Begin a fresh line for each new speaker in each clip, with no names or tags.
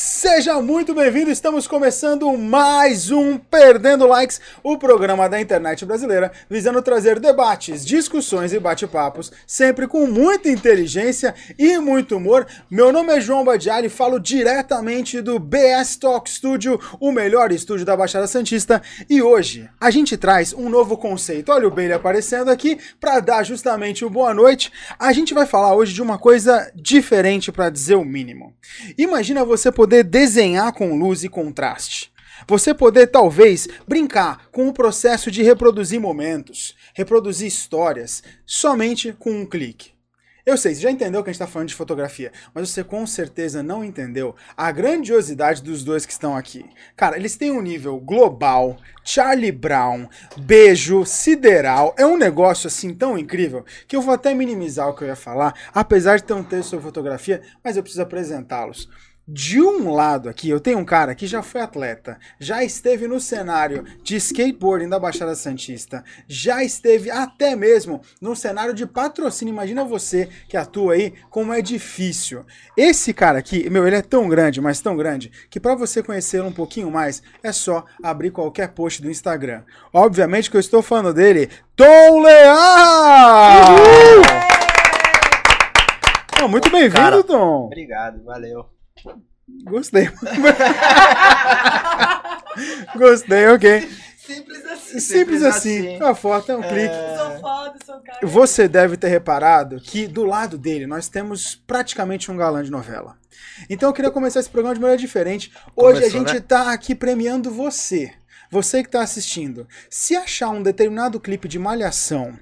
Seja muito bem-vindo, estamos começando mais um Perdendo Likes, o programa da internet brasileira, visando trazer debates, discussões e bate-papos, sempre com muita inteligência e muito humor. Meu nome é João Badiali, falo diretamente do BS Talk Studio, o melhor estúdio da Baixada Santista, e hoje a gente traz um novo conceito. Olha o Bailey aparecendo aqui para dar justamente o boa noite. A gente vai falar hoje de uma coisa diferente, para dizer o mínimo. Imagina você poder desenhar com luz e contraste. Você poder talvez brincar com o processo de reproduzir momentos, reproduzir histórias, somente com um clique. Eu sei, você já entendeu que a gente está falando de fotografia, mas você com certeza não entendeu a grandiosidade dos dois que estão aqui. Cara, eles têm um nível global, Charlie Brown, beijo, sideral. É um negócio assim tão incrível que eu vou até minimizar o que eu ia falar, apesar de ter um texto sobre fotografia, mas eu preciso apresentá-los. De um lado aqui, eu tenho um cara que já foi atleta, já esteve no cenário de skateboarding da Baixada Santista, já esteve até mesmo no cenário de patrocínio. Imagina você que atua aí, como é difícil. Esse cara aqui, meu, ele é tão grande, mas tão grande, que para você conhecê-lo um pouquinho mais, é só abrir qualquer post do Instagram. Obviamente que eu estou falando dele, Tom Leal! Pô, muito
Cara,
bem-vindo, Tom!
Obrigado, valeu.
Gostei. Gostei, ok.
Simples assim.
Simples assim.
assim.
Uma foto é um clique.
Sou foda, sou cara.
Você deve ter reparado que do lado dele nós temos praticamente um galã de novela. Então eu queria começar esse programa de maneira diferente. Hoje a
Começou,
gente tá aqui premiando você. Você que tá assistindo. Se achar um determinado clipe de malhação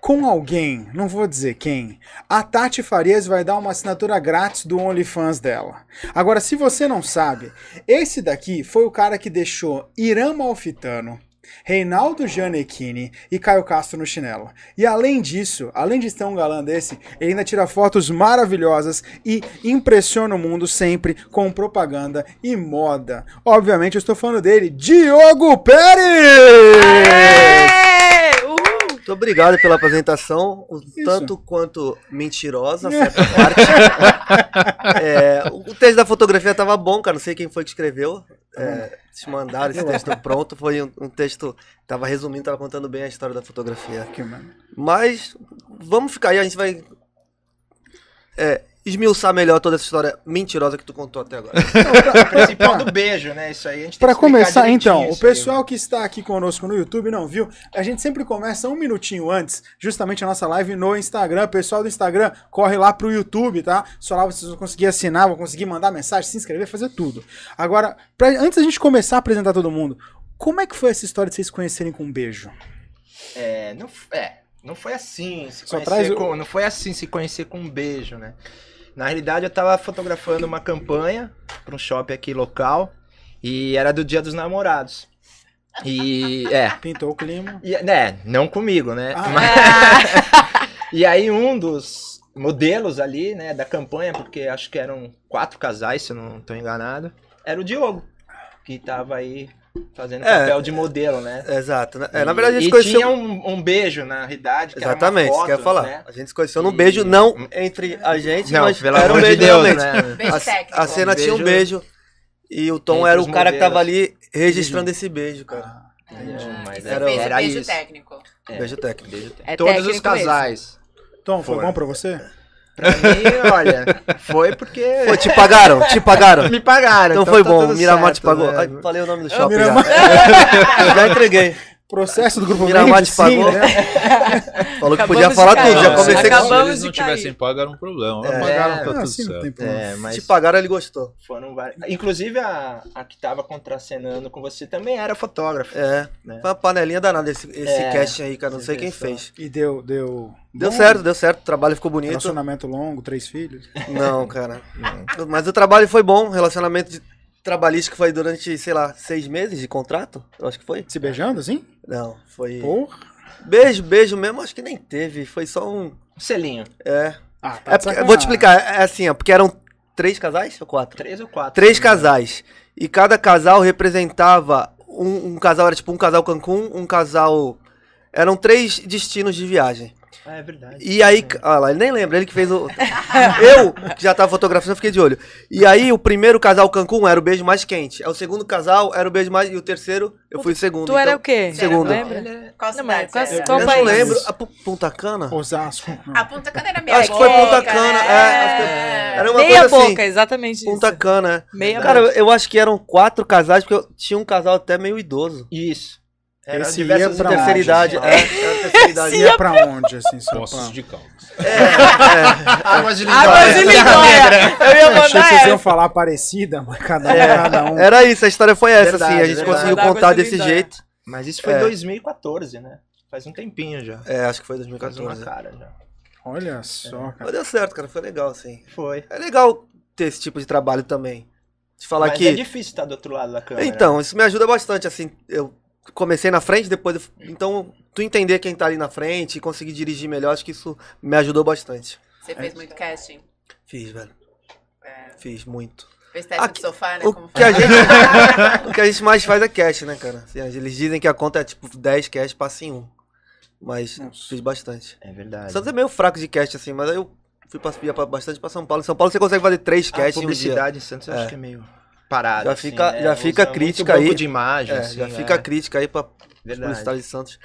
com alguém, não vou dizer quem, a Tati Farias vai dar uma assinatura grátis do OnlyFans dela. Agora, se você não sabe, esse daqui foi o cara que deixou Irã Malfitano, Reinaldo Gianecchini e Caio Castro no chinelo. E além disso, além de ter um galã desse, ele ainda tira fotos maravilhosas e impressiona o mundo sempre com propaganda e moda. Obviamente, eu estou falando dele, Diogo Pérez!
É! Uhul!
Muito obrigado pela apresentação, um tanto quanto
É.
mentirosa, certa parte. É, o texto da fotografia tava bom, cara, não sei quem foi que escreveu.
Tá
É, te mandaram esse texto pronto, foi um, um texto, tava resumindo, tava contando bem a história da fotografia.
Aqui, mano.
Mas vamos ficar aí, a gente vai é, esmiuçar melhor toda essa história mentirosa que tu contou até agora.
O principal do beijo, né? Isso aí a gente tem
Pra
que explicar
começar,
direitinho
então, o
isso né? aí.
pessoal que está aqui conosco no YouTube não viu, a gente sempre começa um minutinho antes, justamente a nossa live no Instagram. Pessoal do Instagram, corre lá pro YouTube, tá? Só lá vocês vão conseguir assinar, vão conseguir mandar mensagem, se inscrever, fazer tudo. Agora, pra- antes da gente começar a apresentar todo mundo, como é que foi essa história de vocês se conhecerem com um beijo?
É, não, f- é, não foi assim. Se
Só
conhecer
traz o-
com- não foi assim se conhecer com um beijo, né? Na realidade, eu tava fotografando uma campanha pra um shopping aqui local e era do Dia dos Namorados. E é,
Pintou o clima.
E, né, não comigo, né?
Ah.
Mas- e aí um dos modelos ali, né, da campanha, porque acho que eram quatro casais, se eu não tô enganado, era o Diogo, que tava aí fazendo
É.
papel de modelo, né?
Exato. né? É, na
E-
verdade a gente
e
conheceu.
tinha um, um beijo, na realidade, que
Exatamente,
era uma
isso
foto,
que eu ia falar.
né?
A gente se conheceu num
E-
beijo, não entre a gente,
Não,
mas
pelo
era um
amor de
beijo
Deus,
realmente.
né?
Beijo
A-
técnico.
A, cena
Um
tinha um
beijo
beijo e o Tom
entre Uhum.
era
os
o cara que tava ali registrando esse beijo, cara.
Ah,
Entendeu? Mas
Você
era-
um
fez
era
o beijo
isso.
técnico.
É.
Beijo técnico.
Beijo técnico.
É
Todos os
técnico
casais.
Tom, foi,
Foi.
bom pra você?
Pra mim, olha, foi porque
Pô, te pagaram, te pagaram.
me pagaram.
Então foi
tá
bom,
tudo
Miramar te
certo,
pagou.
né?
Ai, falei o nome do shopping
Miramar.
já. já entreguei.
Processo do grupo
Miramar
Mendes,
te pagou. É.
né?
Falou que
Acabamos
podia
de
É,
falar
cair.
tudo, já
Ah,
comecei com...
acabou.
Se
Acabamos
eles
de
não
cair.
tivessem pago, era um problema.
É.
Pagaram, tá
Ah,
tudo
sim, não
certo.
tem problema.
É, mas
Te pagaram, ele gostou.
Foram várias. Inclusive a, a que tava contracenando com você também era fotógrafa.
É,
Né?
foi uma panelinha danada esse, esse
É.
casting aí, cara, não
Você
sei quem
vê só.
fez.
E deu, deu.
Deu
bom?
certo, deu certo, o trabalho ficou bonito.
Relacionamento longo, três filhos.
Não, cara. Mas o trabalho foi bom, o relacionamento de trabalhístico foi durante, sei lá, seis meses de contrato? Eu acho que foi.
Se beijando, assim?
Não, foi.
Porra.
Beijo, beijo mesmo, acho que nem teve. Foi só um.
Um selinho.
É.
Ah, tá
é
de
porque-
sacanagem.
vou te explicar, é assim, ó, porque eram três casais ou quatro?
Três ou quatro.
Três casais. E cada casal representava. Um, um casal era tipo um casal Cancún, um casal. Eram três destinos de viagem.
É verdade.
E aí, olha lá, ele nem lembra, ele que fez o. eu, que já tava fotografando, fiquei de olho. E aí, o primeiro casal Cancún era o beijo mais quente. Aí, o segundo casal era o beijo mais. E o terceiro, eu fui o segundo.
Tu
Então,
era o quê?
Segundo.
Lembra?
é-
Qual
Não, mas
cidade?
qual-
você era?
qual
eu não
país?
lembro. A Pu- Punta Cana?
Osasco.
A Punta Cana era minha
Acho que foi
boca,
Punta Cana.
né?
É, acho que era uma
Meia
coisa assim.
boca, exatamente isso.
Punta Cana. é.
Meia
Cara,
boca.
eu acho que eram quatro casais, porque eu tinha um casal até meio idoso.
Isso. Era
Esse
diversas
ia pra
idades.
Terceira
onde?
idade. É, era terceira idade.
E é pra onde, assim, só
Poços
pra...
de Caldas.
Águas de
Águas de Lindóia. Eu ia
É, Achei que
mandar
vocês iam
essa.
falar parecida, mas cada um,
É.
cada um.
Era isso, a história foi essa,
Verdade,
assim. A gente
verdade.
conseguiu
Águas
contar
de
desse
Lindóia.
jeito.
Mas isso foi em
É.
2014, né? Faz um tempinho já.
É, acho que foi
Faz uma
2014.
cara já.
Olha só, cara.
Mas deu certo, cara. Foi legal, assim.
Foi.
É legal ter esse tipo de trabalho também. De falar
Mas
que.
é difícil né? estar do outro lado da câmera.
Então, isso me ajuda bastante, assim. Eu comecei na frente, depois. eu- Então, tu entender quem tá ali na frente e conseguir dirigir melhor, acho que isso me ajudou bastante.
Você fez muito casting.
Fiz, velho. Fiz muito.
Fez teste
Aqui-
de sofá, né?
O
É. Como
que, a
faz?
gente, o que a gente mais faz é cash, né, cara? Assim, eles dizem que a conta é tipo 10 cash, passa em um. Mas
Nossa.
fiz bastante.
É verdade.
Santos é meio fraco de cash, assim, mas aí eu fui pra, ia pra- bastante pra São Paulo. Em São Paulo você consegue fazer 3
a
cash em um dia.
publicidade em Santos eu
É.
acho que é meio parado.
Já
assim,
fica-
né?
já fica
Usa muito
crítica
banco
aí.
de imagem,
É,
assim,
já
né?
fica a crítica aí pra
Verdade.
publicidade de Santos.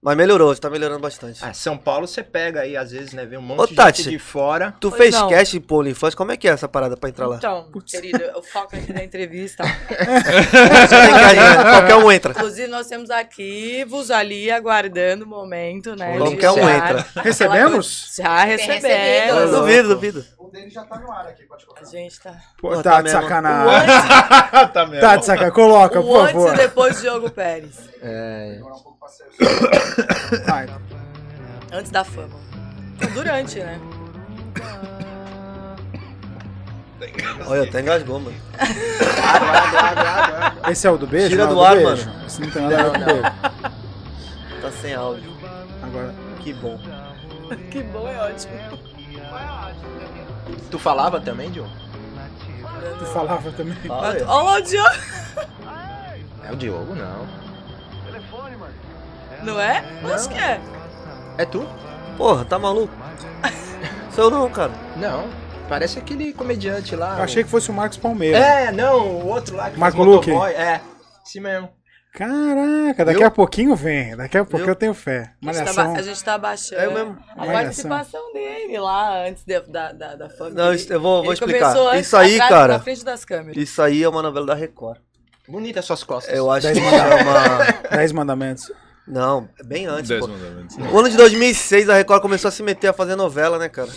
Mas melhorou, tá melhorando bastante.
É.
Ah, São Paulo você pega aí, às vezes, né? Vê um monte
Ô,
de
Tati.
gente de fora.
Tu
Pois
fez
não.
cash pro OnlyFans? Como é que é essa parada pra entrar lá?
Então, querido, o foco aqui da entrevista.
Tem cash, né? Qualquer um entra.
Inclusive, nós temos arquivos ali aguardando o momento, né? de
Qualquer um
usar.
entra.
Recebemos?
Já
recebido.
recebemos.
Duvido, duvido.
A gente tá.
Pô,
Pô,
tá
tá
de
mesmo.
sacanagem.
tá mesmo.
Tá de sacanagem. Coloca,
O
por
um antes
favor.
e depois de Diogo Pérez.
É.
Vai.
Antes da fama. Durante, né?
Olha, até engasgou, mano.
Esse é o do beijo?
Tira
Não,
do
é
ar,
beijo. Esse não tem nada a ver com beijo.
Tá sem áudio.
Agora,
Que bom.
Que bom, é ótimo.
Tu falava também, Diogo?
tu falava também.
Olha lá o Diogo,
É o Diogo, não.
não é? Acho que é.
É tu?
Porra, tá maluco? Sou eu não, cara.
Não. Parece aquele comediante lá.
Eu achei que fosse o Marcos Palmeira.
É, não, o outro lá que
Marco
faz
Luque?
motoboy. É, esse mesmo.
Caraca, daqui
Viu?
a pouquinho vem. Daqui a pouco
Viu?
eu tenho fé.
A gente, tá,
Malhação.
ba- a gente tá baixando
É mesmo.
a
Malhação.
participação dele lá antes de- da, da, da fama.
Não, isso- é eu vou,
Ele
vou explicar.
começou antes,
Isso aí,
atrás, Na
cara.
frente das câmeras.
Isso aí é uma novela da Record.
Bonita as suas costas.
Eu acho que
Dez
chama.
Dez mandamentos.
Não, é bem antes,
Dez
pô.
mandamentos.
O ano de 2006 a Record começou a se meter a fazer novela, né, cara?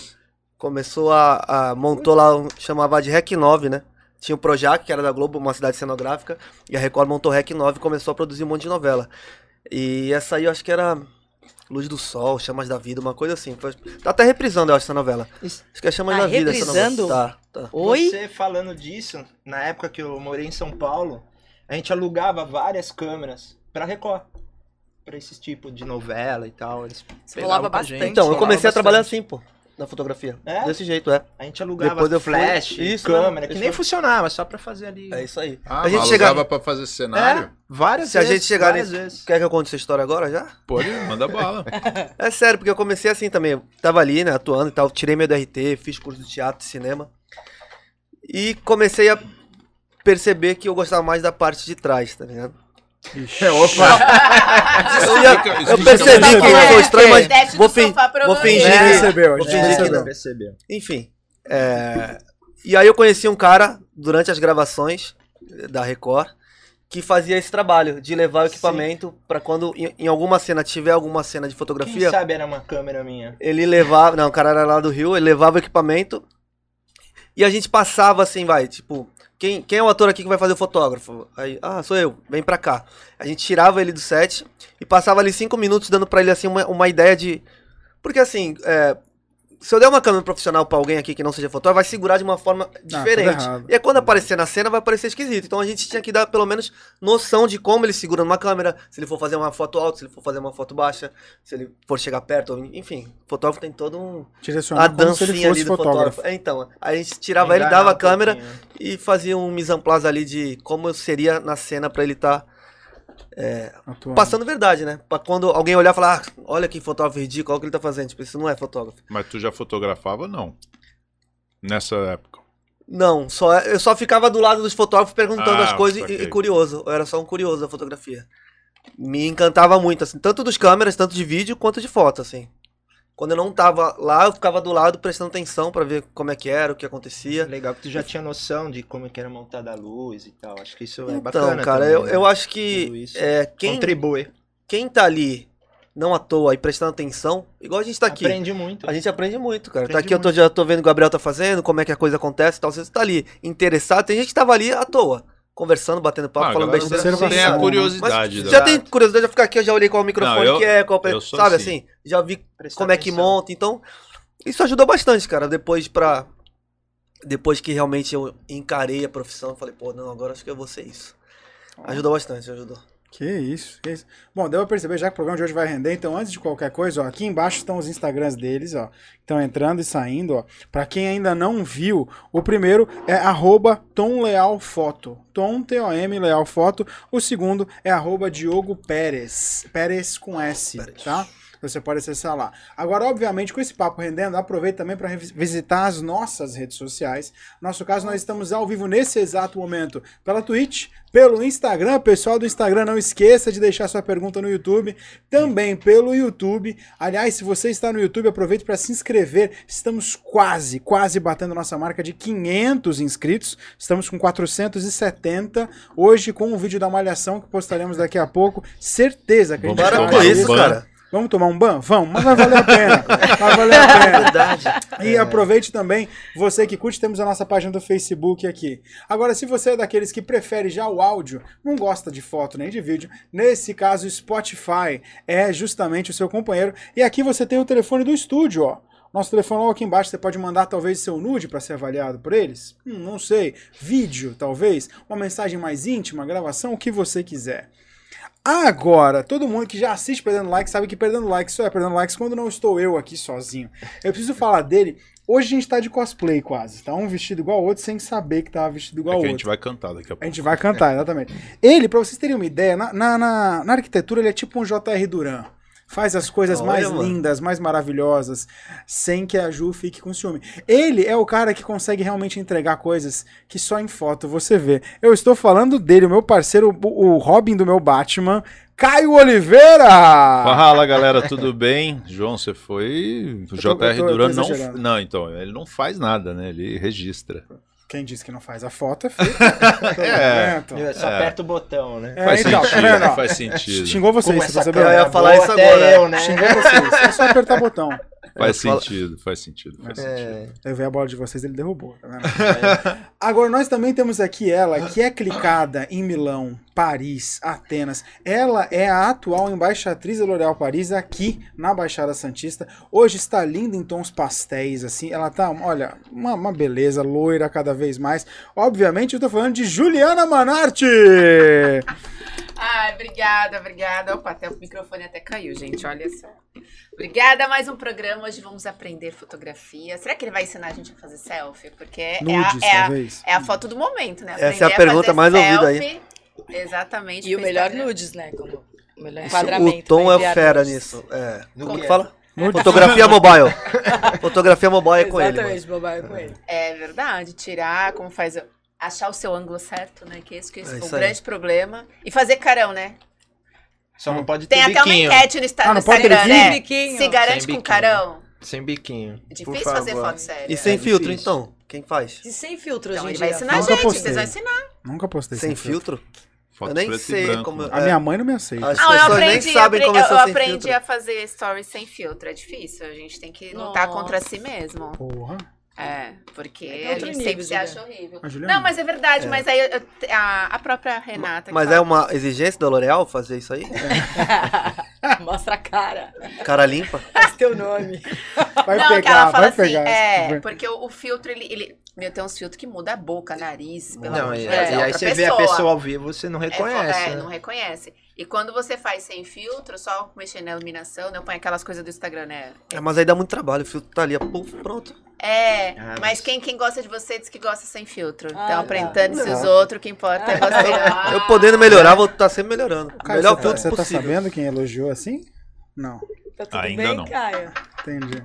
Começou a. a- montou lá, um- chamava de Rec 9, né? Tinha o Projac, que era da Globo, uma cidade cenográfica, e a Record montou Rec 9 e começou a produzir um monte de novela. E essa aí eu acho que era Luz do Sol, Chamas da Vida, uma coisa assim. Foi- Tá até reprisando, eu acho, essa novela.
Isso.
Acho que é Chamas
Tá
da Vida essa
reprisando?
novela. Tá, tá.
Oi?
Você falando disso, na época que eu morei em São Paulo, a gente alugava várias câmeras pra Record. Pra esse tipo de novela e tal. Eles
Você
pegavam
rolava
com a gente,
bastante.
Então, eu comecei a
rolava
trabalhar
bastante.
assim, pô, na fotografia.
É?
Desse jeito, é.
A gente alugava
Depois eu fui-
flash,
Isso,
câmera,
né?
que
Isso
nem
mesmo.
funcionava, só pra fazer ali. É?
É isso aí.
Ah,
a gente
mas
chegava.
usava pra fazer
É?
cenário?
várias
Se a
vezes.
gente chegar
várias
nesse-
vezes.
Quer que eu conte essa história agora já?
Pode, manda bala.
É sério, porque eu comecei assim também. Eu Tava ali, né, atuando e tal. Tirei meu DRT, fiz curso de teatro e cinema. E comecei a perceber que eu gostava mais da parte de trás, tá ligado?
Ixi.
É, opa.
Eu, ia-
Explica-
eu
explica
percebi
melhor.
que eu
é-
sou estranho, mas
é. Teste do
vou, fin-
sofá pra
vou
você.
fingir
A gente
que-
recebeu, a gente
É.
Vou fingir que
recebeu.
não.
percebeu.
Enfim. é, E aí eu conheci um cara durante as gravações da Record que fazia esse trabalho de levar o equipamento pra quando em, em alguma cena tiver alguma cena de
Quem
fotografia,
sabe era uma câmera minha.
ele levava, não, o cara era lá do Rio, ele levava o equipamento e a gente passava assim, vai, tipo, quem, quem é o ator aqui que vai fazer o fotógrafo? Aí, ah, sou eu, vem pra cá. A gente tirava ele do set e passava ali cinco minutos dando pra ele, assim, uma, uma ideia de... Porque, assim, é, se eu der uma câmera profissional pra alguém aqui que não seja fotógrafo, vai segurar de uma forma diferente.
errado.
e aí, quando aparecer na cena, vai aparecer esquisito. Então, a gente tinha que dar, pelo menos, noção de como ele segura numa câmera, se ele for fazer uma foto alta, se ele for fazer uma foto baixa, se ele for chegar perto, enfim, o fotógrafo tem todo um a
Direcionar como se ele
dancinha ali
fosse
do fotógrafo.
fotógrafo.
É, então, a gente tirava ele,
Enganar
dava
um
a câmera
pouquinho.
e fazia um mise en place ali de como eu seria na cena pra ele estar
Atuando.
Passando verdade, né? Pra quando alguém olhar e falar, "Ah, olha que fotógrafo ridículo, olha o que ele tá fazendo. Tipo, isso não é fotógrafo.
Mas tu já fotografava, não? Nessa época.
Não, só, é, eu só ficava do lado dos fotógrafos perguntando
Ah,
as coisas e,
saquei.
e curioso. Eu era só um curioso da fotografia. Me encantava muito, assim, tanto dos câmeras, tanto de vídeo, quanto de foto, assim. Quando eu não tava lá, eu ficava do lado prestando atenção pra ver como é que era, o que acontecia.
Legal que tu já tinha noção de como que era montada a luz e tal. Acho que isso é
Então,
bacana.
cara,
também,
eu,
né?
eu acho
Tudo
que
isso
é, quem,
contribui.
quem tá ali, não à toa, e prestando atenção, igual a gente tá aqui.
Aprende muito.
A gente aprende muito, cara. tá
Aprende
aqui, eu tô, já tô vendo o Gabriel tá fazendo, como é que a coisa acontece e tal. Você tá ali interessado. Tem gente que tava ali à toa, conversando, batendo papo,
Ah,
falando
galera,
besteira.
observação,
Tem a
né?
Mas
curiosidade. né?
já tem curiosidade, já ficar aqui, eu já olhei qual microfone
Não, eu-
que é, qual pra-
eu sou
sabe
assim.
assim. Já vi
Prestar
como é que
atenção.
monta. Então, isso ajudou bastante, cara. Depois pra. Depois que realmente eu encarei a profissão, eu falei, pô, não, agora acho que eu vou ser isso. Ajudou bastante, ajudou.
Que isso, que isso. Bom, deu pra perceber já que o programa de hoje vai render, então antes de qualquer coisa, ó, aqui embaixo estão os Instagrams deles, ó, que estão entrando e saindo, ó. Pra quem ainda não viu, o primeiro é arroba Tom Leal Foto, Tom, T-O-M, Leal Foto. O segundo é arroba Diogo Pérez, Pérez com S,
Pérez.
tá? Você pode acessar lá. Agora, obviamente, com esse papo rendendo, aproveita também para visitar as nossas redes sociais. No nosso caso, nós estamos ao vivo nesse exato momento pela Twitch, pelo Instagram. Pessoal do Instagram, não esqueça de deixar sua pergunta no YouTube, também pelo YouTube. Aliás, se você está no YouTube, aproveite para se inscrever. Estamos quase, quase batendo nossa marca de 500 inscritos. Estamos com 470 hoje com o vídeo da malhação que postaremos daqui a pouco. Certeza é que a gente
Vamos
vai
Para
tomar
com
um
fazer
isso,
ban.
cara.
Vamos tomar um ban? Vamos, mas vai valer a pena. Vai valer a
É
pena.
Verdade.
E aproveite também, você que curte, temos a nossa página do Facebook aqui. Agora, se você é daqueles que prefere já o áudio, não gosta de foto nem de vídeo, nesse caso, o Spotify é justamente o seu companheiro. E aqui você tem o telefone do estúdio, ó. Nosso telefone logo aqui embaixo, você pode mandar talvez seu nude para ser avaliado por eles? Hum, não sei. Vídeo, talvez. Uma mensagem mais íntima, gravação, o que você quiser. Agora, todo mundo que já assiste Perdendo Like sabe que Perdendo Like só é Perdendo Likes quando não estou eu aqui sozinho. Eu preciso falar dele. Hoje a gente tá de cosplay quase. Tá um vestido igual ao outro sem saber que tava vestido tá igual
É
ao
que a
outro.
gente vai cantar daqui a
A
pouco.
gente vai cantar, exatamente. Ele, pra vocês terem uma ideia, na, na, na- na arquitetura ele é tipo um J.R. Duran. Faz as coisas
Olha,
mais
mano.
lindas, mais maravilhosas, sem que a Ju fique com ciúme. Ele é o cara que consegue realmente entregar coisas que só em foto você vê. Eu estou falando dele, o meu parceiro, o o Robin do meu Batman, Caio Oliveira!
Fala galera, tudo bem? João, você foi. O
tô- eu tô- eu
JR
tô
Duran não.
exagerando.
Não, então, ele não faz nada, né? Ele registra.
Quem disse que não faz a foto é feio.
É.
Eu só
É.
aperta o botão, né?
É,
faz,
então,
sentido,
tá vendo, ó?
faz sentido,
Xingou vocês,
Como
você tá
essa
sabendo?
câmera
câmera
Eu ia falar
boa
isso
até
agora.
eu, né?
Xingou vocês, é só apertar botão.
faz
Eu falo-
sentido, faz sentido, faz sentido.
É,
Eu vi a bola de vocês, ele derrubou. tá vendo? Agora, nós também temos aqui ela, que é clicada em Milão, Paris, Atenas. Ela é a atual embaixatriz da L'Oréal Paris aqui na Baixada Santista. Hoje está linda em tons pastéis, assim. Ela tá, olha, uma, uma beleza, loira cada vez mais. Obviamente, eu tô falando de Juliana Manarte!
É, Ai, obrigada, obrigada. Opa, até o microfone até caiu, gente. Olha só. Obrigada, mais um programa. Hoje vamos aprender fotografia. Será que ele vai ensinar a gente a fazer selfie? Porque é,
Nudes,
a, é, a,
talvez.
é a foto do momento, né?
né? Essa é a pergunta mais ouvida aí.
aí. Exatamente.
E o
pro
melhor
Instagram.
nudes, né? Como o melhor enquadramento. né,
O Tom
pra
é o
enviar
fera
nudes.
nisso. É.
No
Como
que
que
é?
fala? Fotografia mobile. Fotografia mobile é com ele. mano.
Exatamente, bobar com ele.
É verdade. Tirar, como faz. Achar o seu ângulo certo, né? Que esse que esse é o
isso aí.
grande problema. E fazer carão, né?
Só não pode ter
Tem até uma
biquinho.
enquete no, Insta-
Ah,
no
não pode ter
Instagram,
biquinho?
né?
Sem biquinho.
Se garante
Sem biquinho.
com carão.
Sem biquinho. Por
Difícil fazer
favor.
foto séria.
E sem
É
filtro,
difícil.
então? Quem faz?
E sem filtro
Então
hoje em
ele vai
dia.
ensinar a
é Nunca
gente,
postei.
vocês vão ensinar.
Nunca postei
Sem
esse filtro.
filtro? é.
Foto
Eu nem
preto e
sei
branco,
como-
né?
A minha mãe não me aceita.
As
Não, eu
pessoas nem
aprendi, eu
sabem
aprendi,
como eu
eu
sou sem
aprendi
filtro.
a fazer stories sem filtro, é difícil, a gente tem que lutar
Nossa.
contra si mesmo,
Porra.
é, porque
É
a
outro
gente
nível,
sempre se
Juliana.
acha horrível.
A Juliana.
Não, mas é verdade,
É.
mas aí eu- eu- a, a própria Renata... que
Mas
fala.
é uma exigência da L'Oréal fazer isso aí?
Mostra a cara.
Cara limpa?
Faz teu nome.
Vai
Não, que
pegar,
ela
vai
fala assim,
pegar.
é, porque o, o filtro, ele, ele- Meu, tem uns filtros que muda a boca, nariz, pelo
Não,
amor de
e,
Deus. é
e aí
outra
você vê a pessoa ao vivo, você não
É, fo-
reconhece.
É,
né?
não reconhece. E quando você faz sem filtro, só mexer na iluminação, não põe aquelas coisas do Instagram, né?
É, mas aí dá muito trabalho, o filtro tá ali, puf, pronto.
É,
Ah,
mas,
mas-
quem, quem gosta de você diz que gosta sem filtro.
Ah,
então,
tá.
apresentando-se os
Não.
outros, o que importa
Ah,
é você.
Eu podendo melhorar, vou estar sempre melhorando.
Caio,
Melhor
você, tá-
filtro
você tá
possível.
sabendo quem elogiou assim? Não,
Tá tudo
Ainda
bem,
não.
Caio?
entendi.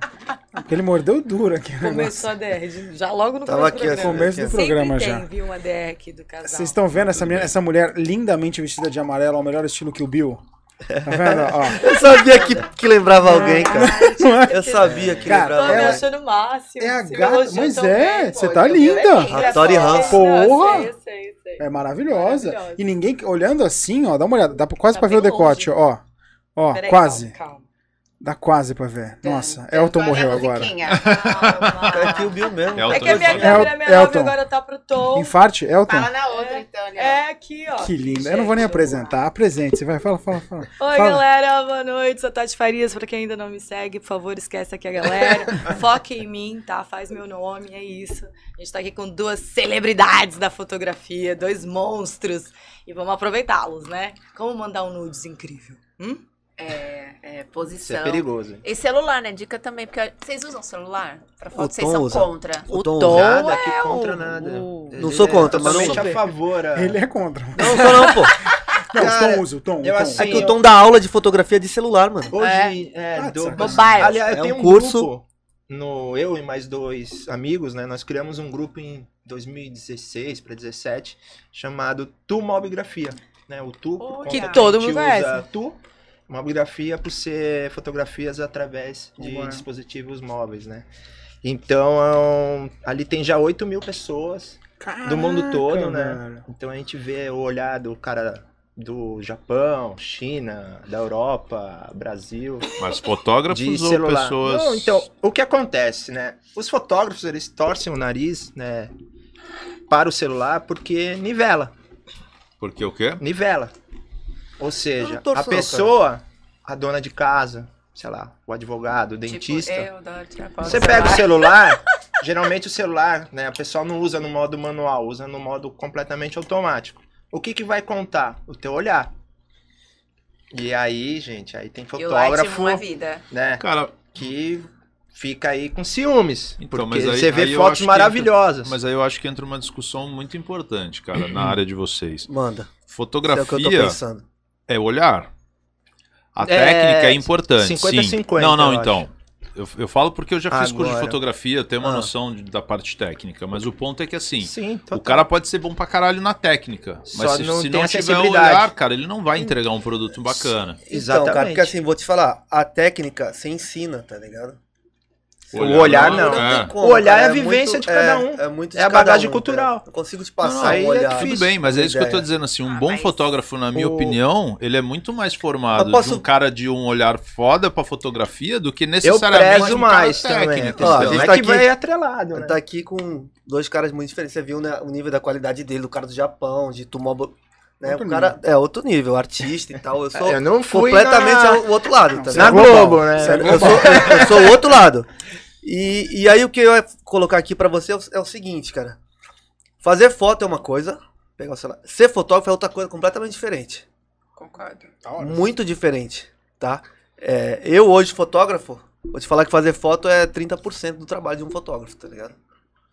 Porque ele mordeu duro aqui. o negócio.
Começou a DR. de- Já logo no
Tava
começo do
aqui,
No
programa.
assim,
começo do
Sempre
programa
tem,
já.
viu, uma DR aqui do casal.
Vocês estão vendo essa, menina, essa mulher lindamente vestida de amarelo, ao melhor estilo que o Bill? Tá vendo? Ó.
Eu sabia que, que lembrava alguém, cara.
Não é?
Eu sabia que
Cara,
Tô
lembrava
me
ela-
alguém.
achando o máximo.
é a
Você me
gata-
elogiou
mas
tão
é,
bem, pô,
você tá
eu vi, eu
linda.
vi,
A Tori
engraçada.
Ramos.
Porra!
Eu assim, sei, eu sei, eu sei.
É maravilhosa.
Maravilhosa.
E ninguém olhando assim, ó, dá uma olhada, dá quase
Tá
pra ver o
bem
decote, ó. Ó,
Peraí,
quase.
Calma, calma.
Dá quase pra ver. Nossa, Elton morreu agora.
É que o Bill mesmo.
É o
É que a minha
Elton.
câmera
El-
melhor
Elton.
agora tá pro Tom.
Infarte, Elton.
Fala na outra, então, Leandro.
É aqui, ó.
Que lindo. Eu não vou nem
Gente,
apresentar. Apresente, você vai. Fala, fala, fala. Fala.
Oi, galera, boa noite. Sou Tati Farias. Pra quem ainda não me segue, por favor, esquece aqui a galera. Foca em mim, tá? Faz meu nome, é isso. A gente tá aqui com duas celebridades da fotografia, dois monstros. E vamos aproveitá-los, né? Como mandar um nudes incrível? Hum?
É,
Isso
posição.
é perigoso.
E celular, né? Dica também, porque vocês usam celular? Pra
O
foto, vocês
Tom
são
usa.
contra.
O
Tom
Tom
é
Nada que contra
o-
nada.
o-
Ele
Não sou contra, mas não-
totalmente a favor. a-
Ele é contra.
Não, sou não, pô.
Não, o
Cara,
Tom usa, o Tom. o
eu
Tom.
assim-
É que o Tom dá aula de fotografia de celular, mano.
Hoje, é,
Ah, de
do-
sacanagem.
Aliás,
É
eu tenho
um
um,
curso.
grupo. No, eu e mais dois amigos, né? Nós criamos um grupo em 2016 para 2017 chamado Tu Mobigrafia. Né? O Tu. por
Olha.
conta
Que
a
todo
gente
mundo
usa
conhece.
Tu. Mobigrafia por ser fotografias através de
Boa.
dispositivos móveis, né? Então, ali tem já 8 mil pessoas.
Caraca,
do mundo todo, né?
velho.
Então a gente vê o olhar do cara do Japão, China, da Europa, Brasil
Mas fotógrafos
de
ou
celular.
pessoas.
Não, então, o que acontece, né? Os fotógrafos, eles torcem o nariz, né? Para o celular, porque nivela,
Porque o quê?
nivela. Ou
Eu
seja,
não torço
a
não, cara.
pessoa, a dona de casa, sei lá, o advogado, o dentista,
Tipo, eu adoro tirar foto
você
do
pega o
celular.
celular, geralmente o celular, né? A pessoa não usa no modo manual, usa no modo completamente automático. O que que vai contar? O teu olhar. E aí, gente, aí tem
E o Light
fotógrafo,
uma vida.
né?
Cara,
que fica aí com ciúmes.
Então,
porque
mas aí-
você vê
aí eu acho
fotos
que
maravilhosas.
mas aí eu acho que entra uma discussão muito importante, cara, na área de vocês.
Manda. Isso é o que eu tô
Fotografia
pensando.
é olhar. A
É,
técnica é importante.
50,
sim.
50,
não, não,
eu
então. Eu, eu falo porque eu já fiz curso de
Agora.
fotografia, eu tenho uma
Ah.
noção de- da parte técnica, mas o ponto é que assim,
Sim, total.
o cara pode ser bom pra caralho na técnica, mas
Só
se
não
se
tem
não tiver o
acessibilidade.
olhar, cara, ele não vai entregar um produto bacana.
Então,
Exatamente.
cara, porque assim, vou te falar, a técnica se ensina, tá ligado?
O olhar não.
é.
tem como,
O olhar
cara,
é a vivência
muito-
de cada
é-
um.
É, muito de
É a
cada
bagagem
um,
cultural.
cara. Eu consigo te
Não, não,
passar
aí
um
é
olhar.
difícil.
Tudo bem, mas é
uma
isso que eu tô
ideia.
dizendo, assim, um
Ah,
bom
mas-
fotógrafo, na minha
O-
opinião, ele é muito mais formado
Eu posso-
de um cara de um olhar foda pra fotografia do que
eu
necessariamente
prezo
um cara
mais também.
técnico,
Ó, a
entendeu?
gente
é
tá
que
aqui-
vai atrelado, né?
Tá aqui com dois caras muito diferentes. Você viu né, o nível da qualidade dele, do cara do Japão, de Tumobo. Né,
Outro
o cara é outro nível, artista e tal. Eu sou
É, Eu não fui
completamente
na-
ao- o outro lado, tá
Não,
na
ligado?
Globo, né?
Sério, Eu sou, eu sou o outro lado. E, e aí o que eu ia colocar aqui pra você é o, é o seguinte, cara. Fazer foto é uma coisa, pegar o celular. Ser fotógrafo é outra coisa completamente diferente.
Concordo.
Da hora.
Muito diferente, tá? É, eu hoje, fotógrafo, vou te falar que fazer foto é 30% do trabalho de um fotógrafo, tá ligado?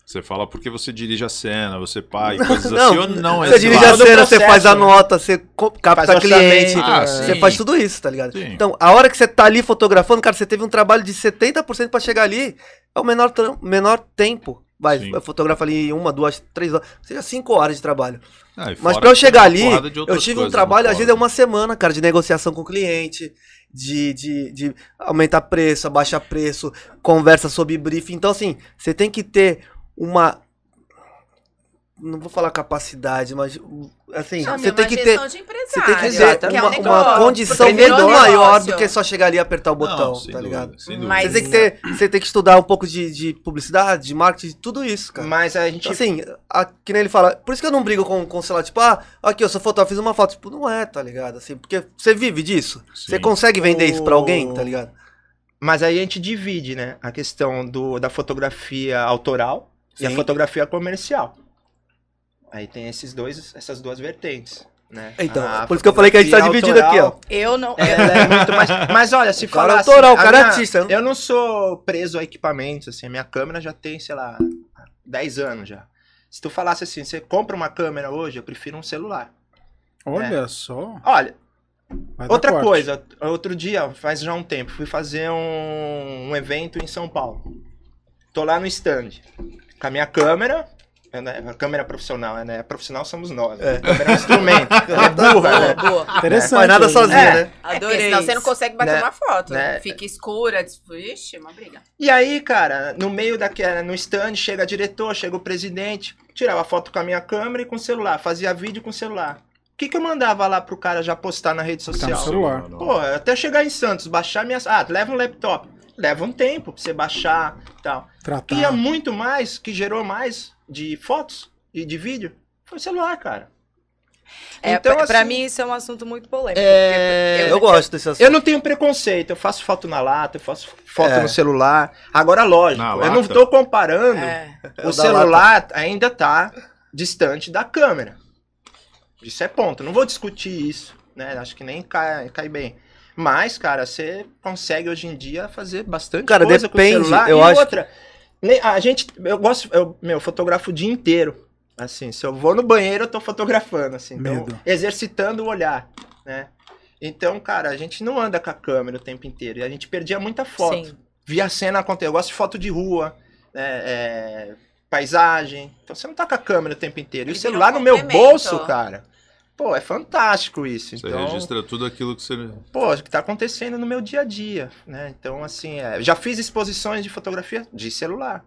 Você fala porque você dirige a cena, você pai, coisas
Não,
assim, ou não é
Você
esse
dirige a
lado?
Todo
cena, você
processo,
faz a
né?
nota, você co- capta
Faz
cliente,
orçamento,
Ah,
né?
você
sim.
faz tudo isso, tá ligado?
Sim.
Então, a hora que você tá ali fotografando, cara, você teve um trabalho de 70% pra chegar ali, é o menor, tram- menor tempo. Vai,
Sim.
eu fotografo ali uma, duas, três horas, ou seja, cinco horas de trabalho.
Ah,
Mas
e fora
pra eu
que tem
chegar
uma
ali,
porrada de outras
eu tive um
coisas,
trabalho,
não
às vezes é
pode.
uma semana, cara, de negociação com o cliente, de, de, de aumentar preço, abaixar preço, conversa sobre briefing. Então, assim, você tem que ter uma. Não vou falar capacidade, mas. um, Assim,
Chama
você tem
uma
que ter.
gestão de
Você
empresário,
tem que ter
que é um
uma, uma
negócio,
condição
porque virou
muito maior do
negócio.
que só chegar ali e apertar o
Não,
botão,
sem
tá
dúvida,
ligado?
sem dúvida.
Mas-
Você tem, que ter, você tem que estudar um pouco de, de publicidade, de marketing, de tudo isso, cara.
Mas tipo a gente.
Então, assim, a- que nem ele fala, por isso que eu não brigo com, com sei lá, tipo, ah, aqui, eu sou fotógrafo, fiz uma foto. Tipo, não é, tá ligado? Assim, porque você vive disso.
Sim.
Você consegue vender isso pra alguém, tá ligado?
Mas aí a gente divide, né? A questão do, da fotografia autoral, e a
Sim.
fotografia comercial. Aí tem esses dois, essas duas vertentes, né?
Então, por isso que eu falei que a gente tá
fotografia
dividido aqui, ó.
Eu não. eu-
Ela é muito mais. Mas olha, se
O cara
falar.
é autoral,
assim,
o
a
cara é
minha-
artista, né?
Eu não sou preso a equipamentos, assim. A minha câmera já tem, sei lá, 10 anos já. Se tu falasse assim, você compra uma câmera hoje, eu prefiro um celular.
Olha só.
Olha,
vai dar
É. outra
corte.
coisa, outro dia, faz já um tempo, fui fazer um, um evento em São Paulo. Tô lá no stand, com a minha câmera, né, a câmera profissional, né? Profissional somos nós, né? câmera é um instrumento, é burra, né?
Boa, boa.
Interessante.
Faz nada
hoje,
sozinho,
né?
né?
É, porque
Adorei.
senão você não
isso.
consegue bater
Né?
uma foto.
Né?
Fica escura. tipo, Ixi, uma briga.
E aí, cara, no meio daquela, no stand, chega diretor, chega o presidente, tirava foto com a minha câmera e com o celular, fazia vídeo com o celular. O que, que eu mandava lá pro cara já postar na rede
Tá no
social?
celular.
Não, não.
Porra, até chegar em Santos, baixar minhas. Ah, leva um laptop. Leva um tempo pra você baixar e tal.
Tratar.
E é muito mais, que gerou mais de fotos e de vídeo, foi o celular, cara.
É,
Então,
pra- pra
assim-
mim isso é um assunto muito polêmico.
É...
Eu gosto desse assunto.
Eu não tenho preconceito, eu faço foto na lata, eu faço foto
É.
no celular. Agora, lógico,
Na
eu
lata?
não tô comparando
É.
É
o
o da
celular ainda tá distante da câmera. Isso é ponto. Não vou discutir isso, né? Acho que nem cai, cai bem. Mas, cara, você consegue hoje em dia fazer bastante
Cara,
coisa
depende,
com o celular.
eu
e
acho
outra, nem- a gente, eu gosto, eu, meu, fotografo o dia inteiro. Assim, se eu vou no banheiro, eu tô fotografando, assim, então,
Medo.
exercitando o olhar, né? Então, cara, a gente não anda com a câmera o tempo inteiro. E a gente perdia muita foto
Sim.
via cena acontecer. Eu gosto de foto de rua, né, é, paisagem. Então você não tá com a câmera o tempo inteiro. E o
Ele virou
celular
um
no meu
complemento.
bolso, cara. Pô, é fantástico isso.
Você
Então,
registra tudo aquilo que você.
pô, o que tá acontecendo no meu dia a dia, né? Então, assim, é, já fiz exposições de fotografia de celular.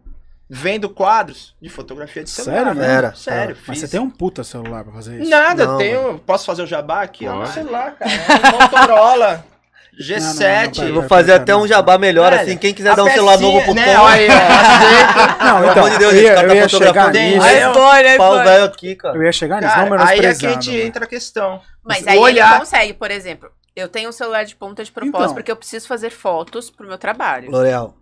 Vendo quadros de fotografia de celular.
Sério,
né?
velho?
Era.
Sério, fiz.
Mas você tem um puta celular pra fazer isso?
Nada,
Não,
eu tenho. Posso fazer o jabá aqui? É um
Pode.
celular, cara. É um Motorola G7.
Não, não,
Eu
não,
vou fazer até um jabá melhor,
Velho,
assim. Quem quiser
a
dar um celular novo pro
pecinha, né?
Tom,
Olha aí, ó, aceita.
Não,
Pelo
então,
amor de Deus,
eu ia,
esse
eu
cara tá
ia chegar
fotografando.
nisso.
Aí eu-
iPhone,
pau
iPhone.
velho aqui, cara.
Eu ia chegar nisso, não
Cara, aí é que a
menosprezando. né?
gente entra a questão.
Mas
O
aí
olhar-
ele consegue, por exemplo. Eu tenho um celular de ponta de propósito
Então.
porque eu preciso fazer fotos pro meu trabalho.
L'Oreal.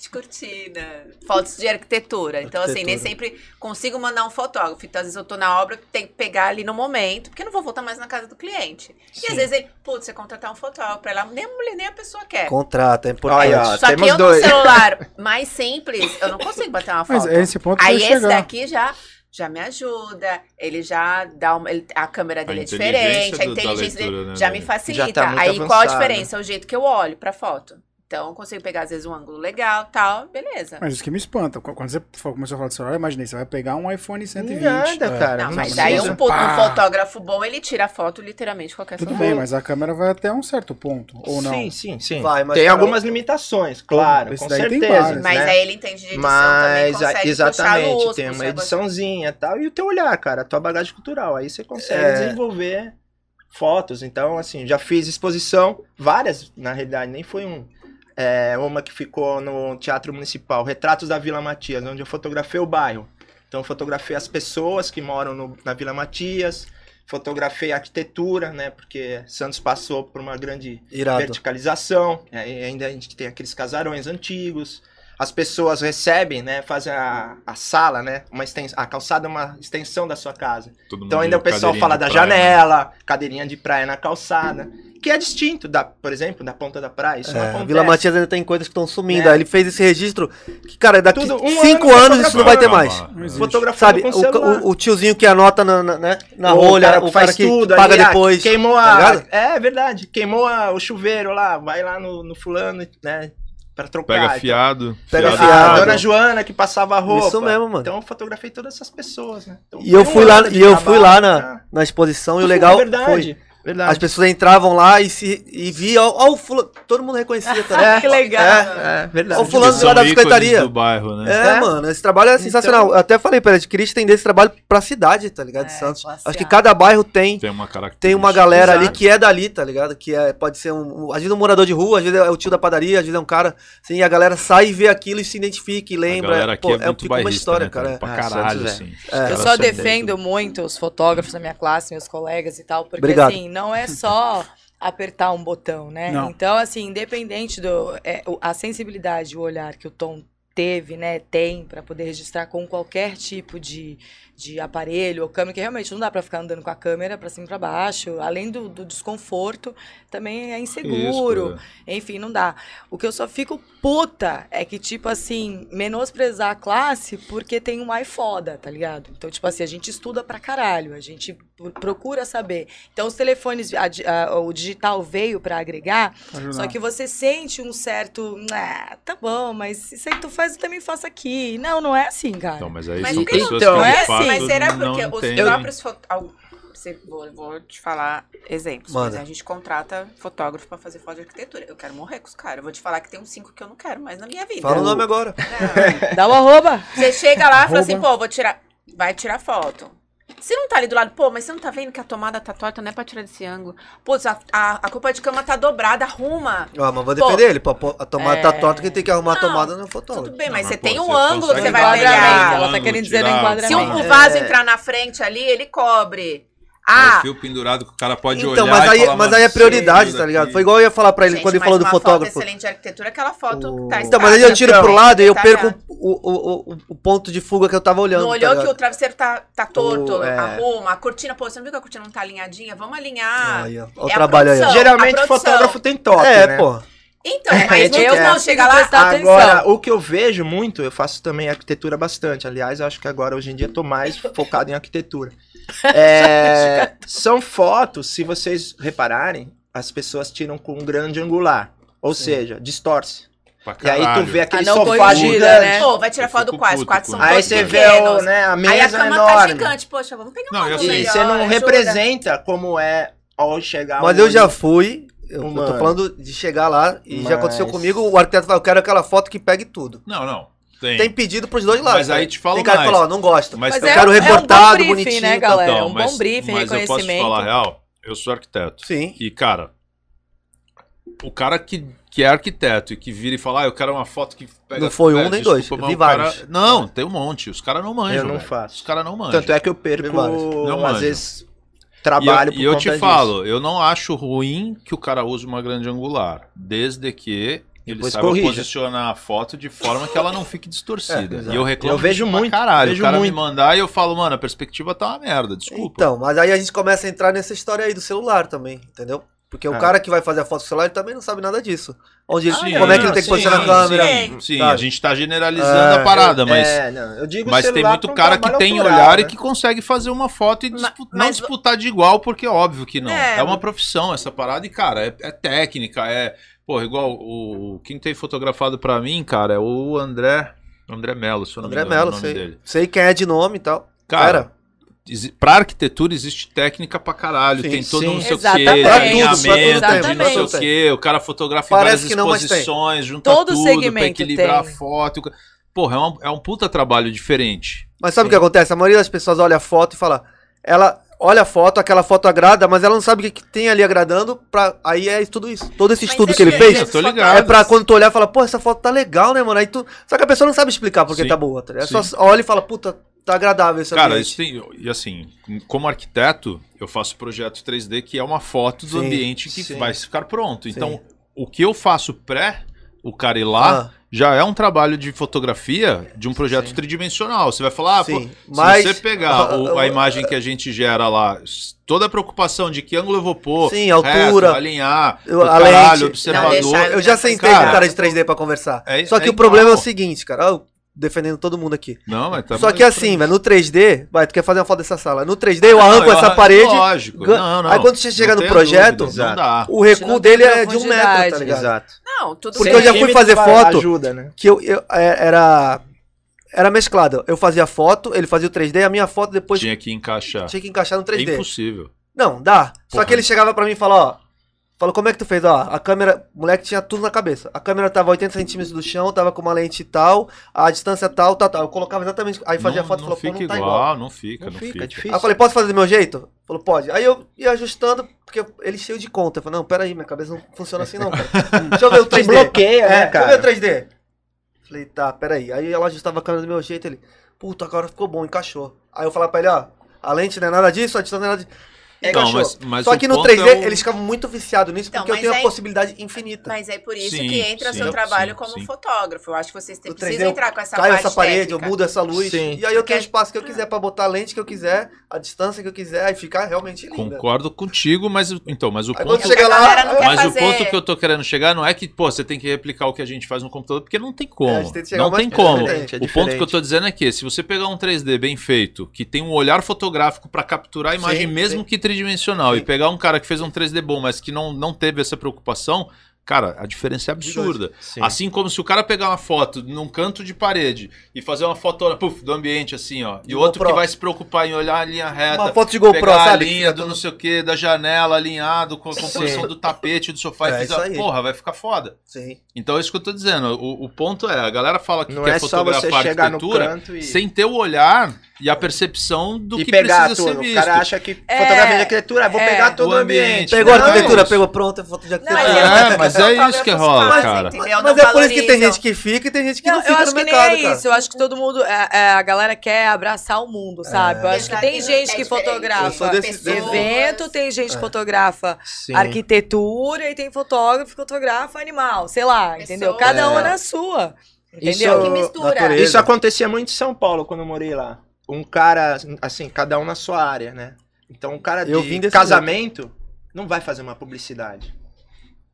De cortina. Fotos de arquitetura. Então, assim, nem sempre consigo mandar um fotógrafo. Então, às vezes eu tô na obra que tem que pegar ali no momento, porque eu não vou voltar mais na casa do cliente. E às vezes ele, putz, você contratar um fotógrafo pra ir lá, nem a mulher, nem a pessoa quer.
Contrata, é
Aí, ó,
importante.
Só que
temos
eu
dois.
no celular mais simples, eu não consigo bater uma
Mas
foto.
é esse ponto que eu
Aí
ia
esse
chegar.
daqui já, já me ajuda, ele já dá uma. ele- a câmera dele é
inteligência
diferente, a
do- da
inteligência dele
leitura, né,
já
dele?
me facilita.
Já tá muito
Aí qual a
avançado.
diferença? O jeito que eu olho pra foto. Então eu consigo pegar, às vezes, um ângulo legal tal, beleza.
Mas isso que me espanta. Qu- Quando você fa- começou a falar do celular, eu imaginei, você vai pegar um iPhone 120.
Nada,
é.
cara.
Não,
não
mas
precisa.
aí um,
precisa.
po- um
Pá.
fotógrafo bom, ele tira a foto literalmente de qualquer
Tudo
celular.
bem, mas a câmera vai até um certo ponto, ou não?
Sim, sim, sim.
Vai, mas
tem
cara,
algumas limitações, claro,
Esse
com
daí tem
certeza.
várias,
Mas
né?
aí ele entende de edição também,
Mas,
consegue
exatamente,
puxar a luz,
tem
puxar
uma
a luz.
ediçãozinha e tal. E o teu olhar, cara, a tua bagagem cultural. Aí você consegue
É.
desenvolver fotos. Então, assim, já fiz exposição, várias, na realidade, nem foi um. É, uma que ficou no Teatro Municipal, Retratos da Vila Matias, onde eu fotografei o bairro. Então, eu fotografei as pessoas que moram no- na Vila Matias, fotografei a arquitetura, né? Porque Santos passou por uma grande
Irado.
verticalização, é, e aí ainda a gente tem aqueles casarões antigos. As pessoas recebem, né? Fazem a, a sala, né? Uma extens... A calçada é uma extensão da sua casa.
Todo
Então
mundo
ainda
de
o pessoal
cadeirinha
fala
de
da
praia, né?
janela, cadeirinha de praia na calçada. Que é distinto, da, por exemplo, da ponta da praia. Isso não
É,
acontece.
Vila Matias ainda tem coisas que estão sumindo.
Né?
Aí ele fez esse registro que, cara, daqui
Tudo, um
cinco
ano você
anos isso não vai ter mais.
Não existe.
Fotografando
Sabe,
com
o,
celular.
o- o tiozinho que anota na, na, né, na
O
rolha,
cara
o
que
cara
faz
que
tudo
paga
ali, ah,
depois.
queimou
tá
a.
ligado?
é verdade. Queimou a- o chuveiro lá, vai lá no, no fulano, né? Pra trocar.
Pega
então.
fiado.
Pega
Ah,
fiado.
A dona Joana que passava a roupa.
Isso mesmo, mano.
Então eu fotografei todas essas pessoas, né? Então,
E eu
foi um
fui lá,
ano de
e eu fui lá
trabalho,
na,
né?
na exposição e o legal foi.
verdade, verdade.
As pessoas entravam lá e se e via, ó, ó o fulano, todo mundo reconhecia, cara.
que legal.
É, é verdade.
Ó o fulano de
São
lá da
ícones
bicicletaria.
do bairro, né?
É,
É.
mano, esse trabalho é sensacional. Eu até falei pra ele, queria estender esse trabalho pra cidade, tá ligado? de
É,
Santos.
passear.
Acho que cada bairro tem,
Tem uma característica.
tem uma galera ali
Exato.
que é dali, tá ligado? Que é, pode ser um. um- Às vezes é um morador de rua, às vezes é o tio da padaria, às vezes é um cara. Assim, e a galera sai e vê aquilo e se identifica e
A
lembra.
galera aqui é muito
fica
bairrista, né,
É.
Pra
Ah,
caralho,
Santos é.
assim.
Eu só defendo muito os fotógrafos da minha classe, meus colegas e tal, porque
Obrigado.
assim, não é só apertar um botão, né?
Não.
Então, assim, independente do é, o- a sensibilidade, o olhar que o Tom teve, né, tem, para poder registrar com qualquer tipo de, de aparelho ou câmera, que realmente não dá para ficar andando com a câmera para cima e para baixo, além do, do desconforto, também é inseguro.
Isso,
Enfim, não dá. O que eu só fico puta é que, tipo assim, menosprezar a classe porque tem um ai foda, tá ligado? Então, tipo assim, a gente estuda pra caralho, a gente pro- procura saber. Então, os telefones, a di- a- o digital veio pra agregar,
Ajudar.
só que você sente um certo. Ah, tá bom, mas isso aí tu faz, eu também faço aqui. Não, não é assim, cara.
Então, mas aí
Mas
são
então,
pessoas
não
que
é
de
assim,
fato
mas será
não
porque os
entendem.
próprios fotógrafos. Vou, vou te falar exemplos. Mas
Manda.
a gente contrata fotógrafo pra fazer foto de arquitetura. Eu quero morrer com os caras. Eu vou te falar que tem uns cinco que eu não quero mais na minha vida.
Fala o nome agora.
Não.
Dá o arroba.
Você chega lá e fala assim,
Arroba.
pô, vou tirar. Vai tirar foto. Você não tá ali do lado, pô, mas você não tá vendo que a tomada tá torta, não é pra tirar desse ângulo. Putz, a, a, a culpa de cama tá dobrada, arruma.
Ah, mas vou defender ele. pô, pô, A tomada tá
É.
torta, quem tem que arrumar a
Não,
tomada não é o
Tudo
fotógrafo.
bem,
Não,
mas você
pô,
tem um
você
ângulo que
consegue
você
dar um
vai
né,
enquadramento,
pegar.
ela tá querendo dizer no
Tirar-
enquadramento.
Se
um-
o, o vaso
É.
entrar na frente ali, ele cobre.
É
Ah,
o fio pendurado que o cara pode
Então,
olhar
mas
e
aí,
falar,
mas aí é
"Mano,
prioridade,
isso
tá ligado?
daqui".
Foi igual eu ia falar pra ele
gente,
quando ele
mas
falou do
uma
fotógrafo.
Foto excelente de arquitetura, é aquela foto
O-
que tá
Então, mas aí eu
escada,
tiro pro lado e eu
detalhada.
perco o, o, o, o ponto de fuga que eu tava olhando.
tá Não
tá
olhou que
ligado?
o travesseiro tá, tá torto,
O- é.
arruma, a cortina, pô, você não viu que a cortina não tá alinhadinha? Vamos alinhar.
Aí, ó, ó o
é a
trabalho aí. ó.
produção.
Geralmente
a produção.
fotógrafo tem toque,
É,
né?
pô.
Então,
É,
mas
tipo,
eu não
é.
chega lá,
Prestar atenção.
Agora, o que eu vejo muito, eu faço também arquitetura bastante. Aliás, eu acho que agora, hoje em dia, eu tô mais focado em arquitetura. É, são fotos, se vocês repararem, as pessoas tiram com um grande angular. Ou seja, distorce.
Pra
E aí tu
caralho.
vê aquele
Ah, não
sofá
corrige,
gigante.
né?
Pô, vai tirar
Eu
foto do
fico
quarto, os
puto
quartos são
com isso.
Aí
todos
você vê
pequenos.
o, né, a mesa
Aí a cama
é
tá
enorme.
gigante, poxa, vamos pegar
Não, assim,
uma
eu
ângulo
sei.
E
melhor.
você não
ajuda.
representa como é ao chegar
Mas
um-
eu já fui. Eu, eu tô
Mano.
falando de chegar lá e já aconteceu
Mas-
comigo. O arquiteto falou: eu quero aquela foto que pegue tudo.
Não, não.
Tem pedido pros dois lados. né?
Mas aí te falo
Tem cara
mais.
que fala: ó, não gosto.
Mas
eu
é-
quero
um-
recortado,
é um bom briefing,
bonitinho.
né,
tá-
galera? é
Então,
um
mas-
bom briefing,
mas eu posso te
reconhecimento.
falar a real, eu sou arquiteto.
Sim.
E, cara, o cara que, que é arquiteto e que vira e fala, ah, eu quero uma foto que pega...
Não foi um
pega,
nem
desculpa,
dois, eu
mas
vi
o cara-
vários.
Não, tem um monte. Os caras não manjam,
Eu não
velho.
faço.
Os caras não manjam.
Tanto é que eu perco,
vários.
Não
às
manjo.
vezes, trabalho
E
por
eu, e eu
conta
te
disso.
falo, eu não acho ruim que o cara use uma grande angular, desde que ele
Depois
saiba
corrija.
posicionar a foto de forma que ela não fique
É,
distorcida.
exato.
e eu reclamo
Eu vejo
disso pra
muito,
caralho.
vejo
o cara
muito.
me mandar e eu falo, mano, a perspectiva tá uma merda, desculpa.
Então, mas aí a gente começa a entrar nessa história aí do celular também, entendeu? Porque o
Ah.
cara que vai fazer a foto com o celular ele também não sabe nada disso. Onde ele,
Sim,
como é que ele tem
não,
que
Ah, sim,
posicionar a
sim,
câmera?
Sim, sim,
sabe?
a gente tá generalizando
É,
a parada, mas,
É, não, eu digo
mas tem
celular
muito
pra um
cara que
trabalho
tem
autoral,
olhar e
né?
que consegue fazer uma foto e dispu- não
mas-
disputar de igual, porque é óbvio que não.
É.
É, uma profissão essa parada e, cara, é, é técnica, é... Porra, igual o, o- quem tem fotografado pra mim, cara, é o André... André Melo, se eu não
André
me engano, é
Mello,
o nome dele.
sei, sei quem é de nome e tal.
Cara,
Cara,
exi- pra arquitetura existe técnica pra caralho.
Sim,
tem todo
sim.
um não sei o quê,
Exatamente.
Pra tudo, pra tudo
alinhamento,
tem,
de não sei
pra tudo
o quê. O cara fotografa
Parece
várias
que não, mas tem.
exposições, junta
Todo
tudo pra
segmento
equilibrar
tem.
a foto. Porra, é, uma- é um puta trabalho diferente.
mas sabe o
sim.
que acontece? A maioria das pessoas olha a foto e fala, ela olha a foto, aquela foto agrada, mas ela não sabe o que, que tem ali agradando, pra, aí é tudo isso. Todo esse
Mas
estudo
é
que ele
que
fez
Eu tô ligado.
é pra quando tu olhar e falar, pô, essa foto tá legal, né, mano? Aí tu... Só que a pessoa não sabe explicar porque
Sim.
tá boa, tá ligado?
Sim.
Só olha e fala, puta, tá agradável esse
Cara,
ambiente.
isso tem. E assim, como arquiteto, eu faço projeto 3D que é uma foto do
Sim,
ambiente que
sim.
vai ficar pronto.
Sim.
Então, o que eu faço pré, o cara ir lá,
Ah,
já é um trabalho de fotografia de um projeto
Sim.
tridimensional. Você vai falar, ah, pô,
sim, mas...
Se você pegar o-
Ah,
a imagem que a gente gera lá, s- toda a preocupação de que ângulo eu vou pôr,
Sim, altura.
reto, alinhar,
Eu-
o
a
caralho,
lente.
Não,
observador.
deixar-
Eu já sentei
Cara,
com cara de 3D pra conversar.
é-
Só que
é
o problema é o
igual.
seguinte, cara, ó, defendendo todo mundo aqui.
Não, mas tá
Só que assim, velho, no 3D, vai, tu quer fazer uma foto dessa sala. No 3D eu
Não,
arranco essa
arranco,
parede,
Lógico.
gan-
Não, não,
aí quando você chega
não
no
tenha
projeto,
dúvidas, não dá.
o
Você
recuo
não
dele
tem
é de um metro, tá
profundidade.
ligado?
Exato.
Não, tudo
Porque
bem.
eu já fui
Centímetro
fazer
vai-
foto.
Ajuda, né?
Que eu, eu- é- era. Era mesclado. Eu fazia foto, ele fazia o 3D, a minha foto depois tinha,
Tinha que encaixar.
que encaixar no
É
3D.
impossível.
Não, dá. Só
Porra.
que ele chegava pra mim e falava, ó. Falou, como é que tu fez? Ó, a câmera. O moleque tinha tudo na cabeça. A câmera tava 80 centímetros do chão, tava com uma lente tal, a distância tal, tal, tal. Eu colocava exatamente. Aí fazia
não,
a foto e
não
falou, pô,
fica
não tipo, tá igual.
igual, não fica, não,
Não fica,
fica.
é difícil.
Aí eu falei, posso fazer do meu jeito? Falou, pode. Aí eu ia ajustando, porque ele cheio de conta. Eu falei, não, peraí, minha cabeça não funciona assim não, cara. Deixa eu ver o
Te
3D.
bloqueia, né,
É, deixa eu
cara?
ver o 3D. Falei, tá, peraí. Aí ela ajustava a câmera do meu jeito, ele, puta, agora ficou bom, encaixou. Aí eu falava pra ele, ó, a lente não é nada disso, a distância não é nada disso. É
Então,
cachorro.
mas- mas
Só
o
que no
ponto
3D
é o-
eles ficavam muito viciados nisso
Então,
porque eu
mas
tenho
aí-
a possibilidade infinita.
Mas é por isso
Sim,
que entra
sim,
seu trabalho
sim,
como
sim.
fotógrafo. Eu acho que vocês te-
No 3D
precisam
eu
entrar com essa
é Cai
parte
essa parede,
técnica.
eu mudo essa luz.
Sim.
E aí eu tenho
Porque-
espaço que eu quiser pra botar a lente que eu quiser, a distância que eu quiser, aí ficar realmente linda.
Concordo contigo, mas então, mas o
Aí
ponto
quando chega
A galera não
lá,
quer
Mas
fazer.
o ponto que eu tô querendo chegar não é que, pô, você tem que replicar o que a gente faz no computador, porque não tem como.
É, a gente tem que chegar
não
mais
tem como.
perto, né?
Diferente, é
o ponto que eu
diferente.
tô dizendo é que se você pegar um 3D bem feito, que tem um olhar fotográfico pra capturar a imagem
Sim,
mesmo
sim.
que tridimensional, e
Sim.
pegar um cara que fez um 3D bom, mas que não, não teve essa preocupação, cara, a diferença é absurda.
Sim.
Assim como se o cara pegar uma foto num canto de parede e fazer uma foto puff, do ambiente assim, ó, e
Do
o outro que
GoPro.
vai se preocupar em olhar a linha reta,
Uma foto de GoPro,
É, tá pegar
sabe?
a
Que
linha
fica
do
tudo-
não sei o que, da janela alinhado com a composição do tapete, do sofá.
É
e
isso
fizer,
aí.
porra, vai ficar foda.
Sim.
Então é isso que eu tô dizendo. O, o ponto é, a galera fala que
Não
quer
é só você
fotografar
chegar no
arquitetura
canto e,
sem ter o olhar e a percepção do
e
que
pegar
precisa
tudo.
ser
O
visto.
cara acha que
É,
fotografia de arquitetura, "Ah, vou
é.
pegar todo
O
o ambiente.
ambiente.
Pegou a
Não,
arquitetura,
isso.
pegou pronto, é foto de
Não,
arquitetura.
mas
É,
eu-
mas
eu
é
tava
isso que
vendo
rola,
fotos,
cara.
entendeu?
Mas
Não
é por isso que tem
valorizam.
gente que fica e tem gente que
Não,
Tipo, não,
eu
fica
acho
no
que nem
mercado,
é isso. Eu acho que todo mundo. é, é, a galera quer abraçar o mundo, sabe? Eu acho que tem
Exato,
gente
é diferente.
que
Eu sou
fotografa
desse- desse-
evento, tem gente que fotografa
Sim.
arquitetura e tem fotógrafo que fotografa animal, sei lá, entendeu?
Pessoa.
Cara,
É.
uma na sua.
É
Entendeu?
que
Isso-
mistura.
natureza.
Isso acontecia muito em São Paulo quando eu morei lá. Um cara, assim, cada um na sua área, né? Então um cara de
Eu vim desse
casamento não vai fazer uma publicidade.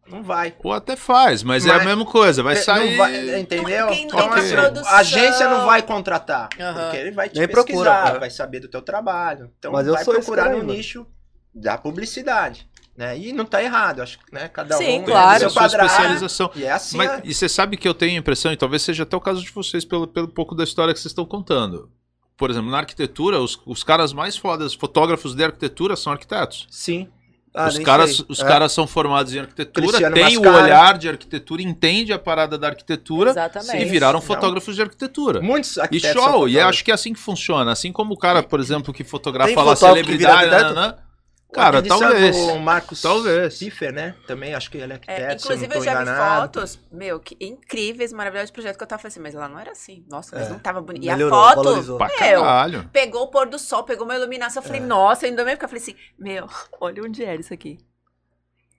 Não vai.
Ou até faz, mas, é a
Mas-
mesma coisa, vai
Não
sair.
vai- entendeu?
Quem
Então,
entra
assim,
produção.
a agência não vai contratar.
Aham.
Porque ele vai te
Nem
pesquisar,
procura, cara.
vai saber do teu trabalho. Então
Mas eu
vai
sou esse
procurar
cara
no
ainda.
nicho da publicidade. Né? E não tá errado, acho que né? cada
Sim,
um tem
claro.
a
seu
sua
quadrado.
especialização.
E é assim.
Mas-
né?
e você sabe que eu tenho a impressão, e talvez seja até o caso de vocês, pelo, pelo pouco da história que vocês estão contando. Por exemplo, na arquitetura, os, os caras mais fodas, fotógrafos de arquitetura, são arquitetos.
Sim.
Ah,
os
nem
caras,
sei.
os
É.
caras são formados em arquitetura,
Cristiano
têm o
Mascaro.
olhar de arquitetura, entende a parada da arquitetura
Exatamente.
e viraram
Não.
fotógrafos de arquitetura.
Muitos
E
arquitetos. são
show, e
fotógrafos.
acho que é assim que funciona. Assim como o cara, por exemplo, que fotografa
Tem
lá
fotógrafo que vira
celebridade,
arquiteto?
nananã. cara,
Aquele
talvez.
samba, O Marcos
Talvez.
Schiffer, né? Também acho que ele é
É,
arquiteto, se eu não
inclusive,
tô
eu já
enganado.
vi fotos, meu, que incríveis, maravilhosos projetos que eu tava falando assim, mas lá não era assim. Nossa, mas
É.
não tava bonito. E a
Melhorou,
foto,
valorizou.
Pra
meu,
caralho.
pegou o pôr do sol, pegou uma iluminação. Eu falei, nossa, ainda bem, porque eu falei assim, meu, olha onde era isso aqui.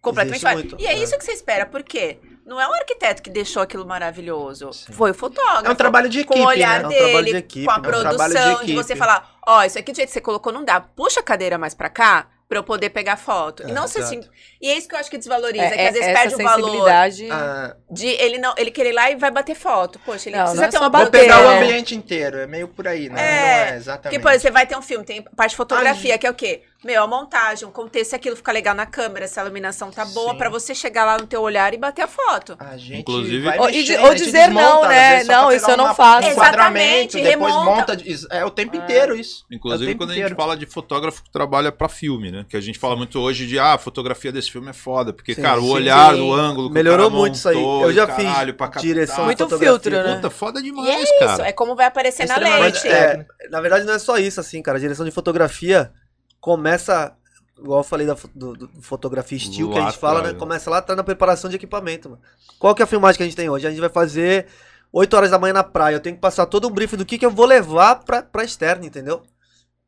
Completamente
Existe
fora.
muito,
E é,
é.
isso que você espera, por quê? Não é um arquiteto que deixou aquilo maravilhoso.
Sim.
Foi o fotógrafo.
É um trabalho de equipe,
com o olhar
né? É um
dele,
trabalho de equipe,
com a
é um
produção,
trabalho de
de,
equipe.
você falar, ó, isso aqui do jeito que você colocou não dá, puxa a cadeira mais pra cá pra eu poder pegar foto. e
É,
não se
exato.
assim, e é isso que eu acho que desvaloriza,
É,
que às vezes
essa
perde o valor
sensibilidade.
Ah,
de ele não, ele querer ir lá e vai bater foto. Poxa, ele
Não,
precisa
não é
ter
só
uma
bater,
vou
bandeira.
pegar o
né?
ambiente inteiro, é meio por aí, né?
É,
não é exatamente.
Porque, por exemplo, você vai ter um filme, tem parte de fotografia, que é o quê? Meu, a montagem, o contexto, se aquilo fica legal na câmera, se a iluminação tá boa,
Sim.
pra você chegar lá no teu olhar e bater a foto.
a gente
Inclusive-
vai
Ou- e de-
mexendo,
ou
a gente
dizer não,
desmonta,
né?
às vezes, só
Não,
pra
isso
pegar
eu não
uma-
faço. Ah.
Um enquadramento,
Exatamente,
depois
remonta.
monta. de- É o tempo inteiro isso. É o
Inclusive,
tempo
quando a
inteiro.
gente fala de fotógrafo que trabalha pra filme, né? Que a gente fala muito hoje de, ah, a fotografia desse filme é foda. Porque,
Sim,
cara, o
sim,
olhar,
sim.
o ângulo. Que
Melhorou
o cara
muito isso aí.
montou
Eu
e
já
caralho,
fiz
pra captar.
direção
Muito
fotografia.
filtro, né?
Puta, foda
E é
demais,
isso,
cara.
é como vai aparecer na
Extremamente
lente.
Mas, é, na verdade, não é só isso, assim, cara. A direção de fotografia começa, igual eu falei da fo- do, do fotografia estilo que a
Lá
gente fala,
atrás,
né?
né?
Começa lá atrás na preparação de equipamento, mano. Qual que é a filmagem que a gente tem hoje? A gente vai fazer 8 horas da manhã na praia. Eu tenho que passar todo um briefing do que, que eu vou levar pra, pra externa, entendeu?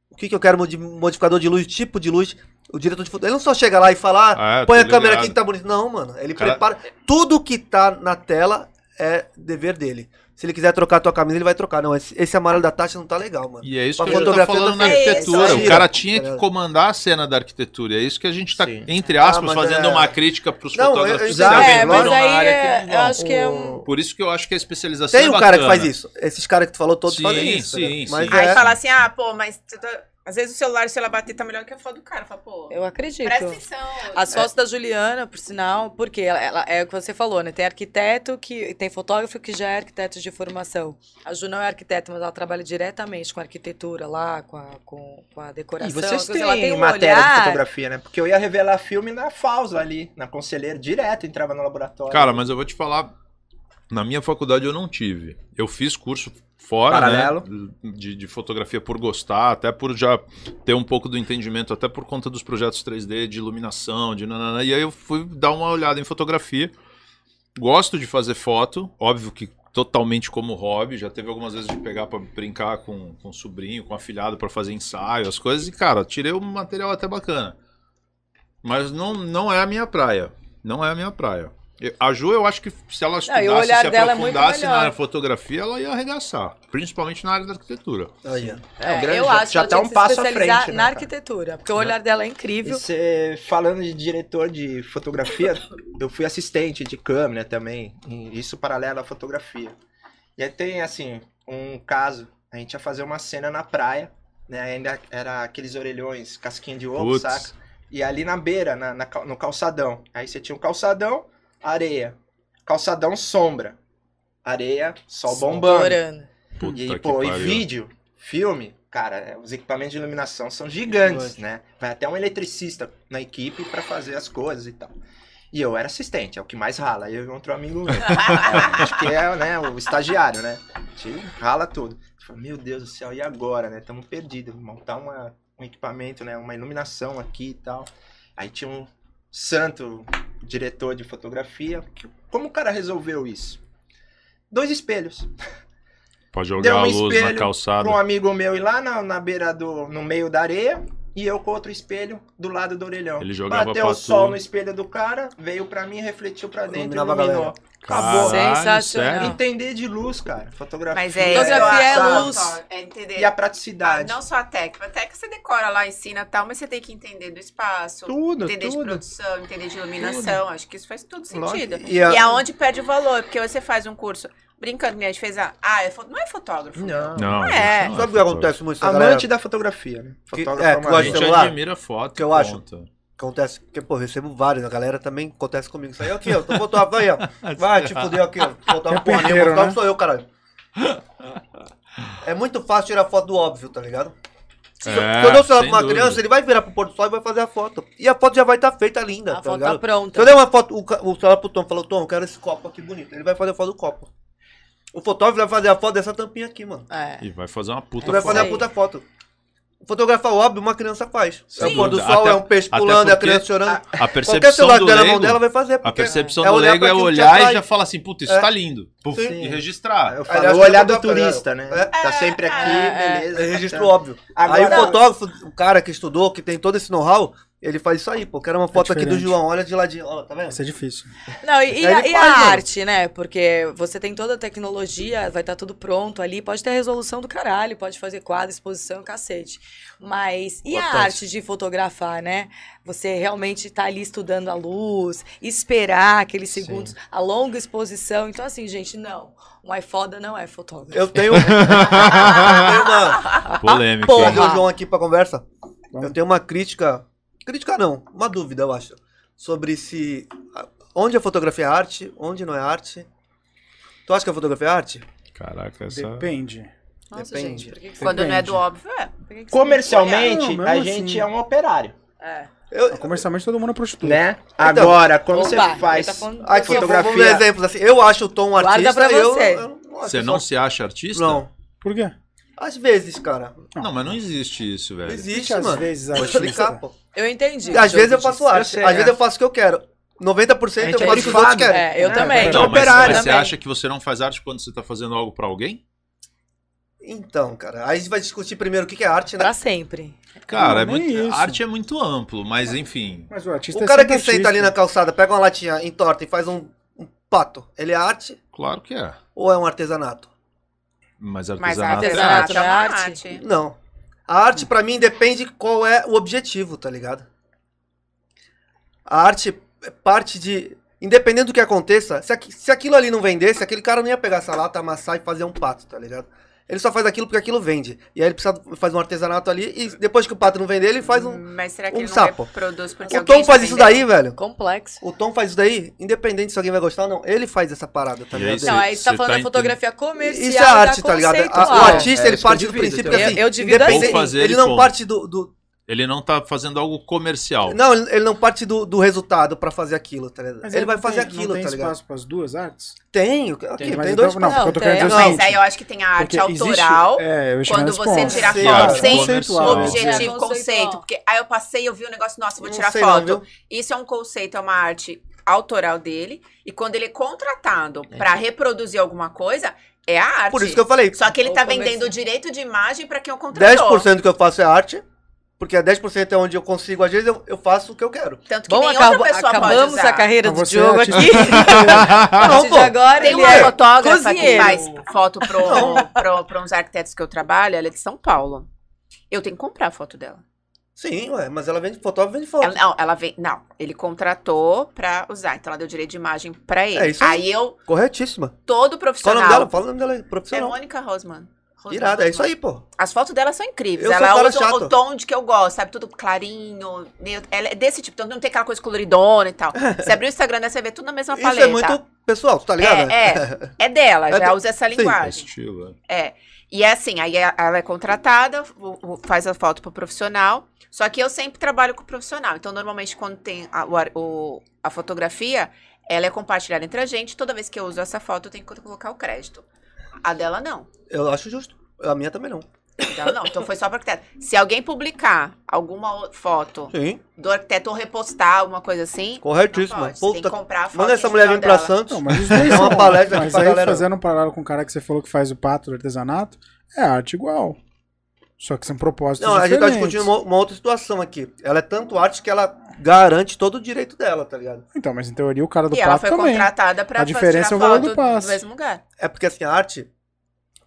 O que, que eu quero modi- modificador de luz, tipo de luz. O diretor de fotografia. Ele não só chega lá e fala, ah,
Ah, eu tô
põe a câmera
ligado.
aqui que tá bonito. Não, mano. Ele
Cara-
prepara. Tudo que tá na tela é dever dele. Se ele quiser trocar a tua camisa, ele vai trocar. Não, esse, esse amarelo da Tati não tá legal, mano.
E é isso
Pra
que eu tô
fotografia
falando
tá
na
feio.
arquitetura.
É
isso,
o cara
é.
tinha que
Galera.
comandar a cena da arquitetura. E é isso que a gente tá,
Sim.
entre aspas,
Ah, mas
fazendo
é-
uma crítica pros
Não, eu-
fotógrafos
eu-
que também
é,
exato,
moram
mas
na
aí
área
é-
que não
eu
vão.
acho que é um.
Por isso que eu acho que a especialização
Tem
é
um cara que
bacana.
faz isso. Esses caras que tu falou todos
Sim,
fazem isso.
sim,
né?
sim.
Mas
Aí
é,
fala assim, ah, pô, mas tu tá- às vezes o celular, se ela bater, tá melhor que a foto do cara. Fala, pô,
Eu acredito.
presta atenção.
As fotos da Juliana, por sinal, porque ela, ela- é o que você falou, né? Tem arquiteto que. Tem fotógrafo que já é arquiteto de formação. A Ju não é arquiteta, mas ela trabalha diretamente com a arquitetura lá, com a, com, com a decoração.
E vocês
quer dizer, ela
têm
tem um
matéria de
olhar-
fotografia, né? Porque eu ia revelar filme na Fausa ali, na Conselheiro, direto, entrava no laboratório.
Cara, mas eu vou te falar, na minha faculdade eu não tive. Eu fiz curso fora,
Paralelo.
né, de, de fotografia por gostar, até por já ter um pouco do entendimento, até por conta dos projetos 3D, de iluminação, de nanana, e aí eu fui dar uma olhada em fotografia. Gosto de fazer foto, óbvio que totalmente como hobby, já teve algumas vezes de pegar pra brincar com, com sobrinho, com afilhado pra fazer ensaio, as coisas, e cara, tirei um material até bacana. Mas não, não é a minha praia. Não é a minha praia. Eu- A Ju, eu acho que se ela
Não, e o
estudasse,
olhar
se
dela é muito
aprofundasse
melhor.
na fotografia, ela ia arregaçar. Principalmente na área da arquitetura.
Aí, ó.
Ah,
É, grande,
eu
já-
acho
já
que
tá
ela
um
tinha que
passo
se
à
especializar
frente, né,
na
cara?
arquitetura, porque o olhar dela é
E
incrível.
você, falando de diretor de fotografia, eu fui assistente de câmera também, e isso paralelo à fotografia. E aí tem, assim, um caso, a gente ia fazer uma cena na praia, né, ainda era aqueles orelhões, casquinha de ovo,
Putz.
saca? E ali na beira, na, na cal- no calçadão. Aí você tinha um calçadão, areia. Calçadão, sombra. Areia, sol Tá bombando.
Adorando.
Puta
E,
que
pô, e
pariu.
vídeo, filme, cara, é, os equipamentos de iluminação são gigantes, né? Vai até um eletricista na equipe pra fazer as coisas e tal. E eu era assistente, é o que mais rala. Eu e outro amigo meu. É, acho que é né, o estagiário, né? A gente rala tudo. Eu falei, meu Deus do céu, e agora, né? Estamos perdidos. Montar uma, um equipamento, né? Uma iluminação aqui e tal. Aí tinha um santo diretor de fotografia. Que- Como o cara resolveu isso? Dois espelhos
Pra jogar
Deu um
a luz na
espelho
calçada.
pra um amigo meu ir lá na, na beira do. no meio da areia. E eu com outro espelho do lado do orelhão.
Ele jogava
Bateu
pra
o sol
tu.
no espelho do cara, veio pra mim, refletiu pra dentro
Iluminava a
e iluminou.
galera.
Caralho,
Sensacional.
sério?
Entender de luz, cara. Fotografia.
Mas é
Fotografia Ah. é
eu acho,
luz.
ó, É entender.
E a praticidade.
Não só a técnica. A técnica você decora lá, ensina tal, mas você tem que entender do espaço,
tudo,
entender de
tudo.
produção, entender de iluminação. Acho que isso faz todo sentido.
Lógico.
E a-
E aonde perde o valor? Porque você faz um curso. Brincando, minha gente fez a. Ah, é fo- não é fotógrafo.
Não.
Não,
É.
gente, não
Sabe o que acontece muito com essa galera?
Amante da fotografia, né?
Que-
Fotógrafo
é, que
A
amador.
gosta de
gente
celular?
admira a foto.
Que eu acho.
ponto.
Acontece, porque, pô, eu recebo vários, a galera também acontece comigo. Isso aí, é aqui, ó, tô fotógrafo aí, ó. Vai, te fudeu aqui, ó. Fotógrafo porra nenhuma,
inteiro,
fotógrafo
né?
sou eu, caralho. É muito fácil tirar foto do óbvio, tá ligado? Se eu-
É,
quando eu celular
sem
pra uma
dúvida.
criança, ele vai virar pro pôr do sol e vai fazer a foto. E a foto já vai estar feita linda,
A
tá
foto
ligado?
tá pronta.
Se eu der uma foto, o, ca- o celular pro Tom e falou, Tom, eu quero esse copo aqui bonito. Ele vai fazer a foto do copo. O fotógrafo vai fazer a foto dessa tampinha aqui, mano.
É.
E vai fazer uma puta
Ele vai
foto.
fazer a
Sei.
puta foto. Fotografar o óbvio, uma criança faz.
Sim.
É o pôr do
Até-
sol, é um peixe
até
pulando, é a
porque-
criança chorando.
A
Qualquer
percepção
celular
do
que der na mão dela
leigo,
vai fazer.
a
porque-
percepção
é
do
olhar
leigo
pra
é
aquilo que
olhar
atrai.
e já falar assim, puta, isso
É.
tá lindo. Puf,
Sim.
e registrar.
Eu
Aliás,
falo, o
que
olhar
eu
do
tô falando,
turista, né?
é.
Tá sempre aqui,
É, é.
beleza.
É registro óbvio.
Agora-
aí o fotógrafo, o cara que estudou, que tem todo esse know-how, ele faz isso aí, pô. Quero uma
É
foto aqui do
diferente.
João, olha de ladinho. Olha, tá vendo?
Isso é difícil.
Não, e, e
Aí
a,
ele
e a
faz, mano.
arte, né? Porque você tem toda a tecnologia, vai estar tudo pronto ali, pode ter a resolução do caralho, pode fazer quadro, exposição, cacete. Mas e a
Importante.
arte de fotografar, né? Você realmente tá ali estudando a luz, esperar aqueles
Sim.
segundos, a longa exposição. Então, assim, gente, não. Um iFoda não é fotógrafo.
Eu tenho. um- eu tenho uma.
Polêmica.
Porra.
Trazer o João aqui pra conversa. Eu tenho uma crítica. Crítica não, uma dúvida, eu acho. Sobre se. Onde a fotografia é arte, onde não é arte. Tu acha que a fotografia é arte?
Caraca, essa...
Depende.
Nossa,
Depende.
gente, por que, que
Quando não é
Depende.
do óbvio, é.
por que que você-
Comercialmente,
Não, mesmo
a
assim.
gente é um operário,
É.
Eu,
Comercialmente todo mundo é prostituta.
né? Agora, quando
Opa,
você
ele
faz
tá falando-
Então, aqui, fotografia.
Fotografia.
exemplos assim. Eu acho o tom
Guarda
artista.
pra
eu-
você.
eu não acho
Você é
só-
não se acha artista?
Não.
Por quê?
Às vezes, cara.
Não, mas não existe isso, velho.
Existe,
às
mano.
vezes é
Vou
artista.
explicar, pô.
Eu entendi.
Às
Diogo
vezes eu
disse.
faço arte.
sei,
às
é.
vezes eu faço o que eu quero. 90% eu
A gente é
faço o que os outros
rifado.
querem.
É, eu
É,
também.
então,
né?
eu
Não, mas
operário
mas você
também.
acha que você não faz arte quando você tá fazendo algo pra alguém?
Então, cara, aí a gente vai discutir primeiro o que que é arte, né?
Pra sempre.
Cara,
Não,
é
nem
muito-
isso.
arte é muito amplo, mas enfim.
Mas o artista
O
é
cara que
sempre
senta
artista.
ali na calçada, pega uma latinha, entorta e faz um, um pato, ele é arte
Claro que é.
ou é um artesanato?
Mas
Mas
artesanato. é arte.
artesanato é uma
Artesanato é
arte.
Não. A arte, pra mim, depende qual é o objetivo, tá ligado? A arte é parte de. Independente do que aconteça, se, aqui- se aquilo ali não vendesse, aquele cara não ia pegar essa lata, amassar e fazer um pato, tá ligado? Ele só faz aquilo porque aquilo vende. E aí ele precisa fazer um artesanato ali e depois que o pato não vender, ele faz um.
Mas será que
um
ele não
sapo.
reproduz porque
O
alguém
Tom
já
faz isso
vendeu?
daí, velho.
Complexo.
O Tom faz isso daí, independente se alguém vai gostar ou não. Ele faz essa parada, tá
E aí
ligado?
Cê-
Não, aí você tá
cê
falando
tá
da fotografia comercial.
Isso é arte, tá ligado? A- o
conceitual.
artista,
É, isso que
ele
eu
parte do
divido,
princípio
entendeu?
assim.
Eu- eu divido assim.
independente-
Ou fazer
Ele
e
não
ponto.
parte do- do,
Ele não tá fazendo algo comercial.
Não, ele ele não parte do, do resultado pra fazer aquilo, tá ligado?
Mas
ele
aí
vai
não
fazer
tem-
aquilo,
não tem
tá ligado?
espaço para as duas artes?
Tem, ok,
É
tem,
mas
dois
então- não,
espaços.
o que eu tô querendo
Não,
dizer é o
tem.
Mas
seguinte,
aí eu acho que tem a arte
porque existe-
autoral,
é, eu ia chegar
quando
nesse
você
ponto.
tirar
Sim,
foto
arte
sem
conceitual.
Claro.
objetivo,
É,
conceito.
conceitual.
Porque aí eu passei, eu vi um negócio, nossa, vou
Não
tirar
sei não,
foto.
viu?
isso é um conceito, é uma arte autoral dele. E quando ele é contratado pra reproduzir alguma coisa, é a arte.
Por isso que eu falei,
Só que ele
Ou
tá
comerci-
é vendendo o direito de imagem pra quem o contratou.
10% que eu faço é arte, Porque a 10% é onde eu consigo, às vezes eu, eu faço o que eu quero.
Tanto que
Bom,
nem
acabou-
outra pessoa pode
acabamos
usar.
a carreira
Ah,
do
você
Diogo
é
aqui.
Não,
A partir de
pô.
agora
Tem
ele
uma
é
fotógrafa que
cozinheiro.
faz foto para uns arquitetos que eu trabalho, ela é de São Paulo. Eu tenho que comprar a foto dela.
Sim, ué, mas ela vende fotógrafo, vende foto.
Ela- não, ela vem. Não, ele contratou pra usar, então ela deu direito de imagem pra ele.
É, isso
aí eu,
Corretíssima.
todo
Qual o
profissional.
nome dela? Fala o nome dela aí,
É
profissional.
Mônica Rosman. Rosman,
Irada, é isso
Rosman.
aí, pô.
As fotos dela são incríveis.
Eu sou
ela
cara
usa
chato.
o tom de que eu gosto, sabe? Tudo clarinho. neutro. Ela é desse tipo, então não tem aquela coisa coloridona e tal. Você abrir o Instagram dela, você vê tudo na mesma
Isso
paleta.
é muito pessoal, tu tá ligado?
É, É dela,
É
já
do-
usa essa
Sim.
É
linguagem.
estilo, é.
É. E é assim, aí a- ela é contratada, o- o- faz a foto pro profissional. Só que eu sempre trabalho com o profissional. Então, normalmente, quando tem a, o ar- o- a fotografia, ela é compartilhada entre a gente. Toda vez que eu uso essa foto, eu tenho que colocar o crédito. A dela não.
Eu acho justo. A minha também não.
A dela não. Então foi só pro arquiteto. Se alguém publicar alguma o- foto
Sim,
do arquiteto ou repostar alguma coisa assim, não
corretíssima.
pode. Você tem que
Puta,
comprar a foto.
manda essa
original
mulher vir pra
dela.
Santos.
Não, mas os dois
É uma
são-
palestra aqui
Mas
pra
aí,
galera.
fazendo um paralelo com o cara que você falou que faz o pato do artesanato, é arte igual. Só que são propósitos
Não, a gente
diferentes.
tá discutindo uma, uma outra situação aqui. Ela é tanto arte que ela garante todo o direito dela, tá ligado?
Então, mas em teoria o cara do
E ela
pato
foi
também.
contratada pra
A
fa-
diferença
tirar
é o valor
foto
do passe.
mesmo lugar.
É porque assim, a arte,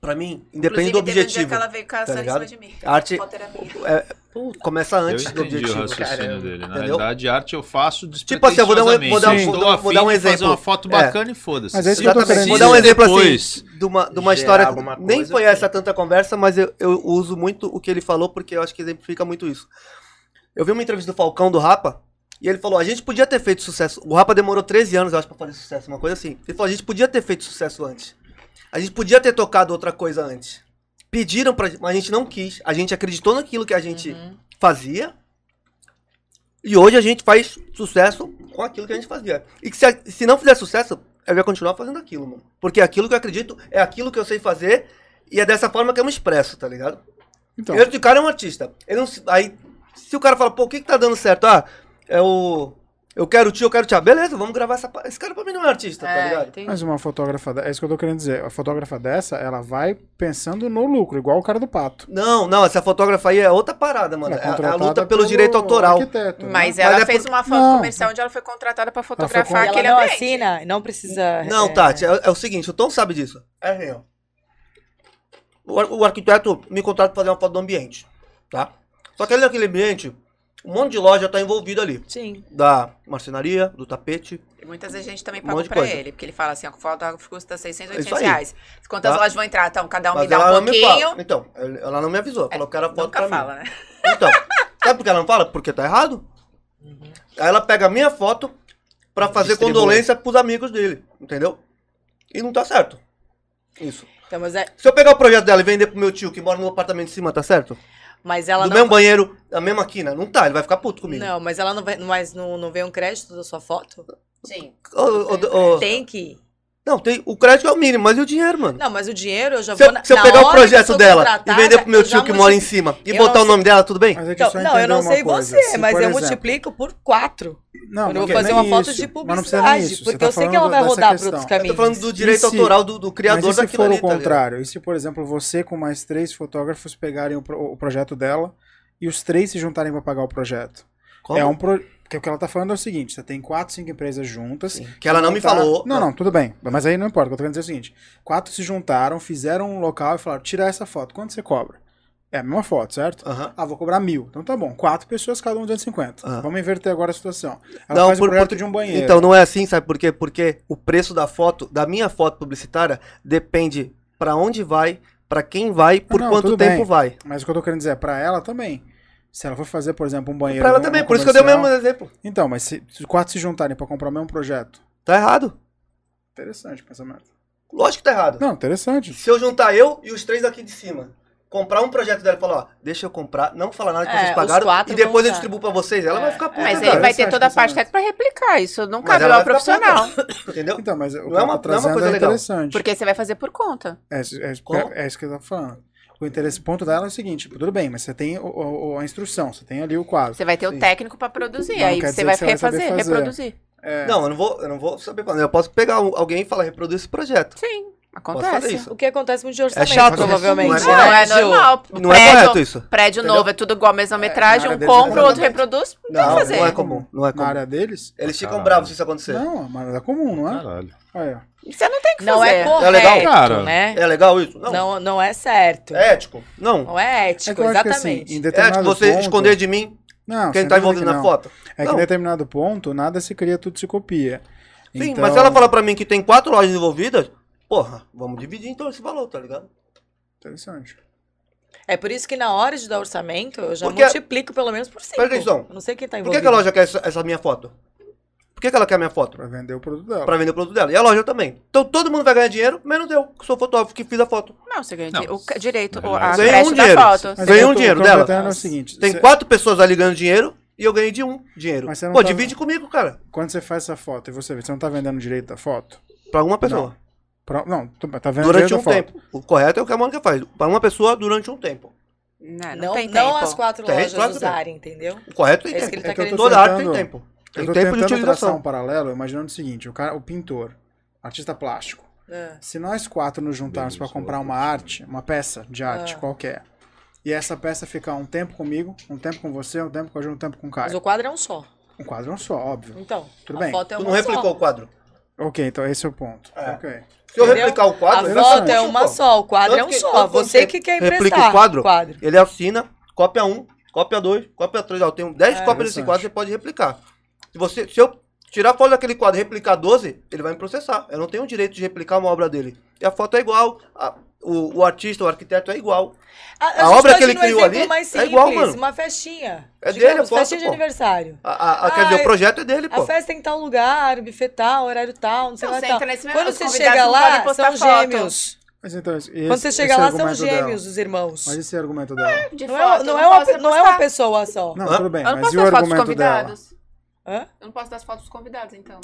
pra mim, independe
Inclusive,
do
teve um dia
objetivo. Tá
que ela veio caçando em
ligado?
cima de mim.
A arte
foto era minha.
é, pô, começa
Eu
antes do
entendi o
objetivo.
raciocínio
cara.
dele. Na
entendeu?
realidade, arte eu faço
Tipo assim, eu vou dar um- vou dar
um-
Estou
vou dar um-
afim
vou dar um
de fazer
exemplo.
uma foto bacana e foda-se.
Mas é isso
Se
que eu tô
Exatamente.
querendo
Vou
dizer.
dar um exemplo
depois-
assim, de uma, de
Gerar
uma história.
alguma
Nem
coisa,
foi essa tanta conversa, mas eu, eu uso muito o que ele falou, porque eu acho que exemplifica muito isso. Eu vi uma entrevista do Falcão, do Rapa, e ele falou, a gente podia ter feito sucesso. O Rapa demorou 13 anos, eu acho, pra fazer sucesso, uma coisa assim. Ele falou, a gente podia ter feito sucesso antes. A gente podia ter tocado outra coisa antes. Pediram pra gente, mas a gente não quis. A gente acreditou naquilo que a gente fazia. E hoje a gente faz sucesso com aquilo que a gente fazia. E que se, a- se não fizer sucesso, eu ia continuar fazendo aquilo, mano. Porque aquilo que eu acredito é aquilo que eu sei fazer e é dessa forma que eu me expresso, tá ligado?
Então,
Primeiro que o cara é um artista. Ele não se- aí, se o cara fala, pô, o que que tá dando certo? Ah, é o... Eu quero tio, eu quero tia. Beleza, vamos gravar essa... pa- Esse cara pra mim não é artista, tá
É,
ligado?
entendi.
mas uma fotógrafa, de- é isso que eu tô querendo dizer. A fotógrafa dessa, ela vai pensando no lucro, igual o cara do pato.
Não, não, essa fotógrafa aí é outra parada, mano.
Ela
É,
é
a- a
contratada
luta pelo direito autoral.
arquiteto, né?
Mas
Mas
ela
é
fez uma foto
Não.
comercial onde ela foi contratada pra
foi
fotografar
com-
aquele
ela não assim,
ambiente.
assina, não precisa.
Não,
é,
Tati, é, é o seguinte, o Tom sabe disso. É real. O, ar- o arquiteto me contrata pra fazer uma foto do ambiente, tá? Só que ali naquele ambiente, um monte de loja tá envolvido ali.
Sim.
Da marcenaria, do tapete.
E Muitas vezes a gente também
Um
pagou
monte de
pra
coisa.
ele, porque ele fala assim, ó, o fotógrafo custa 600,
É isso
800
aí.
reais. Quantas
Tá.
lojas vão entrar? Então, cada um me
mas
dá
ela
um
não me
pouquinho.
fala. Então, ela ela não me avisou. Ela falou que era foto
Nunca
pra
fala, né?
mim. Então, sabe por que ela não fala? Porque tá errado. Aí ela pega a minha foto pra fazer
Distribui.
condolência pros amigos dele, entendeu? E não tá certo. Isso.
Então, mas, é-
Se eu pegar o projeto dela e vender pro meu tio que mora no apartamento de cima, tá certo?
mas ela
do
não.
mesmo banheiro, da mesma quina. Não tá, ele vai ficar puto comigo.
Não, mas ela não vai. Mas não, não vem um crédito da sua foto?
Sim.
Ô, ô, ô, ô,
Tem que.
não, tem, o crédito é o mínimo, mas e o dinheiro, mano?
Não, mas o dinheiro eu já
se eu,
vou. na-
se eu
na
pegar
hora
o
que eu
projeto
sou
dela e vender
contratada,
pro meu
eu já
tio que mora em
multi-
cima e
Eu
botar
não
o nome dela, tudo bem?
Mas é que
Então,
só
não, eu
entender
não
uma
sei
coisa.
você,
Se,
mas
por
eu
exemplo-
multiplico por quatro.
Não,
quando eu
mas
vou fazer
nem
uma foto
isso.
de
Mas não precisa nem
publicidade.
isso. Você
Porque
tá
eu sei que
falando
ela vai
dessa
rodar
questão.
por outros
Eu tô
caminhos.
falando do direito
se-
autoral do, do criador
Mas e se
daquilo
for
ali,
o
tá ligado?
contrário? e se, por exemplo, você com mais três fotógrafos pegarem o, pro- o projeto dela e os três se juntarem para pagar o projeto?
Como?
É um pro... Porque o que ela tá falando é o seguinte, você tem quatro, cinco empresas juntas.
Sim, que ela não me falou.
Não, não, tudo bem. Mas aí não importa, o que eu tô querendo dizer é o seguinte. Quatro se juntaram, fizeram um local e falaram, tira essa foto, quanto você cobra? É a mesma foto, certo?
Aham.
Ah, vou cobrar mil. Então tá bom, quatro pessoas, cada um 250.
Aham.
Vamos inverter agora a situação. Ela
Ah. Não,
faz o
por-
projeto
por-
de um banheiro.
Então, não é assim, sabe por quê? Porque o preço da foto, da minha foto publicitária, depende pra onde vai, pra quem vai, por
não,
quanto
tudo
tempo
bem.
vai.
Mas o que eu tô querendo dizer é pra ela também. Se ela for fazer, por exemplo, um banheiro.
Pra ela
num-
também,
num
por isso que eu dei o
comercial-
mesmo exemplo.
Então, mas se, se os quatro se juntarem pra comprar o mesmo projeto.
Tá errado.
Interessante o pensamento.
Lógico que tá errado.
Não, interessante.
Se eu juntar eu e os três daqui de cima, comprar um projeto dela e falar, ó, deixa eu comprar, não falar nada que
É,
vocês
os
pagaram
quatro
e depois
vão
eu
usar.
distribuo pra vocês, ela vai ficar puta,
Mas
cara.
ele vai
Essa é
ter
a
toda a parte
questão.
técnica pra replicar. Isso não cabe
ela
ao
vai ficar puta,
profissional.
Entendeu?
Então, mas o que
Não é
ela
uma-
tá
não é uma
trazendo
coisa
é
legal.
interessante.
Porque você vai fazer por conta.
É, isso- é isso-
Como?
é isso que eu tava falando. O interesse, o ponto dela é o seguinte: tipo, tudo bem, mas você tem o- o- a instrução, você tem ali o quadro.
Você vai ter
Sim.
o técnico pra produzir.
Não
aí
quer
você
dizer
vai
que você vai saber
refazer,
fazer.
reproduzir.
É,
Não, eu não vou, eu não vou saber fazer. Eu posso pegar um- alguém e falar, reproduz esse projeto.
Sim.
fazer
Acontece.
isso?
O que acontece muito de orçamento,
É chato, mas
provavelmente.
não
Não,
é-
né,
é
Ju?
normal.
Não é
Prédio-
correto isso.
Prédio novo, é tudo igual, mesma metragem,
na
um
área deles
compra,
é
o outro
completamente-
reproduz, não tem o
Não,
que fazer.
não é comum. Não é
Na
comum.
área deles?
Eles ficam
Caralho.
bravos se isso acontecer.
Não, mas é comum, não é?
Caralho.
Olha.
Você não tem o que
Não
fazer.
é correto,
É legal?
Cara.
né?
É legal isso? Não.
Não, não é certo.
É ético? Não.
Não
É que
Tipo,
é ético,
eu acho que assim,
exatamente.
em
É ético
determinado
você
ponto...
esconder de mim
Não,
quem
sem
tá
dúvida
envolvido
que
na
não.
foto.
É que em
Não.
determinado ponto, nada se cria, tudo se copia.
Sim,
Então-
mas se ela falar pra mim que tem quatro lojas envolvidas, porra, vamos dividir então esse valor, tá ligado?
Interessante.
É por isso que na hora de dar orçamento, eu já
Porque-
multiplico pelo menos por cinco.
Presta atenção.
Eu não sei quem tá
Por que,
envolvido.
que a loja quer essa, essa minha foto? Por que, que ela quer a minha foto?
Pra vender o produto dela.
Pra vender o produto dela. E a loja também. Então todo mundo vai ganhar dinheiro, menos eu, que sou fotógrafo, que fiz a foto.
Não, você ganha
Não,
di- o ca- direito,
na
o- a
verdade-
Ganhou
creche
um
da
dinheiro.
foto.
Mas ganhou um dinheiro dela.
Mas eu tô- tô completando o seguinte,
Tem
cê-
quatro pessoas ali ganhando dinheiro e eu ganhei de um dinheiro.
Mas você não
Pô,
tá-
divide comigo, cara.
quando você faz essa foto e você vê, você não tá vendendo direito da foto?
Pra uma pessoa.
Pra- não, tu- tá vendendo
Durante
direito
um
da foto.
tempo. O correto é o que a Mônica faz. Pra uma pessoa, durante um tempo.
Não, não
Não,
tem
não
tempo.
as quatro
Tem,
lojas
claro que tem.
usarem, entendeu?
O correto tem
É isso que
tempo.
ele tá
É que eu tô
querendo
Toda
dizer.
arte tem
tentando-
tempo.
Eu
Tem
tô
tempo de
tentando traçar um
utilização.
paralelo, imaginando o seguinte, o, cara, o pintor, artista plástico,
É.
se nós quatro nos juntarmos pra
Beleza,
comprar
ótimo.
uma arte, uma peça de arte
Ah.
qualquer, e essa peça ficar um tempo comigo, um tempo com você, um tempo com a Ju, um tempo com o
Mas
Caio.
o quadro é um só.
Um quadro é um só, óbvio.
Então,
Tudo
a
bem.
foto é
Tu
uma
não replicou
só.
o quadro.
Ok, então esse é o ponto.
É.
Ok.
Se eu um
Entendeu?
replicar o
A
quadro,
foto é uma
pô.
só, o quadro
Tanto
é um
que-
só.
tanto que
você
você
que quer
replica
emprestar.
o quadro, Ele assina, cópia 1, cópia 2, cópia 3. Eu tenho 10
É,
cópias desse
interessante.
quadro, você pode replicar. Se, você, se eu tirar a foto daquele quadro e replicar 12, ele vai me processar. Eu não tenho o direito de replicar uma obra dele. E a foto é igual, a- o, o artista, o arquiteto é igual.
A,
A
gente
obra
pode
que ele
ir num
criou
exemplo
ali
mais
é igual,
simples,
mano.
Uma festinha.
É dele,
Digamos,
eu posso,
Festinha de
pô.
aniversário.
A, a- a- quer
Ah,
dizer,
é-
o projeto é dele, pô.
A festa em tal lugar, o buffet tal, horário tal, não é sei
Não,
lá
você
tal.
entra nesse
Quando
os
você
convidados
chega
não
lá,
podem
são
postar foto.
gêmeos.
Mas então, esse,
Quando você
esse
chega lá, são
argumento dela.
gêmeos, os irmãos.
Mas esse é o argumento dela.
De
Não
foto,
é, não, é uma,
posso
pe- é não é uma
postar.
pessoa só.
Não,
Hã?
tudo bem,
Eu não
mas
posso
e o
dar fotos dos
argumento dela?
convidados.
Hã?
Eu não posso dar as fotos dos convidados, então.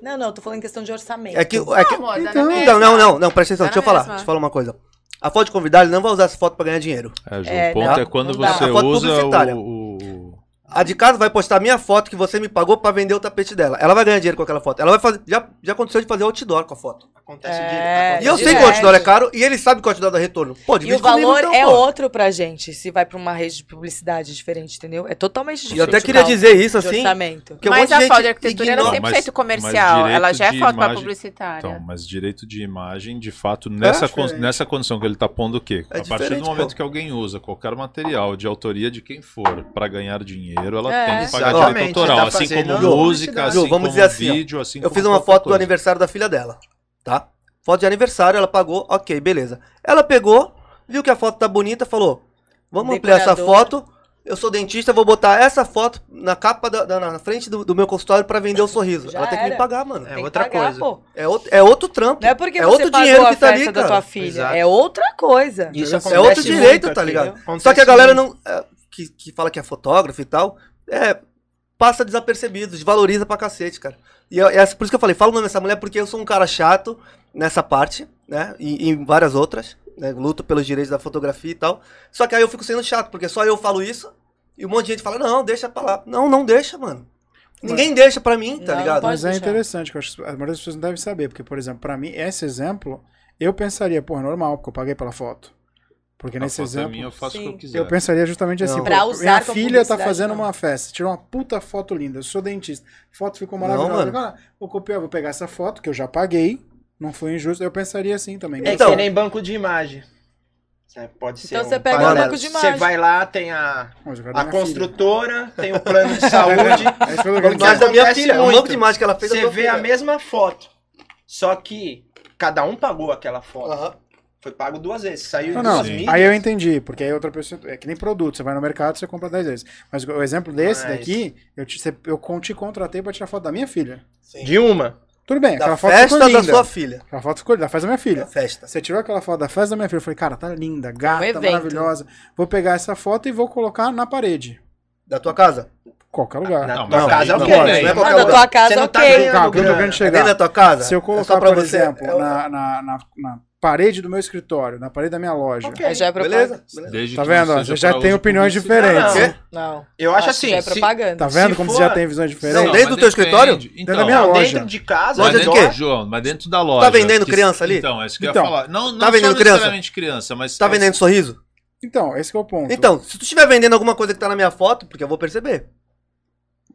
Não, não, eu tô falando em questão de orçamento.
É que, é que,
Não, amor, dá na
Então-
mesma.
então, não, não, não, presta atenção,
Tá
deixa eu
na
falar,
mesma.
deixa eu falar uma coisa. A foto de convidado ele não vai usar essa foto pra ganhar dinheiro.
É, Ju,
É,
né?
o ponto
não,
é quando
não dá.
você
A foto
usa
publicitária.
o, o-
A de casa vai postar a minha foto que você me pagou pra vender o tapete dela. Ela vai ganhar dinheiro com aquela foto. Ela vai fazer. Já, já aconteceu de fazer outdoor com a foto.
Acontece
É,
direto.
e eu sei que
direto.
o outdoor é caro e ele sabe que o outdoor dá retorno. Pô,
E
divide
o valor
comigo, então,
é
pô.
outro pra gente, se vai pra uma rede de publicidade diferente, entendeu? É totalmente
E
diferente.
eu até
o
queria
cálculo
dizer isso
de
assim.
orçamento.
Que um monte
mas
de
a
gente
foto de arquitetura era
ignora.
Não,
100%
mas-
comercial.
mas
Ela já é
direito
foto
de
pra
É.
imagem-
publicitária.
Então, mas direito de imagem, de fato, nessa, con-
diferente.
nessa condição que ele está pondo o quê?
É
a partir do
diferente,
momento
pô.
que alguém usa qualquer material de autoria de quem for para ganhar dinheiro, ela
É.
tem que pagar
Exatamente,
direito
você
autoral.
tá
assim
fazendo
como
a
música,
publicidade.
assim
Ju, vamos
como
dizer assim, ó,
vídeo, assim
Eu
como
fiz uma
qualquer
foto do
coisa.
aniversário da filha dela, tá? Foto de aniversário, ela pagou, ok, beleza. Ela pegou, viu que a foto tá bonita, falou: vamos ampliar essa
Decorador.
foto. Eu sou dentista, vou botar essa foto na capa da, da- na frente do, do meu consultório pra vender o sorriso.
Já
ela tem que me
era.
pagar, mano.
É
Tem que
outra
pagar,
coisa.
pô.
É outro, é outro trampo.
Não é porque
É
você
outro
pagou
dinheiro
a
que tá ali,
festa da
cara.
tua filha.
Exato.
É outra coisa.
Isso
É outro
acontece
direito,
muito
tá
aqui.
ligado?
Acontece
Só que a galera não. é, que, que fala que é fotógrafo e tal, é, passa desapercebido, desvaloriza pra cacete, cara. E eu- é por isso que eu falei, falo o nome dessa mulher porque eu sou um cara chato nessa parte, né? E em várias outras, né? Luto pelos direitos da fotografia e tal. Só que aí eu fico sendo chato, porque só eu falo isso e um monte de gente fala, não, deixa pra lá. Não, não deixa, mano. Ninguém deixa pra mim, tá
Não,
ligado?
pode
Mas é
deixar.
interessante, que eu acho que a maioria das pessoas não deve saber, porque, por exemplo, pra mim, esse exemplo, eu pensaria, pô, é normal, porque eu paguei pela foto. Porque
A
nesse
foto é
exemplo,
minha, eu faço o que
Sim.
eu quiser.
eu pensaria justamente assim,
Não.
pô,
Pra usar
minha
como
filha tá
publicidade,
fazendo
não.
uma festa, tirou uma puta foto linda, eu sou dentista, a foto ficou
Não,
maravilhosa.
mano.
Cara, vou copiar, vou pegar essa foto, que eu já paguei, não foi injusto, eu pensaria assim também.
É
Então-
que nem banco de imagem. Cê Pode ser
Então
um
você pega
um
paralelo.
banco de imagem.
Você vai lá, tem a,
Mas eu quero
a
é minha
construtora, tem o plano de saúde.
filha. É isso que eu tô querendo
Mas
dizer.
da minha
acontece
filha, o
muito.
banco de imagem que ela fez. eu
Você
tô
vê a
vendo.
mesma foto. Só que cada um pagou aquela foto.
Aham.
Foi pago duas vezes. Saiu
Não,
em
não.
duas
Sim.
mídias.
Aí eu entendi, porque aí outra pessoa. É que nem produto, você vai no mercado você compra 10 vezes. Mas o exemplo
Ah,
desse
é
Mas-
daqui, eu te, cê- eu con- te contratei pra tirar foto da minha filha.
De uma.
Tudo bem,
Da
aquela foto ficou
festa da
linda.
sua filha.
Aquela foto ficou linda, faz da minha
Da
filha.
festa.
Você tirou aquela foto da festa da minha filha, eu falei, cara, tá linda, gata,
evento.
maravilhosa. Vou pegar essa foto e vou colocar na parede.
Da tua casa?
Qualquer lugar.
Na
Não,
tua
mas
casa
aí
é o
não
quê?
pode,
não é
né?
qualquer
Ah, da
lugar.
tua casa,
Você não tá
ok.
ganhando
Calma, que eu tô
grana.
querendo
É dentro
chegar.
da tua casa?
Se eu
É só
colocar,
pra
por
você?
exemplo,
É o-
na, na, na, na parede do meu escritório, na parede da minha loja.
Ok.
Aí já é propaganda.
Beleza? Beleza.
Desde
Tá
que não
vendo? ó?
seja
Você já
pra
tem
uso
opiniões
publicitário.
diferentes.
Não, não.
Não.
Eu acho assim,
que já é
se-
Tá
propaganda.
vendo
Se
como
for-
você já tem visões
Não,
diferentes?
mas
dentro do teu escritório?
Então,
da minha
Não,
loja.
dentro de casa,
Mas é
Loja de
dentro,
quê? Tá
João, mas dentro da loja.
vendendo
Que-
criança ali?
Então, é isso que
Então.
eu ia falar. Não, não
Tá vendendo
só
criança?
necessariamente criança, mas.
Tá
é-
vendendo sorriso?
Então, esse que é o ponto.
Então, se tu estiver vendendo alguma coisa que tá na minha foto, porque eu vou perceber.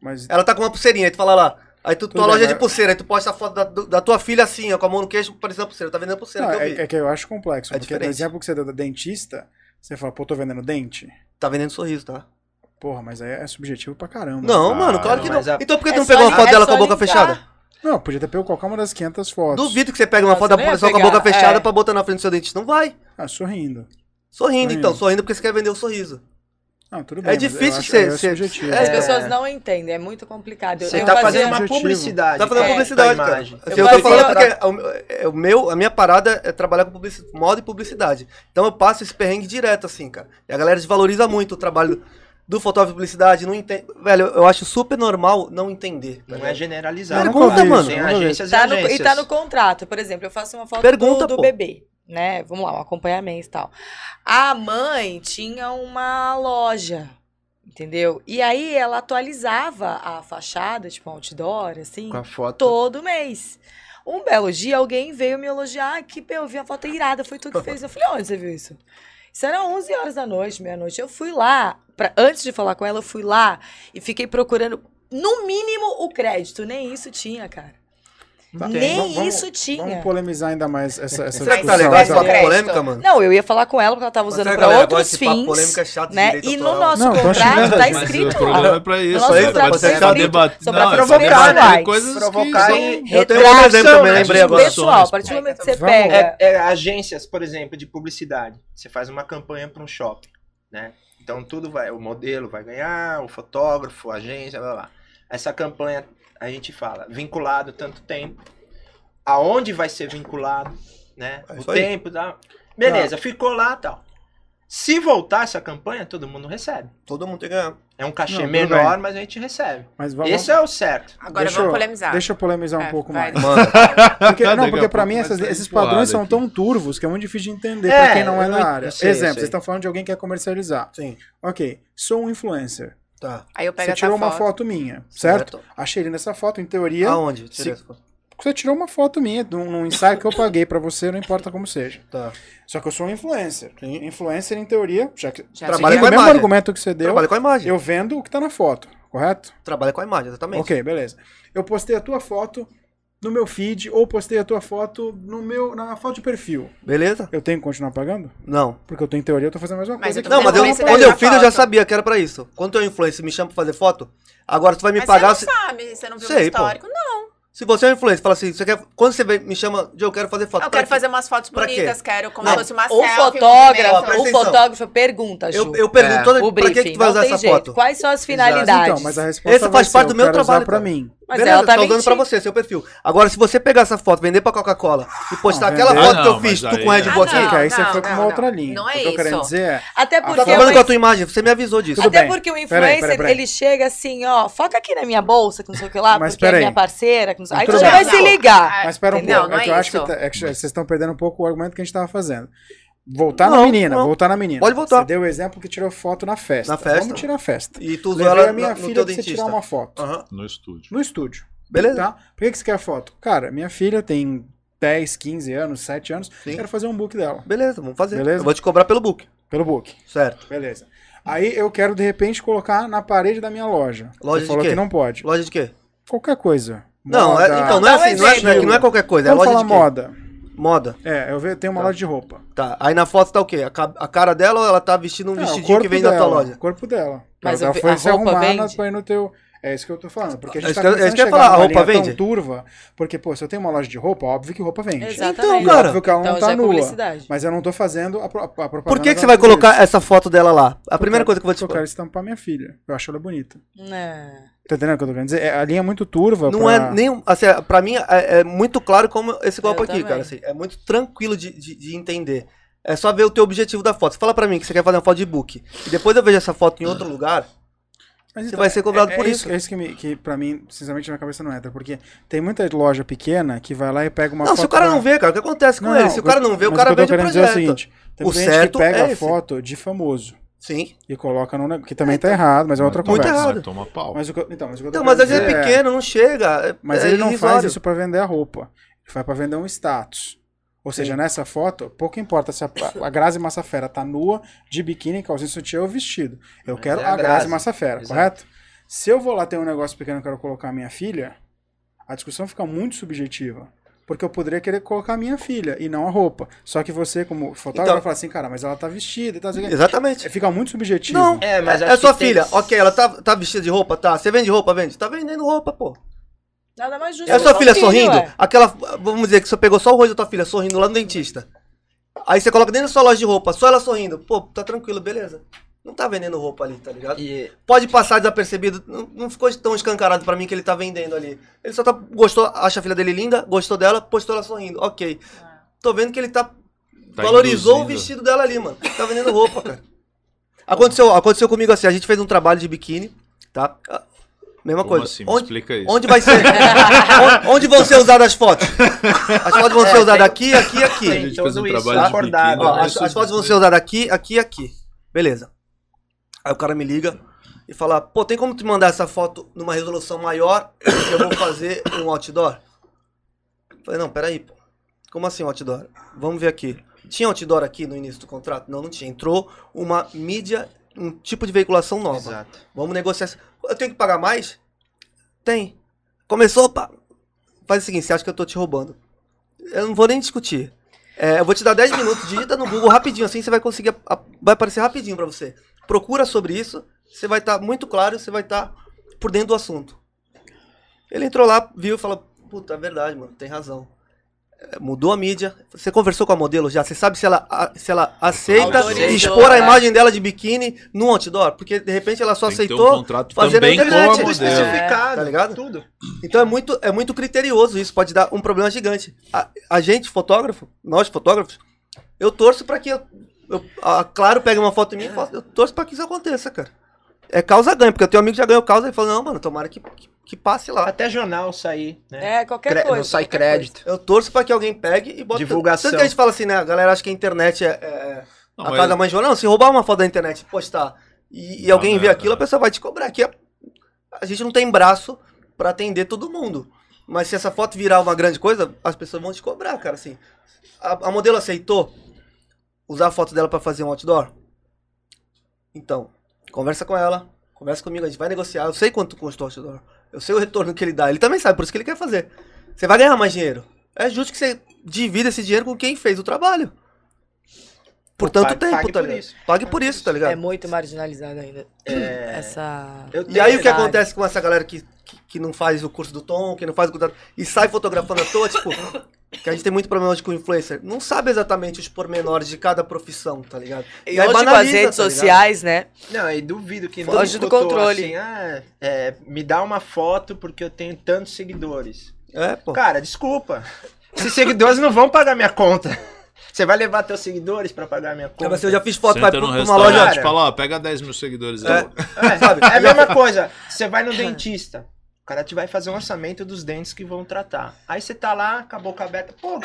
Mas
Ela tá com uma pulseirinha, aí tu fala lá. Aí tu, tua
Tudo
loja
bem,
é
mas-
de pulseira, aí tu posta a foto da, do- da tua filha assim, ó, com a mão no queixo, parecendo a pulseira. Tá vendendo pulseira
Não,
que eu
é,
vi.
é que eu acho complexo.
É
porque no
diferente.
exemplo que você deu da dentista, você fala, pô, tô vendendo dente?
Tá vendendo sorriso, tá?
Porra, mas aí é subjetivo pra caramba.
Não,
Ah,
mano, claro
não,
que não.
mas a-
Então por que
É
tu não
só
pegou uma
li-
foto
é
dela
só
com a boca
ligar.
fechada?
Não, podia ter pego qualquer uma das 500 fotos.
Duvido que você pegue uma
Não,
foto da
você não ia
pessoa com a
pegar,
boca fechada
é.
pra botar na frente do seu dentista. Não vai.
Ah, sorrindo.
Sorrindo,
Sorrindo.
então. Sorrindo porque você quer vender o sorriso.
Não, tudo
É
bem. mas eu
difícil
acho-
ser-
aí é
ser-
subjetivo.
As
É.
pessoas não entendem, é muito complicado. Eu-
você
eu
tá
fazia-
fazendo uma
Objetivo.
publicidade.
Tá fazendo
cara,
publicidade,
da
cara.
imagem.
Assim,
Eu
eu tô
fazia-
falando porque o meu- é o meu, a minha parada é trabalhar com publicidade, moda e publicidade. Então eu passo esse perrengue direto, assim, cara. E a galera desvaloriza muito o trabalho do fotógrafo de publicidade, não entende. Velho, eu acho super normal não entender. tá
Não é
ligado?
generalizado.
Pergunta,
claro,
mano.
Tem
Nada a ver.
agências
Tá
e
no,
agências.
e tá no contrato. Por exemplo, eu faço uma foto
Pergunta,
do, do
pô.
bebê, né? Vamos lá, um acompanhamento e tal. A mãe tinha uma loja, entendeu? E aí ela atualizava a fachada, tipo, outdoor, assim,
Com a foto.
todo mês. Um belo dia, alguém veio me elogiar. "Ah, que eu vi a foto irada, foi tu que fez. Eu falei, onde você viu isso? Isso era 11 horas da noite, meia-noite. Eu fui lá, pra- antes de falar com ela, eu fui lá e fiquei procurando, no mínimo, o crédito. Nem isso tinha, cara.
Tá,
Nem
vamos- vamos-
isso tinha.
Vamos polemizar ainda mais essa, essa
Será que
discussão,
tá legal esse
sabe?
papo
Crédito.
polêmica, mano?
Não, eu ia falar com ela porque ela tava
Mas
usando
será que é
pra
a galera
outros
gosta de papo
fins.
polêmica, é chato de
né?
direito
E no
autoral?
nosso
Não, tô
contrato
achando-
tá
Mas o
Mas
escrito
o
lá.
programa é pra isso.
Nossa, tá
é pra
pra
você
provocar,
debater.
só pra
Não, é
provocar
debater
mais.
coisas que
Provocar
são-
e-
Eu tenho um outro exemplo também, lembrei agora.
Pessoal, a partir do
Pô.
momento que você
Vamos.
pega.
É, é, agências, por exemplo, de publicidade. Você faz uma campanha para um shopping, né? Então tudo vai, o modelo vai ganhar, o fotógrafo, a agência, blá blá. blá. Essa campanha a gente fala vinculado tanto tempo, aonde vai ser vinculado, né?
É
o
isso aí. Tá.
tempo, tal. Beleza, ficou lá, tal. Se voltar essa campanha, todo mundo recebe.
Todo mundo tem que ganhar.
É um cachê
Não, tudo
menor, mas a gente recebe.
Mas vamos,
Esse é o certo.
Agora
Deixa eu-
vamos
Tá.
polemizar.
deixa eu polemizar um
É,
pouco mais.
Mano,
Porque, não,
Daqui
porque
a
pra
um pouco
mim
vai
essas-
sair
esses
porrada
padrões são
aqui.
tão turvos que é muito difícil de entender
É,
pra quem não é
eu
da
não-
área.
eu sei, eu
Exemplo,
sei.
vocês estão falando de alguém que quer comercializar.
sim.
Ok, sou um influencer.
Tá.
Aí eu pego
Você
essa
tirou uma
foto.
foto minha, certo?
Certo.
Achei ele nessa foto, em teoria.
Aonde?
Se-
Sim.
Você tirou uma foto minha um, num, num ensaio que eu paguei pra você, não importa como seja.
Tá.
Só que eu sou um influencer.
Sim.
Influencer, em teoria, já que.
Já
Trabalha
seguindo
com
o
a
mesmo
imagem.
argumento que você deu,
Trabalha com a imagem.
eu vendo o que tá na foto, correto?
Trabalha com a imagem, exatamente.
Ok, beleza. Eu postei a tua foto no meu feed ou postei a tua foto no meu, na foto de perfil.
Beleza?
Eu tenho que continuar pagando?
Não.
Porque eu tô em teoria, eu tô fazendo a mesma
Mas
coisa
eu
que
tô
Então
Não, mas eu,
Influencer
quando eu
tira
fiz eu
foto.
já sabia que era pra isso. Quando tu é um influencer e me chama pra fazer foto, agora tu vai me
Mas
pagar.
você
Se,
não sabe, você não viu o
Sei, pô.
histórico. Não,
se você é um influencer, fala assim, você quer, quando você vem, me chama, Joe, eu quero fazer foto.
eu
pra
quero
quê?
fazer umas fotos
Pra quê?
bonitas, quero como
Não,
se fosse uma
O
selfie. um
presta
fotógrafo, o
atenção.
fotógrafo pergunta, Ju.
Eu, eu pergunto
É.
toda
o
pra
briefing.
que, que tu vai
não
usar
tem
essa
jeito.
foto?
Quais são as
Mas
finalidades?
então, mas a resposta
Essa
vai
faz parte
ser,
do
eu
meu
quero usar
trabalho,
pra
cara.
mim.
Mas
Beleza,
ela
tá
também
usando pra
tinha-
você, seu perfil. Agora, se você pegar essa foto, vender pra Coca-Cola e postar
Não,
aquela
vender-
foto
Ah,
que eu
não,
fiz,
mas
tu
aí-
com Red
Ah,
Bot,
Sim,
não,
que aí é você
não,
foi pra uma
não,
outra
não.
linha.
Não
O que
é
eu tô querendo
isso.
dizer é.
Até
tá
porque.
trabalhando
mas-
com a tua imagem, você me avisou disso.
Tudo
Até
bem.
porque o influencer,
Peraí, peraí, peraí.
ele chega assim, ó, foca aqui na minha bolsa, que não sei o que lá,
Mas
porque é
peraí.
minha parceira, que não sei... Aí tu
Tudo
já
bem.
vai se ligar.
Ah,
Mas espera um
entendeu?
pouco,
Não
é que eu
é
acho que,
isso.
tá- é que vocês estão perdendo um pouco o argumento que a gente tava fazendo. Voltar na
Não,
menina,
não.
voltar na menina.
Pode voltar.
Você deu o exemplo que tirou foto na festa.
Na festa.
Vamos tirar a festa.
E tu usou
Levei
ela
a minha
no, no
filha
teu
pra você
dentista.
tirar uma foto.
Aham.
No estúdio.
No estúdio.
Beleza.
Tá? Por que, que você quer foto? Cara, minha filha tem 10, 15 anos, 7 anos.
Sim.
Quero fazer um book dela.
Beleza, vamos fazer.
Beleza.
Eu vou te cobrar pelo book.
Pelo book.
Certo.
Beleza. Aí eu quero, de repente, colocar na parede da minha loja. você
Loja de
falou
quê?
que não pode.
Loja de quê?
Qualquer coisa.
Não, é-
Moda.
então, não é
Dá um
assim, não é, não é que não é qualquer coisa, é
Vamos
loja
falar
de quê?
moda.
Moda.
É, eu ve- tenho uma
Tá.
loja de roupa.
Tá, aí na foto tá o quê? A, ca- a cara dela ou ela tá vestindo um
Não, o
vestidinho
corpo
que vem
dela,
da tua
O
loja?
corpo dela.
Mas
ela
a ve-
foi
a
se
roupa
arrumar
vende?
pra ir no teu. É isso que eu tô falando. Porque a
É
gente
isso
tá
que eu- é
começando
isso que eu ia
chegar
falar, a
numa
roupa
linha tão
vende?
turva. Porque, pô, se eu tenho uma loja de roupa, óbvio que roupa vende. E
Exatamente.
Então, cara,
óbvio que ela não
Então já
tá
é
nua.
publicidade.
Mas eu não tô fazendo a, pro- a propaganda.
Por que, que
da
você vai
empresa.
colocar essa foto dela lá? A primeira coisa que eu vou te
Eu quero estampar minha filha. Eu acho ela bonita.
Né.
Tá entendendo o que eu tô querendo dizer? É, a linha é muito turva.
Não
pra-
é nem. Assim, pra mim é, é muito claro como esse golpe
Eu
aqui,
também.
cara. assim, é muito tranquilo de, de, de entender. É só ver o teu objetivo da foto. Você fala pra mim que você quer fazer uma foto de book. E depois eu vejo essa foto em outro lugar.
Mas
Você vai ser cobrado
é- é
por isso.
É isso que, me, que pra mim, sinceramente, na minha cabeça não entra. Porque tem muita loja pequena que vai lá e pega uma
não,
foto.
se o cara
da-
não vê, cara, o que acontece com
Não,
ele?
não,
se o cara não vê, o
mas
cara
que eu
vende
tô
o
querendo
projeto.
dizer é o seguinte: tem
O
muita gente que
certo
pega
é
a
esse.
foto de famoso
Sim.
e coloca no. ne- que também tá errado, mas é outra
Vai tomar-
Muito
conversa.
errado.
vai tomar pau.
Mas o que eu- então, mas o que eu tô
Então, mas às
querendo
vezes é
dizer
pequeno, não chega. é-
Mas
é
ele não faz
irrisório.
isso pra vender a roupa. Ele faz pra vender um status. Ou seja, nessa foto, pouco importa se a, a Grazi Massafera tá nua, de biquíni, calcinha sutiã ou vestido. Eu
Mas
quero
é
a
a
Grazi,
Grazi,
Massafera,
exato.
correto? Se eu vou lá ter um negócio pequeno e quero colocar a minha filha, a discussão fica muito subjetiva. Porque eu poderia querer colocar a minha filha e não a roupa. Só que você, como fotógrafo,
Então-
fala assim, cara, mas ela tá vestida e tal. não sei o quê."
Exatamente.
Fica muito subjetivo.
Não,
É,
é,
mas acho
é
que
sua
tem-
filha. Ok, ela tá, tá vestida de roupa, tá. Você vende roupa, vende? Tá vendendo roupa, pô.
Nada mais justo.
É a
que
sua
o
filha
filho,
sorrindo?
ué.
Aquela, vamos dizer que você pegou só o rosto da tua filha sorrindo lá no dentista. Aí você coloca dentro da sua loja de roupa, só ela sorrindo. Pô, tá tranquilo, beleza. Não tá vendendo roupa ali, tá ligado?
E, ah,
Pode passar desapercebido, não, não ficou tão escancarado pra mim que ele tá vendendo ali. Ele só tá, gostou, acha a filha dele linda, gostou dela, postou ela sorrindo. Ok. Tô vendo que ele tá, valorizou o
induzindo.
vestido dela ali, mano. Tá vendendo roupa, cara. Aconteceu, aconteceu comigo assim, a gente fez um trabalho de biquíni, tá? Ah, Mesma
Como
coisa.
assim? Me
Onde-
explica isso.
Onde vai ser? onde, onde vão ser usadas as fotos? As fotos vão ser usadas aqui, aqui, aqui.
A gente fez um
tudo então isso
trabalho de
acordado,
biquíni,
É, Ó,
né?
as, as fotos vão ser usadas aqui, aqui e aqui. Beleza. Aí o cara me liga e fala, pô, tem como te mandar essa foto numa resolução maior que eu vou fazer um outdoor? Falei, não, peraí, pô. Como assim outdoor? Vamos ver aqui. Tinha outdoor aqui no início do contrato? Não, não tinha. Entrou uma mídia, um tipo de veiculação nova.
exato.
Vamos negociar. essa- Eu tenho que pagar mais? Tem. Começou, opa. Faz o seguinte, você acha que eu tô te roubando? Eu não vou nem discutir. É, eu vou te dar 10 minutos, digita no Google rapidinho, assim você vai conseguir. a- a- vai aparecer rapidinho pra você. Procura sobre isso, você vai estar muito claro, você vai estar por dentro do assunto. Ele entrou lá, viu e falou: Puta, é verdade, mano, tem razão. É, Mudou a mídia. Você conversou com a modelo já? Você sabe se ela, a- se ela aceita
Autorizou,
expor a
né?
imagem dela de biquíni no outdoor? Porque de repente ela só
Tem que ter um
aceitou
contrato
fazer
também
na
com a
internet.
modelo.
Especificado,
tá ligado?
Tudo.
Então é muito, é muito criterioso isso, pode dar um problema gigante. A, a gente, fotógrafo, nós fotógrafos, eu torço pra que eu, eu- a Claro pegue uma foto em mim e fala, eu torço pra que isso aconteça, cara. É causa ganho, porque eu tenho um amigo que já ganhou causa e falou, não, mano, tomara que, que, que passe lá.
Até jornal sair, né?
É, qualquer
Cre-
coisa.
não sai
qualquer coisa.
crédito.
Eu torço pra que alguém pegue e bota.
Divulgação.
Tanto que a gente fala assim, né? A galera acha que a internet é, é- é
Não,
a
mas-
casa da mãe Joana. Não, se roubar uma foto da internet e postar e, e
Ah,
alguém
não,
ver aquilo,
não.
a pessoa vai te cobrar. Aqui a, a gente não tem braço pra atender todo mundo. Mas se essa foto virar uma grande coisa, as pessoas vão te cobrar, cara. Assim, a, a modelo aceitou usar a foto dela pra fazer um outdoor? Então, conversa com ela, conversa comigo, a gente vai negociar. Eu sei quanto custa o outdoor, eu sei o retorno que ele dá. Ele também sabe, por isso que ele quer fazer. Você vai ganhar mais dinheiro. É justo que você divida esse dinheiro com quem fez o trabalho. Por tanto
pague-
tempo,
pague
tá
por
ligado?
isso.
Pague por isso, tá
É
ligado?
muito marginalizado ainda. Essa.
É, Eu
E aí o que
Verdade.
acontece com essa galera que, que, que não faz o curso do tom, que não faz o curso da... e sai fotografando à toa, tipo, que a gente tem muito problema hoje com influencer, não sabe exatamente os pormenores de cada profissão, tá ligado?
E,
aí
hoje com as
banaliza,
redes
tá ligado?
sociais, né?
Não, e duvido que
Foge
não
do
escutou
controle.
Assim, ah, é, me dá uma foto porque eu tenho tantos seguidores.
É, pô.
Cara, desculpa. Esses seguidores não vão pagar minha conta. Você vai levar teus seguidores pra pagar minha
Cara,
conta?
mas eu já fiz foto, vai pra
Senta num
pra uma
restaurante
loja.
cara.
e fala, ó, pega 10 mil seguidores aí.
É.
É,
Sabe?
É a mesma coisa. Você vai no dentista. O cara te vai fazer um orçamento dos dentes que vão tratar. Aí você tá lá com a boca aberta. Pô,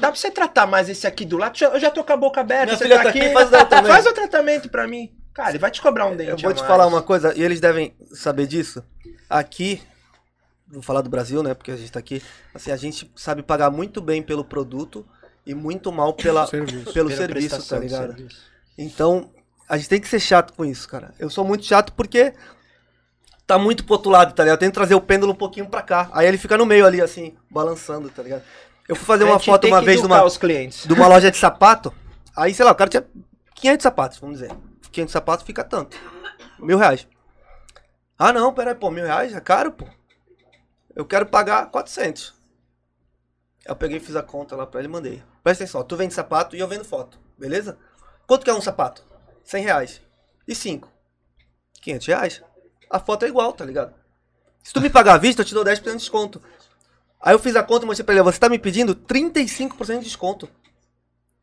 dá pra você tratar mais esse aqui do lado? Já- Eu já tô com a boca aberta.
Minha
você
filha
tá
tá
aqui.
aqui, faz o tratamento.
Faz o tratamento pra mim. Cara, ele vai te cobrar um dente.
Eu vou
a
te
mais.
falar uma coisa, e eles devem saber disso. Aqui, vou falar do Brasil, né? Porque a gente tá aqui. Assim, a gente sabe pagar muito bem pelo produto e muito mal pela,
Serviço.
pelo
Pela
serviço, tá
prestação do
ligado?
serviço.
Então, a gente tem que ser chato com isso, cara. Eu sou muito chato porque tá muito pro outro lado, tá ligado? Eu tenho que trazer o pêndulo um pouquinho pra cá. Aí ele fica no meio ali, assim, balançando, tá ligado? Eu fui fazer
A
uma
gente
foto
tem
uma
que
vez de
educar
uma,
os clientes.
de uma loja de sapato. Aí, sei lá, o cara tinha 500 sapatos, vamos dizer. 500 sapatos fica tanto. Mil reais. Ah, não, peraí, pô, mil reais é caro, pô. Eu quero pagar 400. Eu peguei e fiz a conta lá pra ele e mandei. Presta atenção, tu vende sapato e eu vendo foto, beleza? Quanto que é um sapato? 100 reais. E 5? 500 reais. A foto é igual, tá ligado? Se tu me pagar à vista, eu te dou 10% de desconto. Aí eu fiz a conta e mostrei pra ele, você tá me pedindo 35% de desconto.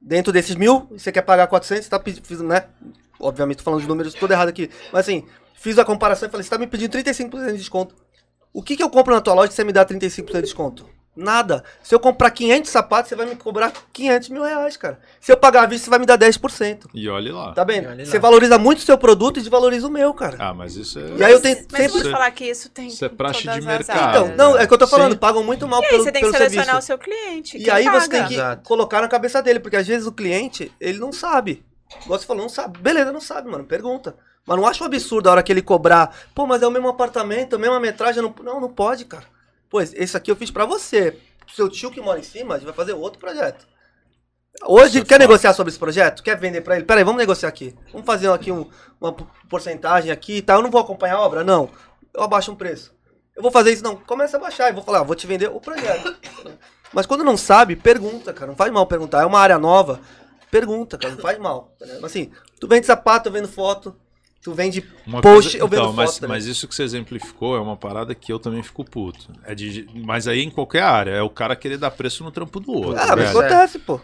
Dentro desses mil, você quer pagar 400, você tá pedindo, né? Obviamente tô falando de números tudo errado aqui. Mas assim, Fiz a comparação e falei, você tá me pedindo 35% de desconto. O que, que eu compro na tua loja que você me dá 35% de desconto? Nada. Se eu comprar 500 sapatos, você vai me cobrar 500 mil reais, cara. Se eu pagar à vista, você vai me dar 10%.
E olhe lá.
Tá bem?
E olha lá.
Você valoriza muito o seu produto e desvaloriza o meu, cara.
Ah, mas isso é.
E aí eu tenho
Mas eu vou
sempre...
te falar que isso tem.
Isso é
em
praxe
todas
de
as
mercado.
áreas.
Então, não, é o que eu tô falando.
Sim.
Pagam muito mal
E aí
pelo,
você tem que
pelo
selecionar
serviço.
o seu cliente.
E
quem
aí você
paga.
tem que
Exato.
colocar na cabeça dele, porque às vezes o cliente, ele não sabe. Igual você falou, não sabe. Beleza, não sabe, mano. Pergunta. Mas não acho um absurdo a hora que ele cobrar. Pô, mas é o mesmo apartamento, a mesma metragem. Não, não, não pode, cara. Pois, esse aqui eu fiz pra você. Seu tio que mora em cima, a gente vai fazer outro projeto. Hoje,
Isso é
quer
foda.
negociar sobre esse projeto? Quer vender pra ele? Pera aí, vamos negociar aqui. Vamos fazer aqui um- uma por- porcentagem aqui e tal. Eu não vou acompanhar a obra, não. Eu abaixo um preço. Eu vou fazer isso, não. Começa a baixar e vou falar, ah, vou te vender o projeto. Mas quando não sabe, pergunta, cara. Não faz mal perguntar. É uma área nova. Pergunta, cara. Não faz mal. tá ligado? Mas assim, tu vende sapato, eu vendo foto. Tu vende
Uma
post, eu vendo
então,
foto. né?
mas,
também.
mas isso que você exemplificou é uma parada que eu também fico puto. É de- mas aí em qualquer área, é o cara querer dar preço no trampo do outro.
Ah, mas
velho.
acontece, pô.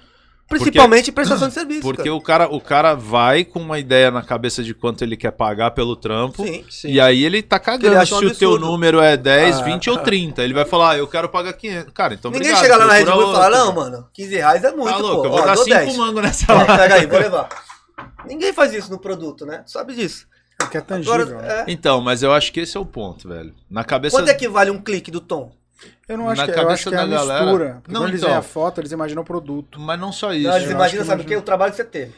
Principalmente em prestação de serviço.
é. Porque
cara.
o cara, o cara vai com uma ideia na cabeça de quanto ele quer pagar pelo trampo.
Sim.
Sim.
E aí ele tá cagando
Ele acha um
se o teu
absurdo.
número é 10,
Ah,
20 ou 30. Ele vai falar, ah, eu quero pagar 500. Cara, então
Ninguém
obrigado,
chega lá na Red
procura
Bull e fala,
outro.
não, mano, 15 reais é muito,
Tá louco,
pô.
eu vou
Ó,
dar
dou
5
10.
mango nessa
Ó,
hora.
Pega aí, vou levar. Ninguém faz isso no produto, né? Tu sabe disso.
Que é tangível.
Agora,
né?
é,
Então, mas eu acho que esse é o ponto, velho. Na cabeça.
quanto é que vale um clique do tom?
Eu não acho
na
que, eu acho
cabeça
que é a
da galera-
mistura. Porque
Não,
quando eles
então.
veem a foto, eles imaginam o produto.
Mas não só isso. né?
Não, eles
eu acho
imaginam,
que
sabe o
imagina.
quê? O trabalho que você teve.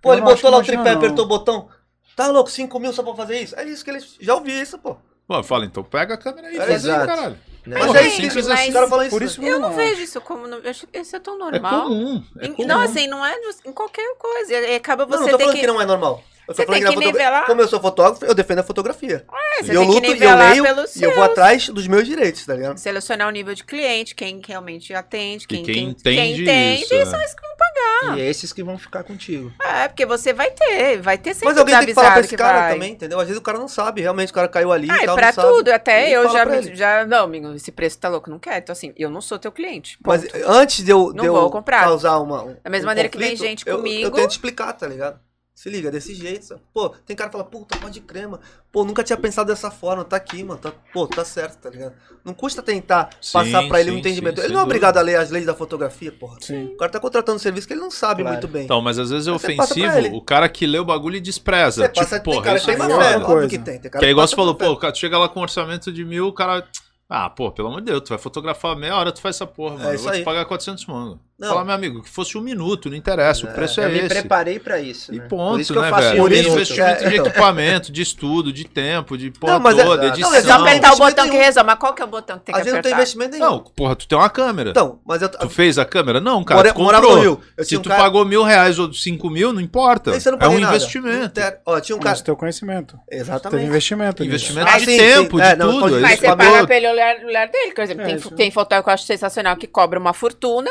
Pô,
Eu
ele
não acho
botou
que
lá o
imagina,
tripé,
não.
apertou o botão. Tá louco, 5 mil só pra fazer isso? É isso que eles. Já ouvi isso, pô.
Pô, fala, então pega a câmera aí e
É,
faz aí,
exato.
caralho.
Né?
Mas
Porra,
é isso,
simples
mas-
assim.
Os caras falam isso.
Por
né?
isso que
Eu não
acho.
vejo isso como. no- Eu acho que isso é tão
É
normal.
comum. É
Em-
comum.
Não, assim, não é de- em qualquer coisa. E acaba
Não,
você
não tô
ter
falando
que.
que... não é normal. Eu tô
Você
falando
tem
na
que
fotogra-
nivelar.
Como eu sou fotógrafo, eu defendo a fotografia.
É, você
E eu
tem que
luto, e eu
nivelar
leio,
pelos
e eu vou
seus.
atrás dos meus direitos, tá ligado?
Selecionar o nível de cliente, quem realmente atende, quem,
quem
quem,
entende
quem entende,
isso,
são
é.
esses que vão pagar.
Ah!
E é esses que vão ficar contigo.
É, porque você vai ter, vai ter sempre
Mas alguém tem que falar pra
desavisado
esse cara
vai.
também, entendeu? Às vezes o cara não sabe, realmente o cara caiu ali
Ah,
e
é
tal,
pra
não sabe.
tudo, até
Ele
eu
fala
já,
pra
me-
ele.
já. Não, amigo, esse preço tá louco, não quero. Então, assim, eu não sou teu cliente.
Mas antes de eu,
Não
de eu
vou comprar.
causar uma. um-
Da mesma
um
maneira que vem
conflito,
gente
eu- Eu,
comigo.
tento explicar, tá ligado? Se liga, desse jeito. sabe? Pô, tem cara que fala, puta, pó de crema. Pô, nunca tinha pensado dessa forma, tá aqui, mano. Tá, pô, tá certo, tá ligado? Não custa tentar
Sim,
passar pra ele um
sim,
entendimento.
sim,
ele
sem
não é obrigado a
dúvida.
ler as leis da fotografia, porra.
Sim.
O cara tá contratando um serviço que ele não sabe
Claro.
muito bem.
Então, mas às vezes é
Mas você passa pra ele.
ofensivo o cara que lê o bagulho e despreza.
você
tipo,
passa, tem
porra,
cara que
isso
tem
aí
uma
é
má
outra
fé,
foda.
coisa.
óbvio que tem. Tem cara
Que é igual você
passa
falou,
má fé.
pô, o cara chega lá com um orçamento de mil, o cara. Ah, pô, pelo amor de Deus, tu vai fotografar meia hora, tu faz essa porra, mano. eu
É isso
vou
aí.
te pagar 400 mano.
Não.
Fala, meu amigo, que fosse um minuto, não interessa, o preço
eu
é
me
esse.
preparei pra isso.
E
né?
ponto,
Por isso que
né,
eu faço
velho?
um
Por isso
minuto.
que eu-
investimento de
então.
equipamento, de estudo, de tempo, de porra
Não, mas é-
toda,
não,
edição.
mas
Só
Não,
apertar o
investimento
botão que
nenhum.
resolve. Mas qual que é o botão que tem
Às
que
vezes não tem
apertar?
investimento nenhum.
Não, porra, tu tem uma câmera.
Então, mas eu.
Tu fez a câmera? Não, cara,
Mora-
tu comprou.
morava no Rio. Eu
Se
tinha um
tu
cara-
pagou mil reais ou cinco mil, não importa.
Isso eu não
então.
é um
paguei nada.
investimento.
Inter- Ó,
É.
tinha um cara.
Mas teu conhecimento. Teve
Exatamente.
investimento. nisso.
Investimento
Ah,
de
sim,
tempo,
sim.
de
É, não,
tudo.
pode-
é
Mas
Mas
isso que
você
eu tô-
paga pelo olhar, olhar dele, por exemplo.
É,
tem,
isso.
tem fotógrafo que eu acho sensacional que cobra uma fortuna.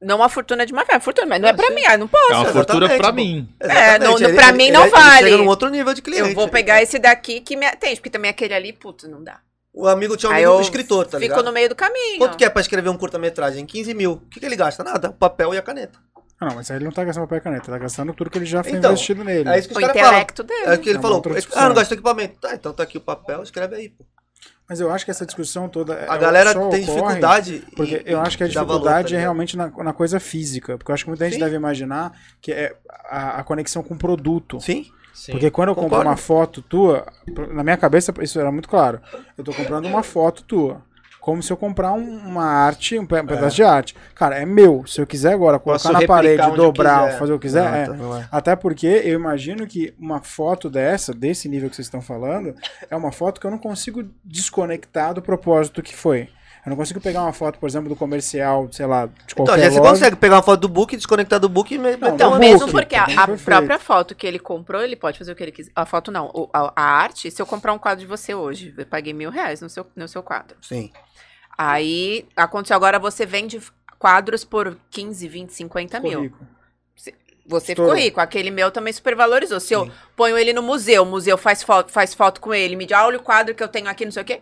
Não uma fortuna de uma é uma fortuna, mas não é pra mim, ah, não posso.
É uma fortuna
Exatamente,
pra
pô.
mim.
Exatamente.
É, não- não-
Ele-
pra
ele-
mim
ele-
não
ele
vale.
Chega num outro nível de cliente.
Eu vou pegar esse daqui que me atende, porque também aquele ali, puta, não dá.
O amigo tinha um
Aí
amigo
eu
escritor, tá
Fico
ligado?
no meio do caminho.
Quanto que é pra escrever um curta-metragem? 15 mil. O que, que ele gasta? Nada. O papel e a caneta.
Ah, Não, mas aí ele não tá gastando papel e caneta, tá gastando tudo que ele já foi
Então,
investido nele.
É isso que
O
os caras falam.
intelecto um dele.
É o que
É
ele
uma
falou.
outra discussão.
Ah, não gastou equipamento. Tá, então tá aqui o papel, escreve aí, pô.
Mas eu acho que essa discussão toda. é-
A galera
só
tem
ocorre
dificuldade. em-
Porque eu acho que a
em dar valor, tá
dificuldade é
ligado?
realmente na, na coisa física. Porque eu acho que muita gente
Sim.
deve imaginar que é a, a conexão com o produto.
Sim? Então,
Sim.
Porque quando eu compro
Concordo.
uma foto tua, na minha cabeça isso era muito claro. Eu tô comprando uma foto tua. Como se eu comprar um- uma arte, um pe- um pedaço de arte. Cara, é meu. Se eu quiser agora colocar
Posso
na
replicar
parede,
onde eu
dobrar,
quiser.
fazer o que quiser,
Ah,
é.
tá, não é.
Até porque eu imagino que uma foto dessa, desse nível que vocês estão falando, é uma foto que eu não consigo desconectar do propósito que foi. Eu não consigo pegar uma foto, por exemplo, do comercial, sei lá, de
Então,
qualquer
já você
loja.
consegue pegar uma foto do book, desconectar do book e me-
Não,
meter
não.
Então,
uma...
book,
mesmo porque a,
também
a
foi feito.
própria foto que ele comprou, ele pode fazer o que ele quiser. A foto não, o- a, a arte. Se eu comprar um quadro de você hoje, eu paguei mil reais no seu, no seu quadro.
Sim.
Aí aconteceu agora, você vende quadros por 15, 20,
né,
50 mil.
Currículo.
Você
Estourou.
ficou rico. Aquele meu também supervalorizou. Se eu ponho ele no museu, o museu faz foto, faz foto com ele, me diz, ah, olha o quadro que eu tenho aqui, não sei o quê.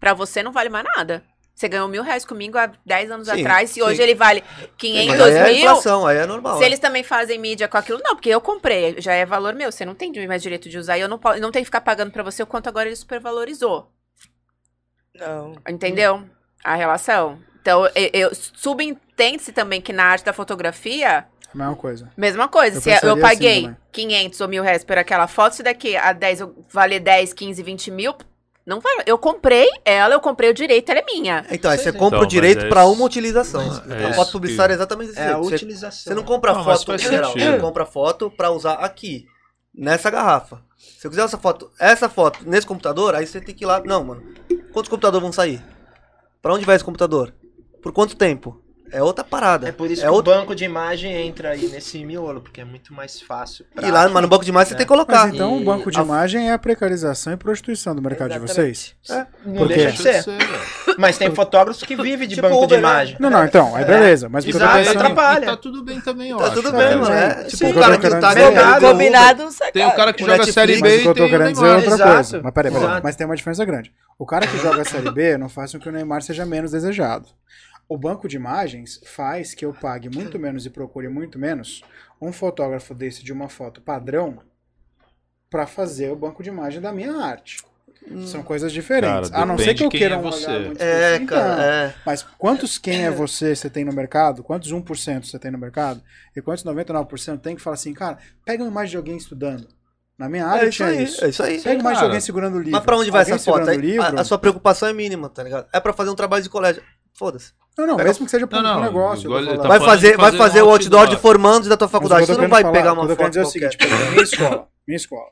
Pra você não vale mais nada. Você ganhou mil reais comigo há 10 anos
Sim,
atrás e
sim.
hoje ele vale
Mas
500
aí é
mil.
inflação, aí é normal.
Se eles também fazem mídia com aquilo, não, porque eu comprei, já é valor meu, você não tem mais direito de usar e eu não, po- não tenho que ficar pagando pra você o quanto agora ele supervalorizou.
Não.
Hum.
Entendeu? A relação. Então, eu, eu- subentende-se também que na arte da fotografia,
É A mesma coisa.
mesma coisa.
Eu
se é- eu
pensaria assim
paguei
também.
500 ou mil reais por aquela foto, se daqui a 10 eu valer 10, 15, 20 mil, não vai. Eu comprei ela, eu comprei o direito, ela é minha.
Então, aí você
Então,
compra o
mas
direito
é
pra
isso-
uma utilização.
é
a
isso
foto
que-
publicitária é exatamente esse
É a
jeito. Você-
utilização.
Você não compra
Não, mas
foto
faz
geral,
sentido.
você compra foto pra usar aqui, nessa garrafa. Se eu quiser essa foto, essa foto nesse computador, aí você tem que ir lá. Não, mano. Quantos computadores vão sair? Pra onde vai esse computador? Por quanto tempo? É outra parada.
É por isso que
outra...
o banco de imagem entra aí nesse miolo, porque é muito mais fácil. pra-
E lá, mas no banco de imagem você
É.
tem que colocar.
Mas então o
E-
banco de
a-
imagem é a precarização e prostituição do mercado de vocês?
É, Não
Por quê?
deixa de ser.
velho.
Mas tem fotógrafos que vivem de
Tipo
banco de
Uber, né?
imagem.
Não, não, então, aí beleza. Mas o que eu tô
Exato,
pensando-
atrapalha.
E tá tudo bem também, ó.
Tá tudo bem, mano. É,
Sim.
tipo,
Sim.
o cara que tá
Combinado.
ganhando-
Combinado não sai
Tem o
caro.
cara que
O
joga
Netflix,
Série
Mas o
B
que eu
e
tô
tem o
querendo dizer é
Neymar.
outra
Exato,
coisa. Mas peraí, peraí.
exato.
Mas tem uma diferença grande. O cara que joga a Série B não faz com que o Neymar seja menos desejado. O banco de imagens faz que eu pague muito menos e procure muito menos um fotógrafo desse de uma foto padrão pra fazer o banco de imagem da minha arte. São coisas diferentes.
Cara,
a não ser
depende
que eu
quem
queira
é
um
você.
olhar muito
É,
específico. Então,
cara.
Mas quantos quem é você você tem no mercado? Quantos 1% você tem no mercado? E quantos 99% tem que fala assim, cara, pega uma imagem de alguém estudando. Na minha
É,
área
é isso
tinha
aí.
isso.
É isso aí.
Pega mais de
Cara,
alguém segurando o livro.
Mas pra onde vai
alguém
essa foto?
segurando o
Aí,
livro?
a, a sua preocupação é mínima, tá ligado? É pra fazer um trabalho de colégio. Foda-se.
Não, não,
Pega-
mesmo que seja pra
Não, não,
um negócio. eu tô
igual ele
falando.
tá
vai
falando de
fazer, vai
fazer um
fazer o outdoor de
outdoor.
formandos da
Mas
tua
o que
faculdade.
eu tô
Você não
querendo
vai
falar,
pegar
o
uma
que eu tô querendo
foto
dizer é o seguinte,
qualquer.
por exemplo, minha escola, minha escola.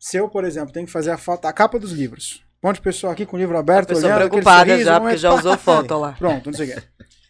Se eu, por exemplo, tenho que fazer a foto, a capa dos livros. Um monte de pessoa aqui com o livro aberto,
Pessoa
olhando, aquele
preocupada
sorriso,
já,
um
porque
é
já
pá,
usou foto lá.
Pronto, não sei o que.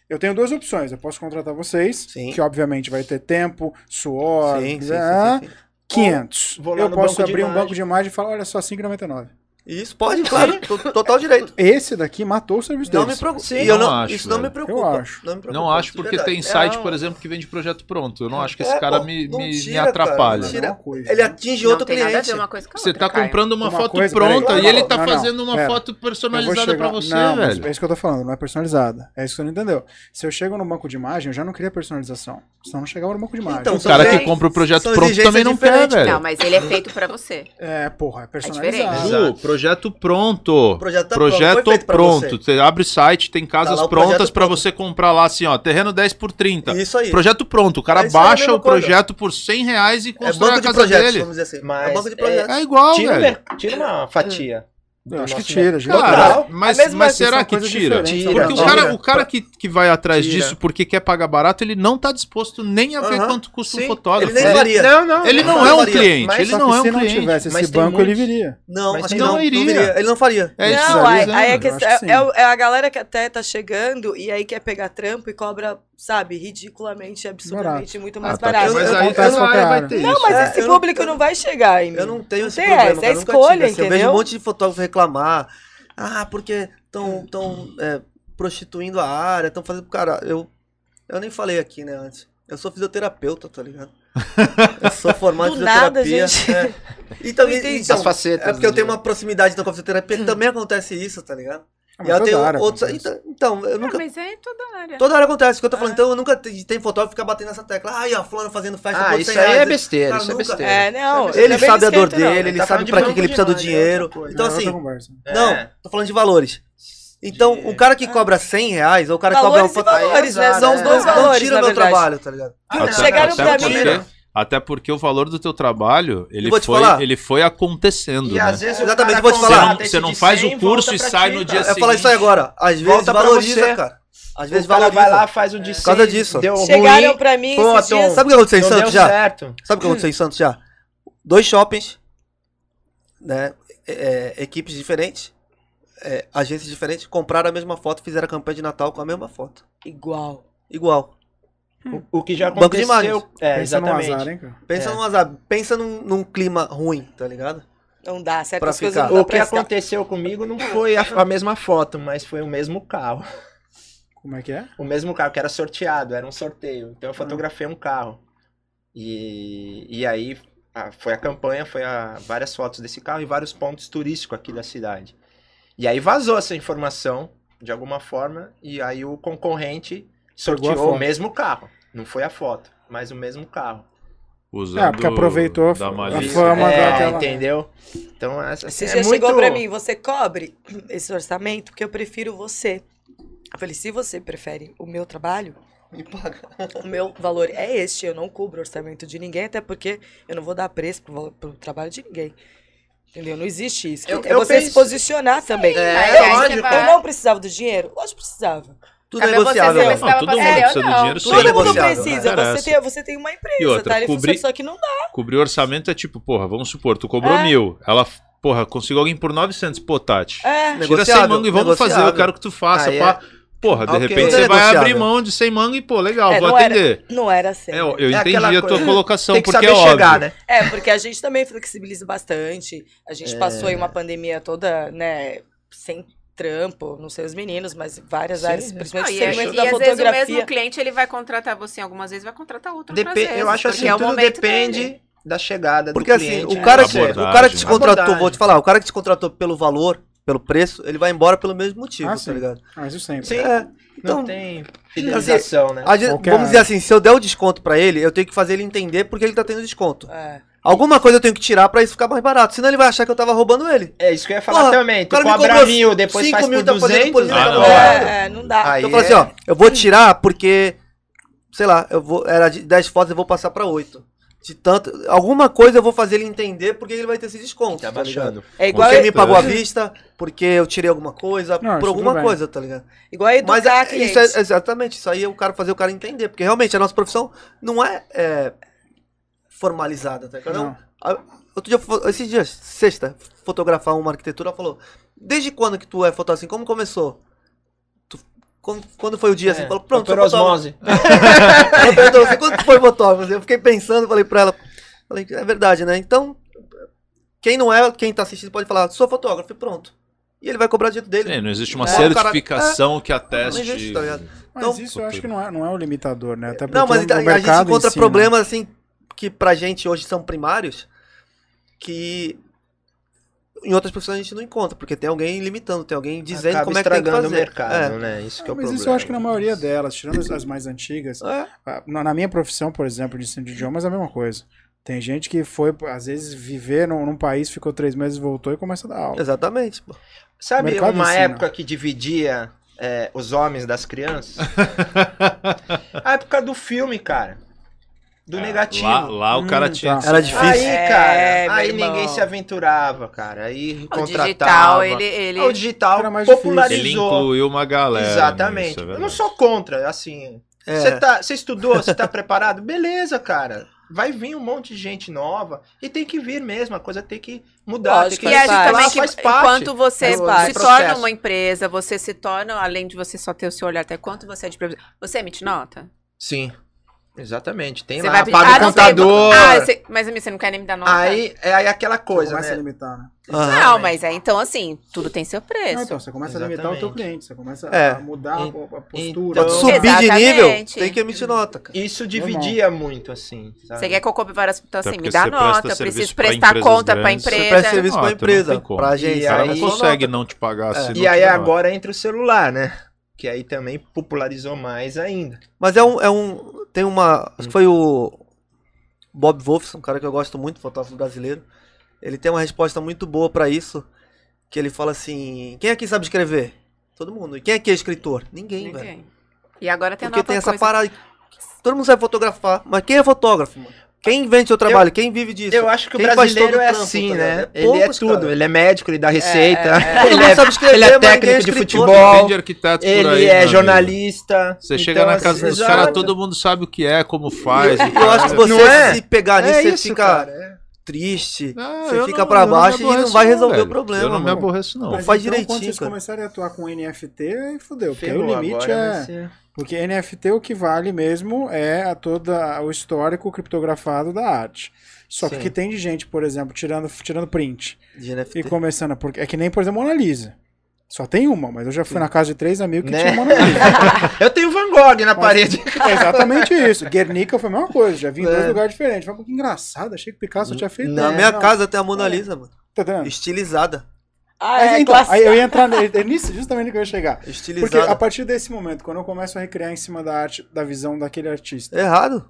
Eu tenho duas opções. Eu posso contratar vocês,
Sim.
que obviamente vai ter tempo, suor,
Sim, sim, sim,
ah,
sim, sim.
500.
Vou lá
Eu
no
posso
banco de
abrir um
imagem.
banco de imagem e falar, olha só, 5,99.
Isso pode, claro. to- Total direito.
Esse daqui matou o serviço
Não me
deles.
preocupa.
Sim,
E eu
não
não-
acho,
isso não me
velho.
preocupa.
Eu acho.
Não, me preocupa,
Não acho
isso é
porque
verdade.
tem site,
Não.
por exemplo, que vende projeto pronto. Eu não acho que
É,
esse cara
pô,
me,
não
me- me
tira, cara.
atrapalha.
Não é
Tira-
uma coisa.
Ele atinge
Não
outro
tem
cliente.
nada a ver uma coisa com a
Você
outra,
tá
Caio.
comprando uma,
Uma
foto
coisa,
pronta
peraí,
e ele
não,
tá
não,
fazendo uma
pera.
foto
Eu vou
personalizada
chegar-
pra você,
não, mas
velho.
é isso que eu tô falando, não é personalizada. É isso que você não entendeu. Se eu chego no banco de imagem, eu já não queria personalização. Senão eu não chegava no banco de imagem.
Então,
O cara que
também-
compra o projeto
são
pronto
exigências
também não quer,
diferentes.
Não,
velho.
mas ele é feito pra você.
É, porra, é
É
personalizado.
diferente.
Ju, projeto pronto.
O projeto tá
projeto
pronto. foi feito pra
pronto. Você. abre site, tem casas
Tá lá o projeto
prontas pra
pronto.
você comprar lá assim, ó, terreno 10 por 30.
você. Isso aí.
Tá. Projeto pronto. O cara
É isso aí, é a
baixa
mesma
o
coisa.
projeto por 100 reais e
É
constrói
banco
a
de
casa
projetos,
dele.
vamos dizer assim.
Mas
é banco de
é-
projetos.
É igual,
Tira, o
velho.
mer- tira uma fatia.
Eu acho que
Nossa,
é
tira, gente.
Cara,
Total.
mas,
É mesmo
mas
assim,
será
são
que
coisas
tira?
diferentes,
Tira,
Porque o
Alberto.
tira.
cara, o cara que, que vai atrás
Tira.
disso porque quer pagar barato, ele não tá disposto nem a ver
Aham,
quanto custa
sim.
um fotógrafo.
Ele nem
Ele,
faria.
Não, não.
ele não
Ele
é um
faria,
cliente,
mas-
ele
Só
não
que
é
se
um
não
cliente.
tivesse
mas
esse
tem
banco,
muito.
ele viria.
Não,
Mas
acho que
não
não. Não
iria.
iria. Ele não faria.
É isso
não, aí, aí a
eu
questão
acho que
é, é
sim.
o- é a galera que até tá chegando e aí quer pegar trampo e cobra, sabe, ridiculamente, absurdamente, muito
Ah,
Ah,
mais
tá,
tá.
barato.
mas aí-
Eu- eu-
mas aí vai ter
não,
isso.
Mas
É,
esse
eu não-
público não, vai chegar em mim.
é- Eu não tenho esse
tem
problema.
essa, é
cara, eu nunca tive,
escolha,
assim, Eu vejo
entendeu?
um monte de fotógrafo reclamar. Ah, porque
Hum.
estão tão, é, prostituindo a área, estão fazendo. Cara, eu, eu nem falei aqui, né, antes. Eu sou fisioterapeuta, tá ligado? Eu sou formado em
Do nada,
fisioterapia.
gente.
é. Então,
Não entendi. Hum.
então,
As facetas.
é porque eu tenho
né?
uma proximidade então, com a fisioterapia, que também acontece isso, tá ligado?
Ah,
E
mas
eu
toda
tenho
hora
outros.
acontece.
Então, então, eu
Ah,
nunca.
mas é toda área.
Toda hora acontece, o que eu tô falando. Então, eu nunca tem, tem fotógrafo que fica batendo nessa tecla. Ai, ó, fulano fazendo festa
Ah,
Tipo,
por
isso
100
aí é
reais.
besteira,
tá
Cara,
isso é
nunca-
besteira.
É, não.
Ele
Ele
também
sabe a dor
esquenta, não.
dele, ele
Tá
sabe
falando de
pra que,
banco
que ele
de
precisa
né,
do
imagem, é outra
dinheiro.
coisa.
Então,
É outra
assim,
conversa.
não,
É.
tô falando de valores. Então,
De-
o cara que cobra 100 reais, ou o cara que cobra um
Valores
uma
e
foto.
valores, né? São os
não-
dois
não
valores,
tira
na
é meu
verdade.
trabalho, tá ligado?
Ah,
Até-
Chegaram
até
pra
porque-
né?
mim-
Até porque o valor do teu trabalho, ele
Eu vou te
foi,
falar.
ele foi acontecendo,
E
né?
às vezes o
Exatamente,
cara
vou te
contrata
falar.
Você não-
esse
você não
de
faz o
100, volta
curso e
pra
sai
ti,
no
cara.
dia
Eu falo isso aí agora. Às vezes
é Volta pra
valoriza,
você.
cara. Às
O
vezes
cara vai lá,
valoriza.
faz um de
Por causa
100,
disso.
Deu ruim,
Chegaram pra mim
Pô,
esses dias.
Tom,
Sabe o que aconteceu em
não deu
Santos já?
certo.
Sabe o que aconteceu em Santos já? Dois shoppings, né? é, é, equipes diferentes, é, agências diferentes, compraram a mesma foto, fizeram a campanha de Natal com a mesma foto.
Igual.
Igual.
O que já
Banco de
aconteceu.
imagens.
é,
Pensa num
exatamente.
azar, hein, cara.
Pensa
É.
num azar, pensa num, num clima ruim, tá ligado?
Não É um dá,
Pra
certas
ficar.
coisas não dá
O que
pra escapar.
aconteceu comigo não foi a, a mesma foto, mas foi o mesmo carro.
Como é que é?
O mesmo carro que era sorteado, era um sorteio. Então eu
Ah.
fotografei um carro. E, e aí a- foi a campanha, foi a, várias fotos desse carro e vários pontos turísticos aqui da cidade. E aí vazou essa informação de alguma forma, e aí o concorrente
Pegou a
sorteou
foto.
o mesmo carro. Não foi a foto, mas o mesmo carro.
Usando
É, porque aproveitou a
da
f- a
malícia.
fama
é,
daquela.
entendeu? Então, essa
Você
é
já
muito...
chegou pra mim, você cobre esse orçamento porque eu prefiro você. Eu falei, se você prefere o meu trabalho,
Me paga.
o meu valor é este. Eu não cubro o orçamento de ninguém, até porque eu não vou dar preço pro, val- pro trabalho de ninguém. Entendeu? Não existe isso.
Eu-
é
eu
você
penso-
se posicionar também.
É,
Aí, aí
lógico.
você
Eu
vai-
não precisava do dinheiro? Lógico, que precisava.
Tudo
Cadê
é negociável,
você?
velho.
Você estava
Todo
pra-
mundo
É, eu
precisa do
não.
dinheiro
Tudo é
sempre.
Todo mundo
negociável,
precisa.
né?
Você tem, você tem uma empresa,
E outra,
tá? Ele
cobrir-
Só que não dá.
Cobrir o orçamento é tipo, porra, vamos supor, tu cobrou
É.
mil. Ela, porra, consigo alguém por 900, pô, Tati.
É.
Tira 100 mango e vamos fazer, eu quero que tu faça.
Aí
pá. Porra, de
Ok.
Tudo
repente
é
você vai
negociável.
abrir mão de 100 mango e, pô, legal,
É,
vou
não era-
atender.
Não era assim.
É, eu
É
entendi
aquela
a tua
coisa-
colocação,
Tem que
porque
saber
é óbvio.
chegar, né?
É, porque a gente também flexibiliza bastante. A gente passou aí uma pandemia toda, né, sem trampo, não sei os meninos, mas várias
Sim.
áreas,
Não,
principalmente
e,
o segmento
e
da
é às vezes o mesmo
fotografia.
cliente ele vai contratar você algumas vezes, vai contratar outro
Depe-
outras vezes,
eu acho
porque
assim,
é o
tudo
momento
depende
dele.
da chegada
Porque
do
assim,
cliente.
o
né?
cara, que,
Abordagem.
o cara que te contratou,
Abordagem.
vou te falar, o cara que te contratou pelo valor, pelo preço, ele vai embora pelo mesmo motivo,
Ah,
tá
sim.
ligado?
Mas isso sempre.
Sim,
É.
não
Então,
tem fidelização, né?
a gente-
Qualquer-
vamos dizer assim, se eu der o desconto pra ele, eu tenho que fazer ele entender porque ele tá tendo desconto.
É.
Alguma coisa eu tenho que tirar pra isso ficar mais barato, senão ele vai achar que eu tava roubando ele.
É isso que eu ia falar
Porra,
também.
o
Tu
cara me
cobra
cobrou
mil, depois
cinco
faz
mil,
por né?
tá fazendo
200.
política
Ah, não.
agora.
É, é, não dá.
Aí
Então eu falo
é-
assim, ó, eu vou tirar porque, sei lá, eu vou, era de 10 fotos, eu vou passar pra 8. De tanto, alguma coisa eu vou fazer ele entender porque ele vai ter esse desconto,
Tá
tá
né?
ligado?
baixando.
É
Com
igual,
Porque me
certeza.
pagou à vista, porque eu tirei alguma coisa,
Não, isso tudo
por alguma
bem.
coisa, tá ligado?
igual educar
Mas é,
cliente.
isso é, exatamente, isso aí é o cara fazer o cara entender, porque realmente a nossa profissão não é, é, formalizada, tá ligado?
Não.
Ah, Outro dia, eu fo- esses dias, sexta, fotografar uma arquitetura, ela falou, desde quando que tu é foto assim, como começou? Tu- como- quando foi o
É.
dia, assim, falou, pronto, sou
É. Por
fotógrafo.
osmose.
Ela perguntou assim, quando tu foi fotógrafo? Eu fiquei pensando, falei pra ela, falei, é verdade, né? Então, quem não é, quem tá assistindo pode falar, sou fotógrafo e pronto. E ele vai cobrar do jeito dele.
É, não existe uma
É, o cara-
certificação que ateste.
Não existe, tá ligado?
Mas
Então-
isso eu acho que não é, não é um limitador, né? Até porque
Não, mas
o
então, a gente
mercado
encontra
né?
ensina.
problemas assim que pra gente hoje são primários que em outras profissões a gente não encontra, porque tem alguém limitando, tem alguém dizendo
Acaba
como é que tem que
estragando
fazer.
o mercado,
É.
né? Isso que é
Ah,
o
mas
problema.
isso eu acho que na maioria delas, tirando as- as mais antigas,
É.
Ah, Na na minha profissão, por exemplo, de ensino de idiomas, é a mesma coisa. Tem gente que foi, às vezes, viver num, num país, ficou três meses, voltou e começa a dar aula.
Exatamente. pô.
O
Sabe
mercado
uma
ensina.
época que dividia é, os homens das crianças? a época do filme, cara.
Ah,
Do negativo.
É, Lá,
Ah,
lá o cara
Hum,
tinha.
tá.
Era difícil.
Aí,
É,
cara, aí
meu irmão.
ninguém se aventurava, cara. Aí
O
contratava. É
digital, ele, ele...
O digital
Era mais difícil.
Ele
popularizou.
incluiu uma galera.
Exatamente.
nisso, é
eu não
verdade.
sou contra, assim.
É.
Você tá, você estudou, você tá preparado? Beleza, cara. Vai vir um monte de gente nova e tem que vir mesmo, a coisa tem que mudar,
Lógico,
tem
E
que
faz
acho
parte.
também
Lá
que
faz parte.
enquanto você
Faz
se torna
parte.
É Processo.
uma empresa, você se torna, além de você só ter o seu olhar, até quanto você é de previsão. Você emite nota?
Sim. Exatamente. Tem
você
lá,
pedir- Ah,
paga o
não sei,
contador.
ah, você- mas amigo, você não quer nem me dar nota?
aí, é aí aquela coisa,
começa a
né?
limitar, né?
Aham.
Não, mas é, então assim, tudo tem seu
Não,
preço.
então, você começa a limitar o teu
Exatamente.
cliente, você começa
É.
a mudar a- a postura.
Pra
Então-
subir de nível,
Exatamente.
tem que emitir nota, cara.
Isso dividia muito, assim. sabe?
Você quer que eu compre várias... Então
Até
assim, me
porque
dá
você
nota, eu
presta
preciso
serviço pra
prestar
empresas
conta pra
grandes. Você
Você
empresa.
presta serviço pra
Nota, não tem
empresa,
como.
pra
O
agência.
cara
aí- É.
não consegue não te pagar se não
E aí
tiver.
agora entra o celular, né? Que aí também popularizou mais ainda.
Mas é um, é um. Tem uma.
Hum.
Acho que foi o. Bob Wolfson, um cara que eu gosto muito, fotógrafo brasileiro. Ele tem uma resposta muito boa pra isso. Que ele fala assim: quem aqui sabe escrever? Todo mundo. E quem aqui é escritor? Ninguém, velho.
Ninguém. E agora tem
Porque
nova
tem essa
coisa.
parada. Todo mundo sabe fotografar, mas quem é fotógrafo, mano? Quem inventa o trabalho? Quem vive disso?
Eu acho que
Quem
o
faz
brasileiro
todo o
é
trampo,
assim,
tá
né?
ligado? É
ele é
poucos,
tudo.
cara.
Ele é médico, ele dá receita.
Todo
Ele,
mundo
é,
sabe escrever,
ele é
mas ninguém
técnico de
escritor.
futebol.
Tem de arquiteto por aí,
ele
meu
é
amigo.
jornalista. então, assim,
Você chega na casa dos
exato.
caras, todo mundo sabe o que é, como faz.
então, assim, E eu acho que
Não
você
é?
se pegar nisso,
É
você
isso,
fica
cara, é.
triste,
Ah,
você
eu
fica
não-
pra
eu me
baixo e não
aborreço
vai resolver
velho.
o problema.
Eu não me
mano.
aborreço, não.
Pô, faz
então, Quando
direitinho,
vocês
cara.
começarem a atuar com NFT, aí fudeu. Porque aí
Ferrou,
o limite
agora
é.
vai ser-
Porque NFT o que vale mesmo é a toda o histórico criptografado da arte. Só que
Sim.
o que tem de gente, por exemplo, tirando, tirando print.
De NFT.
E começando, porque é que nem, por exemplo, Mona Lisa. Só tem uma, mas eu já fui na casa de três amigos que
Né?
tinha Mona Lisa.
Eu tenho Van Gogh na
Mas-
parede.
É exatamente isso. Guernica foi a mesma coisa, já vi em
É.
dois lugares diferentes. um Falei, que
É,
engraçado, achei que Picasso tinha feito.
Na
né?
minha
Não,
casa tem a Mona Lisa, mano.
Tá entendendo?
Estilizada.
Ah,
Mas,
é,
então,
classe-
aí eu ia entrar ne- é nisso, justamente que eu ia chegar. Porque a
Estilizado.
partir desse momento, quando eu começo a recriar em cima da arte, da visão daquele artista.
Errado.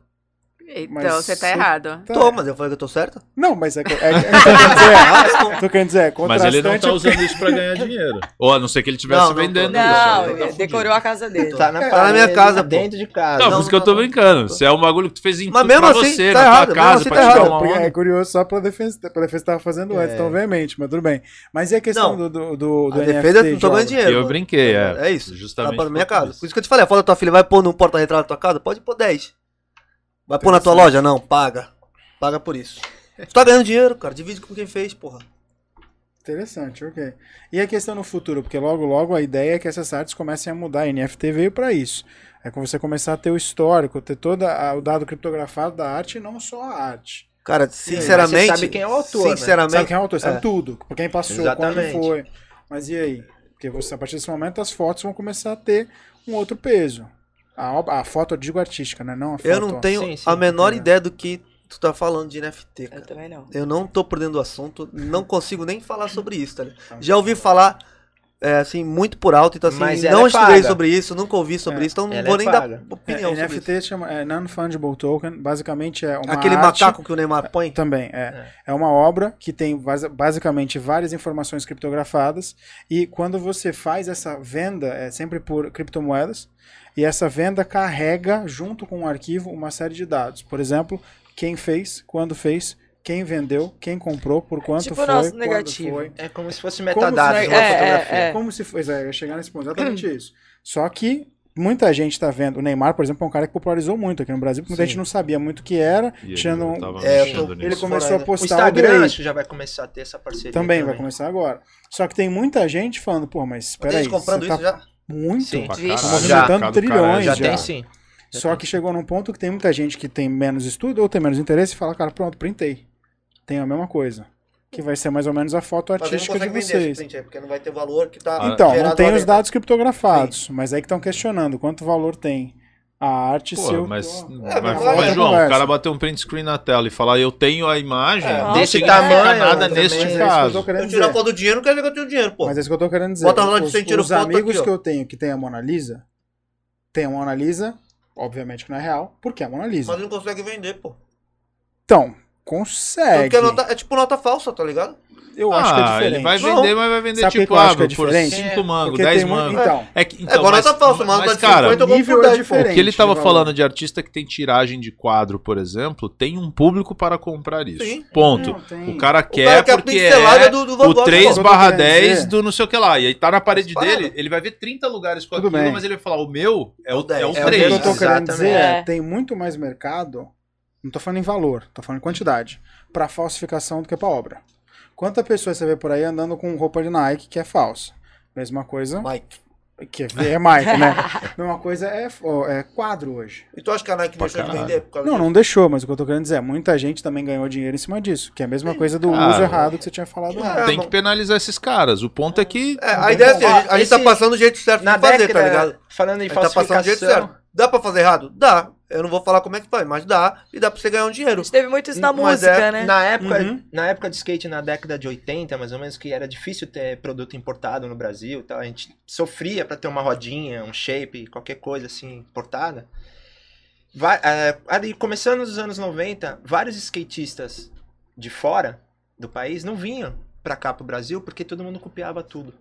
Então,
Mas
você tá
você-
errado.
Tá.
Tô, mas eu falei que eu tô certo? Ah,
Não, mas é. que- é, que- é, que eu tô querendo dizer, é tô querendo dizer, é
Mas
contrastante.
ele não tá usando isso pra ganhar dinheiro. Ou a não ser que ele estivesse
Não, não tô.
vendendo
Não,
isso.
ele
aí tá fudido.
decorou a casa dele.
Tá na,
É,
tá na minha
parede,
casa,
tá
pô.
dentro de casa.
Não,
Não,
por isso que eu tô
não, não.
brincando. Se é um bagulho que tu fez em
Mas
tudo
mesmo
pra
assim,
você,
tá
na
errado,
tua
mesmo
casa,
assim
pra
tá
um tirar
errado.
uma
Não, porque é
onda.
curioso só pela defesa, pela defesa que tava fazendo antes, então, veemente, mas tudo bem. Mas e a questão
É. Não.
do, do, do, do
a
NFT
defesa não
de
tô
obra?
ganhando dinheiro.
Eu brinquei, é.
É isso. Tá
Justamente.
pra minha
por causa
casa.
disso.
Por isso que eu te falei, a foto da tua filha vai pôr num porta-retrato da tua casa? Pode pôr 10. Vai pôr na tua loja? Não, paga. Paga por isso. Tu tá ganhando dinheiro, cara. Divide com quem fez, porra.
Interessante, ok. E a questão no futuro, porque logo logo a ideia é que essas artes comecem a mudar. A NFT veio para isso. É com você começar a ter o histórico, ter todo a- o dado criptografado da arte e não só a arte.
Cara,
mas
sinceramente.
você sabe quem é o autor, né?
Sinceramente.
Sabe quem é o autor? Sabe
É.
tudo. Quem passou,
Exatamente.
quando foi. Mas e aí? Porque você, a partir desse momento as fotos vão começar a ter um outro peso. A, obra- a foto, eu digo artística, né? Não a foto.
Eu não tenho
é Sim, É sim,
a menor
é.
ideia do que tu tá falando de NFT,
Eu
cara.
também não.
Eu não tô por dentro do assunto, não consigo nem falar sobre isso, tá ligado? Já ouvi falar, é, assim, muito por alto, então assim,
Mas ela
não
é
estudei
paga.
sobre isso, nunca ouvi sobre
É,
isso, então não
ela
vou
é
nem
paga.
dar
É,
opinião sobre isso.
NFT chama é, Non-Fungible Token, basicamente é uma
Aquele
arte...
macaco que o Neymar põe.
Também, é. é. uma obra que tem basi- basicamente várias informações criptografadas e quando você faz essa venda, é sempre por criptomoedas, e essa venda carrega junto com o arquivo uma série de dados. Por exemplo, quem fez, quando fez, quem vendeu, quem comprou, por quanto
Tipo o
foi,
nosso
quando
negativo.
foi.
É como se fosse
Como se,
metadados
é,
numa fotografia.
é, como se fosse, é, eu ia chegar nesse ponto, exatamente isso. Só que muita gente tá vendo, o Neymar, por exemplo, é um cara que popularizou muito aqui no Brasil, porque muita
Sim.
gente não sabia muito o que era,
E ele
tirando um-
tava
É, eu
mexendo
tô-
nisso.
ele começou a
O
O
postar o
Instagram
Grey.
acho que já vai começar a ter essa parceria.
Também vai começar agora. Só que tem muita gente falando, pô, mas
Tem
peraí,
gente comprando
você
isso
tá
já?
muito.
Sim.
Pra
Vixe.
caralho,
Já.
mercado do
tá trilhões,
caralho,
Já,
Já.
tem sim.
Só que chegou num ponto que tem muita gente que tem menos estudo ou tem menos interesse e fala, cara, pronto, printei. Tem a mesma coisa. Que vai ser mais ou menos a foto
Mas ele não
artística de
consegue vender esse
vocês.
print aí, porque não vai ter valor que tá
Então, não
gerado
tem
lá
os
dentro.
dados criptografados, mas aí que estão questionando quanto valor tem a arte
Pô,
seu.
mas,
Pô,
mas,
É,
mas
mas,
outra
João,
conversa.
o cara bater um print screen na tela e falar eu tenho a imagem,
É,
não
desse
significa
tamanho,
nada
também,
neste
mas é isso que eu tô
caso.
querendo
Eu tirar
dizer.
a foto do dinheiro, não quer dizer que eu tenho dinheiro, pô.
Mas é isso que eu tô querendo dizer.
Bota lá de
os,
você tira
os
foto
amigos
aqui, ó.
que eu tenho que tem a Mona Lisa, tem a Mona Lisa, obviamente que não é real, porque é a Mona Lisa.
Mas ele não consegue vender,
É
pô.
Então,
Tanto
consegue.
que a nota- é tipo nota falsa, tá ligado?
Eu acho que é
Ah,
diferente.
ele vai
Não.
vender, mas vai vender
Sabe por que
tipo,
eu acho
ah,
que é
por
diferente?
5 mango,
Porque
10
tem muito-
mango.
Então,
É, que,
É,
então,
agora
mas,
tá falso, mas
mas
tá de
cara,
50 eu vou
nível
por
é
10, pô.
diferente.
o que ele
de
tava
valor.
falando de artista que tem tiragem de quadro, por exemplo, tem um público para comprar isso.
Sim.
Ponto.
Não, tem.
O cara
O
quer
cara quer a
porque
pincelada
é
do, do Van
o
Gogh, pô.
3
pô.
barra
Tudo bem,
10
dizer.
do não sei o que lá. E aí tá na parede
Parada.
dele, ele vai ver 30 lugares com
Tudo
aquilo,
bem.
mas ele vai falar, o meu é o, é o
É
É, o que
3.
eu tô querendo
Exatamente.
dizer é,
É.
tem muito mais mercado, não tô falando em valor, tô falando em quantidade, pra falsificação do que pra obra. Quanta pessoa você vê por aí andando com roupa de Nike que é falsa? Mesma coisa,
Mike.
que é Mike, né? Mesma coisa é, ó, é quadro hoje.
E tu acha que a Nike
Pra
deixou de
caralho.
vender? Por causa
Não,
disso?
não deixou, mas o que eu tô querendo dizer é, muita gente também ganhou dinheiro em cima disso, que é a mesma coisa do
Ah,
Cara.
uso errado que você tinha falado antes.
É,
Tem que
mano.
penalizar esses caras. O ponto é que
É, a ideia é assim, a gente, a gente
Esse-
tá passando o jeito certo
Na
de fazer,
década,
tá ligado?
falando
A
em
gente tá passando o jeito
falsificação,
certo. Dá pra fazer errado? Dá. Eu não vou falar como é que faz, mas dá. E dá pra você ganhar um
A
dinheiro.
gente teve muito isso na
Mas
música,
é-
né?
na época,
Uhum.
na época de skate, na década de 80, mais ou menos, que era difícil ter produto importado no Brasil, e tal. a gente sofria pra ter uma rodinha, um shape, qualquer coisa assim importada. Vai, é, ali, começando nos anos 90, vários skatistas de fora do país não vinham pra cá pro Brasil porque todo mundo copiava tudo.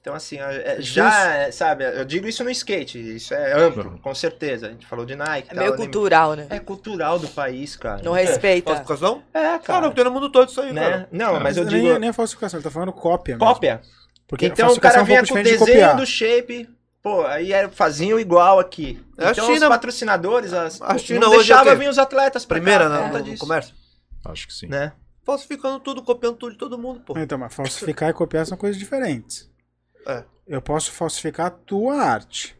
Então, assim, é, é, já, é, sabe, eu digo isso no skate, isso é amplo,
Uhum.
com certeza. A gente falou de Nike.
É
tal,
meio
eu nem-
cultural, né?
É cultural do país, cara.
Não é respeita.
Falsificação?
É,
Cara, tem no mundo todo isso aí,
né?
cara.
Não, mas eu
nem,
digo
nem é falsificação, ele tá falando cópia. mesmo.
cópia.
Porque
então o
falsificação é
cara
um
vinha
pouco
com o
diferente de
desenho
copiar.
do shape, pô, aí era- faziam igual aqui.
É, a
então os
China-
patrocinadores, as,
a China
não
hoje é
deixava
o quê?
vir os atletas pra
Primeira né? é?
cá, por
na,
conta
no, no
disso,
comércio.
acho que sim.
né?
Falsificando tudo, copiando tudo de todo mundo, pô.
Então, mas falsificar e copiar são coisas diferentes.
É.
Eu posso falsificar a tua arte.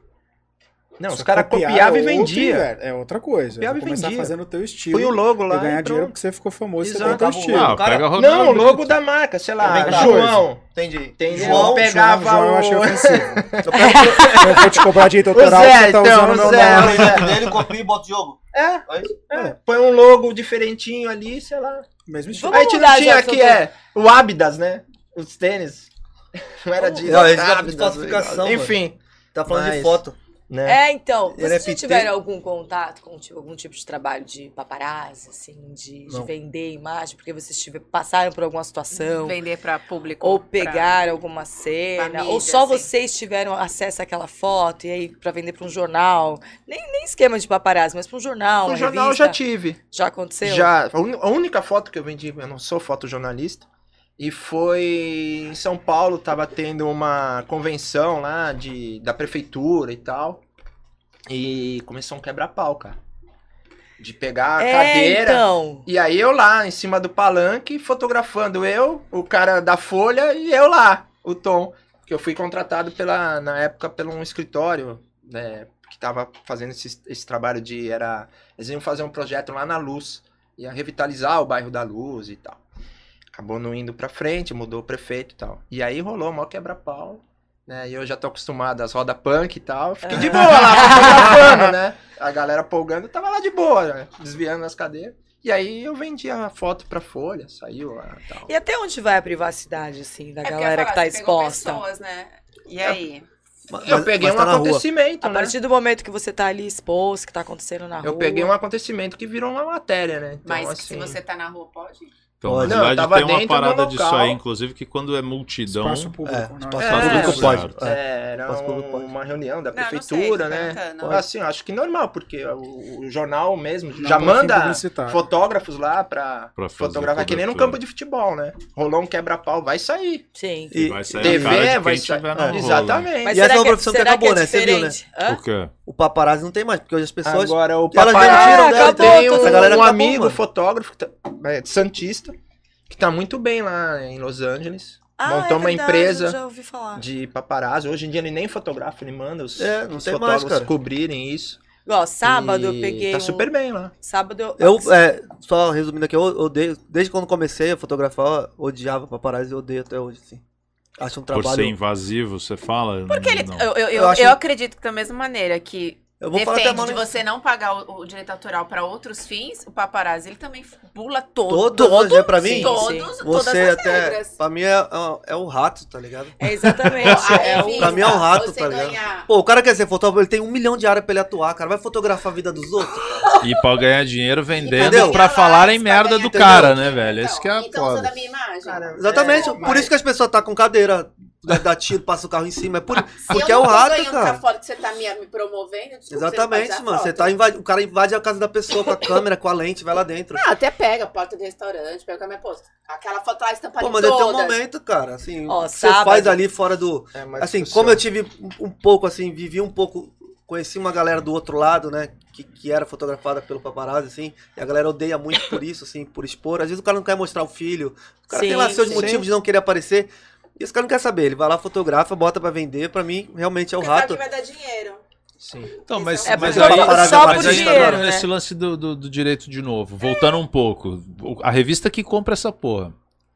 Não,
Só
os caras
copiar
copiavam e
é outro
vendiam.
inver- É outra coisa.
Copiava
Eu vou
e
começar
vendia.
fazendo o teu estilo.
Põe o logo
eu
lá
ganhar
e
dinheiro
pronto.
porque você ficou famoso, você tem
Exato.
o teu
Tá bom.
estilo.
Ah,
Cara,
pega Ronaldo.
Não, o logo da marca, sei lá,
Inventava.
João.
Entendi.
Entendeu?
João,
pegava
João, João, eu
o...
achei ofensivo.
Eu pego
eu vou te cobrar direito autoral,
Zé,
você tá
então,
usando meu
o Zé.
nome.
o nome dele, copio e boto jogo.
É,
Aí,
é, põe um logo diferentinho ali, sei lá.
Mesmo estilo.
Vamos
Aí a gente
mudar
não
de
tinha
assunto.
aqui, é, o Abdas, né? os tênis. Não era de.
Não, a gente tá
sabe,
de falsificação, mano.
Enfim,
Tá falando de
Mas-
foto.
né?
É, então,
Ele é
vocês já
PT.
tiveram algum contato com tipo, algum tipo de trabalho de paparazzi, assim, de, de
Não.
vender imagem, porque vocês tive- passaram por alguma situação,
Vender pra público.
ou
pra-
pegaram alguma cena,
pra
ou
mídia,
só
assim.
vocês tiveram acesso àquela foto, e aí pra vender pra um jornal, nem, nem esquema de paparazzi, mas pra um jornal,
É,
O
uma
jornal eu
revista,
já tive.
já aconteceu?
Já, a uni- a única foto que eu vendi, eu não sou fotojornalista, e foi em São Paulo, tava tendo uma convenção lá de, da prefeitura e tal, e começou um quebra-pau, cara. De pegar a
é,
cadeira.
então,
E aí eu lá, em cima do palanque, fotografando eu, o cara da Folha e eu lá, o Tom. Que eu fui contratado pela, na época, por um escritório, né, que tava fazendo esse, esse trabalho de, era, eles iam fazer um projeto lá na Luz, ia revitalizar o bairro da Luz e tal. Acabou não indo pra frente, mudou o prefeito e tal. E aí rolou o maior quebra-pau, né, e eu já tô acostumado às rodas punk e tal, fiquei de boa lá, fotografando, né. A galera polgando, eu tava lá de boa, né, desviando as cadeiras. E aí eu vendi a foto pra Folha, saiu lá e tal.
e até onde vai a privacidade, assim, da
É porque eu ia
galera que tá
falar, você pegou
exposta?
pessoas, né? E aí?
Mas-
eu peguei
mas
um
tá na rua.
acontecimento,
A
né?
partir do momento que você tá ali exposto, que tá acontecendo na
Eu
rua...
peguei um acontecimento que virou uma matéria, né? Então,
Mas
assim,
se você tá na rua, pode?
Então,
Olha,
na
não, eu
verdade,
tava
tem uma
dentro do
parada disso aí,
local.
inclusive, que quando é multidão.
Espaço público.
É,
não
espaço
É,
público
certo.
pode. É.
Era um,
Espaço público pode.
uma reunião da
Não, não sei,
prefeitura,
tô
né?
perguntando.
Assim, eu acho que normal, porque o, o jornal mesmo
Não assim, pra
já
é fim
manda
publicitário.
fotógrafos lá pra,
Pra fazer
fotografar, que nem no
cobertura.
campo de futebol, né? Rolou um quebra-pau, vai sair.
Sim.
E
E
vai sair
TV
a É, cara de quem
vai
tiver
sair.
no rolo.
Exatamente.
Mas- essa é uma profissão que
será
acabou,
é
né? Você viu, né?
diferente? Hã?
Por quê?
O paparazzi não tem mais, porque hoje as pessoas.
Agora o
E elas
papai
vendiram, né?
eu
Acabou,
tenho
todo
um,
mundo. Acabou,
amigo
mano.
fotógrafo que tá- é, santista que tá muito bem lá em Los Angeles.
Ah,
montou
é
uma
verdade,
empresa
eu já ouvi falar.
de paparazzi. Hoje em dia ele nem fotografa, ele manda os,
É, não
os
tem mais,
fotógrafos
cara.
cobrirem isso.
Ó, sábado eu
E
peguei
Tá
um-
super bem lá.
Sábado eu...
Eu, é, só resumindo aqui, eu odeio. Desde quando comecei a fotografar, eu odiava paparazzi e odeio até hoje, assim. Acho um
Por ser
trabalho.
invasivo, você fala. Porque
Ele-
não.
eu, eu, eu,
Eu acho-
eu acredito que da mesma maneira que
Eu vou falar até né? a
depende de
mano.
você não pagar o, o direito autoral pra outros fins, o paparazzi ele também pula todo,
Todas as- é pra mim?
sim, todos, todas
Você
as
até.
regras.
Pra mim é, é, é o rato, tá ligado?
É exatamente.
A
é
revista,
o...
Pra mim é um rato,
você
tá ligado?
ganhar-
Pô, o cara quer ser fotógrafo, ele tem um milhão de áreas pra ele atuar, cara. Vai fotografar a vida dos outros?
E pra ganhar dinheiro vendendo
Entendeu?
pra falarem
Pra
merda
ganhar
do
dinheiro.
cara, né, velho? Esse
Então,
que é a
Então, usa
foda.
da minha imagem.
Exatamente. por isso que as pessoas tá com cadeira, dá, dá tiro, passa o carro em cima. É por,
Se
porque
eu
é o
não tô
rato,
ganhando com
cara.
a foto que você tá me, me promovendo, desculpa,
Exatamente,
você não pode dar
mano. Você
foto.
tá invadi... O cara invade a casa da pessoa com a câmera, com a lente, vai lá dentro.
Não, Ah, até pega a porta do restaurante, pega a minha posta. Aquela foto lá estampada
Pô,
em
mas
todas.
até um momento, cara, assim,
Ó,
o que você
sábado-
faz ali fora do.
É, mas
Assim,
funciona.
como eu tive um, um pouco, assim, vivi um pouco. Conheci uma galera do outro lado, né? Que, que era fotografada pelo paparazzi, assim, e a galera odeia muito por isso, assim, por expor. Às vezes o cara não quer mostrar o filho, o cara tem lá
Sim,
seus
sim.
motivos de não querer aparecer. E esse cara não quer saber, ele vai lá, fotografa, bota pra vender, pra mim realmente é o
Porque sabe
rato.
que vai dar dinheiro.
Sim.
Então, mas,
É
mas
porque
aí,
eu falo
mas
só por
aí
dinheiro,
entrando
né?
nesse lance do, do- do direito de novo. Voltando um pouco. O- A revista que compra essa porra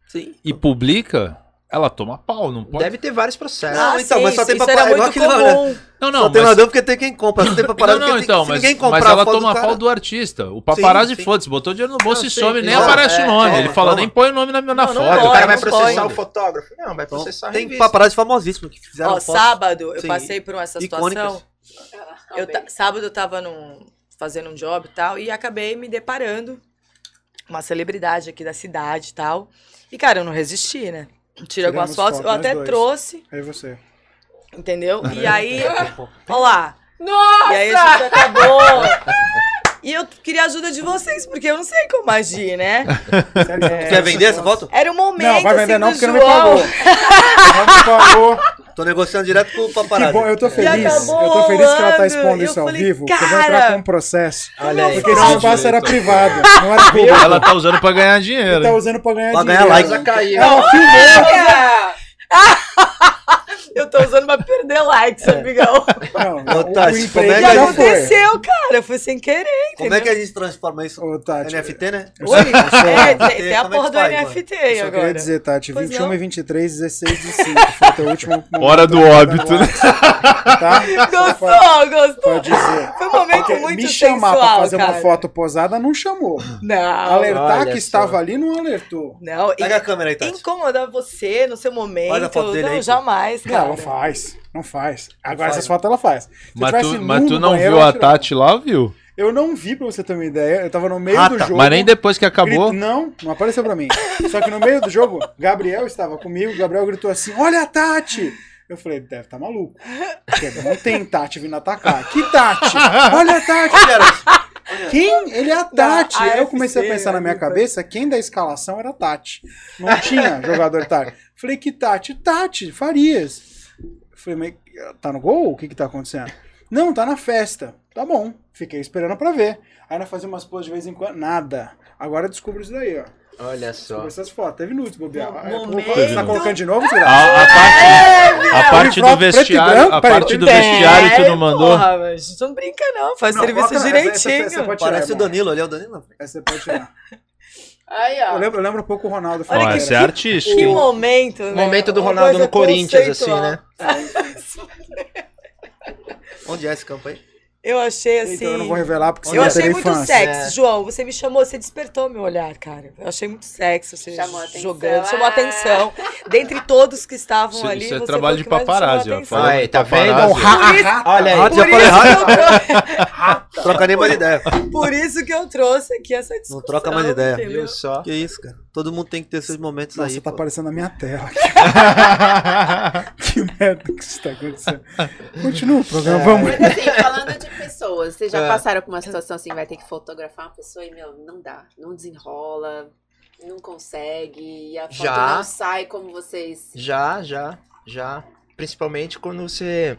Sim.
e publica, ela toma pau, não pode.
Deve ter vários processos.
Não, então, mas só tem
Ah, isso
papai-
era
igual
muito
aquilo lá,
comum.
Só
Não, não,
tem
mas-
ladrão porque tem quem compra, só tem paparazzi
não, não,
porque
então,
tem,
mas,
se ninguém comprar
mas ela
a foto
toma
do
a
cara,
pau do artista. O paparazzi,
Sim, sim.
foda-se, botou dinheiro no bolso
Não,
e
sim,
some,
sim.
nem
Toma,
aparece
é,
o nome.
toma,
Ele fala,
toma.
nem põe o nome na minha na
Não, não
foto.
põe,
o cara vai
não
processar
pode.
o fotógrafo. Não, vai
Então,
processar a
tem
revista.
paparazzi famosíssimos que fizeram
Ó,
fotos
sábado eu
Sim.
passei por essa situação.
icônicas.
Ah,
Eu
um
ta- sábado eu tava num- fazendo um job e tal, e acabei me deparando com uma celebridade aqui da cidade e tal. E, cara, eu não resisti, né? Tirei algumas
Tiramos
fotos,
foto,
eu até
nós dois.
trouxe,
Aí você.
entendeu? E aí, ó lá. E aí a gente acabou. E eu queria a ajuda de vocês, porque eu não sei como agir, né?
É.
Quer vender essa foto?
Era o momento,
Não, vai
assim,
vender não,
do
porque não
João.
me pagou. Não me pagou.
Tô negociando direto com o
Que
paparazzi.
bom, eu tô feliz.
acabou
Eu tô feliz que ela
rolando.
tá expondo
Eu
isso ao
falei,
vivo, porque eu vou entrar
cara, é
com um processo.
Olha aí.
Porque esse espaço era privado, não era público.
Ela tá usando pra ganhar dinheiro.
Tá usando pra ganhar
Pra ganhar
dinheiro.
like.
Precisa cair.
Ela filmou.
um Eu tô usando pra perder dê like, seu amigão.
Não,
Ô, Tati,
o
como
emprego
é
E
que a
É. já
gente-
foi.
aconteceu, cara. Foi sem querer.
Como é que a gente transforma isso?
Ô, Tati,
NFT, né?
Oi? É, tem- tem a
Como é que
porra do
faz, mano?
NFT
eu
aí
só queria
agora.
dizer, Tati,
Pois
21
não.
e 23, 16 e 5. Foi teu último momento
Hora do
da- da
óbito, né?
live, Tá?
Gostou,
Pode
gostou.
dizer.
Foi um momento
Porque
muito
me chamar
sensual,
pra fazer
cara. Ah,
uma foto posada não chamou.
Não,
Alertar
olha
que
só.
estava ali não alertou.
não. e-
Pega a câmera aí, Tati.
incomodar você no seu momento.
Olha a foto dele
não,
aí.
jamais,
Não,
cara.
ela faz. Não faz. Agora
faz.
essas fotos ela faz. Se
Mas
tivesse
tu, mas
nu
tu
no
não
banheiro,
viu
ela
a
tirava.
Tati lá, viu?
Eu não vi, pra você ter uma ideia. Eu tava no meio
Ah,
do
tá.
jogo.
Mas nem depois que acabou.
Grit- Não, não apareceu pra mim. Só que no meio do jogo, Gabriel estava comigo, Gabriel gritou assim: Olha a Tati! Eu falei, deve tá maluco. Porque não tem Tati vindo atacar. Que Tati? Olha a Tati! Quem? Ele é a Tati. Aí eu
AFC,
comecei a pensar na minha
aí, tá.
cabeça, quem da escalação era a Tati. Não tinha jogador Tati. Falei, que Tati? Tati, Farias. Falei, mas tá no gol? O que que tá acontecendo? Não, tá na festa. Tá bom. Fiquei esperando pra ver. Aí nós fazíamos umas poses de vez em quando. Nada. Agora eu descubro isso daí, ó.
Olha só.
Descubro essas fotos. Teve nudes, bobear.
No
Ah, eu tô
momento.
colocando- Você tá colocando de novo,
A,
será?
a parte, a parte do
Uniforme preto e branco,
vestiário, a
peraí,
parte
tem-
do vestiário tu
É,
não mandou.
Porra, mas não brinca, não. Faz
Não,
serviço
bota- essa-
direitinho.
essa- essa pode tirar,
Parece o
irmão.
Danilo ali, é o Danilo.
Essa você pode tirar.
Aí, ó.
Eu lembro, eu lembro um pouco o Ronaldo.
Tá. Olha
Ó,
falando,
que-
essa é
cara.
artística.
Que
hein?
momento, né?
Momento do
Uma
Ronaldo
coisa
no Corinthians, assim,
conceitual.
né?
Onde é esse campo aí?
Eu achei assim.
Então eu não vou revelar porque você
eu
não
achei
terá
muito
infância.
sexy,
É.
João. Você me chamou, você despertou meu olhar, cara. Eu achei muito sexy você
Chamou atenção.
jogando, chamou
Ah.
atenção. Dentre todos que estavam
Isso-
ali,
isso é
você
trabalho
foi
de
o que mais me
paparazzi,
chamou a
ó.
atenção.
Fala-
Aí, tá
Paparazzi.
vendo?
Não, ra-
Por isso-
ra-
Olha aí.
Ah, Por
já falei
isso que eu
errado.
trou-
Troca nem mais ideia.
Por isso que eu trouxe aqui essa discussão.
troca mais ideia.
entendeu?
Viu só?
Que isso, cara. Todo mundo tem que ter seus momentos
Nossa,
aí.
tá
pô.
aparecendo na minha tela. Que merda que isso tá acontecendo. Continua o programa, vamos.
Mas assim, falando de pessoas, vocês já
É.
passaram por uma situação assim, vai ter que fotografar uma pessoa e, meu, não dá, não desenrola, não consegue, e a foto
Já.
não sai como vocês.
Já, já, já. Principalmente quando você.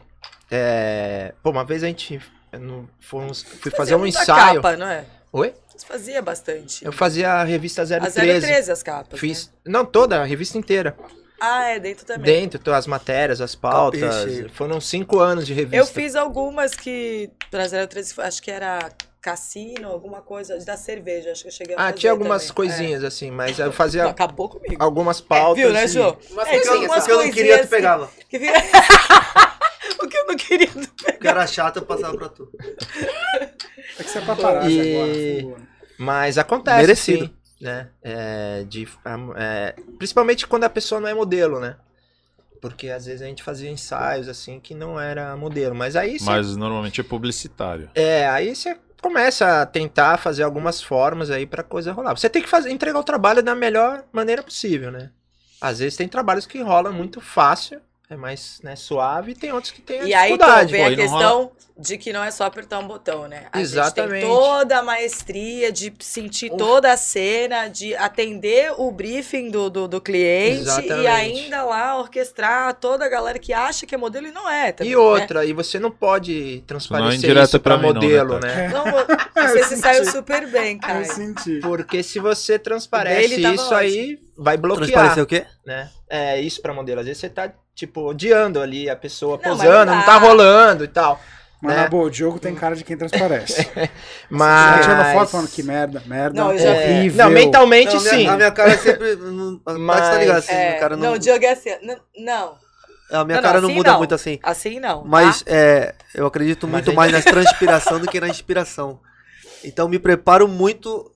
é, Pô, uma vez a gente. eu não- fomos- fui fazer
Fazia
um
muita
ensaio.
Capa, não é?
Oi?
Você fazia bastante.
Eu fazia a revista
a
013.
013 as capas. né?
Fiz. Não, toda, a revista inteira.
Ah, é, dentro também.
Dentro, to- as matérias, as pautas.
Capricho.
Foram cinco anos de revista.
Eu fiz algumas que. Pra 013, foi- acho que era cassino, alguma coisa da cerveja. Acho que eu cheguei a
Ah,
fazer
tinha algumas
também.
coisinhas, assim, mas eu
É. Não,
fazia
acabou comigo.
algumas
É,
pautas.
viu, né,
e-
Jô?
Uma
É,
coisinha
tinha
só.
algumas
Porque eu não queria, tu
coisinhas assim.
pegava.
Que fica- o que eu não queria.
Porque era chato, eu passava pra tu.
É que você é paparazzi
E-
agora. fudeu.
Mas acontece,
Merecido.
sim, né? É, de, é, principalmente quando a pessoa não é modelo, né? Porque às vezes a gente fazia ensaios assim que não era modelo, mas aí você,
Mas normalmente é publicitário.
é, aí você começa a tentar fazer algumas formas aí pra coisa rolar. Você tem que fazer, entregar o trabalho da melhor maneira possível, né? Às vezes tem trabalhos que rolam muito fácil, é mais né, suave, e tem outros que tem a
E aí então,
dificuldade.
vem
pô,
a
e não
questão de que não é só apertar um botão, né? A
Exatamente.
gente tem toda a maestria de sentir toda a cena, de atender o briefing do, do, do cliente
Exatamente.
e ainda lá orquestrar toda a galera que acha que é modelo e não é. Também,
E
né?
outra, e você não pode transparecer
indireta
isso pra
pra mim não, né,
modelo,
Tati?
né?
Não, você se
senti.
saiu super bem, cara.
Eu senti.
Porque se você
O
transparece
dele tava
isso aí, vai
Transparecer
bloquear,
o quê?
né? É isso pra modelo. Às vezes você tá, tipo, odiando ali a pessoa
Não, mas
posando,
não
não
dá.
tá rolando e tal.
Mas
né?
na boa, o Diogo tem cara de quem transparece. Tá
Mas...
tirando foto falando que merda, merda.
Não, eu já
É,
horrível.
Não, mentalmente
Não, a minha-
sim.
A minha cara é sempre. não- a-
Mas-
Mas tá ligado, assim,
É,
a cara
não,
não.
o Diogo é assim. n- Não,
A minha
não,
cara não
assim
muda
não.
muito assim.
assim não.
Mas
tá?
é, eu acredito
Mas
muito
aí-
mais na transpiração do que na inspiração. Então me preparo muito.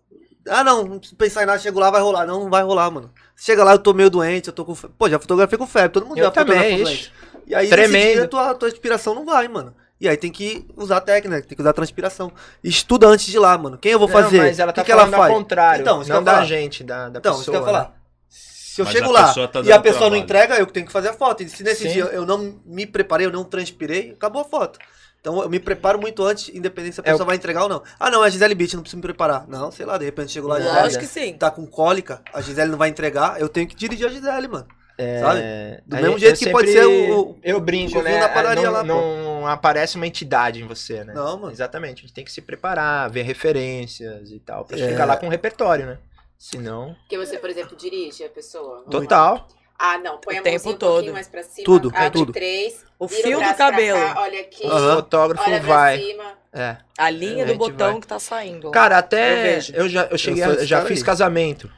Ah, não, não preciso pensar em nada, chego lá, vai rolar. Não, não vai rolar, mano. Chega lá, eu tô meio doente, eu tô com febre. Pô, já fotografei com febre, todo mundo
Eu
já fotografou
também,
com
ixi.
doente. E aí, nesse
Tremendo.
dia, tua, tua inspiração não vai, mano. E aí tem que usar a técnica, né? tem que usar a transpiração. Estuda antes de ir lá, mano. Quem eu vou
Não,
fazer?
mas ela
O
tá
que, que ela
falando ao
faz?
contrário.
Então, isso que eu
não
ia
da
falar.
gente, da, da
Então,
pessoa.
isso que eu ia
né?
falar. Se eu
Mas
chego
a
lá
pessoa tá
e a
dando
pessoa não
trabalho.
entrega, eu que tenho que fazer a foto. E se nesse
Sim.
dia eu não me preparei, eu não transpirei, acabou a foto. Então eu me preparo muito antes, independente se a
É,
pessoa vai entregar ou não. Ah, não, é a Gisele Beach, não preciso me preparar. Não, sei lá, de repente chego lá e
Lógico
Gisele
que sim.
tá com cólica, a Gisele não vai entregar, eu tenho que dirigir a Gisele, mano.
É,
sabe? Do
aí
mesmo
eu
jeito que pode
sempre-
ser o- o-
Eu
o
brinco,
Gil
né?
na padaria
não,
lá, pô.
não aparece uma entidade em você, né?
Não, mano.
Exatamente. A gente tem que se preparar, ver referências e tal, pra
É.
chegar lá com um repertório, né? Senão...
Porque você, por exemplo, dirige a pessoa.
Total.
Ah, não. Põe
O
a
tempo
mãozinha um
todo.
pouquinho mais pra cima.
Tudo,
abre
tudo.
três.
O
vira
fio do
braço
cabelo.
Pra cá, olha aqui.
O fotógrafo
Olha pra
assim,
vai.
cima.
É.
A linha
A
do
gente
botão
vai.
que tá saindo. ó.
Cara,
Eu
até
vejo.
eu, já eu cheguei,
sou
a-
esse
já
cara
fiz
aí.
casamento.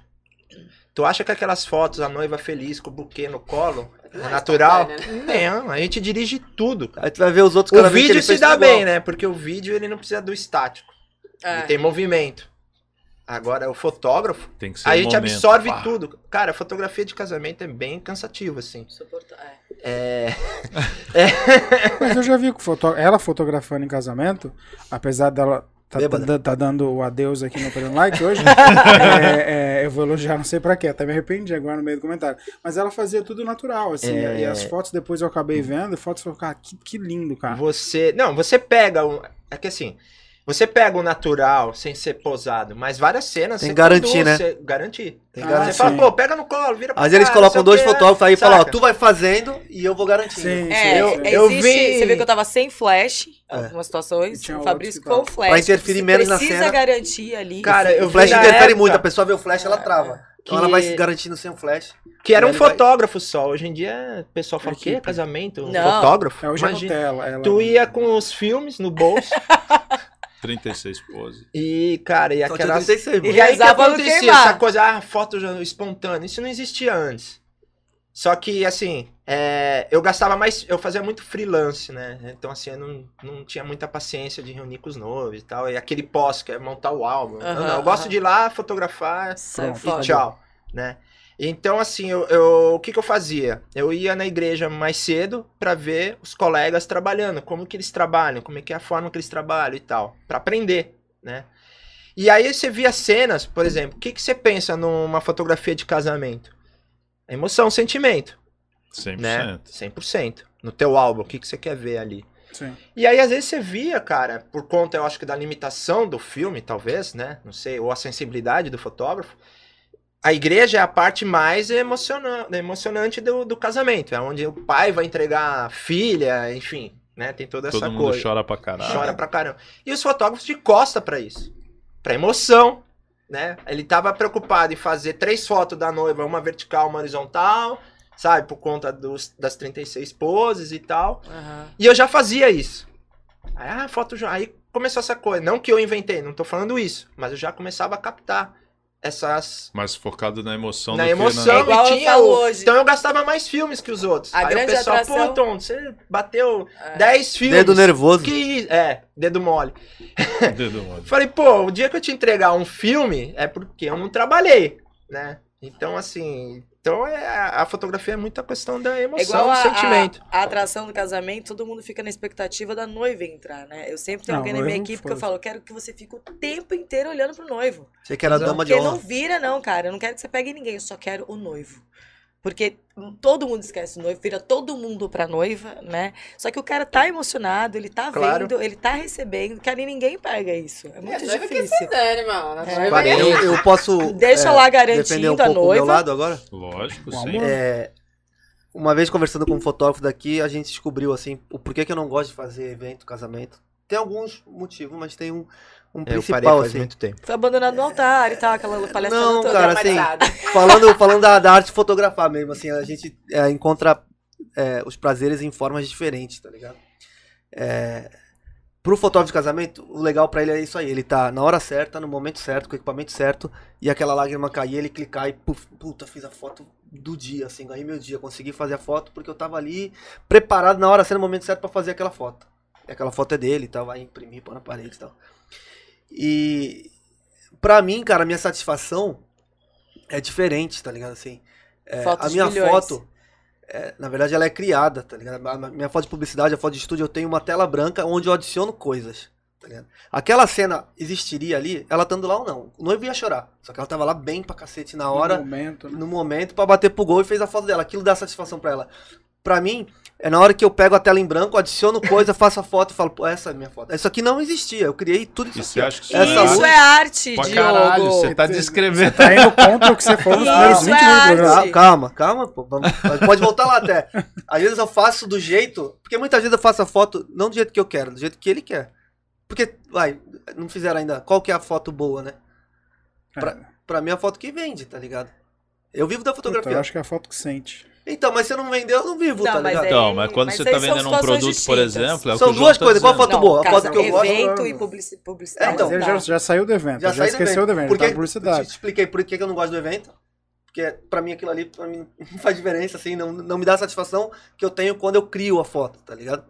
Tu acha que aquelas fotos, a noiva feliz com o buquê no colo,
Não
é
é
natural?
né?
espontânea,
né?
Não, a gente dirige tudo, cara.
Aí tu vai ver os outros
O
claramente,
vídeo
ele
se
fez
dá
tudo igual.
bem, né? Porque o vídeo ele não precisa do estático. Ele
É.
tem movimento. Agora, é o fotógrafo,
Tem que ser
a
um
gente
momento,
absorve
pá.
tudo. Cara, a fotografia de casamento é bem cansativa, assim.
Suporta- é.
É.
Mas eu já vi que foto- ela fotografando em casamento, apesar dela. Tá,
Bêbada.
tá- tá dando o adeus aqui no Pedro Like hoje. é, é, eu vou elogiar, não sei pra quê, até me arrependi agora no meio do comentário. Mas ela fazia tudo natural, assim.
É.
E as fotos depois eu acabei vendo, e fotos eu falei, cara, que, que lindo, cara.
Você. Não, você pega um. É que assim. Você pega o natural sem ser posado, mas várias cenas
Tem
você
que garantir, né?
Você, garantir.
Tem
Ah,
garantia.
você
sim.
fala, pô, pega no colo, vira pra
Mas eles
cá,
colocam
não Ah, sei o
dois
quê.
fotógrafos aí e falam, ó,
Saca?
tu vai fazendo e eu vou garantindo.
Sim,
É,
sim, sim.
existe,
eu vi-
Você vê que eu tava sem flash
É.
em algumas situações.
Tinha
O
outros
Fabrício
que tava.
com o flash.
Pra interferir
Você
menos na
Precisa
cena.
garantir ali.
Cara, eu
O flash
vi na
interfere
época
muito, a pessoa vê o flash, ela trava. Então ela
Que-
vai se garantindo sem o flash.
Que era um
Ele vai-
fotógrafo só. Hoje em dia, o pessoal fala, o quê?
Equipe.
Casamento? Um
Não.
fotógrafo?
É, hoje é
Imagina.
Nutella. Ela...
Tu ia com os filmes no bolso
36 pose.
e, cara, e
Só tinha
aquelas...
36,
E
mano.
E aí o que
rezava no
acontecia?
queimar.
Essa coisa, ah, foto já- espontânea. Isso não existia antes. Só que, assim, é, eu gastava mais. Eu fazia muito freelance, né? Então, assim, eu não, não tinha muita paciência de reunir com os novos e tal. E aquele pós, que é montar o álbum. Não,
Aham,
não, eu gosto
aham.
de ir lá fotografar
Sai
Pronto.
e
fora.
tchau, né? Então, assim, eu, eu- o que, que eu fazia? Eu ia na igreja mais cedo pra ver os colegas trabalhando, como que eles trabalham, como é que é a forma que eles trabalham e tal, pra aprender, né? E aí você via cenas, por exemplo, o que, que você pensa numa fotografia de casamento? Emoção, sentimento,
100%.
né? 100%. No teu álbum, o que, que você quer ver ali?
Sim.
E aí, às vezes, você via, cara, por conta, eu acho que da limitação do filme, talvez, né? Não sei, ou a sensibilidade do fotógrafo. A igreja é a parte mais emociona- emocionante do, do casamento. É onde o pai vai entregar a filha, enfim, né? Tem toda
Todo
essa
mundo
coisa.
chora pra caralho.
Chora pra caramba. E os fotógrafos de costa pra isso. Pra emoção, né? Ele tava preocupado em fazer três fotos da noiva, uma vertical, uma horizontal, sabe? Por conta dos, das 36 poses e tal.
Aham.
E eu já fazia isso. Aí, ah, foto jo- Aí começou essa coisa. Não que eu inventei, não tô falando isso, mas eu já começava a captar essas.
Mais focado na emoção
Na
do né?
emoção,
É
que na...
igual
e
eu
tinha
falo
o-
hoje.
Então eu gastava mais filmes que os outros.
A
Aí o
grande
pessoal, pô,
atração-
Tom, você bateu
É.
10 filmes.
Dedo nervoso.
Que isso? É, dedo mole.
Dedo mole.
Falei, pô, o dia que eu te entregar um filme é porque eu não trabalhei, né? Então, assim. Então é, a fotografia é muita questão da
É
emoção,
igual
do
a,
sentimento.
a- a atração do casamento, todo mundo fica na expectativa da noiva entrar, né? Eu sempre tenho
Não,
alguém na
é
minha
noivo,
equipe que eu
foda-se.
falo, eu quero que você fique o tempo inteiro olhando pro noivo.
Você que era
Exato.
dama de
Porque não
honra.
vira, não, cara. Eu não quero que você pegue ninguém, eu só quero o noivo. Porque todo mundo esquece o noivo, vira todo mundo pra noiva, né? Só que o cara tá emocionado, ele tá
Claro.
vendo, ele tá recebendo, cara, e ninguém pega isso. É muito
Noiva que se
difícil.
dane, mano.
É.
Noiva
Olha,
é-
eu, eu posso.
Deixa
é,
lá
defender um
garantindo a
pouco o meu
noiva.
lado agora?
Lógico,
Com
sim.
amor.
É, uma vez conversando com um fotógrafo daqui, a gente descobriu assim o porquê que eu não gosto de fazer evento, casamento. Tem alguns motivos, mas tem um, um principal assim.
tempo.
Foi abandonado no altar e tal, aquela palhaçada
Não,
toda.
cara, assim, falando falando da, da arte de fotografar mesmo, assim, a gente é, encontra é, os prazeres em formas diferentes, tá ligado? É, pro fotógrafo de casamento, o legal pra ele é isso aí, ele tá na hora certa, no momento certo, com o equipamento certo, e aquela lágrima cair, ele clicar e puf, puta, fiz a foto do dia, assim, ganhei meu dia, consegui fazer a foto porque eu tava ali preparado na hora certa, no momento certo pra fazer aquela foto. E aquela foto é dele e tal, vai imprimir, pôr na parede e tal. E pra mim, cara, a minha satisfação é diferente, tá ligado? Assim, é,
Fotos
a
de
minha
milhões.
foto, é, na verdade, ela é criada, tá ligado? A- a minha foto de publicidade, a foto de estúdio, eu tenho uma tela branca onde eu adiciono coisas. tá ligado? Aquela cena existiria ali, ela estando lá ou não. O noivo ia chorar. Só que ela tava lá bem pra cacete na hora
No momento, né?
no momento pra bater pro gol e fez a foto dela. Aquilo dá satisfação pra ela. Pra mim, é na hora que eu pego a tela em branco, adiciono coisa, faço a foto e falo, pô, essa é a minha foto. Isso aqui não existia, eu criei tudo isso
E
aqui.
você
ó.
acha que isso
Essa
Isso
luz-
é arte,
pra
Diogo.
caralho? Você tá
Você-
descrevendo.
Tá indo contra o que você falou nos
Isso
primeiros 20
é
minutos do
arte.
programa.
Calma, Ah, calma, calma, pô. Vamos- Pode voltar lá até. Às vezes eu faço do jeito. Porque muitas vezes eu faço a foto não do jeito que eu quero, do jeito que ele quer. Porque, vai, não fizeram ainda. Qual que é a foto boa, né? Pra mim é a foto que vende, tá ligado? Eu vivo da
Puta,
fotografia.
Então, eu acho que é a foto que sente.
Então, mas se eu não vendeu, eu não vivo, tá ligado?
é-
Então, mas quando você tá
aí são
vendendo um
situações
produto, por
distintas.
exemplo, é o
São
que o João
duas
tá
coisas, qual
dizendo.
foto boa? A
casa,
foto que eu gosto.
evento
eu
e
amo.
publici-
É,
publicidade.
então,
Mas ele já, já saiu do evento, já,
saí do
esqueceu do evento,
Por que-
tá na
Eu
publicidade.
te expliquei por que que eu não gosto do evento. Porque pra mim aquilo ali pra mim não faz diferença, assim, não, não me dá a satisfação que eu tenho quando eu crio a foto, tá ligado?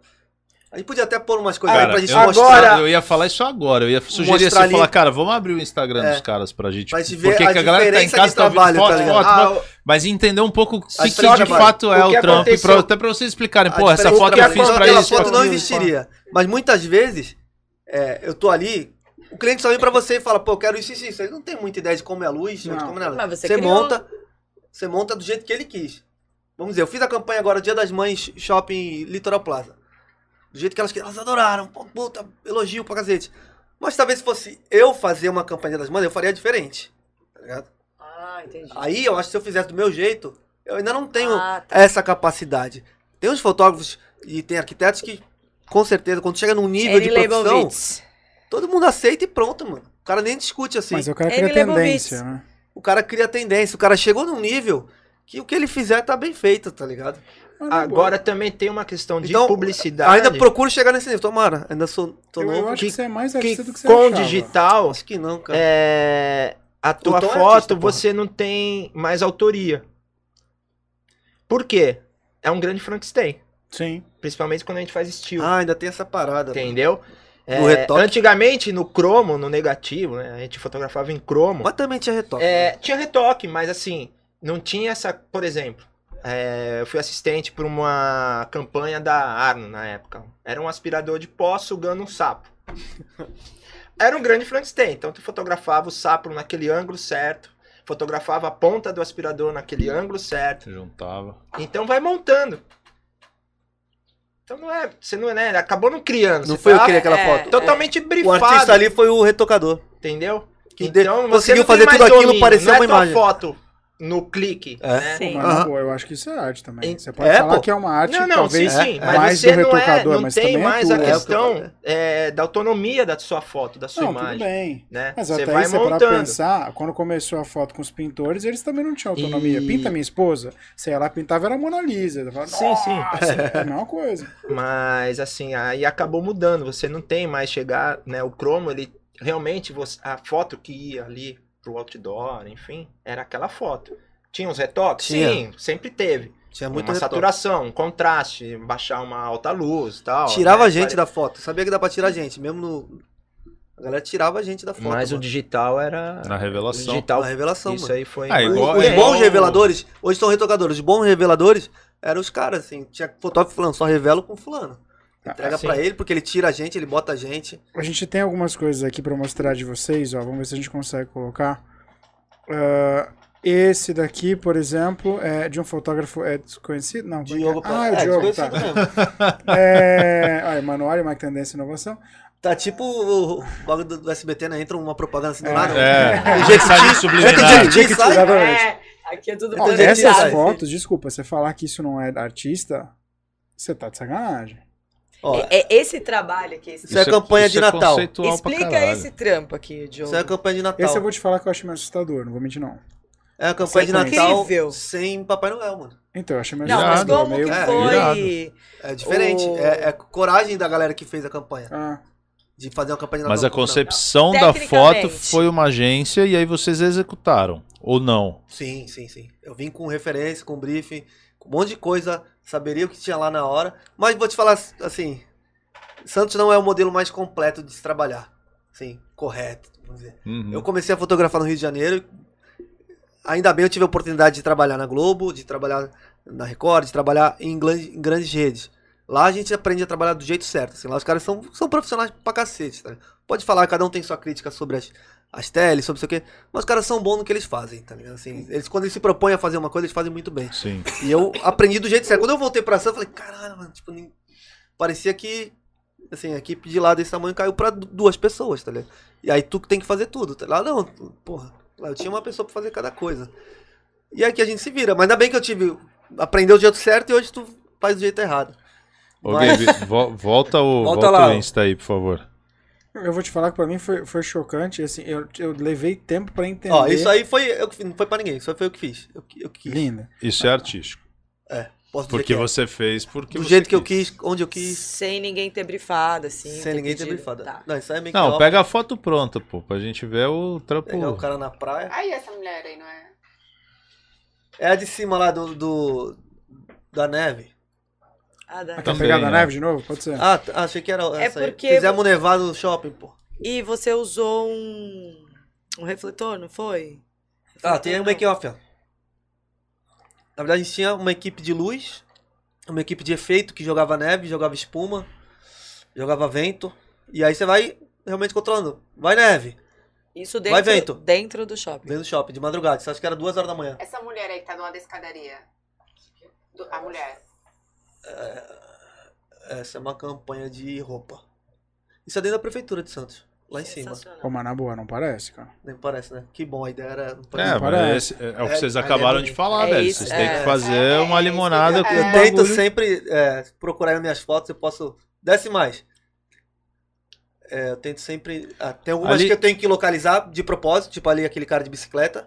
A gente podia até pôr umas coisas
Cara,
aí pra gente
eu-
mostrar.
Agora-
Eu ia falar isso agora. Eu ia sugerir
Mostrar
assim,
ali.
falar, cara, vamos abrir o Instagram
É.
dos caras pra gente.
Pra gente ver
porque
a
que a galera tá em
diferença de
casa, tá ouvindo
trabalho, tá
foto,
ligado?
foto,
Ah,
foto, mas entender um pouco o que, que
diferença
de
de
fato é
o
o
que
Trump. e pra-
aconteceu-
até pra vocês explicarem,
A
pô, É, essa
diferença é
foto
que
eu
aconteceu
fiz pra
pela
isso.
foto não
pra-
existiria. Mas muitas vezes, é, eu tô ali, o cliente só vem pra você e fala, pô, eu quero isso e isso, isso. Ele não tem muita ideia de como é a luz,
Não.
de como é nada.
Mas você
você
criou.
monta, você monta do jeito que ele quis. Vamos dizer, eu fiz a campanha agora, Dia das Mães, Shopping Litoral Plaza. Do jeito que elas, que- elas adoraram, pô, puta, elogio pra cacete. Mas talvez se fosse eu fazer uma campanha das mães, eu faria diferente. tá ligado?
Ah, entendi.
Aí eu acho que se eu fizesse do meu jeito, eu ainda não tenho
Ah, tá.
essa capacidade. Tem uns fotógrafos e tem arquitetos que, com certeza, quando chega num nível
Annie
de produção,
Leibovitz.
todo mundo aceita e pronto, mano. O cara nem discute assim.
Mas o cara
Ele
cria
levou
tendência,
bits.
né?
O cara cria tendência, o cara chegou num nível que o que ele fizer tá bem feito, tá ligado?
Agora também tem uma questão de
Então,
publicidade.
Ainda procuro chegar nesse nível, tomara. Ainda sou tô
eu, eu
novo.
acho que,
que-
você é mais
que
artista do que você
com o
achava.
digital,
Acho que não, cara.
é, a tua
Tom é
foto
artista, porra.
você não tem mais autoria. Por quê? É um grande Frankenstein.
Sim.
Principalmente quando a gente faz estilo.
Ah, ainda tem essa parada. mano.
entendeu? É,
No retoque.
antigamente, no cromo, no negativo, né? A gente fotografava em cromo.
Mas também tinha retoque.
É,
né?
tinha retoque, mas assim, não tinha essa. Por exemplo, é, eu fui assistente para uma campanha da Arno na época. Era um aspirador de pó sugando um sapo. Era um grande Frankenstein, então tu fotografava o sapo naquele ângulo certo, fotografava a ponta do aspirador naquele ângulo certo.
Se Juntava.
Então vai montando. Então não é. Você não é, né? Acabou não criando.
Não
você
foi eu
tá
que criei aquela
é,
foto.
Totalmente
O
brifado.
artista ali foi o retocador.
Entendeu?
Que de- conseguiu
Então, não tem
fazer
mais
tudo aquilo
domínio,
parecer
não é
uma
tua
imagem.
foto no clique.
É.
né?
Sim.
Mas,
Aham.
pô, eu acho que isso é arte também.
É,
Você pode
é,
falar
pô.
que é uma arte,
não, não,
talvez é
sim, sim. Mas
mais
você
do retocador,
não, é, não
mas
tem
também
mais
é
a
tua.
questão
questão é, da autonomia da sua foto, da sua
Não, tudo
imagem.
bem.
Né?
Mas
Você
até
vai
aí, você parar pra
montando.
pensar, quando começou a foto com os pintores, eles também não tinham autonomia.
E-
Pinta minha esposa, se ela pintava, era a Mona Lisa. Eu falava,
Sim, sim.
"Nossa, é a mesma coisa.
Mas assim, aí acabou mudando. Você não tem mais chegar, né? O cromo, ele realmente você- a foto que ia ali pro outdoor, enfim, era aquela foto. Tinha uns retoques?
Tinha.
Sim, sempre teve.
Tinha
Uma
muito retoque.
saturação, um contraste, baixar uma alta luz e tal.
Tirava
né?
a gente da foto. Sabia que dá pra tirar a gente, mesmo no. A galera tirava a gente da foto.
Mas
um
o
mano.
digital era.
Na
O
revelação.
digital.
Uma revelação,
isso
mano.
aí foi.
Ah, é
O-
igual-
os
é
bons
igual-
reveladores, hoje são retocadores, os bons reveladores eram os caras, assim. Tinha fotógrafo falando, só revelo com fulano.
Tá,
Entrega
assim.
pra ele, porque ele tira a gente, ele bota a gente.
A gente tem algumas coisas aqui pra mostrar de vocês, ó. Vamos ver se a gente consegue colocar. Ah, esse daqui, por exemplo, é de um fotógrafo é desconhecido? Não, como é que é?
Diogo
Ah, é o
é,
Diogo,
desconhecido
tá.
mesmo.
É... Olha, Manual e Marca Tendência e Inovação.
Tá tipo o o bagulho do, do SBT, né? Entra uma propaganda assim do nada.
É.
O Jequiti-
Mensagem subliminar.
o Jequiti
Jequiti,
sai,
exatamente.
É, aqui é tudo
Ó,
Ó,
Então, gente,
essas
sabe?
planejado.
fotos, desculpa, você falar que isso não é artista, você tá de sacanagem.
ó,
É, é esse trabalho aqui. Esse...
Isso é campanha de Natal.
é conceitual pra
Explica
caralho.
esse trampo aqui, Diogo.
Isso é a campanha de Natal.
Esse eu vou te falar que eu acho meio assustador, não vou mentir não.
É a campanha de
Isso é
Natal
incrível.
sem Papai Noel, mano.
Então, eu achei meio
Não, mas
assustador.
como
meio...
que
é,
foi?
É diferente.
O-
É, é coragem da galera que fez a campanha.
Ah,
De fazer uma campanha de Natal.
Mas a
com o Papai Noel.
concepção da foto
Tecnicamente.
foi uma agência e aí vocês executaram. Ou não?
Sim, sim, sim. Eu vim com referência, com briefing, com um monte de coisa, saberia o que tinha lá na hora. Mas vou te falar assim, Santos não é o modelo mais completo de se trabalhar. Sim, correto, vamos dizer.
Uhum.
Eu comecei a fotografar no Rio de Janeiro. Ainda bem eu tive a oportunidade de trabalhar na Globo, de trabalhar na Record, de trabalhar em, glan- em grandes redes. Lá a gente aprende a trabalhar do jeito certo. Assim, lá os caras são, são profissionais pra cacete. Tá? ligado? Pode falar, cada um tem sua crítica sobre as, as teles, sobre não sei o quê. Mas os caras são bons no que eles fazem, tá ligado? Assim, eles, quando eles se propõem a fazer uma coisa, eles fazem muito bem.
Sim.
E eu aprendi do jeito certo. Quando eu voltei pra Santos, eu falei, caralho, mano, tipo, nem- parecia que, assim, a equipe de lá desse tamanho caiu pra du- duas pessoas, tá ligado? E aí tu que tem que fazer tudo, tá lá não, tu- porra, lá eu tinha uma pessoa pra fazer cada coisa. E aqui a gente se vira, mas ainda bem que eu tive, aprendeu do jeito certo e hoje tu faz do jeito errado.
Ô,
Mas-
Gabe, vo- volta
Volta
o, volta
lá,
o
ó.
Insta aí, por favor.
eu vou te falar que pra mim foi, foi chocante, assim, eu, eu levei tempo pra entender.
Ó, isso aí foi, eu que fiz, não foi pra ninguém, isso aí foi eu que fiz, eu, que- eu que quis.
Linda.
Isso é artístico.
Posso dizer que
Porque
é.
você fez, porque
Do
você
jeito que eu quis, onde eu quis,
Sem ninguém ter brifado, assim.
sem ninguém ter
pedido.
brifado.
Tá.
Não, isso aí é meio que
Não,
óbvio.
pega a foto pronta, pô, pra gente ver o trampo.
Pegar o cara na praia.
Aí essa mulher aí, não é?
É a de cima lá do, do- da neve.
Ah, dá.
Tá
Também,
pegada a
né?
neve de novo? Pode ser.
Ah, t- achei que era essa aí.
É porque-
Fizemos nevado no shopping, pô.
E você usou um, um refletor, não foi?
Ah, tem um
Não.
make-off, ó. Na verdade, a gente tinha uma equipe de luz, uma equipe de efeito que jogava neve, jogava espuma, jogava vento. E aí você vai realmente controlando. Vai neve,
Isso
Vai, vento.
dentro, dentro do shopping.
vem no shopping, de madrugada. Você acha que era duas horas da manhã?
Essa mulher aí que tá do lado da escadaria. Do- a mulher.
Essa é uma campanha de roupa. Isso é dentro da prefeitura de Santos, lá em cima.
Sensacional.
Pô, mas na boa, não parece, cara.
Nem parece, né? Que bom, a ideia era.
É, mas
Parece.
esse é, é o que vocês
É,
acabaram
é
de falar,
é
velho.
isso,
vocês
é.
têm que fazer
É,
uma
é isso,
limonada
é.
com
Eu
um
tento
bagulho.
sempre é, procurar nas minhas fotos, eu posso. Desce mais. É, eu tento sempre. ah, tem algumas
Ali-
que eu tenho que localizar de propósito, tipo ali aquele cara de bicicleta.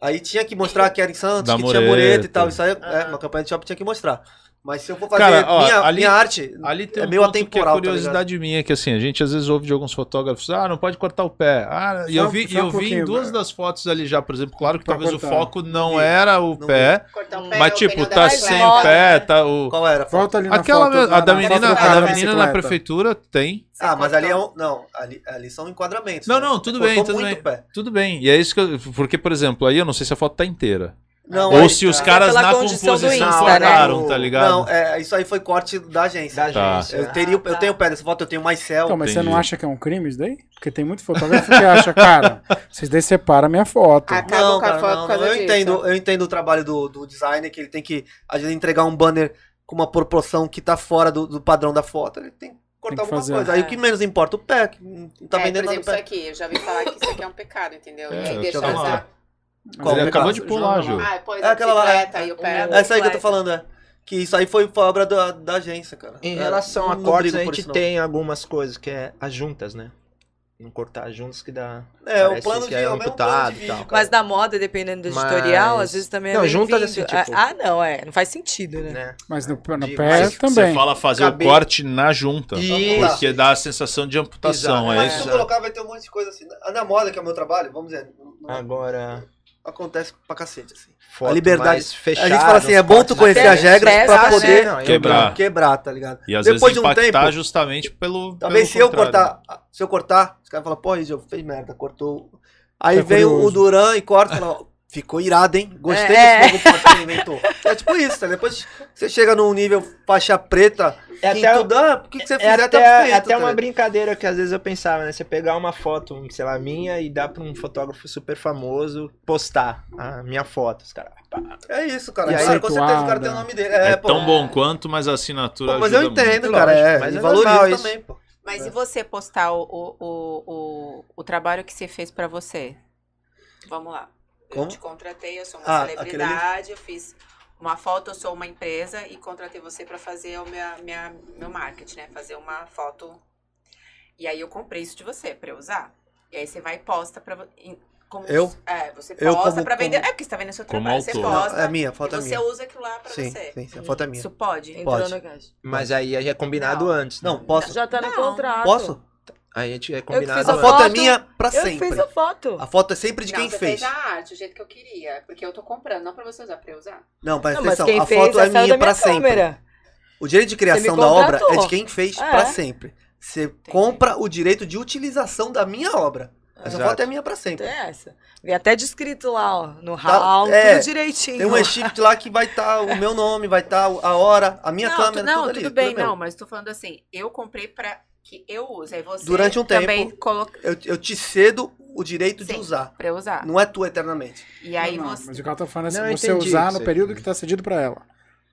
Aí tinha que mostrar que era em Santos,
Da
que tinha mureta
mureta.
e tal. Isso aí é,
Ah.
uma campanha de shopping tinha que mostrar. Mas se eu for fazer
Cara, ó,
minha,
ali-
minha arte,
Ali tem
É
um
meio
ponto que é
atemporal, tá
curiosidade minha, que assim, a gente às vezes ouve de alguns fotógrafos, ah, não pode cortar o pé. Ah, e
Só-
eu vi,
só
e eu
um
vi em
pouquinho,
duas
cara.
das fotos ali já, por exemplo, claro que
Pra
talvez
cortar.
o foco não
Isso.
era o
Não
pé,
Cortar o pé
mas
é o
tipo,
pneu da
tá
mais
bicicleta.
sem
moda,
pé,
né?
tá o...
qual era? a foto?
Volta ali na
Aquela,
foto.
a da menina,
do cara
a da
na
menina na
bicicleta.
prefeitura tem,
Ah, mas ali é um. Não, ali, ali são enquadramentos.
Não,
né?
não, tudo
Cortou
bem, tudo
muito
bem.
o pé.
tudo bem. E é isso que eu, porque, por exemplo, aí eu não sei se a foto tá inteira.
Não,
Ou
aí
se os
tá.
caras
Pela
na
condição do
composição
Insta, né?
quadraram, tá ligado?
Não, é, isso aí foi corte da agência.
Da
Tá.
agência.
Eu, teria,
Ah, tá.
eu tenho pé dessa foto, eu tenho mais céu.
Então, mas você não
Entendi.
acha que é um crime isso daí? Porque tem muito fotógrafo que acha, cara, vocês decepara minha foto.
Ah, Acaba
Não,
o cara
cara,
fala
não,
por causa
não. Eu
disso.
entendo, eu entendo o trabalho do, do designer, que ele tem que, às vezes, entregar um banner com uma proporção que tá fora do, do padrão da foto, ele tem que cortar
que
alguma
fazer.
coisa. Aí
É.
o que menos importa, o pé, que não tá
é, por
vendendo
exemplo,
nada
isso
o pé.
aqui, eu já ouvi falar que isso aqui é um pecado, entendeu?
É,
e
eu
deixa
tinha uma-
usar.
Mas
Ele
ele
acabou
acaba-
de pular, Ju.
Ah, pois
É
a
aquela lá,
bicicleta
é.
e o pé.
É,
Essa aí que eu tô falando, é. Que isso aí foi, foi obra da, da agência, cara.
Em
É,
relação a
não
cortes,
brigo
a
por
gente
isso, não.
tem algumas coisas, que é as juntas, né? Não cortar as juntas que dá.
É, o
parece
plano
que
de.
é
é o mesmo plano
amputado
de
e tal.
vídeo, cara.
Mas na moda, dependendo do editorial,
Mas-
às vezes também é
Não, juntas,
bem-vindo.
assim, tipo-
Ah, ah, não, é. Não faz sentido, né?
Né?
Mas no, no
De-
pé
mas
É, também.
é Você fala fazer
Cabelo.
o corte na junta.
Isso.
Porque dá a sensação de amputação,
Exato.
é
Mas
isso?
se
Exato.
tu colocar, vai ter um monte de coisa assim. Na- Na moda, que é o meu trabalho, vamos dizer, não- não
Ah. Agora,
acontece pra cacete, assim.
foto
liberdade-
mais fechada.
a gente fala assim, é
uns
bom tu
cortes né?
conhecer as
diferentes.
regras pra
Festa,
poder
né? Não, eu-
Quebrar.
quebrar, tá ligado?
E às
Depois
vezes
de um
impactar
tempo-
justamente pelo.
Talvez
pelo
se eu
contrário.
cortar, ah, se eu cortar, os caras falam, pô, Gil, fez merda, cortou. Aí
Tá
vem
curioso.
o Duran e corta e fala, ó, ficou irado, hein? Gostei desse
É.
novo ponto que ele inventou. É tipo isso, tá? Depois você chega num nível faixa preta,
É
que
até,
tudo, ah, o que, que você
é
fizer
até,
tá
é
feito,
até
tá
uma
ligado?
brincadeira que às vezes eu pensava, né? Você pegar uma foto, sei lá, minha e dar pra um fotógrafo super famoso postar a minha foto. Os caras.
É isso, cara.
E aí-
Claro, com certeza o
Conceituada.
cara tem o nome dele.
É,
É, pô.
tão bom quanto, mas a assinatura.
Pô, mas eu
ajuda muito.
entendo, cara.
Lógico,
É,
mas
e
é normal
valorizo
isso.
também, pô.
Mas e você postar o, o, o, o, o trabalho que você fez pra você? Vamos lá. Eu
Como?
te contratei, eu sou
Ah,
uma
aquele ali?
celebridade, eu fiz uma foto, eu sou uma empresa e contratei você pra fazer o minha, minha, meu marketing, né? Fazer uma foto. E aí eu comprei isso de você pra eu usar. E aí você vai e posta pra. vo- em- Como,
Eu?
É, você
Eu
posta
como-
pra vender.
como-
É porque você tá vendendo seu
Como
trabalho, você
autor.
Não,
posta.
é minha, a foto é
e você
minha.
usa aquilo lá pra
Sim,
você.
sim, a foto é minha.
Isso pode?
Entrou
Pode.
no caixa.
Mas aí é combinado
Não.
antes.
Não, posso?
Já tá no
Não,
contrato.
Posso?
Aí a gente é
A
fiz
combinado
foto,
a
antes.
é
foto,
minha pra
Eu
sempre.
fiz a foto.
A foto é sempre de
não,
quem
você
fez.
fez a arte, do jeito que eu queria. Porque eu tô comprando, não pra você usar, pra eu usar.
Não, presta
Não, mas
atenção.
quem
A
fez
foto é
saiu da
minha pra sempre.
câmera.
O direito de criação
me
da obra é
contratou.
de quem fez
É.
pra sempre. Você compra o direito de utilização da minha obra. Essa
Exato.
foto é minha pra
Então
sempre.
é essa. Vem até descrito lá, ó. No hall,
é.
tudo direitinho.
Tem um e-shift lá que vai estar o meu nome, vai estar a hora, a minha
não,
câmera,
tu- não,
tudo ali.
tudo bem,
meu.
não, mas tô falando assim, eu comprei pra que eu use, aí você
Durante um
também
tempo.
coloca
Eu, eu te cedo o direito de
Sim.
usar.
pra eu usar.
Não é tu eternamente.
E aí
Não, não,
você
Mas o cara tá falando
Não,
assim,
eu
você
entendi
usar
isso
no
aí.
período que tá cedido pra ela.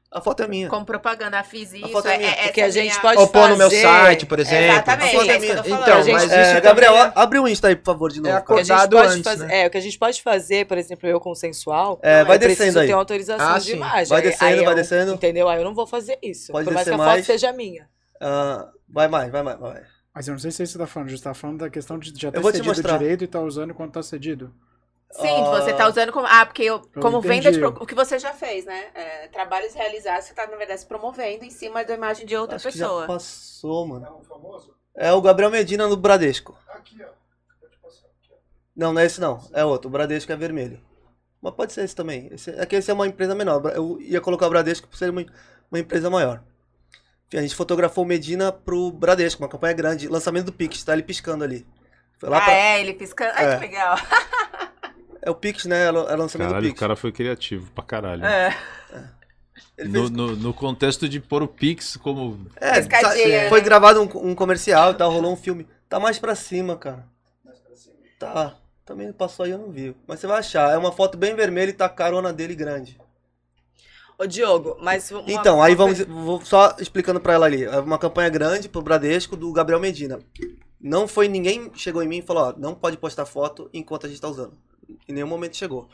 A foto é minha.
com propaganda fiz isso,
foto é
é,
minha.
é,
Porque
essa
a gente
minha-
pode
Ou pôr no meu
fazer-
site, por exemplo.
Exatamente,
A foto é
é isso que eu tô
minha.
falando.
Então,
A gente-
mas
É,
isso
Gabriel,
também é-
abre o Insta aí, por favor, de novo.
É a
O que
cara.
a gente
acordado
pode
antes,
fazer-
né?
É, o que a gente pode fazer, por exemplo, eu consensual,
É, vai
eu preciso
descendo aí.
ter autorização
Ah,
de
sim.
imagem.
Vai
Aí-
descendo,
aí
vai
eu-
descendo.
Entendeu? Aí eu não vou fazer isso.
Pode
por mais que
descer
a
mais.
foto seja minha.
Ah, vai mais, vai mais, vai mais.
Mas eu não sei se é isso que você tá falando, você tá falando da questão de já ter
vou te
cedido o
mostrar.
direito e tá usando quando tá cedido.
Sim,
Ah.
você tá usando como. Ah, porque eu, como venda de.
entendi.
pro- O que você já fez, né? É, trabalhos realizados, você tá, na verdade, se promovendo em cima da imagem de outra
Acho que já
pessoa.
passou, mano. É o Gabriel Medina no Bradesco. Não, não é esse não. É outro. O Bradesco é vermelho. Mas pode ser esse também. Esse, é que esse é uma empresa menor. Eu ia colocar o Bradesco por ser uma, uma empresa maior. Enfim, A gente fotografou o Medina pro Bradesco, uma campanha grande. Lançamento do Pix, tá ele piscando ali. Foi lá
ah,
pra- é.
é, ele piscando. Ai,
É.
que legal.
o Pix, né? É o é o lançamento do
Caralho, o
Pix.
cara foi criativo pra caralho.
É.
Ele
No, no, no contexto de pôr o Pix como.
É,
Piscadinha,
sa-
né?
foi gravado um, um comercial e tal, rolou um filme. Tá mais pra cima, cara. Tá. Também passou aí, eu não vi. Mas você vai achar. É uma foto bem vermelha e tá a carona dele grande.
Ô, Diogo, mas. uma-
Então, aí vamos. Vou só explicando pra ela ali. É uma campanha grande pro Bradesco do Gabriel Medina. Não foi ninguém chegou em mim e falou: ó, não pode postar foto enquanto a gente tá usando. Em nenhum momento chegou.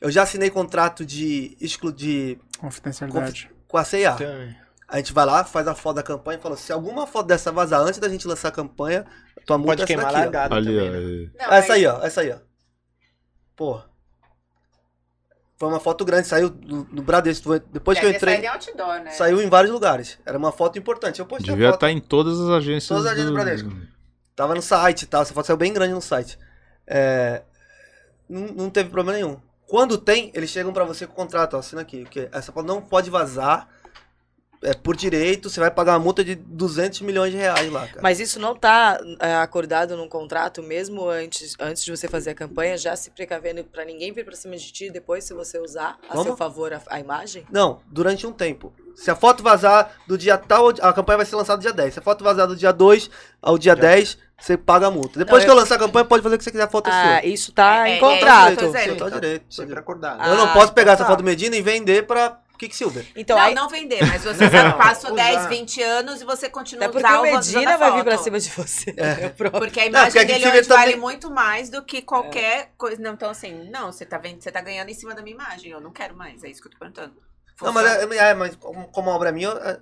Eu já assinei contrato de, exclu de
Confidencialidade.
com a C&A.
Também.
A gente vai lá, faz a foto da campanha e fala: se alguma foto dessa vazar antes da gente lançar a campanha, tua multa
Pode
é essa
queimar
daqui, ó.
largado
Ali,
também,
ó.
né?
é.
Não,
Essa
mas-
aí, ó, essa aí, ó. Pô. Foi uma foto grande, saiu no, no Bradesco. Foi- Depois
Deve
que eu
ter
entrei,
saído em outdoor, né?
saiu em vários lugares. Era uma foto importante. Eu postei
Devia
a foto.
estar em todas as agências.
Todas as agências do Bradesco. Tava no site e tal, essa foto saiu bem grande no site. É, Não, não teve problema nenhum. Quando tem, eles chegam pra você com o contrato, ó, assina aqui. Porque essa foto não pode vazar. É por direito, você vai pagar uma multa de 200 milhões de reais lá, cara.
Mas isso não tá é, acordado num contrato mesmo antes, antes de você fazer a campanha, já se precavendo pra ninguém vir pra cima de ti depois se você usar a seu
Como?
favor a, a imagem?
Não, durante um tempo. Se a foto vazar do dia tal, ao di- a campanha vai ser lançada dia 10. Se a foto vazar do dia 2 ao dia 10, você paga a multa. Depois que
Não,
eu lançar a campanha, pode fazer o que você quiser, a foto é
Ah,
sua.
isso tá
É, é,
em
é,
contrato.
isso eu tô dizendo.
Você tá direito. tá
Sempre
direito.
acordado.
Ah,
eu não posso pegar
então
essa
tá.
foto do Medina e vender pra Kicksilver.
Então,
não,
aí,
não vender, mas você já passou 10, 20 anos e você continua
até é porque
usar
o
valor da
Medina vai vir
foto.
pra cima de você. É.
Porque a tá
Não, porque
imagem
a
dele
Kickflip
hoje vale
também-
muito mais do que qualquer coisa. Não, então assim, não, você tá vendo, você tá ganhando em cima da minha imagem. Eu não quero mais, é isso que eu tô perguntando.
Não, mas, é, é, mas como como obra minha, é,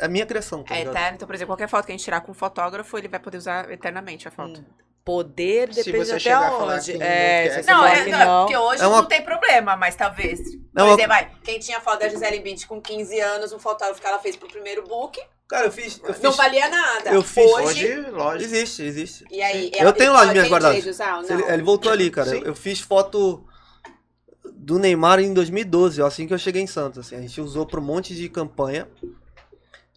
é minha criação, tá
É
ligado?
eterno, então, por exemplo, qualquer foto que a gente tirar com um fotógrafo, ele vai poder usar eternamente a foto.
Poder
Se
depende
você
até
chegar a falar
onde.
que não
É,
quer,
se você
Não,
falar
é,
que
não,
não.
porque hoje
É uma-
não tem problema, mas talvez.
É
por
uma-
exemplo, vai, quem tinha foto da Gisele Bündchen com 15 anos, um fotógrafo que ela fez pro primeiro book,
Cara, eu fiz. Eu fiz
não valia nada.
eu fiz
hoje.
Hoje, lógico.
Existe, existe.
E aí, é
Eu tenho lá as minhas guardadas.
guardadas.
Ele, ele voltou ali, cara.
Sim.
Eu, eu fiz foto do Neymar em 2012, ó, assim que eu cheguei em Santos. assim. a gente usou pra um monte de campanha.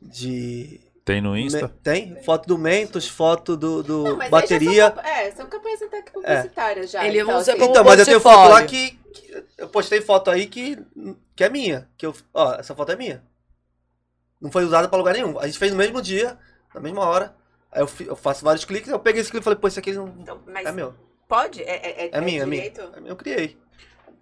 De.
Tem no Insta?
Né?
Me- tem? Foto do Mentos, foto do, do
Não, mas aí já
bateria.
São, campa- é, são campanhas até que publicitárias já.
Ele
então,
usa
assim,
como-
Então, mas eu tenho
portfólio.
foto lá que, que- Eu postei foto aí que. que é minha. Que eu, ó, essa foto é minha. Não foi usada pra lugar nenhum. A gente fez no mesmo dia, na mesma hora. Aí eu, fi- eu faço vários cliques, eu peguei esse clique e falei, pô, isso aqui não.
então, mas
É meu.
pode? É, é, é,
É minha, é minha.
direito?
Eu criei.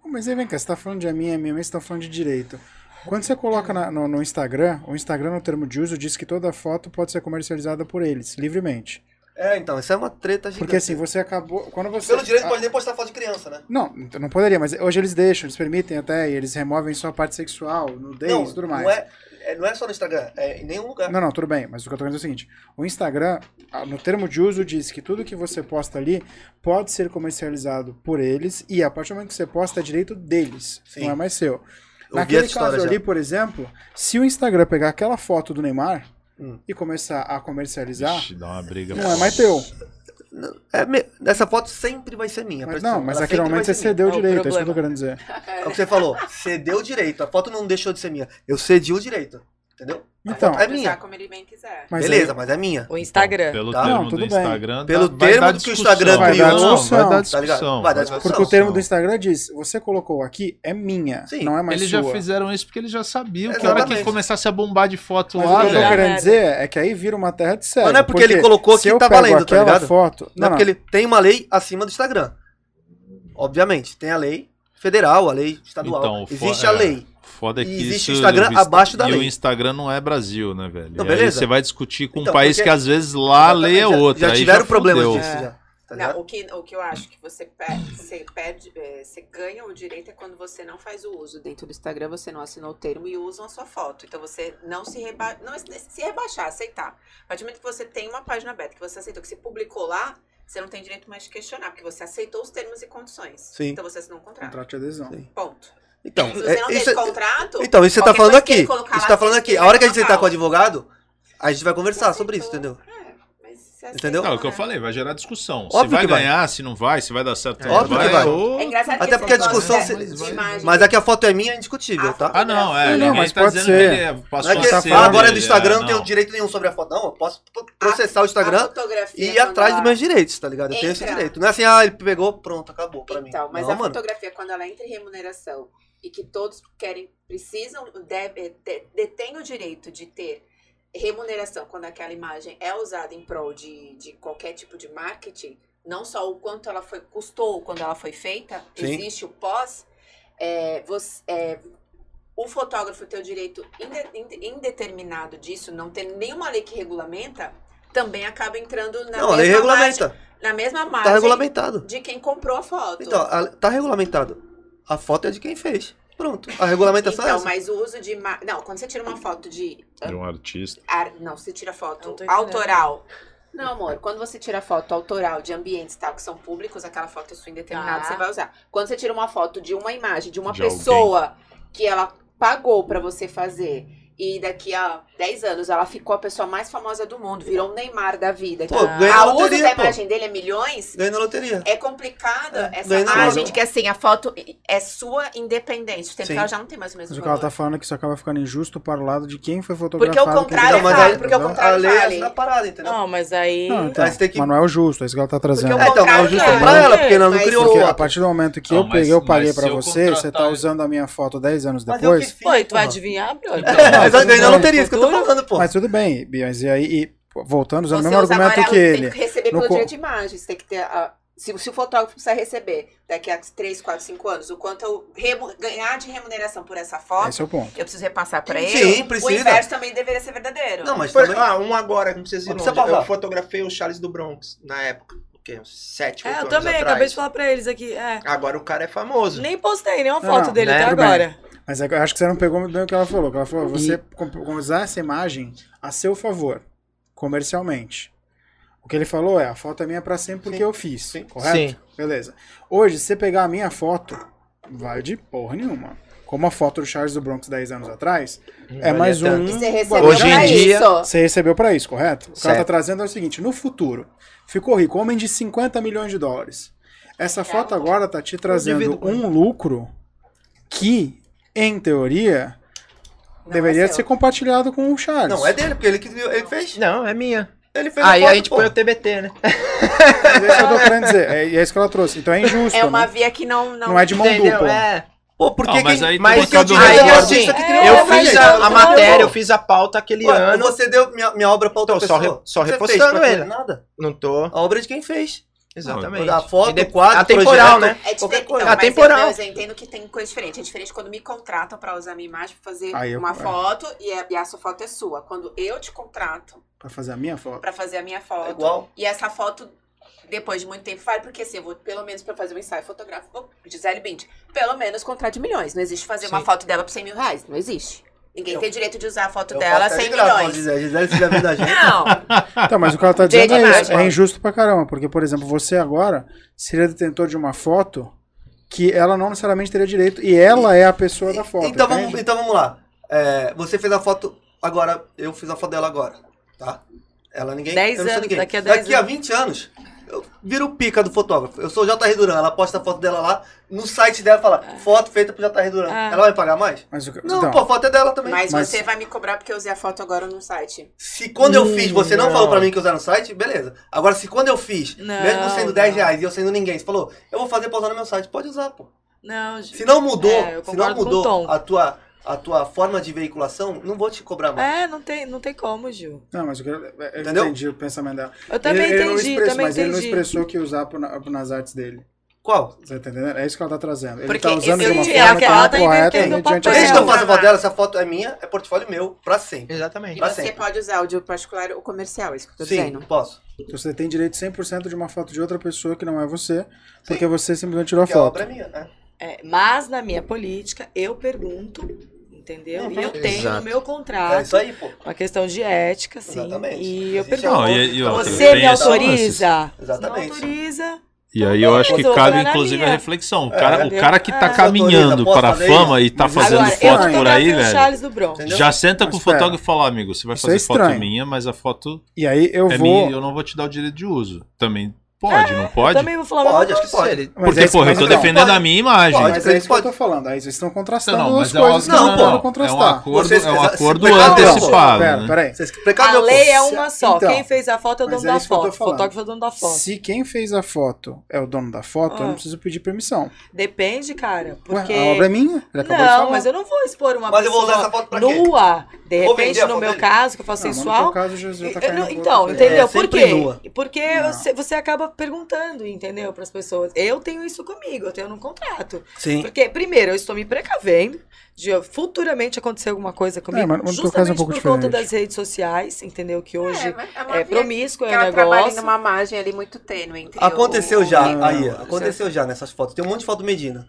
Mas aí vem cá, você tá falando de a minha, a minha, mas você tá falando de direito. Quando você coloca na- no, no Instagram, o Instagram, no termo de uso, diz que toda foto pode ser comercializada por eles, livremente.
É, então, isso é uma treta gigante.
Porque assim, você acabou. Quando você. Ah.
Pelo direito
a-
pode nem postar foto de criança, né?
Não, então não poderia, mas hoje eles deixam, eles permitem até, e eles removem só a parte sexual, nudez
não,
e tudo mais.
Não é, é- não é só no Instagram, é em nenhum lugar.
Não, não, tudo bem, mas o que eu tô querendo é o seguinte: o Instagram, ah, no termo de uso, diz que tudo que você posta ali pode ser comercializado por eles e a partir do momento que você posta é direito deles,
Sim.
não é mais seu.
Eu vi
Naquele
essa história
caso
já.
ali, por exemplo, se o Instagram pegar aquela foto do Neymar
Hum.
e começar a comercializar,
Ixi, dá uma briga.
não é mais teu.
É me- Essa foto sempre vai ser minha.
Mas
pessoal.
não, mas
Ela
naquele
sempre
momento você
vai ser minha.
cedeu o
É o
direito, é isso que eu tô
problema.
querendo dizer.
É o que você falou, cedeu o direito. A foto não deixou de ser minha. Eu cedi o direito. Entendeu?
Então,
É
Pode
minha.
usar como ele bem quiser.
mas
Beleza,
aí-
mas é minha.
O Instagram.
Pelo
Tá.
termo
Não, tudo
do
bem.
Instagram.
Pelo
dá- vai
termo
dar
do que o
discussão.
Instagram
Vai criou, dar
Não,
discussão.
Vai dar
Tá ligado?
discussão.
Vai dar
vai dar
discussão.
porque o termo do
discussão.
Instagram diz: você colocou aqui, é minha,
Sim,
não é mais
Eles
sua.
já fizeram isso porque eles já sabiam que a hora
Exatamente.
que começasse a bombar de foto
Mas
lá,
o que eu tô
velho.
querendo
É.
dizer é que aí vira uma terra de sério.
Mas não é porque ele colocou
se
que
eu
tá
pego
valendo, tá
aquela
ligado?
foto.
Não, é porque ele tem uma lei acima do Instagram. Obviamente, tem a lei federal, a lei estadual.
Então, fo-
Existe
é.
a lei.
Foda é que
E existe
isso,
o Instagram
Insta-
abaixo da
e
lei.
o Instagram não é Brasil, né, velho?
Não,
E aí
beleza.
você vai discutir com
Então,
um país
porque-
que às vezes lá a lei é
Exatamente, já-
outra.
Já
aí
tiveram problemas
fudeu.
disso
É.
já. tá ligado?
Não, o que, o que eu acho que você perde, você perde, é, você ganha o direito é quando você não faz o uso. Dentro do Instagram você não assinou o termo e usam a sua foto. Então você não se reba... não se rebaixar, aceitar. A partir do momento que você tem uma página aberta, que você aceitou, que você publicou lá, você não tem direito mais de questionar, porque você aceitou os termos e condições.
Sim.
Então você assinou um contrato.
Contrato de adesão.
Sim.
Ponto.
Então,
Se você não
é,
tem
isso,
esse contrato,
então, isso você tá
qualquer
falando
coisa que ele
aqui.
colocar
Isso
lá, assim,
tá falando
você
aqui. A hora que a gente
escreve
sentar com o
na
advogado, a gente vai conversar sobre isso,
aceitou.
entendeu?
É, mas você aceitou,
Entendeu?
Não, é o que eu
né?
falei, vai gerar discussão. se
Óbvio
vai
que vai.
ganhar, se não vai, se vai dar certo, se não
Óbvio que vai.
ou-
É engraçado
Até porque a
esse negócio
discussão
de-
se-
de imagem.
Mas aqui a foto é minha, é indiscutível, tá?
Ah, não, é.
Não,
ninguém
mas
tá
pode
dizendo
ser.
que ele
Não
passou
é que
a
Tá
ser
falando,
agora é
dele,
do Instagram, eu não tenho
não.
direito nenhum sobre a foto. Não, eu posso processar o
A
Instagram
fotografia,
e ir atrás dos
quando
meus direitos, tá ligado? Eu tenho esse
Entra.
direito. Não é assim, ah, ele pegou, pronto, acabou pra mim.
Então, mas
não,
a
mano.
fotografia, quando ela entra em remuneração e que todos querem, precisam, deve, de- detêm o direito de ter remuneração quando aquela imagem é usada em prol de, de qualquer tipo de marketing, não só o quanto ela foi, custou quando ela foi feita,
Sim.
existe o pós, é, você- é, o fotógrafo ter o direito inde- inde- indeterminado disso, não ter nenhuma lei que regulamenta, também acaba entrando na
Não, a
mesma Ah,
lei
margem,
regulamenta.
na mesma
Tá
margem
regulamentado.
de quem comprou a foto.
Então, a- tá regulamentado. A foto é de quem fez. Pronto. A regulamentação é
Então,
essa.
mas o uso de. ima- Não, quando você tira uma foto de.
De um artista.
ar- Não, você tira
Não
foto
tô entendendo.
autoral. Não, amor, quando você tira foto autoral de ambientes tal, que são públicos, aquela foto é sua indeterminada,
Tá.
você vai usar. Quando você tira uma foto de uma imagem, de uma
De
pessoa que ela pagou pra você fazer, e daqui a 10 anos ela ficou a pessoa mais famosa do mundo, virou um Neymar da vida.
Pô,
Ah.
ganha
a
na
uso da
loteria, pô.
imagem dele é milhões,
Ganha na loteria.
é complicada
É,
essa
ganhou na
imagem
loja.
de que assim, a foto é sua independente. Tempo que
Sim.
ela já não tem mais o mesmo
Mas o que
valor.
ela tá falando é que isso acaba ficando injusto para o lado de quem foi
Porque
fotografado.
o
quem
contrário
foi
é
mas
válido,
aí-
porque o
fotografado.
contrário
a lei é
vale.
na parada, entendeu?
Não, mas aí.
Não, então,
Mas tem que-
Mas não é o justo, é isso que ela tá trazendo.
o
É, então, mas o
contrário
justo
é.
pra ela, porque ela não
Mas
criou.
Porque
o-
a partir do momento que
Não,
eu
mas-
peguei, eu paguei
mas
pra
se eu
você, você tá
contratar-
usando a minha foto 10 anos
Mas eu que
depois.
fiz,
Pô, e tu vai
porra.
adivinhar, Bro?
É, mas
Mas
ela ganhou na
tudo
loteria, isso que eu tô
Futuro-
falando, pô.
Mas tudo bem, Bias, e aí, e, pô, voltando, usando o
Você
mesmo
usa
argumento
amarelo,
que
você
ele.
Tem que receber
No
pelo
co-
direito de imagem. Você tem que ter a- se, se o fotógrafo precisa receber daqui a 3, 4, 5 anos, o quanto eu remu- ganhar de remuneração por essa foto,
Esse é o ponto.
eu preciso repassar pra ele.
Sim, precisa.
O inverso também deveria ser verdadeiro.
Não, mas
Foi-
também...
ah, um agora, não precisa ir
Não precisa
longe. Eu
pausar.
fotografei o Charles do Bronx na época. O quê? Uns 7, 8
É, eu
anos
também,
Tipo, atrás.
acabei de falar pra eles aqui. É.
Agora o cara é famoso.
Nem postei nenhuma
Não,
foto
não,
dele
né?
até
Tudo bem.
agora.
Mas eu acho que você não pegou muito bem o que ela falou. que Ela falou, você com- com- usar essa imagem a seu favor, comercialmente. O que ele falou é, a foto é minha pra sempre porque
Sim.
eu fiz,
Sim.
correto?
Sim.
Beleza. Hoje, se você pegar a minha foto, vai de porra nenhuma. Como a foto do Charles do Bronx 10 anos atrás, é mais um...
E você recebeu
Hoje em
pra
dia-
isso.
Você recebeu pra isso, correto? O que ela tá
Certo.
trazendo é o seguinte: no futuro, ficou rico, homem de 50 milhões de dólares. Essa foto agora tá te trazendo
divido com
um lucro que, em teoria,
Não
deveria
é seu.
ser compartilhado com o Charles.
Não, é dele, porque ele que criou, ele que fez.
Não, é minha.
Ele fez
Aí
foto,
a gente
pô.
põe o TBT, né?
Mas é isso que eu tô querendo dizer. É, é isso que ela trouxe. Então é injusto.
É uma
né?
via que não. Não,
Não é de mão
Entendeu?
dupla.
É.
Pô, por que
Não, mas
quem-
aí tu
mas
botou
quem
do
diria
Aí,
que é o
assim,
artista que criou?
Eu
Mas
fiz
aí,
a, a
tá
matéria, eu
bom.
fiz a pauta aquele
Ué,
ano.
Você deu minha, minha obra pra outra
Então, só
pessoa.
re- só
Você fez
repostando
pra
ele.
Nada.
Não tô.
A obra é de quem fez.
Exatamente.
A foto,
Inde-
o quadro,
Atemporal,
projeto.
né?
É
Qualquer coisa.
diferente. Não, mas eu-
Atemporal.
mas Eu, entendo que tem coisa diferente. É diferente quando me contratam pra usar minha imagem, pra fazer
Aí eu-
uma
é.
foto e a, e a sua foto é sua. Quando eu te contrato
Pra fazer a minha foto.
pra fazer a minha
É
foto
igual.
e essa foto depois de muito tempo vale, porque assim, eu vou pelo menos pra fazer um ensaio fotográfico, vou- Gisele Bint, pelo menos contrato de milhões. Não existe fazer uma
Sim.
foto dela por 100 mil reais. Não existe. Ninguém
Eu-
tem direito de usar a foto
Eu
dela
faço até
100
de graça, ó,
milhões.
Gisele, Gisele, se já viu da gente.
Não,
Então, mas o que ela tá
Dia
dizendo é
demais,
isso. É
mano.
injusto pra caramba. Porque, por exemplo, você agora seria detentor de uma foto que ela não necessariamente teria direito. E ela é a pessoa da foto.
Então vamos,
entende?
então vamos lá. É, você fez a foto agora, eu fiz a foto dela agora, tá? Ela ninguém.
Dez
eu não sou
anos,
ninguém.
daqui a dez
Daqui a 20 anos, eu viro pica do fotógrafo. Eu sou o J.R. Duran, ela posta a foto dela lá, no site dela fala, foto feita pro J.R. Duran.
Ah.
Ela vai pagar mais?
Mas o que-
Não,
então,
pô, a foto é dela também.
mas,
Mas-
você vai me cobrar porque eu usei a foto agora no site.
Se quando eu
Hum,
fiz, você não,
não.
falou pra mim que usar no site, beleza. Agora, se quando eu fiz,
Não,
mesmo sendo 10
não.
reais e eu sendo ninguém, você falou, eu vou fazer pra usar no meu site, pode usar, pô.
Não, gente.
Se não mudou,
É, eu
se não
concordo com o Tom.
mudou a tua, a tua forma de veiculação, não vou te cobrar mais.
É, não tem, não tem como, Gil.
não, mas o que ela- eu
Entendeu?
entendi o pensamento dela.
Eu também
ele, ele não
entendi,
expressou,
também
mas ele não
entendi.
expressou que usar pro, na- pro- nas artes dele.
Qual?
Você tá entendendo? É isso que ela tá trazendo. Ele
Porque
tá usando de
esse
uma
dia,
forma que
ela
não é correta
tá
invertendo o
mediante
papel.
a
Desde que eu
sua-
faço Tipo, a foto dela, essa foto é minha, é portfólio meu, pra sempre.
E
Exatamente.
Pra
você
sempre.
pode usar o de particular ou comercial, é isso que eu tô
Tá Sim,
dizendo.
posso.
Então Você tem direito 100% de uma foto de outra pessoa que não é você, porque você simplesmente tirou a
Porque a é
foto.
obra é minha, né?
É, mas na minha política, eu pergunto, entendeu?
Uhum.
E eu tenho
Exato.
no meu
É
contrato
isso aí, pô.
uma questão de ética, Tá. sim.
Exatamente.
E eu
Existe
pergunto,
Não, e- e outra,
você
tem
me
esse
autoriza?
Exatamente.
Não autoriza.
E aí eu acho que
Tô
cabe,
na minha.
inclusive, a reflexão. O cara, o
É.
cara que tá
É.
caminhando
Autoriza, posso
para a
fazer
fama
isso?
e tá
Mas
fazendo
Agora, eu
foto por aí,
fotografei o
velho.
Charles do Bronx.
Entendeu?
Já senta com
Mas
o fotógrafo
pera.
e fala, amigo, você vai
Isso é
fazer foto
estranho.
minha, mas a foto
E aí eu
é minha
vou.
e eu não vou te dar o direito de uso. Também pode, não pode?
Também vou falar mas
Pode,
não
acho que pode.
Mas
Porque,
é isso-
porra, eu
mas
tô
então,
defendendo
pode.
a minha imagem.
Pode,
Mas é isso que eu
pode.
tô falando. Aí vocês estão contrastando
Não, mas
as
é óbvio
coisas
que
que não,
não,
dá pra
não. É um
contrastar.
acordo,
Vocês-
é um
vocês-
acordo
vocês-
Não,
antecipado.
Pera,
né?
peraí.
Vocês que
A
precaveu,
lei é
pô.
uma só.
Então,
Quem fez a foto é o
mas
dono
é
da
isso que eu tô
foto.
falando.
Fotógrafo é o dono da foto.
Se quem fez a foto é o dono da foto, eu
Ah.
não preciso pedir permissão.
Depende, cara. Porque.
Ué, a obra é minha. Ele acabou de
não,
falar.
mas eu não vou expor uma
Mas eu vou
pessoa
usar essa foto pra quê?
nua. De
Vou vender
repente,
a
no
foto
meu
dele?
caso, que eu faço
Não, mas no
sensual.
teu caso, Jesus tá
Eu não-
caindo no
então,
outro.
entendeu?
É,
Por
sempre
quê?
nua.
Porque
Não.
você, você acaba perguntando, entendeu, pras pessoas. Eu tenho isso comigo, eu tenho no contrato.
Sim.
Porque, primeiro, eu estou me precavendo de futuramente acontecer alguma coisa comigo,
É, mas no teu
justamente
caso é um pouco
por conta
diferente.
das redes sociais, entendeu? Que hoje
é,
é, promíscuo, é
ela trabalha
negócio.
numa margem ali muito tênue entre
Aconteceu
o-
já,
o-
aí,
o-
aconteceu já nessas fotos. Tem um monte de foto do Medina.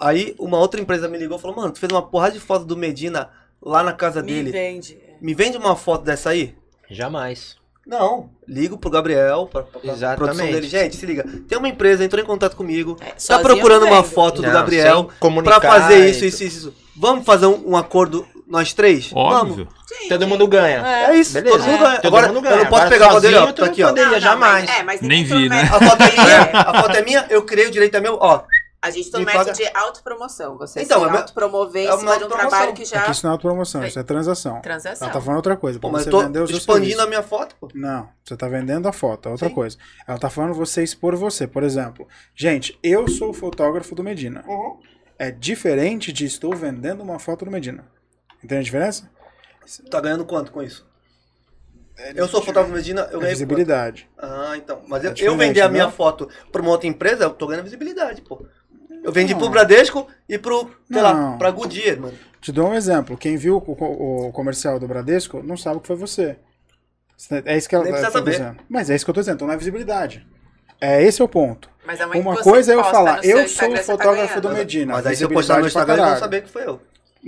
Aí uma outra empresa me ligou e falou, mano, tu fez uma porrada de foto do Medina lá na casa
Me
dele.
vende.
Me vende uma foto dessa aí?
Jamais.
Não. Ligo pro Gabriel, pra, pra pra
Exatamente.
produção dele. Gente, se liga. Tem uma empresa, entrou em contato comigo,
É,
tá
sozinha
procurando
eu
uma
vendo.
foto do
Não,
Gabriel
sem comunicar
pra fazer isso,
e
isso, isso, isso. Vamos fazer um, um acordo nós três? Vamos.
Óbvio.
Sim.
Todo mundo ganha.
É.
É isso,
Beleza.
todo mundo
É.
ganha.
Todo
Agora,
mundo ganha.
eu não posso
Agora,
pegar o poder, ó,
sozinho, tu
tá
não
aqui, ó.
poderia.
Não, não,
jamais.
mas- é, mas
Nem
todo
vi, né?
mérito-
A foto é minha, a foto é minha, eu criei o direito é meu, ó.
A gente tem um
Me
método
paga-
de autopromoção. Você
é? Então, é
se
uma-
autopromover
é
em
uma
cima de um
autopromoção.
trabalho que
É
já...
que isso não é autopromoção, isso é transação.
Transação.
Ela tá falando outra coisa.
Pô,
pra
mas
você
eu tô
vender o seu
expandindo
serviço.
a minha foto, pô.
Não, você tá vendendo a foto, é outra
Sim.
coisa. Ela tá falando você expor você. Por exemplo, gente, eu sou o fotógrafo do Medina.
Uhum.
É diferente de estou vendendo uma foto do Medina. Entende a diferença?
Tá ganhando quanto com isso? É, Eu sou fotógrafo Medina, eu
É
ganho.
visibilidade.
Ah, então. Mas
É
eu, eu
diferente,
vender a minha
né?
foto pra uma outra empresa, eu tô ganhando visibilidade, pô. Eu vendi
Não.
pro Bradesco e pro, sei
Não.
lá, pra Goodyear, mano.
Te dou um exemplo. Quem viu o, co- o comercial do Bradesco não sabe que foi você. É isso que ela
Nem precisa
tá
saber.
dizendo. Mas é isso que eu tô dizendo. Então não é visibilidade. É esse é o ponto.
Mas a mãe que
Uma
você
coisa é eu
posta
falar,
no seu
eu sou
Instagram,
o
você tá
fotógrafo do
ganhando.
Medina.
Mas aí se eu postar no meu
Visibilidade pra
Instagram,
caralho.
eles vão saber que foi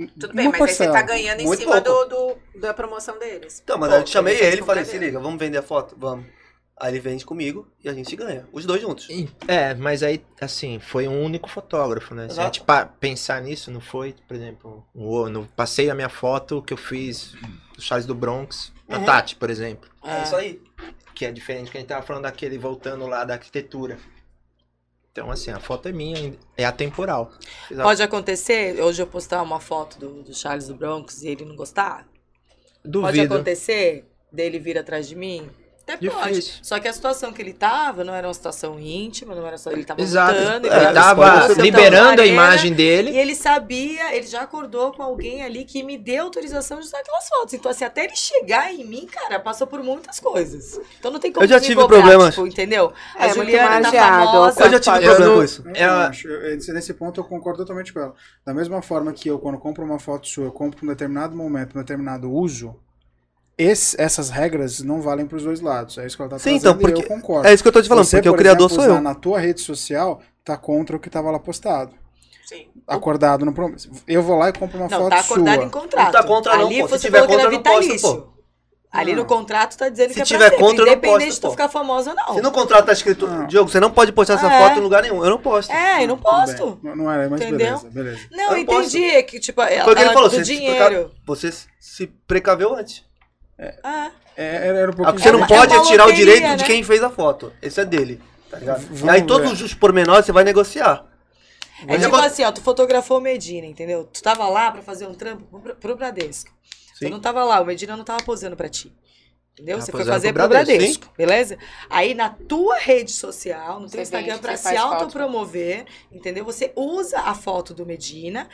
eu.
Tudo bem,
Uma
mas aí você tá
parcela.
ganhando em
Muito
cima do,
pouco.
do- da promoção deles.
Então, mas
Pô,
aí eu chamei
é
eles
ele e falei, se
respondem.
liga, vamos vender a foto? Vamos. Aí ele vende comigo e a gente ganha. Os dois juntos.
É, mas aí, assim, foi um único fotógrafo, né? Se a
Exato.
gente pa- pensar nisso, não foi, por exemplo, um o- no, passei a minha foto que eu fiz do Charles do Bronx, da
Uhum.
Tati, por exemplo.
É isso aí.
Que é diferente que a gente tava falando daquele voltando lá da arquitetura. Então, assim, a foto é minha, é atemporal. Exato.
Pode acontecer hoje eu postar uma foto do, do Charles do Bronx e ele não gostar? Pode
Duvido.
acontecer dele vir atrás de mim? Até pode.
Difícil.
Só que a situação que ele tava não era uma situação íntima, não era só. Ele tava
tá
Exato.
lutando,
É, ele
tava né?
tava
exposto, tava
liberando
na
a
arena,
imagem dele.
E ele sabia, ele já acordou com alguém ali que me deu autorização de usar aquelas fotos. Então, assim, até ele chegar em mim, cara, passou por muitas coisas. Então não tem como
Eu já tive
desdobrar,
problemas.
tipo, entendeu?
É,
A
muito
Juliana tá
magiado.
famosa.
Eu já tive
Eu
problema
não-
com isso.
Eu não
É-
acho. Eu- eu- nesse ponto eu concordo totalmente com ela. Da mesma forma que eu, quando compro uma foto sua, eu compro um determinado momento, um determinado uso, esse- essas regras não valem para os dois lados. É isso que ela tá
Sim,
trazendo
então, porque-
e eu concordo.
É isso que eu tô te falando,
Você,
porque o
por
criador
exemplo,
sou
usar
eu.
na tua rede social, tá contra o que tava lá postado.
Sim.
Acordado no prom- Eu vou lá e compro uma
Não,
foto
tá acordado
sua.
em contrato.
Não tá contra não,
Ali
pô. Se
você
tiver
falou que era
contra, eu não posto,
vitalício. Ali
Não.
no contrato tá dizendo
Se
que é
tiver
pra sempre,
contra, eu não
independente
posto,
de tu
pô.
ficar famosa ou não.
Se no contrato tá escrito,
Não.
Diogo, você não pode postar essa
Ah, é?
foto em lugar nenhum. Eu não posto.
É, eu não
Tudo bem.
posto.
Não, não era, mas
Entendeu?
beleza, beleza.
Não,
Eu não posto.
entendi. é Que, tipo, ela,
Foi o que ele
ela-
falou,
do
você se
dinheiro.
Você se precaveu antes.
Ah,
É, era, era um pouquinho
Porque você
É
não
uma-
pode
é uma
tirar o
loteria,
direito de
né?
quem fez a foto. Esse é dele. Tá ligado?
Vamos
E aí
ver.
todos os pormenores você vai negociar.
é
Mas
tipo
agora-
assim, ó, tu fotografou o Medina, entendeu? Tu tava lá pra fazer um trampo pro, Bra- pro Bradesco. Tu
Sim.
não tava lá, o Medina não tava posando pra ti. Entendeu?
Tava
você foi
posando
fazer
pro
pro
Bradesco,
Bradesco, beleza? Aí na tua rede social, no teu
Você
Instagram,
vende,
pra
você
se
faz foto.
autopromover, entendeu? Você usa a foto do Medina,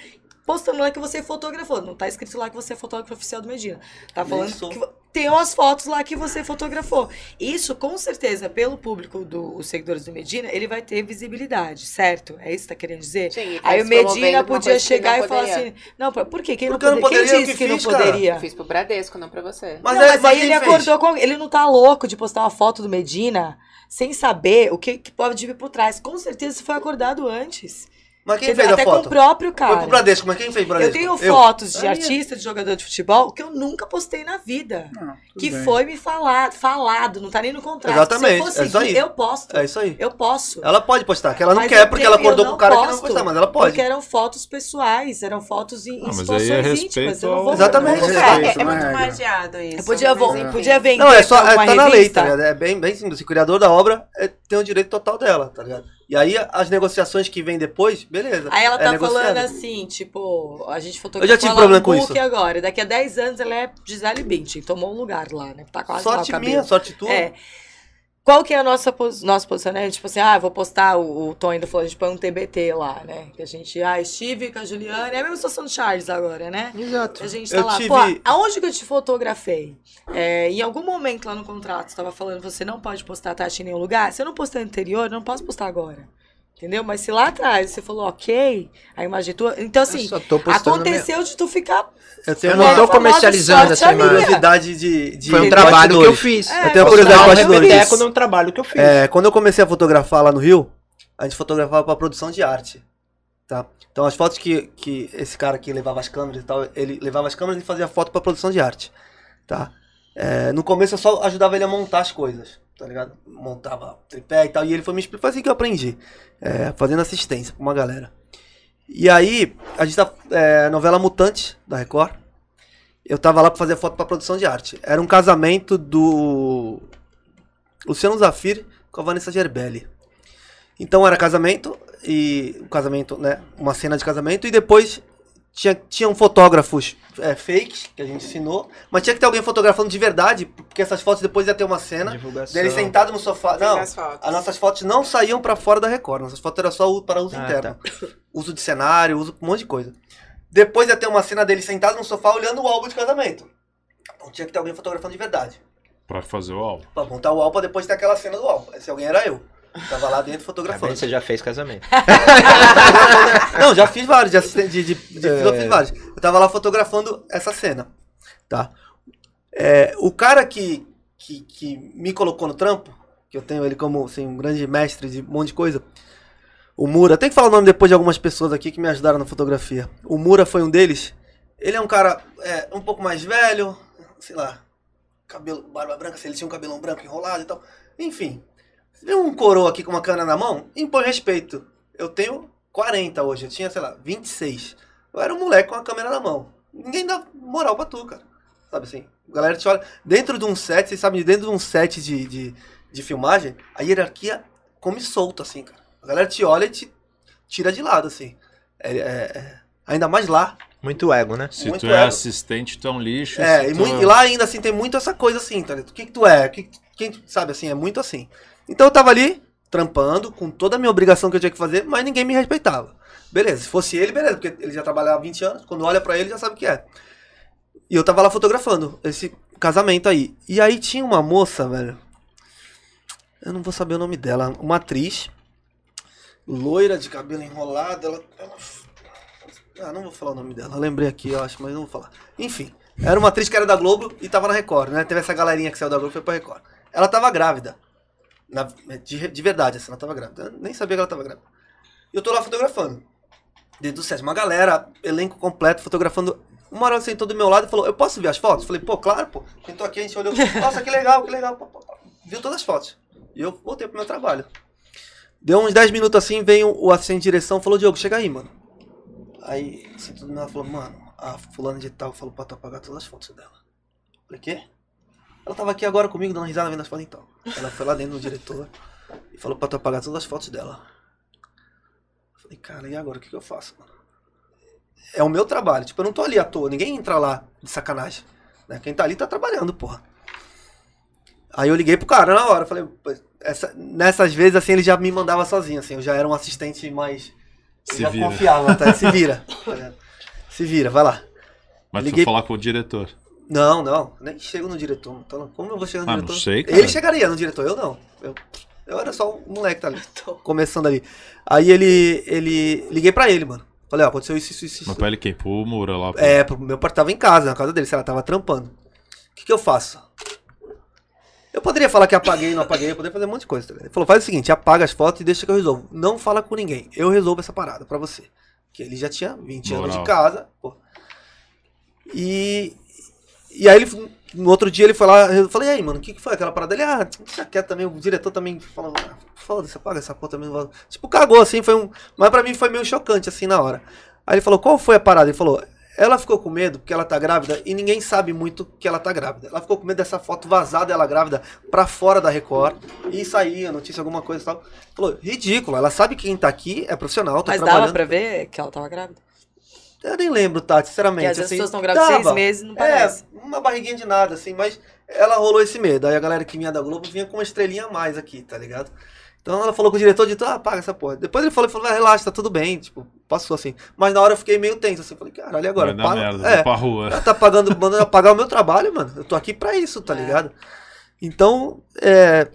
postando lá que você fotografou. Não tá escrito lá que você é fotógrafo oficial do Medina. Tá
Nem
falando
sou.
que vo- tem as fotos lá que você fotografou. Isso, com certeza, pelo público dos seguidores do Medina, ele vai ter visibilidade, certo? É isso que tá querendo dizer?
Sim, tá
Aí o
se
Medina
promovendo pra uma
podia
coisa que
chegar
não
e falar
poderia.
assim: Não, pra- por quê? Quem,
Porque eu não
não poderia?
poderia,
Quem
eu
disse
que
que não
fiz, cara.
poderia?
Eu fiz pro Bradesco, não pra você.
Mas,
não,
é,
mas aí
quem
ele
fez?
acordou com. Ele não tá louco de postar uma foto do Medina sem saber o que, que pode vir por trás. Com certeza isso foi acordado antes.
Mas quem
Teve
fez a
até com
foto?
o próprio cara.
Foi pro Bradesco, mas quem fez o
Eu
Bradesco?
tenho fotos de artista, de jogador de futebol, que eu nunca postei na vida.
Não, tudo
que
bem.
foi me falar, falado, não tá nem no contrato.
Exatamente,
Se eu
é isso aí.
conseguir, eu posto.
É isso aí.
Eu posso.
Ela pode postar, que ela não
Mas
quer
eu
porque ela
tenho-
acordou
eu
com o
não
cara que não
posso,
postar, mas ela pode.
Porque eram fotos pessoais, eram fotos em, em
Ah, mas
exposições
aí é
íntimas.
respeito
Eu não
ao-
vou
Exatamente.
eu não vou
É,
Respeito,
é
não é
muito
regra.
né?
magiado isso.
Eu podia,
mas
vo-
enfim.
podia vender.
Não, é só.
pra
É,
uma
tá na lei,
revista.
tá ligado? É bem, bem simples. O criador da obra é, tem o direito total dela, tá ligado? E aí as negociações que vêm depois, beleza.
Aí ela
é
tá
negociado.
falando assim, tipo, a gente fotografou
Eu já tive
ela
problema
no
com
book
isso.
agora. Daqui a 10 anos ela é Gisele Bündchen, tomou um lugar lá, né? Tá quase lá o
Sorte
cabelo.
minha, sorte tua.
É. Qual que é a nossa pos- nosso posicionamento? Tipo assim, ah, vou postar o, o Tony do Flow, a gente põe um TBT lá, né? Que a gente, ah, estive com a Juliana, é a mesma situação do Charles agora, né?
Exato.
A gente tá
Eu
lá,
tive.
pô, aonde que eu te fotografei? É, em algum momento lá no contrato, você tava falando, você não pode postar taxa em nenhum lugar. Se eu não postei anterior, eu não posso postar agora. Entendeu? Mas se lá atrás você falou, ok, a imagem tua. Então, assim,
só tô
aconteceu de tu ficar.
minha- Eu tenho
Eu
uma
não tô
comercializando essa
uma
imagem.
curiosidade de, de.
Foi um
Tem
trabalho que eu
bastidores.
fiz.
É,
Eu tenho uma
posso
curiosidade
dar
de
um
bastidores.
Repeteco num trabalho que eu fiz.
É, quando eu comecei a fotografar lá no Rio, a gente fotografava pra produção de arte, tá? Então as fotos que, que esse cara que levava as câmeras e tal, ele levava as câmeras e fazia foto pra produção de arte, tá? É, no começo eu só ajudava ele a montar as coisas, tá ligado? Montava tripé e tal, e ele foi me explicando, foi assim que eu aprendi, é, fazendo assistência pra uma galera. E aí, a gente tá, é, novela Mutante, da Record, eu tava lá pra fazer foto pra produção de arte. Era um casamento do Luciano Zafir com a Vanessa Gerbelli. Então era casamento e o casamento, né, uma cena de casamento e depois tinha tinham fotógrafos é, fakes que a gente ensinou, mas tinha que ter alguém fotografando de verdade, porque essas fotos depois ia ter uma
né?
cena
Divulgação.
dele sentado no sofá. Não,
As fotos.
as nossas fotos não saíam pra fora da Record, nossas fotos eram só u- para uso
Ah,
interno. Uso de cenário, uso pra um monte de coisa. Depois ia ter uma cena dele sentado no sofá olhando o álbum de casamento. Então tinha que ter alguém fotografando de verdade.
Pra fazer o álbum.
Pra montar o álbum pra depois ter aquela cena do álbum. Esse alguém era eu. Tava lá dentro
Tá bem,
fotografando.
você já fez casamento.
Não, já fiz vários, de assistente de, de, de fila, eu fiz vários. Eu tava lá fotografando essa cena, tá? É, o cara que, que, que me colocou no trampo, que eu tenho ele como assim, um grande mestre de um monte de coisa, o Mura, tem que falar o nome depois de algumas pessoas aqui que me ajudaram na fotografia. O Mura foi um deles. Ele é um cara é, um pouco mais velho, sei lá, cabelo, barba branca, se ele tinha um cabelão branco enrolado e tal. Enfim, se vê um coroa aqui com uma cana na mão, impõe respeito. Eu tenho 40 hoje, eu tinha, sei lá, 26. Eu era um moleque com a câmera na mão. Ninguém dá moral pra tu, cara. Sabe assim? A galera te olha. Dentro de um set, vocês sabem, dentro de um set de, de, de filmagem, a hierarquia come solto, assim, cara. A galera te olha e te tira de lado, assim. É, é- é- ainda mais lá.
Muito ego, né?
Se
Muito
tu é
ego.
assistente, tu é um lixo.
É,
se
e,
tu
mui- e lá ainda assim tem muito essa coisa assim, tá ligado? O que, que tu é? O que que tu- quem tu- sabe assim, é muito assim. Então eu tava ali, trampando, com toda a minha obrigação que eu tinha que fazer, mas ninguém me respeitava. Beleza, se fosse ele, beleza, porque ele já trabalhava há 20 anos, quando olha pra ele já sabe o que é. E eu tava lá fotografando esse casamento aí. E aí tinha uma moça, velho. Eu não vou saber o nome dela, uma atriz. Loira de cabelo enrolado, ela. ela- Ah, não vou falar o nome dela. Eu lembrei aqui, eu acho, mas não vou falar. Enfim. Era uma atriz que era da Globo e tava na Record, né? Teve essa galerinha que saiu da Globo e foi pra Record. Ela tava grávida. Na- de, de verdade, assim, ela tava grávida. Eu nem sabia que ela tava grávida. E eu tô lá fotografando. Dentro do set, uma galera, elenco completo, fotografando. Uma hora ela sentou do meu lado e falou, eu posso ver as fotos? Falei, pô, claro, pô. Sentou aqui, a gente olhou, nossa, que legal, que legal. pô, pô, pô. Viu todas as fotos. E eu voltei pro meu trabalho. Deu uns 10 minutos assim, veio o assistente de direção e falou, Diogo, chega aí, mano. Aí assim, sentou do meu lado e falou, mano, a fulana de tal falou pra tu apagar todas as fotos dela. Falei, quê? Ela tava aqui agora comigo, dando risada, vendo as fotos então. Ela foi lá dentro do diretor e falou pra tu apagar todas as fotos dela. Falei, cara, e agora? O que, que eu faço, mano? É o meu trabalho. Tipo, eu não tô ali à toa. Ninguém entra lá de sacanagem. né? Quem tá ali tá trabalhando, porra. Aí eu liguei pro cara na hora. Falei, pô, essa- nessas vezes, assim, ele já me mandava sozinho, assim. Eu já era um assistente mais...
Se
eu já
vira.
confiava, tá? Se vira. tá ligado? Se vira, vai lá.
Mas tu
liguei-
falar com o diretor.
Não, não. Nem chego no diretor. Então, como eu vou chegar no
Ah, não
diretor?
sei, cara.
Ele chegaria no diretor, eu não. Eu, eu era só um moleque tá ali, começando ali. Aí ele, ele, liguei pra ele, mano. Falei, ó, aconteceu isso, isso, isso.
Mas
isso.
pra ele quem? Pro Moura lá. pro-
É, pro- meu pai tava em casa, na casa dele, se ela tava trampando. O que que eu faço? Eu poderia falar que apaguei, não apaguei, eu poderia fazer um monte de coisa. tá ligado? Ele falou, faz o seguinte, apaga as fotos e deixa que eu resolvo. Não fala com ninguém, eu resolvo essa parada pra você. Que ele já tinha 20 anos de
Moral.
casa, pô. E, e aí ele, no outro dia ele foi lá, eu falei, e aí, mano, o que, que foi aquela parada? Ele, ah, tá quieto também, o diretor também falou, ah, foda-se, apaga essa porra também. Tipo, cagou assim, foi um. Mas pra mim foi meio chocante, assim, na hora. Aí ele falou, qual foi a parada? Ele falou, ela ficou com medo porque ela tá grávida e ninguém sabe muito que ela tá grávida. Ela ficou com medo dessa foto vazada, ela grávida, pra fora da Record e sair a notícia, alguma coisa e tal. Falou, ridículo, ela sabe que quem tá aqui, é profissional, tá
Mas dava
trabalhando.
pra ver que ela tava grávida?
Eu nem lembro, Tati, sinceramente.
Porque às vezes as
assim,
pessoas estão grávidas
dava.
seis meses não parece.
É, uma barriguinha de nada, assim, mas ela rolou esse medo. Aí a galera que vinha da Globo vinha com uma estrelinha a mais aqui, tá ligado? Então ela falou com o diretor, dito, ah, paga essa porra. Depois ele falou, ele falou, ah, relaxa, tá tudo bem, tipo, passou assim. Mas na hora eu fiquei meio tenso, assim, falei, caralho, e agora?
Vai dar
Paga-
merda, né?
é,
vou pra rua.
ela tá pagando, mandando eu pagar o meu trabalho, mano. Eu tô aqui pra isso, tá
É.
ligado? Então,
Tá
é,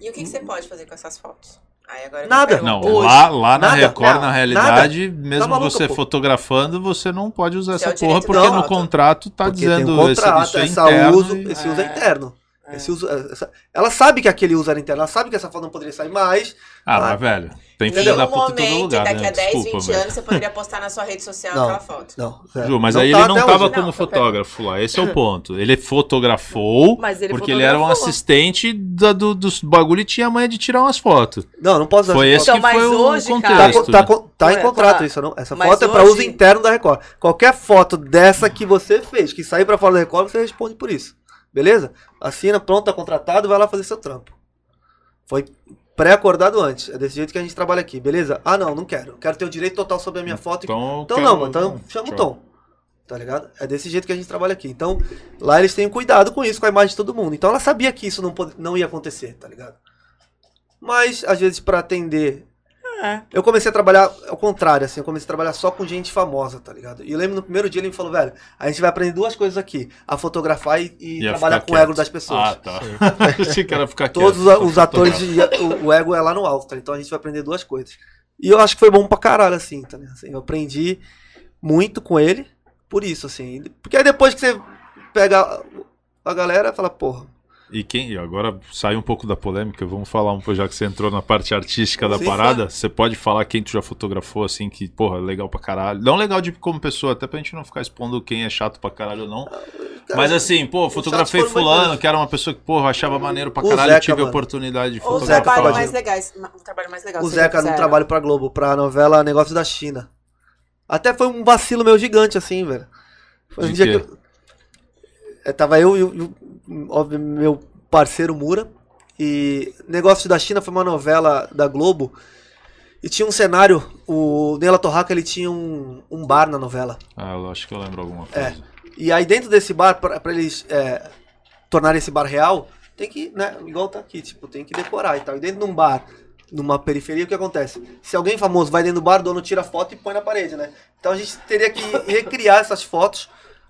E o que, que você pode fazer com essas fotos? Aí agora eu
Nada.
pergunto.
Não,
É, Hoje.
lá, lá na
Nada.
Record,
Não,
na realidade, mesmo
maluco,
você
pô.
fotografando, você não pode usar
Isso é
essa
o
porra,
direito
porque
do
no
autor.
contrato tá
porque
dizendo
tem um contrato,
esse, isso
essa
é interno.
uso,
e-
esse uso é
É.
interno. Esse uso, é, essa- ela sabe que aquele uso era interno, ela sabe que essa foto não poderia sair mais.
Ah,
Ah.
mas velho, tem
Em
filha
nenhum
da puta em todo
momento,
lugar,
Um daqui
né?
a 10,
Desculpa,
20
velho.
anos, você poderia postar na sua rede social
Não.
aquela foto.
Não, é,
Ju, mas
não
aí
tá
ele não
até
tava
hoje.
como
Não, tá
fotógrafo lá, esse é o ponto. Ele fotografou,
Mas ele
porque ele era um
fotografou.
assistente da- do- dos bagulho e tinha a manha de tirar umas fotos.
Não, não posso usar
Foi
essa
esse
Então,
que
mas
foi o
hoje, cara-
Tá,
contexto.
tá,
né?
con- tá
Ué,
em contrato
tá.
isso, não? Essa
Mas
foto é pra
hoje-
uso interno da Record. Qualquer foto dessa que você fez, que sair pra fora da Record, você responde por isso. Beleza? Assina, pronto, tá contratado, vai lá fazer seu trampo. Foi pré-acordado antes. É desse jeito que a gente trabalha aqui, beleza? Ah, não, não quero. Eu Quero ter o direito total sobre a minha foto. Então,
Então,
não, mano, então chama o
Tom.
Tom. Tá ligado? É desse jeito que a gente trabalha aqui. Então, lá eles têm cuidado com isso, com a imagem de todo mundo. Então ela sabia que isso não, pod- não ia acontecer, tá ligado? Mas, às vezes, pra atender
É.
eu comecei a trabalhar ao contrário, assim, eu comecei a trabalhar só com gente famosa, tá ligado? E eu lembro no primeiro dia ele me falou, velho, a gente vai aprender duas coisas aqui, a fotografar e, e
Ia
trabalhar
ficar
com o ego
quieto.
das pessoas.
Ah, tá. Achei que era ficar quieto.
Todos os,
só
os atores,
fotografar.
de- o, o ego é lá no alto, tá? então a gente vai aprender duas coisas. E eu acho que foi bom pra caralho, assim, tá ligado? Assim, eu aprendi muito com ele, por isso, assim, porque aí depois que você pega a- a galera, fala, porra,
E quem, e agora sai um pouco da polêmica, vamos falar um pouco, já que você entrou na parte artística da
Sim,
parada, você pode falar quem tu já fotografou, assim, que, porra, legal pra caralho. Não legal de como pessoa, até pra gente não ficar expondo quem é chato pra caralho ou não.
cara,
Mas assim, pô,
chatos
fotografei
foram muito
fulano,
mais-
que era uma pessoa que, porra, eu achava maneiro pra
O
caralho,
Zeca,
tive a
mano.
oportunidade de
Ou o
Zeca
fotografar.
trabalho
pode.
mais legais, um trabalho mais legal.
o
vocês já
Zeca num
fizeram?
trabalho pra Globo, pra novela Negócio da China. Até foi um vacilo meu gigante, assim, velho. Foi um
De
dia
quê?
que eu... É, tava eu e o- e o óbvio, meu parceiro Mura. E Negócio da China foi uma novela da Globo. E tinha um cenário, o Nela Torraca ele tinha um, um bar na novela.
Ah, eu acho que eu lembro
É.
alguma coisa.
E aí dentro desse bar, pra, pra eles é, tornarem esse bar real, tem que, né, igual tá aqui, tipo, tem que decorar e tal. E dentro de um bar, numa periferia, o que acontece? Se alguém famoso vai dentro do bar, o dono tira a foto e põe na parede, né? Então a gente teria que recriar essas fotos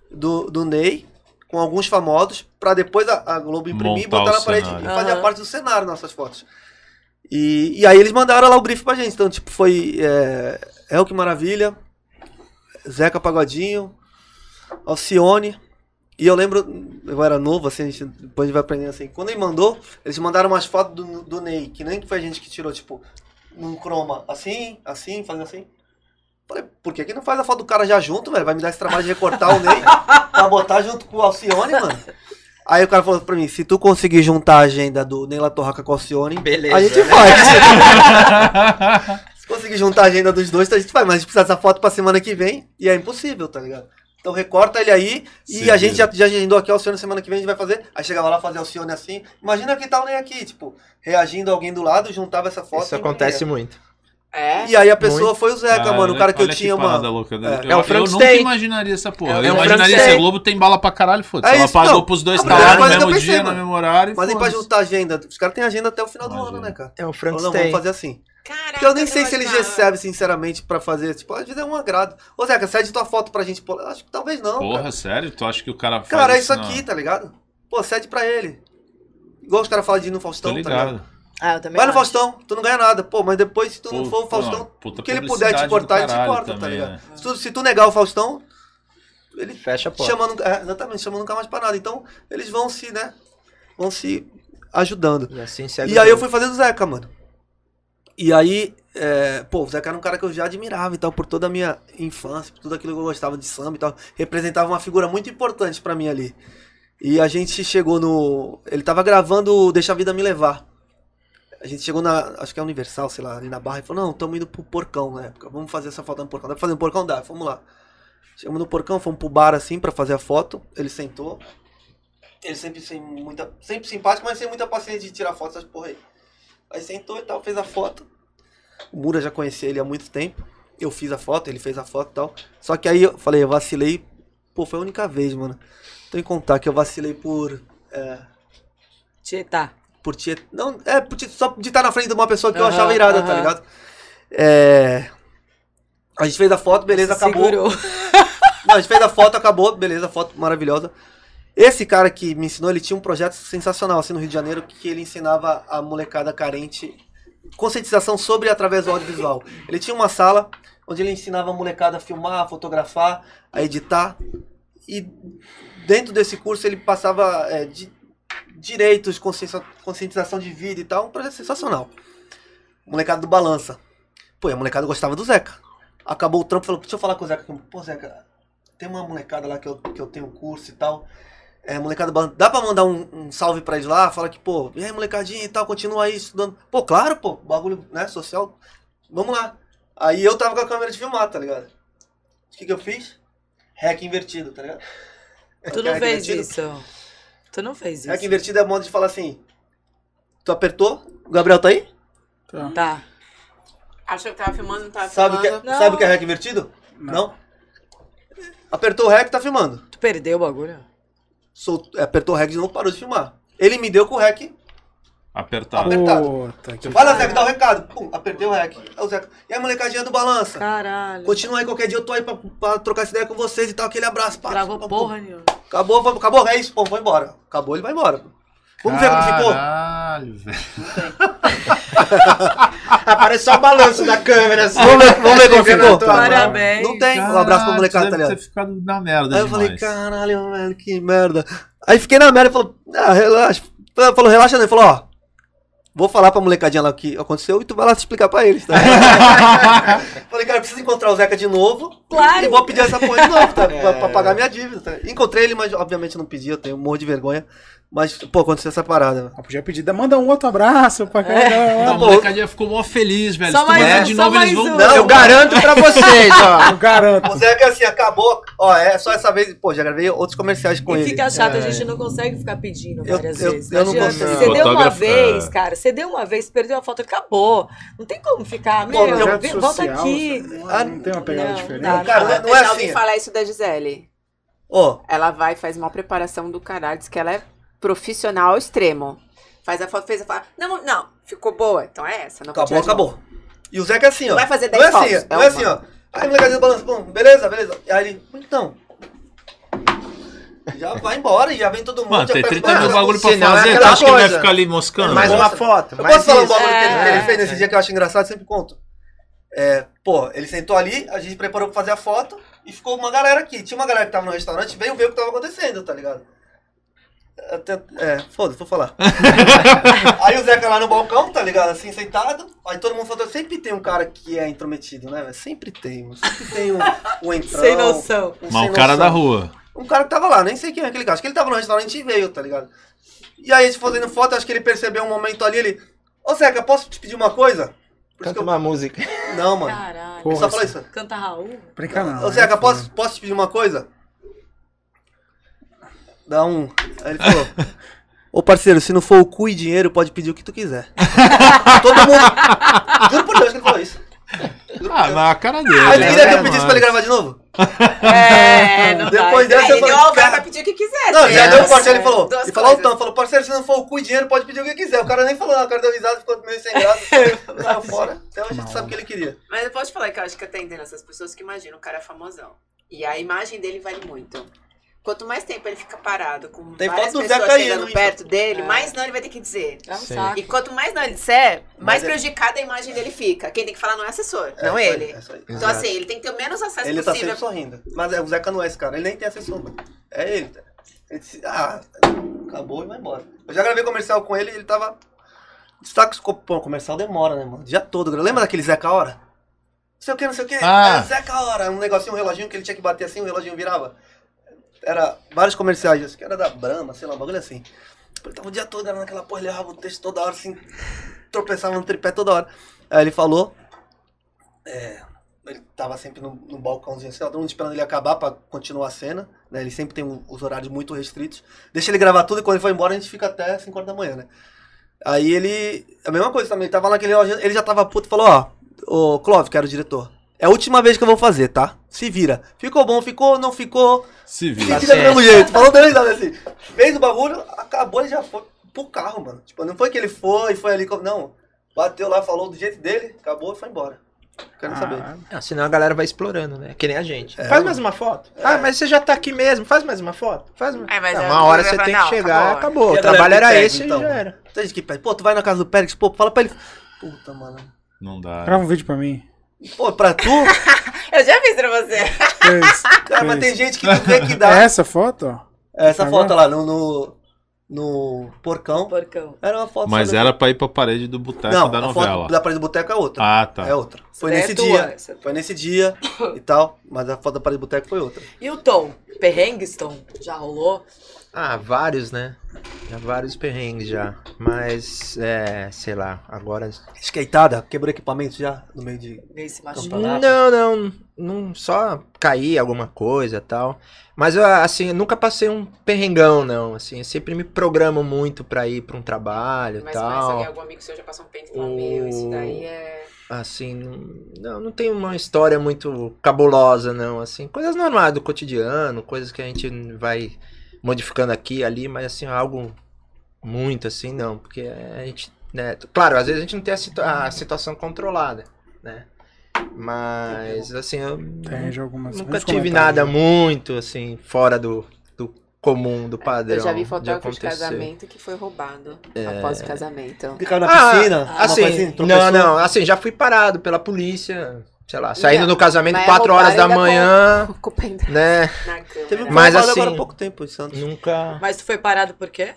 do, do Ney com alguns famosos pra depois a, a Globo imprimir
Montar
e botar
o
na parede
cenário.
e fazer a
Aham.
parte do cenário nossas fotos. E, e aí eles mandaram lá o brief pra gente. Então, tipo, foi é, El que Maravilha, Zeca Pagodinho, Alcione. E eu lembro, eu era novo, assim, a gente, depois a gente vai aprendendo assim. Quando ele mandou, eles mandaram umas fotos do, do Ney, que nem que foi a gente que tirou, tipo, num croma, assim, assim, fazendo assim. Falei, por que, que não faz a foto do cara já junto, velho? Vai me dar esse trabalho de recortar o Ney pra botar junto com o Alcione, mano. Aí o cara falou pra mim, se tu conseguir juntar a agenda do Ney Latorraca com o Alcione,
Beleza,
a gente
né?
faz. se conseguir juntar a agenda dos dois, a gente faz. Mas a gente precisa dessa foto pra semana que vem e é impossível, tá ligado? Então recorta ele aí e
Sim,
a gente já,
mesmo.
já agendou aqui a Alcione semana que vem, a gente vai fazer. Aí chegava lá fazer Alcione assim. Imagina que tal nem aqui, tipo, reagindo alguém do lado, juntava essa foto.
Isso
e
acontece
imprimia.
muito.
É?
E aí a pessoa foi o Zeca,
Cara,
mano. O cara que eu
Ah, olha
tinha,
parada
mano.
louca, né?
É.
eu,
É o
eu nunca
Frankenstein.
imaginaria essa porra.
É o
eu imaginaria se
Frankenstein.
a Globo tem bala pra caralho, foda-se.
É
ela
isso,
pagou
não.
pros dois
A
estar
primeira
lá no
coisa que eu
mesmo dia,
pensei,
no
mano.
mesmo horário. e
Mas aí pra
foda-se.
juntar a agenda, os caras têm agenda até o final do ano,
Imagina.
né, cara?
É o
Falou, não, vamos
Frankenstein.
fazer assim.
Caraca,
Porque eu nem sei
não
se eles
imaginava.
recebem, sinceramente, pra fazer. Tipo, às vezes é um agrado. Ô, Zeca, cede tua foto pra gente. pô. Acho que talvez não.
Porra,
cara.
sério? Tu acha que o cara faz
Cara, é isso
na-
aqui, tá ligado? Pô, cede pra ele. Igual os caras falam de ir no
Tô
Faustão, tá ligado?
ligado.
Ah, eu também
Vai no
acho.
Faustão, tu não ganha nada. Pô, mas depois, se tu não
Pô,
for o
pô,
Faustão,
puta
o que ele puder te
publicidade
cortar, ele
do
te
caralho
corta, tá
também,
ligado?
né?
Se tu, se tu negar o Faustão, ele
Fecha a porta.
chama, nunca- é, exatamente, chama nunca mais pra nada. Então, eles vão se, né? Vão se ajudando.
E assim segue
E aí eu fui fazer do Zeca, mano. E aí, é, pô, o Zeca era um cara que eu já admirava e tal, por toda a minha infância, por tudo aquilo que eu gostava de samba e tal. Representava uma figura muito importante pra mim ali. E a gente chegou no. Ele tava gravando o Deixa a Vida Me Levar. A gente chegou na. Acho que é Universal, sei lá, ali na barra, e falou: Não, estamos indo pro porcão na época. Vamos fazer essa foto no porcão. Dá pra fazer no porcão? Dá, vamos lá. Chegamos no porcão, fomos pro bar assim pra fazer a foto. Ele sentou. Ele sempre sem muita. Sempre simpático, mas sem muita paciência de tirar foto, essas porra aí. Aí sentou e tal, fez a foto. O Mura já conhecia ele há muito tempo. Eu fiz a foto, ele fez a foto e tal. Só que aí eu falei, eu vacilei. Pô, foi a única vez, mano. Tô em contar que eu vacilei por. É,
Tietá.
por Tietê. Não, é, por Tietê, só de estar na frente de uma pessoa que eu
Aham,
achava irada, tá
aham.
ligado? É. A gente fez a foto, beleza,
Se
acabou.
Segurou.
Não, a gente fez a foto, acabou, beleza, a foto maravilhosa. Esse cara que me ensinou, ele tinha um projeto sensacional assim no Rio de Janeiro, que ele ensinava a molecada carente conscientização sobre através do audiovisual. Ele tinha uma sala onde ele ensinava a molecada a filmar, a fotografar, a editar. E dentro desse curso ele passava é, de direitos, consciência- conscientização de vida e tal, um projeto sensacional. Molecada do Balança. Pô, e a molecada gostava do Zeca. Acabou o trampo, falou, deixa eu falar com o Zeca. aqui. Pô, Zeca, tem uma molecada lá que eu, que eu tenho curso e tal. É, molecada, do Balança, dá pra mandar um, um salve pra eles lá? Fala que, pô, e aí, molecadinha e tal, continua aí estudando. Pô, claro, pô, bagulho, né, social. Vamos lá. Aí eu tava com a câmera de filmar, tá ligado? O que que eu fiz? Hack invertido, tá ligado?
Tu não
Hack
fez
invertido.
isso. então. Tu não fez
Hack
isso.
invertido é modo de falar assim, tu apertou, o Gabriel tá aí?
Tá.
Achou que tava filmando, não tava
Sabe o que,
Tá filmando.
é-
Não.
sabe o que é hack invertido? Não. Apertou o REC, tá filmando.
Tu perdeu o bagulho?
Sol- Apertou o REC de novo, parou de filmar. Ele me deu com o REC.
Apertado.
Apertado.
Puta que
Vai lá, Tipo, Zeca, dá o recado. Pum, apertei o REC. É o Zeca. E a molecadinha do Balança?
Caralho.
Tá. Continua aí, qualquer dia eu tô aí pra, pra trocar essa ideia com vocês e tal, aquele abraço. pá,
Gravou
pá, pum.
porra nenhuma.
Acabou, vamos- acabou, é isso, pô, vou embora. Acabou, ele vai embora. Vamos ver como ficou.
Caralho, velho.
Aparece só o balanço da câmera, assim.
Vamos ver, vamos ver como ficou. Tá,
Parabéns.
Não tem. Um abraço pra molecada, tá
deve
ligado?
ter ficado na merda
Aí eu
demais.
falei, caralho, velho, que merda. Aí fiquei na merda e falou, ah, relaxa. Ela Falou, relaxa, não. Ele falou, ó, vou falar pra molecadinha lá o que aconteceu e tu vai lá se explicar pra eles, tá? falei, cara, eu preciso encontrar o Zeca de novo.
Claro.
E vou pedir essa porra de novo, tá? Pra, pra pagar minha dívida. tá? Encontrei ele, mas obviamente não pedi, eu tenho um morro de vergonha. Mas, pô, aconteceu essa parada.
Ah, podia pedir, manda um outro abraço
É.
pra
Não,
cada
a
pô.
molecadinha ficou mó feliz, velho.
Só
Se tu mandar
mais um,
de
só
novo, eles
mais
vão.
um.
Não,
Eu garanto pra vocês, ó.
Eu garanto.
O Zeca, assim, acabou. Ó, é só essa vez. Pô, já gravei outros comerciais com
E
ele. É.
fica chato, a gente não consegue ficar pedindo
Eu-
várias
eu-
vezes.
eu não
adianta.
consigo.
Você deu uma
Fotógrafo,
vez,
é.
cara. Você deu uma vez, perdeu a foto, acabou. Não tem como ficar. Meu,
Projeto
vem- é um volta
social,
aqui.
Não, não tem uma pegada
Não,
diferente.
dá.
Cara, não- não é
Já ouvi
assim.
falar isso da Gisele.
Ó,
Ela vai e faz uma preparação do caralho, diz que ela é profissional ao extremo. Faz a foto, fez a foto. Não, não, ficou boa. Então é essa, não vou
Acabou,
tirar de novo.
acabou. E o Zeca é assim, ó.
Vai fazer
Não é
10
assim,
fotos,
ó.
é
Não é
uma.
assim, ó. Aí o molecadinho do balanço, bom, beleza, beleza. E aí ele, então. Já vai embora, e já vem todo mundo.
Mano,
já
tem
pega o
30 mil
balanço.
bagulho pra
Senão é
fazer. Tu
aquela
acha que ele vai
coisa.
ficar ali moscando?
Mais
Nossa.
uma foto.
Eu
mais
posso falar um
isso.
bagulho que, ele, que ele
É.
fez nesse dia que eu acho engraçado, sempre conto. É, pô, ele sentou ali, a gente preparou pra fazer a foto e ficou uma galera aqui. Tinha uma galera que tava no restaurante, veio ver o que tava acontecendo, tá ligado? Até, é, foda-se, vou falar. aí o Zeca lá no balcão, tá ligado? Assim, sentado. Aí todo mundo falou, sempre tem um cara que é intrometido, né? velho? Sempre tem. um- Sempre tem um, um entrão.
Sem noção.
um
Mas
sem
o cara
noção.
da rua.
Um cara que tava lá, nem sei quem é aquele cara. Acho que ele tava no restaurante e veio, tá ligado? E aí a gente fazendo foto, acho que ele percebeu um momento ali, ele. Ô Zeca, posso te pedir uma coisa? Por
Canta
isso que eu...
uma música.
Não, mano.
Caralho.
Ele
Porra,
só falou isso.
Canta Raul?
Brinca não.
Ô
né?
Zeca, posso, posso te pedir uma coisa? Dá um. Aí ele falou. Ô parceiro, se não for o cu e dinheiro, pode pedir o que tu quiser. Todo mundo. Juro por Deus que ele falou isso.
Ah, mas a cara dele.
Aí ele é
né?
queria que eu
Não,
pedisse
mas-
pra ele gravar de novo?
É, não
Depois
dá.
dessa eu
Aí deu
falei,
ao vivo,
cara-
vai pedir o que quiser.
Não,
né?
já deu um corte,
Duas
ele falou.
coisas.
e falou o Tam, falou, parceiro, se não for o cu e dinheiro, pode pedir o que quiser. O cara nem falou, "Ah, o cara deu risada, ficou meio sem graça. saiu fora. Até hoje a gente sabe o que ele queria.
Mas eu posso te falar que eu acho que atendendo essas pessoas que imaginam o cara é famosão. E a imagem dele vale muito. Quanto mais tempo ele fica parado com
Tem
várias
foto do
pessoas
Zeca aí,
chegando
né?
perto dele,
É.
mais não ele vai ter que dizer.
É um
Sim.
saco.
E quanto mais não ele disser,
Mas
mais
é-
prejudicada a imagem dele fica. Quem tem que falar não é o assessor,
É,
não
isso aí,
ele.
é isso aí.
Então
Exato.
assim, ele tem que ter o menos acesso
Ele tá
possível.
sempre sorrindo. Mas é, o Zeca não é esse cara, ele nem tem assessor, mano. É ele. tá? Ele disse, ah, acabou e vai embora. Eu já gravei comercial com ele e ele tava. Destaque Pô, comercial demora, né, mano? O dia todo. Lembra daquele Zeca Hora? Não sei o que, não sei o que.
Ah.
Era Zeca Hora, um negocinho, um reloginho que ele tinha que bater assim, o reloginho virava. Era vários comerciais disso, que era da Brahma, sei lá, um bagulho assim. Pô, Ele tava o dia todo era naquela porra, ele errava o texto toda hora, assim, tropeçava no tripé toda hora. Aí ele falou. é, ele tava sempre no, no balcãozinho assim, ó, todo mundo esperando ele acabar pra continuar a cena, né? Ele sempre tem um- os horários muito restritos. Deixa ele gravar tudo e quando ele for embora a gente fica até 5 horas da manhã, né? Aí ele. A mesma coisa também, ele tava naquele relógio, ele já tava puto e falou, ó, ô Clóvis, que era o diretor. É a última vez que eu vou fazer, tá? Se vira. Ficou bom, ficou, não ficou.
Se
Fica
vira.
do mesmo jeito. Falou dando risada assim. Fez o bagulho, acabou, ele já foi pro carro, mano. Tipo, não foi que ele foi, foi ali. como- Não. Bateu lá, falou do jeito dele, acabou e foi embora. Quero
Ah,
saber.
Ah, senão a galera vai explorando, né? Que nem a gente.
É.
Faz mais uma foto. Ah, mas você já tá aqui mesmo. Faz mais uma foto. Faz mais.
É, mas
Não,
eu-
uma hora
eu
você
falo,
tem
não,
que chegar.
acabou.
Acabou.
E a
O
galera
trabalho
que
era
pede,
esse
então?
e já era.
Tem gente que pede, pô, tu vai na casa do Pérez, pô, fala pra ele. Puta, mano.
Não dá.
Grava um vídeo pra mim.
Pô, é pra tu,
Eu já fiz pra você.
Fez.
cara, mas
Fez.
tem gente que tu vê que
É
dá.
essa foto? ó?
Essa
Tá
foto lá no, no, no porcão.
Porcão.
Era uma foto.
Mas
só da-
era pra ir pra parede do boteco
Não,
da
a
novela.
foto da parede do boteco é outra.
Ah, tá.
É outra. Foi
Essa
nesse
é tua,
dia.
essa é tua.
Foi nesse dia e tal, mas a foto da parede do boteco foi outra.
E o Tom? Perrengues, Tom? Já rolou?
Ah, vários, né? Já vários perrengues já. Mas, é, sei lá, agora.
Skateada, quebrou equipamento já no meio de.
Veio se
Não,
machucar.
Não, não, não. Só cair alguma coisa e tal. Mas, eu, assim, eu nunca passei um perrengão, não. Assim, eu sempre me programo muito pra ir pra um trabalho e
Mas conhece
tal.
alguém, algum amigo seu já passou um pente e falou, meu, isso daí é...
assim, não, não tem uma história muito cabulosa, não, assim, coisas normais do cotidiano, coisas que a gente vai modificando aqui e ali, mas assim, algo muito assim, não, porque a gente, né, claro, às vezes a gente não tem a, situa- a situação controlada, né, mas assim, eu
Tem já algumas.
nunca
alguns
tive
comentários.
nada muito, assim, fora do, do comum, do padrão
Eu já vi
de
fotógrafo de
acontecer.
casamento que foi roubado após o casamento.
Ficaram na
Ah,
piscina? uma
Assim,
coisa
não,
tropeçou.
não, assim, já fui parado pela polícia, sei lá, saindo
Não,
do casamento
Então, mas é
4 horas da
roubaram ainda
manhã,
Com o pente
né?
na câmera.
Teve um
Mas
mas agora
assim-
há pouco tempo em Santos.
Nunca.
Mas tu foi parado por quê?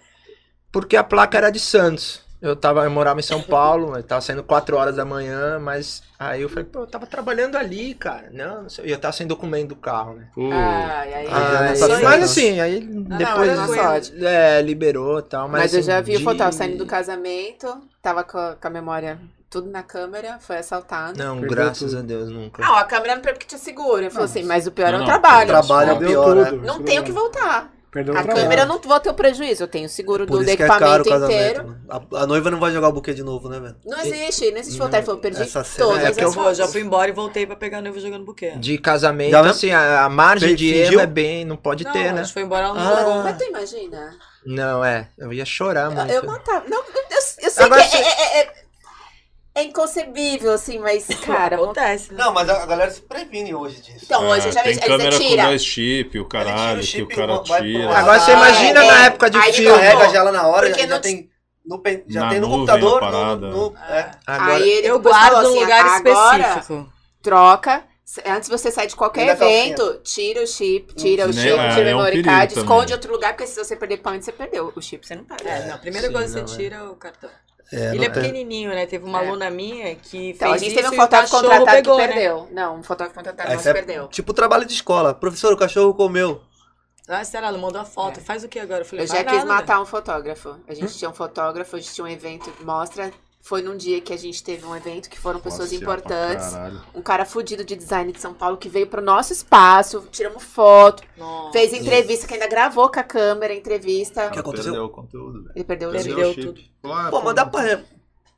Porque a placa era de Santos. Eu tava, eu morava em São Paulo, eu tava saindo 4 horas da manhã, mas aí eu falei, pô, eu tava trabalhando ali, cara. Não, não sei. E eu tá tava sem documento do carro, né?
Pô,
Ai, ai,
Ah,
ai.
isso aí.
mas assim, aí
não,
depois
era sorte.
é, liberou e tal, mas
Mas eu
assim,
já vi o
de-
fotógrafo saindo do casamento, tava co- com a, memória tudo na câmera, foi assaltado.
Não,
Perdeu
graças
tudo.
a Deus, nunca.
Ah.
Não, a câmera não porque tinha
Seguro, ele falou
Não,
assim, mas o pior é
não,
o trabalho.
não,
um Trabalho é
Deu
pior, né?
Não tenho o que voltar.
Perdeu o
A
trabalho.
câmera eu não vou ter o prejuízo, eu tenho o seguro
Por
do
isso que é caro o
equipamento
casamento.
inteiro.
né? A, a noiva não vai jogar o buquê de novo, né, velho?
Não existe, não existe
Não,
voltar. Ele falou, perdi
essa cena-
todas
é
as
que eu-
Pô, eu já
fotos.
fui embora e voltei pra pegar a noiva jogando buquê.
De casamento,
Já, né?
assim, a, a margem
Fe-
de
fingiu?
erro é bem, não pode
não,
ter,
a
né?
gente foi embora ela não
Ah.
largou.
Mas tu imagina?
Não, é, eu ia chorar muito.
Eu matava. Não, eu, eu sei
Agora
que é, é- é- é- é inconcebível, assim, mas, cara,
Acontece, né?
Não, mas a, a galera se previne hoje disso.
Então, hoje
é,
eu já vi.
tem
Aí você
câmera com
tira.
dois chip, o caralho,
Ele
que
tira o
o
chip,
cara
vai pro
tira.
lado.
Agora você
Ah,
imagina
é.
na época de
Aí
Ele
Tira.
filme.
carrega já lá na hora,
Porque
já, já
não-
tem no, pen- já
Na
tem no
nuvem,
computador,
na
no,
parada.
no- é.
Agora,
Aí ele
Eu
depois
guardo
falou
num
assim,
lugar
agora
específico.
troca. Se- Antes de você sair de qualquer
Nem da calcinha.
evento, tira o chip, tira o
Né,
chip,
é,
tira o
é um
memory
perigo
card,
também.
esconde em outro lugar, porque se você perder equipamento, você perdeu. O chip você não paga.
É, não, a primeira
Sim,
coisa que
não,
você
é.
tira é o cartão.
É,
Ele é
não tem-
pequenininho, né? Teve uma
É.
aluna minha que
Então, a
fez
gente
isso
teve um
e o
fotógrafo
cachorro
contratado
pegou,
que
né?
perdeu. Não, um fotógrafo contratado
Aí
nosso
é-
é
você-
perdeu.
Tipo trabalho de escola. Professor, o cachorro comeu.
Ah, será? Ela mandou a foto. Faz o que agora? Eu falei,
É. Eu já
faz
quis
nada.
matar um fotógrafo. A gente tinha um fotógrafo, a gente tinha um evento, mostra. Foi num dia que a gente teve um evento que foram pessoas
Passear pra
importantes.
caralho.
Um cara fudido de design de São Paulo que veio pro nosso espaço, tiramos foto,
Nossa.
fez entrevista, que ainda gravou com a câmera, entrevista.
O cara
aconteceu?
Perdeu o conteúdo, velho.
Ele perdeu o
Perdeu.
chip.
o chip.
Ah,
Claro.
Pô, mas dá pra. re-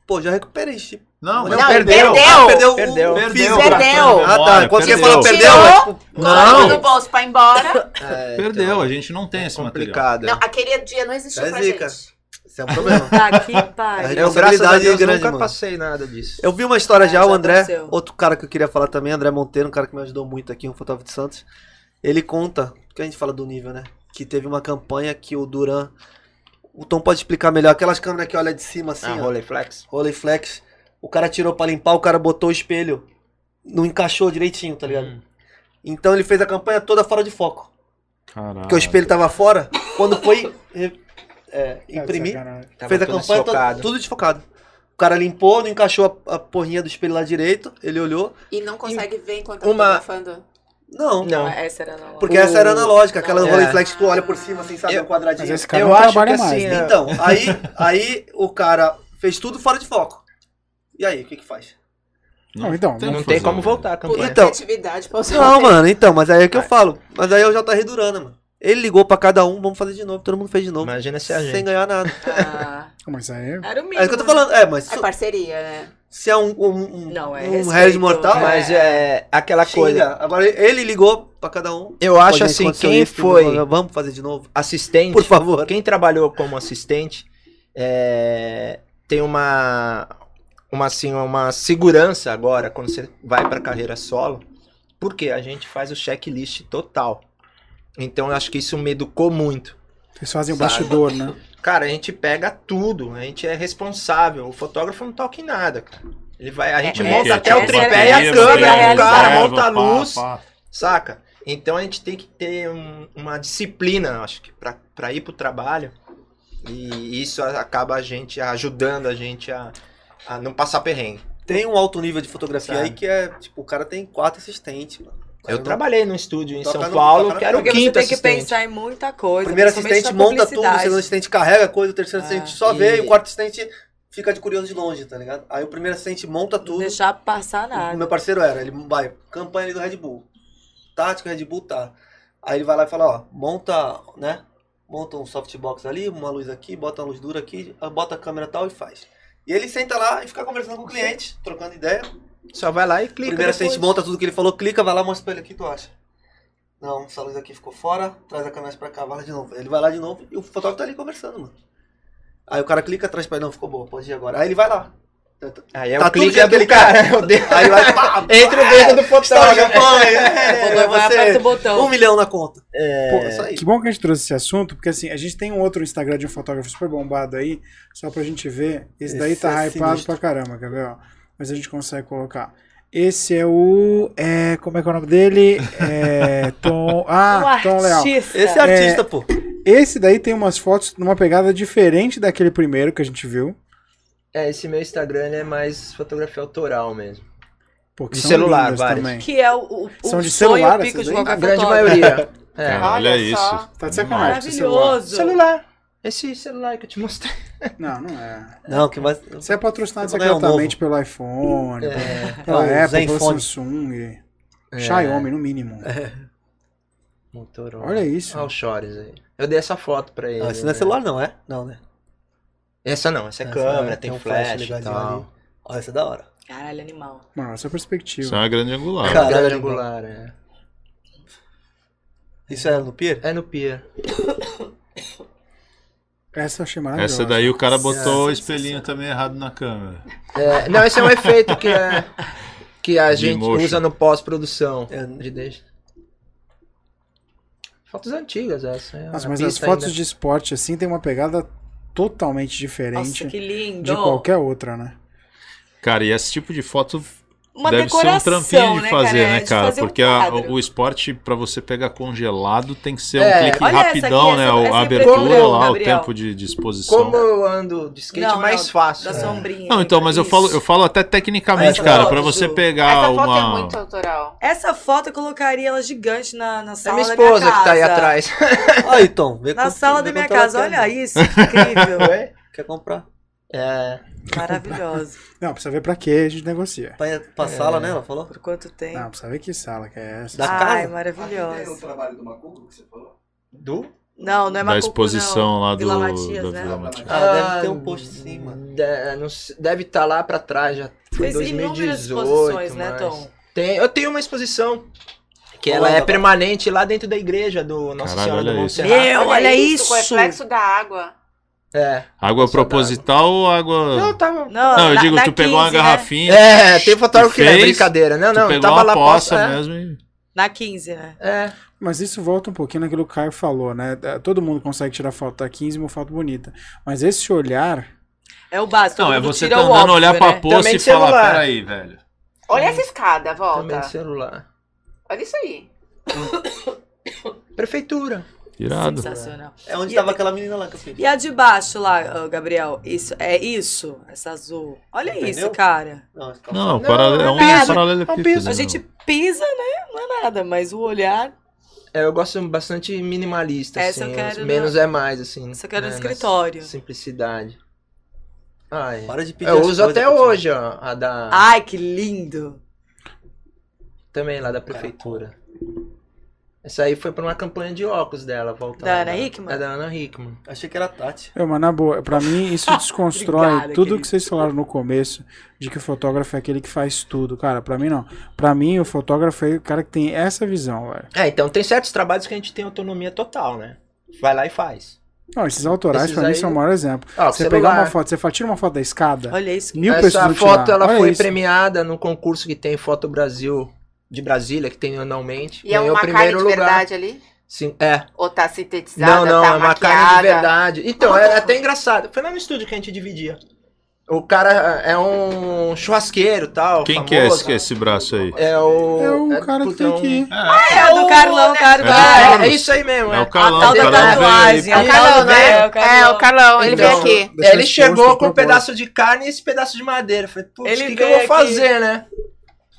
Pô, já recuperei chip.
Não, mas
Não, ele
perdeu.
perdeu.
Ah, perdeu. o-
Perdeu.
o
Perdeu.
físico.
Perdeu.
Ah, tá. Quando você falou
perdeu.
perdeu, é tipo,
Colocou no
Não.
bolso pra ir embora.
é,
Perdeu,
então,
a gente não tem esse material.
complicado.
Não, aquele dia não existiu
É
pra
zica.
gente.
Isso é um problema.
Tá, que pariu.
Eu, É graças a
Responsabilidade
Deus,
grande,
nunca
mano.
passei nada disso.
Eu vi uma história já,
É,
o
já
André,
aconteceu.
outro cara que eu queria falar também, André Monteiro, um cara que me ajudou muito aqui, um fotógrafo de Santos. Ele conta, que a gente fala do nível, né? Que teve uma campanha que o Duran. O Tom pode explicar melhor, aquelas câmeras que olha de cima assim,
Ah,
ó,
Rolleiflex.
Rolleiflex. O cara tirou pra limpar, o cara botou o espelho. Não encaixou direitinho, tá ligado?
Hum.
Então ele fez a campanha toda fora de foco.
Ah,
Caralho.
Porque o espelho tava fora. Quando foi. eh, é,
Tá de
imprimir.
sacanagem.
Tava
fez a
tudo
campanha, tá
desfocado.
tudo desfocado. O cara limpou, não encaixou a, a porrinha do espelho lá direito, ele olhou.
E não consegue ver enquanto
Uma-
tá fotografando.
Não, É.
Não.
Ah, Essa era a nova.
porque essa era analógica, aquela
Não.
rolê flex que tu olha por cima, assim, sabe,
Eu-
um quadradinho.
Mas esse cara
Eu
não
acho
trabalha
que,
mais.
assim,
né?
é-
Então, aí, aí o cara fez tudo fora de foco. E aí, o que que faz?
Não, então,
o
não
que
Não tem
fazer,
como
né?
voltar a
Pula
campanha.
Então-
criatividade pra usar.
Não, mano, então, mas aí é que eu falo. Mas aí é o JR Durana, mano. Ele ligou pra cada um, vamos fazer de novo, todo mundo fez de novo.
Imagina se a
sem
gente.
ganhar nada.
Ah,
Mas aí.
era o mínimo.
É isso que eu tô
né?
falando. É, mas
É
se,
parceria, né?
se é um, um, um,
Não, é
um
respeito.
Harry mortal,
Mas é aquela
xinga.
coisa.
Agora ele ligou pra cada um.
Eu
Pô,
acho
gente,
assim,
aconteceu
quem
isso,
foi
Vamos fazer de novo.
assistente,
Por favor.
quem trabalhou como assistente, é, tem uma uma assim uma segurança agora quando você vai para carreira solo, porque a gente faz o checklist total. Então eu acho que isso me educou muito.
Vocês fazem o
Sabe?
bastidor, né?
Cara, a gente pega tudo, a gente é responsável. O fotógrafo não toca em nada, cara. Ele vai, a gente
é,
monta
é,
até o
é,
tripé e
é,
a
é,
câmera
é,
do cara,
é,
monta a
pá,
luz.
pá.
Saca? Então a gente tem que ter um- uma disciplina, acho que, pra, pra ir pro trabalho. E isso a- acaba a gente ajudando a gente a, a não passar perrengue.
Tem um alto nível de fotografia
Sabe.
aí que é, tipo, o cara tem quatro assistentes, mano. O cara é
Eu
não-
trabalhei num estúdio em
Toca
São
no-
Paulo,
toca
que
no-
era o
Porque você
quinto
tem que
assistente.
pensar em muita coisa.
Primeiro
principalmente
assistente
é na
monta tudo, o
publicidade.
segundo assistente carrega coisa, o terceiro
Ah,
assistente só
e-
vê e o quarto assistente fica de curioso de longe, tá ligado? Aí o primeiro assistente monta
Não
tudo.
deixar passar
O meu
nada.
parceiro era, ele vai, campanha ali do Red Bull. Tática Red Bull tá. Aí ele vai lá e fala, ó, monta, né? Monta um softbox ali, uma luz aqui, bota uma luz dura aqui, bota a câmera tal e faz. E ele senta lá e fica conversando com o cliente, trocando ideia.
Só vai lá e clica.
Primeiro
depois.
assistente monta tudo que ele falou, clica, vai lá, mostra pra ele o que tu acha. Não, essa luz aqui ficou fora, traz a câmera pra cá, vai lá de novo. Ele vai lá de novo e o fotógrafo tá ali conversando, mano. Aí o cara clica, traz pra ele, não, ficou boa, pode ir agora. Aí ele vai lá.
Aí é
Tá
o
tudo
clique
que é
do
aquele
cara. é o dedo.
Aí vai, pá,
Entre o dedo do
Está
fotógrafo.
champanhe,
Vai,
né? é,
vai,
você,
aperta o botão.
um milhão na conta.
É,
Pô, é isso aí.
Que bom que a gente trouxe esse assunto, porque assim, a gente tem um outro Instagram de um fotógrafo super bombado aí, só pra gente ver. Esse,
Esse
daí tá
é
hypado pra
sinistro.
caramba, quer ver? ó? Mas a gente consegue colocar. Esse é o. é, como é que é o nome dele? É, Tom. Ah, Tom Leal.
Esse é artista, pô.
Esse daí tem umas fotos numa pegada diferente daquele primeiro que a gente viu.
é, esse meu Instagram ele é mais fotografia autoral mesmo.
Porque
De celular, vários.
também.
Que é o, o, o
São de
sonho
celular
pico
essas
de
aí?
qualquer
A grande
fotógrafo.
maioria. É.
Cara, olha
Olha só.
isso.
Tá de sacanagem. esse celular.
Maravilhoso.
Celular. Esse celular que eu te mostrei.
Não, não é.
Não, que mais.
Você é patrocinado
Vou ganhar um
secretamente pelo iPhone,
É,
pela
é o
Apple, pela
Zenfone. É.
Samsung,
É.
Xiaomi, no mínimo.
Motorola.
Olha isso.
Olha o Chores aí. Eu dei essa foto pra ele.
Não, esse não é
né?
celular, não, é? Não, né?
Essa não, essa é
Essa
câmera,
é-
tem,
tem um flash
flash e
ligadinho
tal.
ali. Olha, esse é da hora.
Caralho, animal.
Mano, essa é a perspectiva.
Isso é uma grande angular.
Cara,
Grande
olha,
angular, é.
Isso é no Pier?
É no pier.
Essa eu achei maravilhosa.
Essa daí o cara botou o
Nossa,
espelhinho também errado na câmera.
É, não, esse é um efeito que, é, que a
De
gente
motion.
usa no pós-produção.
É.
De deixa. Fotos antigas essa.
né?
é
Nossa,
uma
mas as
pista
fotos
ainda.
de esporte assim tem uma pegada totalmente
Nossa,
diferente
que lindo.
de qualquer outra, né?
Cara, e esse tipo de foto
Uma
deve ser um
decoração,
trampinho de
né,
fazer,
cara?
né,
De
cara?
fazer um
Porque a-
quadro.
o esporte, pra você pegar congelado, tem que ser um
É,
clique
olha essa
rapidão,
aqui,
né?
essa-
o-
essa
a
é
abertura
preto-branco,
lá, o
Gabriel.
tempo de, de exposição.
Como eu ando de skate,
Não,
mais
não,
fácil.
É.
né?
Da sombrinha.
Não, então, mas eu
Isso.
falo, eu falo até tecnicamente,
Essa
cara,
foto,
pra você
Ju.
pegar
Essa foto
uma.
é muito autoral.
Essa foto eu colocaria ela gigante na, na
É
sala
minha
da minha
esposa que tá aí
casa.
atrás.
Aí, Tom, vê
Na
quanto-
sala
vê
da minha
quanto ela
casa,
quer.
olha isso, incrível,
Oi?
Quer comprar?
É.
maravilhoso.
Não, precisa ver pra que a gente negocia.
Pra, pra sala, né? Ela falou?
Por quanto tempo?
Não, precisa ver que sala que é essa.
Da
Ai,
casa?
um
maravilhoso.
trabalho do Macuco que você falou?
Do?
Não, não é
da
Macuco,
exposição lá do.
Vila Matias,
da
né?
Vila Matias.
Ah, deve ter um post sim, mano.
hum, de- é, não sei- deve estar lá pra trás já.
não.
Foi
Fez
em
inúmeras
2018,
exposições, né,
mas-
Tom?
Tem, eu tenho uma exposição que
Olha,
ela é
agora.
permanente lá dentro da igreja do Nossa
Caralho,
Senhora do
olha isso.
Montserrat.
Meu, olha
O
isso!
reflexo da água.
É.
Água
Nossa,
proposital ou água.
Não, tava.
Não,
Não, eu
na-
digo,
na
tu pegou uma
15, né?
garrafinha,
É, tem fotógrafo que é
fez,
brincadeira. Não,
tu
não,
pegou
tava
uma
lá
poça
é.
mesmo e.
Na 15, né?
É.
Mas isso volta um pouquinho naquilo que o Caio falou, né? Todo mundo consegue tirar foto da 15, uma foto bonita. Mas esse olhar.
É o básico.
Não,
todo
é
mundo
você
tira
tá
o
andando
óbvio,
olhar pra
né?
poça
Também
e
de
falar,
celular.
peraí, velho.
Olha essa escada,
Também
volta.
de celular.
Olha isso aí.
Prefeitura.
Irado.
Sensacional.
É onde
E
tava
a-
aquela menina lá que eu fiz.
E a de baixo lá, ô, Gabriel, isso, é isso? Essa azul. Olha
Entendeu?
isso, cara.
Não, essa
Não,
Não,
paralelo-
não
é
é
um
nada.
paralelepípedo.
A gente pisa, né? Não é nada, mas o olhar,
É, eu gosto bastante minimalista,
Essa
assim.
eu quero
os menos é mais,
Hum,
assim.
isso eu quero no
né, nessa
escritório.
Simplicidade. Ai.
Para de pedir
Eu
as
uso
coisas,
até
Patrícia.
hoje, ó. A da.
Ai, que lindo.
Também lá da prefeitura. Essa aí foi pra uma campanha de óculos dela,
Tá,
voltada.
Da
né?
Ana né, Hickman?
É da Ana Hickman.
Achei que era a Tati.
É, mas na boa, pra mim isso desconstrói
Obrigada,
tudo
querido.
que vocês falaram no começo de que o fotógrafo é aquele que faz tudo. Cara, pra mim não. Pra mim, o fotógrafo é o cara que tem essa visão, velho.
É, então tem certos trabalhos que a gente tem autonomia total, né? Vai lá e faz.
Não, esses autorais
Esses
pra mim
aí-
são o maior exemplo.
Ó,
Você
celular.
pegar uma foto, você fa- tira uma foto da escada,
Olha isso.
mil
Essa
pessoas vão
foto
tirar.
ela
Olha
foi
isso.
premiada num concurso que tem Foto Brasil de Brasília, que tem anualmente.
E é uma
Ganhou o
carne
primeiro
de
lugar.
verdade ali?
Sim, é.
Ou tá sintetizada,
Não, não,
tá
é uma
maquiada?
carne de verdade. Então, é até engraçado. Foi lá no estúdio que a gente dividia. O cara é um churrasqueiro e tal.
Quem
tá famoso.
que é esse, que é esse braço aí?
É o.
É o cara que
puta,
tem
é um-
que ir.
É a do Carlão, Carlão.
Ah, é, é isso aí mesmo.
É
É
o Carlão,
a tal
o
da
Carlão veio aí.
tatuagem.
É o Carlão, não é?
É o Carlão.
É, o Carlão, ele
Então,
veio aqui.
Deixar
ele
exposto
chegou
de
com um
propósito.
pedaço de carne e esse pedaço de madeira. Eu falei, putz,
Ele
o que, que eu
veio
vou
aqui.
fazer, né?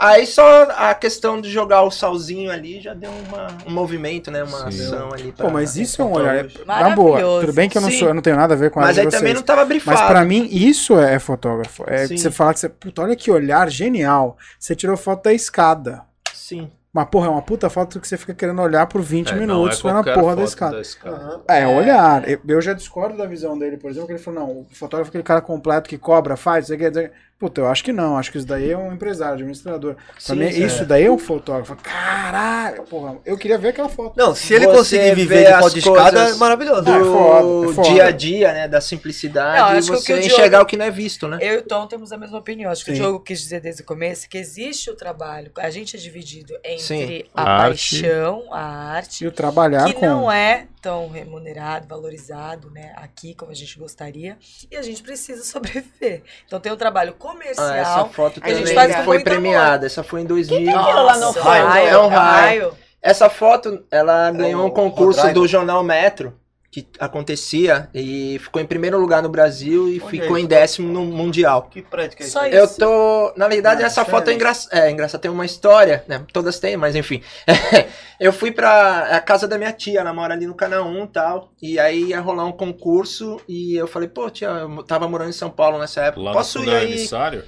Aí só a questão de jogar o salzinho ali já deu uma, um movimento, né? Uma
Sim.
ação ali.
Pô, mas isso é um olhar.
Mas
Na boa,
Maravilhoso.
tudo bem que eu não,
Sim.
sou, eu não tenho nada a ver com a área de
aí também
vocês.
não tava
Mas
brifado.
pra mim, isso é fotógrafo. É que
Sim.
você fala que você. Puta, olha que olhar genial. Você tirou foto da escada.
Sim.
Mas, porra, é uma puta foto que você fica querendo olhar por 20
É, não,
minutos
é
foi na
qualquer
porra da
foto
escada.
da escada.
É, olhar. Eu, eu já discordo da visão dele, por exemplo, que ele falou, não, o fotógrafo é aquele cara completo que cobra, faz, isso aqui, isso aqui. Puta, eu acho que não. Acho que isso daí é um empresário, administrador. Pra
Sim,
mim,
é.
isso daí é um fotógrafo. Caralho, porra, eu queria ver aquela foto.
Não, se ele
Você
conseguir
vê
viver de
as
foto de escada, é
coisas
maravilhoso.
É foda, é
Do
foda.
dia a dia, né? Da simplicidade
Não,
e
acho que o que
você
o Diogo-
enxergar o que não é visto, né?
Eu e o Tom temos a mesma opinião. Acho que o
Sim.
Diogo quis dizer desde o começo que existe o trabalho. A gente é dividido entre
Sim.
a
A arte.
paixão, a arte,
E o trabalhar
que
com.
não é tão remunerado, valorizado, né, aqui como a gente gostaria, e a gente precisa sobreviver. Então tem um trabalho
Ah, essa
comercial.
foto
A gente
também
faz com
foi
muito amor.
premiada. Essa foi em 2000.
Tem aquilo lá no
Nossa, raio, é um raio. Essa foto, ela ganhou
o
um concurso
Rodrigo.
do jornal Metro, que acontecia, e ficou em primeiro lugar no Brasil e
Olha
ficou
isso.
em décimo no Mundial.
Que prédio que é
Só
aí?
isso.
Eu tô. Na verdade,
Não,
essa
sério?
foto é engraçada. É, engraçada, tem uma história, né? Todas têm, mas enfim. eu fui pra a casa da minha tia, ela mora ali no Canal 1 e tal. E aí ia rolar um concurso e eu falei, pô, tia, eu tava morando em São Paulo nessa época.
Lá no
Posso
fundo
ir
é o
aí?
emissário?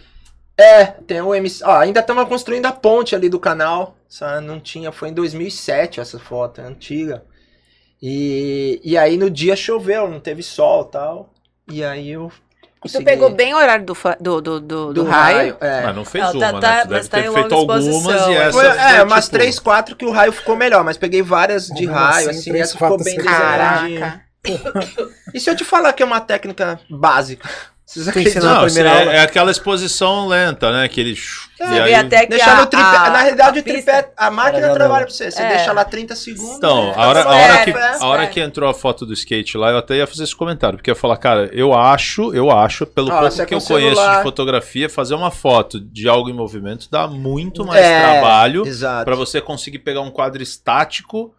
É, tem o MC. Ó, ainda estamos construindo a ponte ali do canal. Só não tinha, foi em 2007 essa foto, é antiga. E, e aí no dia choveu, não teve sol e tal. E aí eu
E
consegui.
tu pegou bem o horário do, fa- do, do, do, do raio?
é.
Mas não fez
Não, tá-
uma,
tá-
né? Tu
mas
deve
tá em
ter
longa
feito algumas
exposição,
e
é.
essa.
Foi,
foi,
é, umas
tipo,
três, quatro que o raio ficou melhor, mas peguei várias de
Como
raio,
assim,
assim,
três,
essa ficou
quatro,
bem
você-
desenhadinha.
Caraca.
E se eu te falar que é uma técnica básica? Vocês acreditam?
na
Não,
primeira
é,
aula.
é aquela exposição lenta, né? Aquele.
Você
e
vê
aí-
até que
Deixar
a-
no tripé.
a-
Na realidade,
a
o
pista-
tripé, a máquina
Caralho,
trabalha pra você. Você
É.
deixa lá 30 segundos.
Então,
né?
a hora, a hora que, a hora
espera.
que entrou a foto do skate lá, eu até ia fazer esse comentário, porque eu ia falar, cara, eu acho, eu acho, pelo
Ah,
pouco
você
que
com
eu
o
conheço
celular.
de fotografia, fazer uma foto de algo em movimento dá muito mais
É,
trabalho
Exato.
pra você conseguir pegar um quadro estático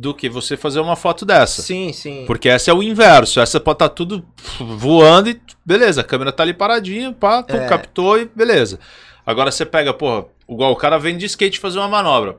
do que você fazer uma foto dessa.
Sim, sim.
Porque essa é o inverso, essa pode estar tudo voando e beleza, a câmera tá ali paradinha, pá, tu
É.
captou e beleza. Agora você pega, porra, igual o cara vem de skate fazer uma manobra.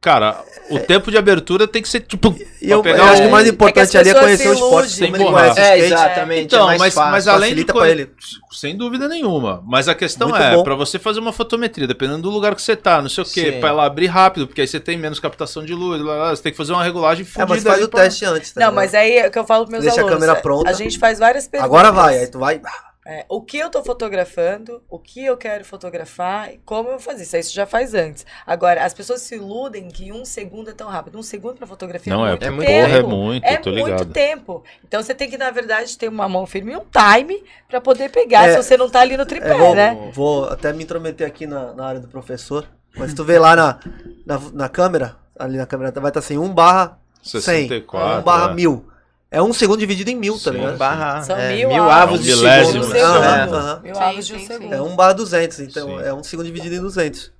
Cara, o tempo de abertura tem que ser tipo.
É. E eu,
pra pegar
eu acho
um-
que o mais
É que as
importante ali é
pessoas
conhecer
se
o esporte.
iludem.
Como ele
Sem
conhece o
É,
skate,
exatamente.
Então,
é mais
mas-
fácil.
mas a- além de
facilita
co-
pra ele.
Sem dúvida nenhuma. Mas a questão
Muito
é,
bom.
pra você fazer uma fotometria, dependendo do lugar que você tá, não sei o quê,
Sim.
pra ela abrir rápido, porque aí você tem menos captação de luz, lá, lá, você tem que fazer uma regulagem
É,
fodida.
mas faz
ali
o
pra-
teste antes, tá
Não,
ligado?
mas aí é o que eu falo pros meus
Deixa a
alunos.
câmera
é,
pronta.
A gente faz várias perguntas.
Agora vai, aí tu vai.
É, o que eu tô fotografando, o que eu quero fotografar e como eu vou fazer isso. Aí Isso já faz antes. Agora, as pessoas se iludem que um segundo é tão rápido. Um segundo pra fotografia
Não,
é
é,
muito
porra,
tempo.
é muito,
É
tô
muito
ligado.
tempo. Então você tem que, na verdade, ter uma mão firme e um time pra poder pegar,
É.
se você não tá ali no tripé,
É, vou,
né?
vou até me intrometer aqui na, na área do professor. Mas tu vê lá na, na, na câmera, ali na câmera vai estar assim, 1 barra 100, 1 barra
é.
1000. É um segundo dividido em mil, tá
Sim.
ligado?
barra,
São
é,
mil
mil,
avos.
avos de
É um milésimo,
segundo.
né?
Aham,
Aham.
aham.
Mil
Sim,
avos de um
sim, sim.
segundo.
É 1 barra 200, então
Sim.
é um segundo dividido em 200.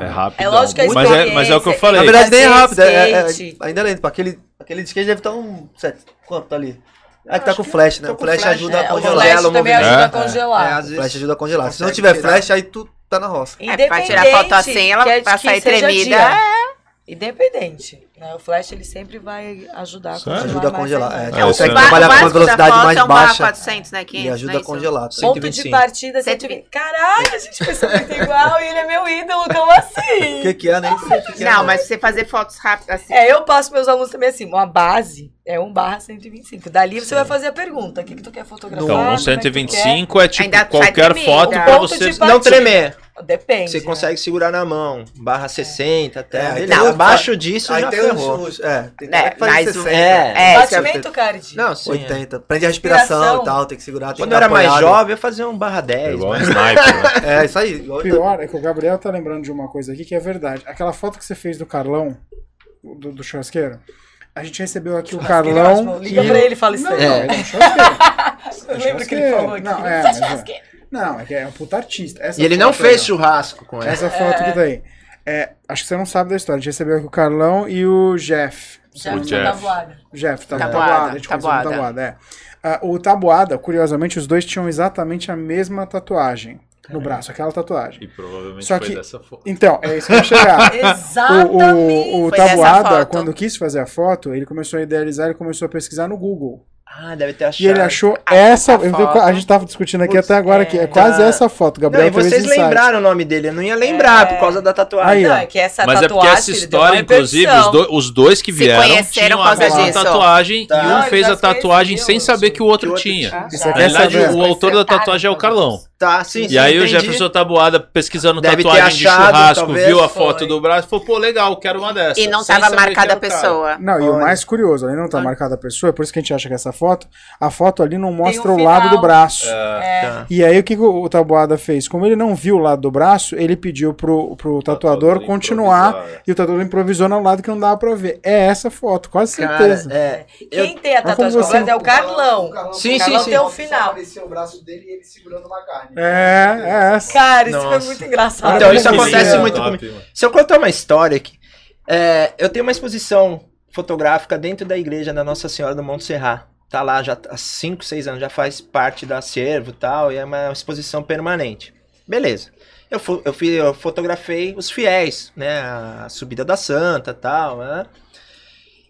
É rápido.
É lógico que a
mas é, mas é o que eu
experiência-
falei.
Na verdade, nem é
Fazer
rápido, é, é- é-
skate.
ainda é lento, pra aquele Aquele disquete deve estar um. sete- Quanto ali? Ah, que tá com flash, né?
tô
O
com
flash
Então, flash,
ajuda
É,
a
o
congelar.
flash
o
também
movimento.
ajuda a
É,
É,
congelar.
o flash ajuda a congelar. Se não
consegue
tiver
tirar.
flash, aí tu tá na roça.
Independente.
vai É, tirar foto assim, ela
que-
vai
que
sair
seja
tremida.
dia. Independente. né? O flash ele sempre vai ajudar a
Sério?
congelar.
Ajuda a
mais
congelar,
ainda.
é.
É,
o
isso aí.
ba- o
Trabalhar com uma
básico da
velocidade
foto
mais
é um bar
baixa
400, né? 500,
E ajuda
não é
a
isso?
congelar. tá?
Ponto de
125.
partida, 120.
120.
Caralho, a gente pensa muito igual e ele é meu ídolo, como assim?
O que que é, né?
Não, mas você fazer fotos rápidas assim.
É, eu passo meus alunos também assim, uma base é 1 barra 125. Dali você vai fazer a pergunta, o que, que tu quer fotografar?
Então,
como
um
é que tu
125 é tipo
Ainda sai
qualquer
tremida.
foto
Um
pra
ponto
você.
de
Não
partida.
tremer.
quer? Depende.
Você
né?
consegue segurar na mão. Barra 60
É,
até.
aí
beleza.
tem outro-
Abaixo disso
Aí
já
tem uns-
ferrou.
uns- É, tem
Né,
que fazer
mais um-
60.
É.
É, isso que eu-
Batimento cardíaco.
Não, sim. é.
80. Prende a respiração
Respiração.
e tal, tem que segurar. Tem
Quando
que
eu era
estar
mais
apoiado.
jovem, eu fazia um barra 10.
Igual um
mas-
sniper. né?
É, isso aí. igual-
Pior é que o Gabriel tá lembrando de uma coisa aqui que é verdade. Aquela foto que você fez do Carlão, do, do churrasqueiro, a gente recebeu aqui o Carlão. que-
é Liga pra ele e fala isso
Não,
aí.
não, ele é um churrasqueiro.
Eu lembro que ele falou aqui.
Não, é, mas é- não, é que é um puta artista. Essa
E ele
foto
não
aí,
fez
ó.
churrasco com ela.
Essa foto que tá aí. É, acho que você não sabe da história. A gente recebeu aqui o Carlão e o Jeff.
Já
O
não
Jeff.
dá voada.
Jeff, tá
Tabuada,
tabuada. A gente conheceu como
Tabuada.
tabuada, é. Ah, o Tabuada, curiosamente, os dois tinham exatamente a mesma tatuagem no braço, aquela tatuagem.
E provavelmente
Só
foi
que-
dessa foto.
Então, é isso que eu ia chegar. O,
Exatamente.
o, tá o
Foi dessa
Tabuada,
foto.
quando quis fazer a foto, ele começou a idealizar, ele começou a pesquisar no Google.
Ah, deve ter achado.
E ele achou
Achar
essa.
a
eu vi-
foto.
a gente tava discutindo aqui
Putz,
até agora, que é
é.
quase
Tá.
essa foto.
Não,
Gabriel
e
teve
vocês
esse insight.
lembraram o nome dele. Eu não ia lembrar
É.
por causa da tatuagem.
Aí, ó.
Não, é que essa
Mas é porque
tatuagem,
essa
ele deu
história,
uma
inclusive,
impressão.
os, do- os dois que
Se
vieram
conheceram
tinham
por
a
causa
mesma
disso.
tatuagem
Tá.
e
Não,
um
eles
fez
já
a tatuagem
conheciam,
sem saber que o
Que
outro
outro
tinha.
tinha.
Isso é
Na
dessa
verdade,
vez.
o autor da tatuagem é o Carlão.
Tá, sim, sim,
E aí o
entendi.
Jefferson Tabuada, pesquisando
Deve ter
tatuagem de
achado,
churrasco,
talvez,
viu a
foi.
foto do braço, falou, pô, legal, quero uma dessa.
E não
Sem
tava
saber
marcada a
quem era o cara.
pessoa.
Não, e o
Olha.
mais curioso, ali não tá marcada a pessoa, é por isso que a gente acha que essa foto, a foto ali não mostra
um
o lado do
final.
É.
braço.
Tá.
E aí o que que o o Tabuada fez? Como ele não viu o lado do braço, ele pediu pro, pro tatuador
Tatuador
continuar
improvisar,
e o tatuador improvisou no lado que não dava pra ver. É essa foto, quase certeza.
Cara, é.
Quem tem a
Mas como
tatuagem
você-
completa é o Carlão.
Sim,
Carlão
sim, sim.
tem um final.
apareceu o braço dele e ele segurando uma carne.
É, é essa.
Cara, isso foi
Nossa.
muito engraçado.
Então,
Olha
isso
que
acontece
lindo.
muito
Top,
comigo.
mano.
Se eu contar uma história aqui, é, eu tenho uma exposição fotográfica dentro da igreja da Nossa Senhora do Monte Serrat. Tá lá já há 5, 6 anos, já faz parte do acervo e tal, e é uma exposição permanente. Beleza. Eu, fo- eu, fi- eu fotografei os fiéis, né? A subida da santa e tal, né?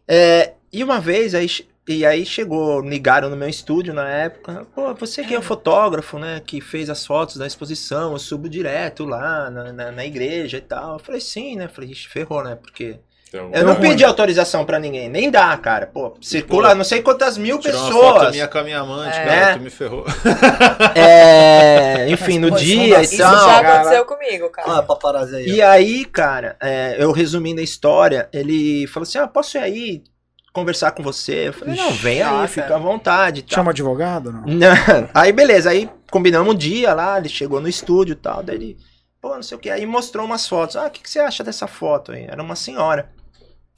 É, e uma vez, aí, che- e aí chegou, ligaram no meu estúdio na época, pô, você que é o fotógrafo, né, que fez as fotos da exposição, eu subo direto lá na, na, na igreja e tal. Eu falei, sim, né, falei, ixi, ferrou, né, porque...
Então,
Eu não
ruim.
pedi autorização pra ninguém, nem dá, cara, pô, circula não sei quantas mil
Tirou uma foto
pessoas,
minha com a minha amante,
É.
cara, tu me ferrou.
é, enfim, no
Mas, pô,
dia
isso
e
Isso
tal. Ah,
já
cara.
aconteceu comigo, cara.
Olha a paparazzi aí. ó.
E aí, cara, é, eu resumindo a história, ele falou assim, ah, posso ir aí conversar com você? Eu falei, não, vem aí,
ah,
nossa.
fica à vontade e tal.
Chama advogado, não?
Não. Aí beleza, aí combinamos um dia lá, ele chegou no estúdio e tal, daí ele, pô, não sei o que, aí mostrou umas fotos. Ah, o que, que você acha dessa foto aí? Era uma senhora.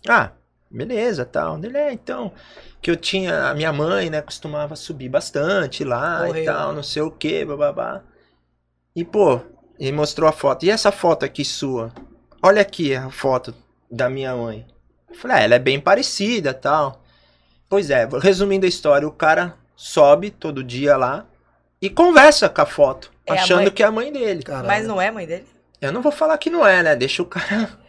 Ah, beleza, tal. Ele é, então, que eu tinha, a minha mãe, né, costumava subir bastante lá
Morreu.
e tal, não sei o que, bababá. E pô, ele mostrou a foto. E essa foto aqui sua? Olha aqui a foto da minha mãe. Eu falei, ah, ela é bem parecida, tal. Pois é, resumindo a história, o cara sobe todo dia lá e conversa com a foto,
É a
achando
mãe.
que é a mãe dele.
Caralho.
Mas não é mãe dele?
Eu não vou falar que não é, né? Deixa o cara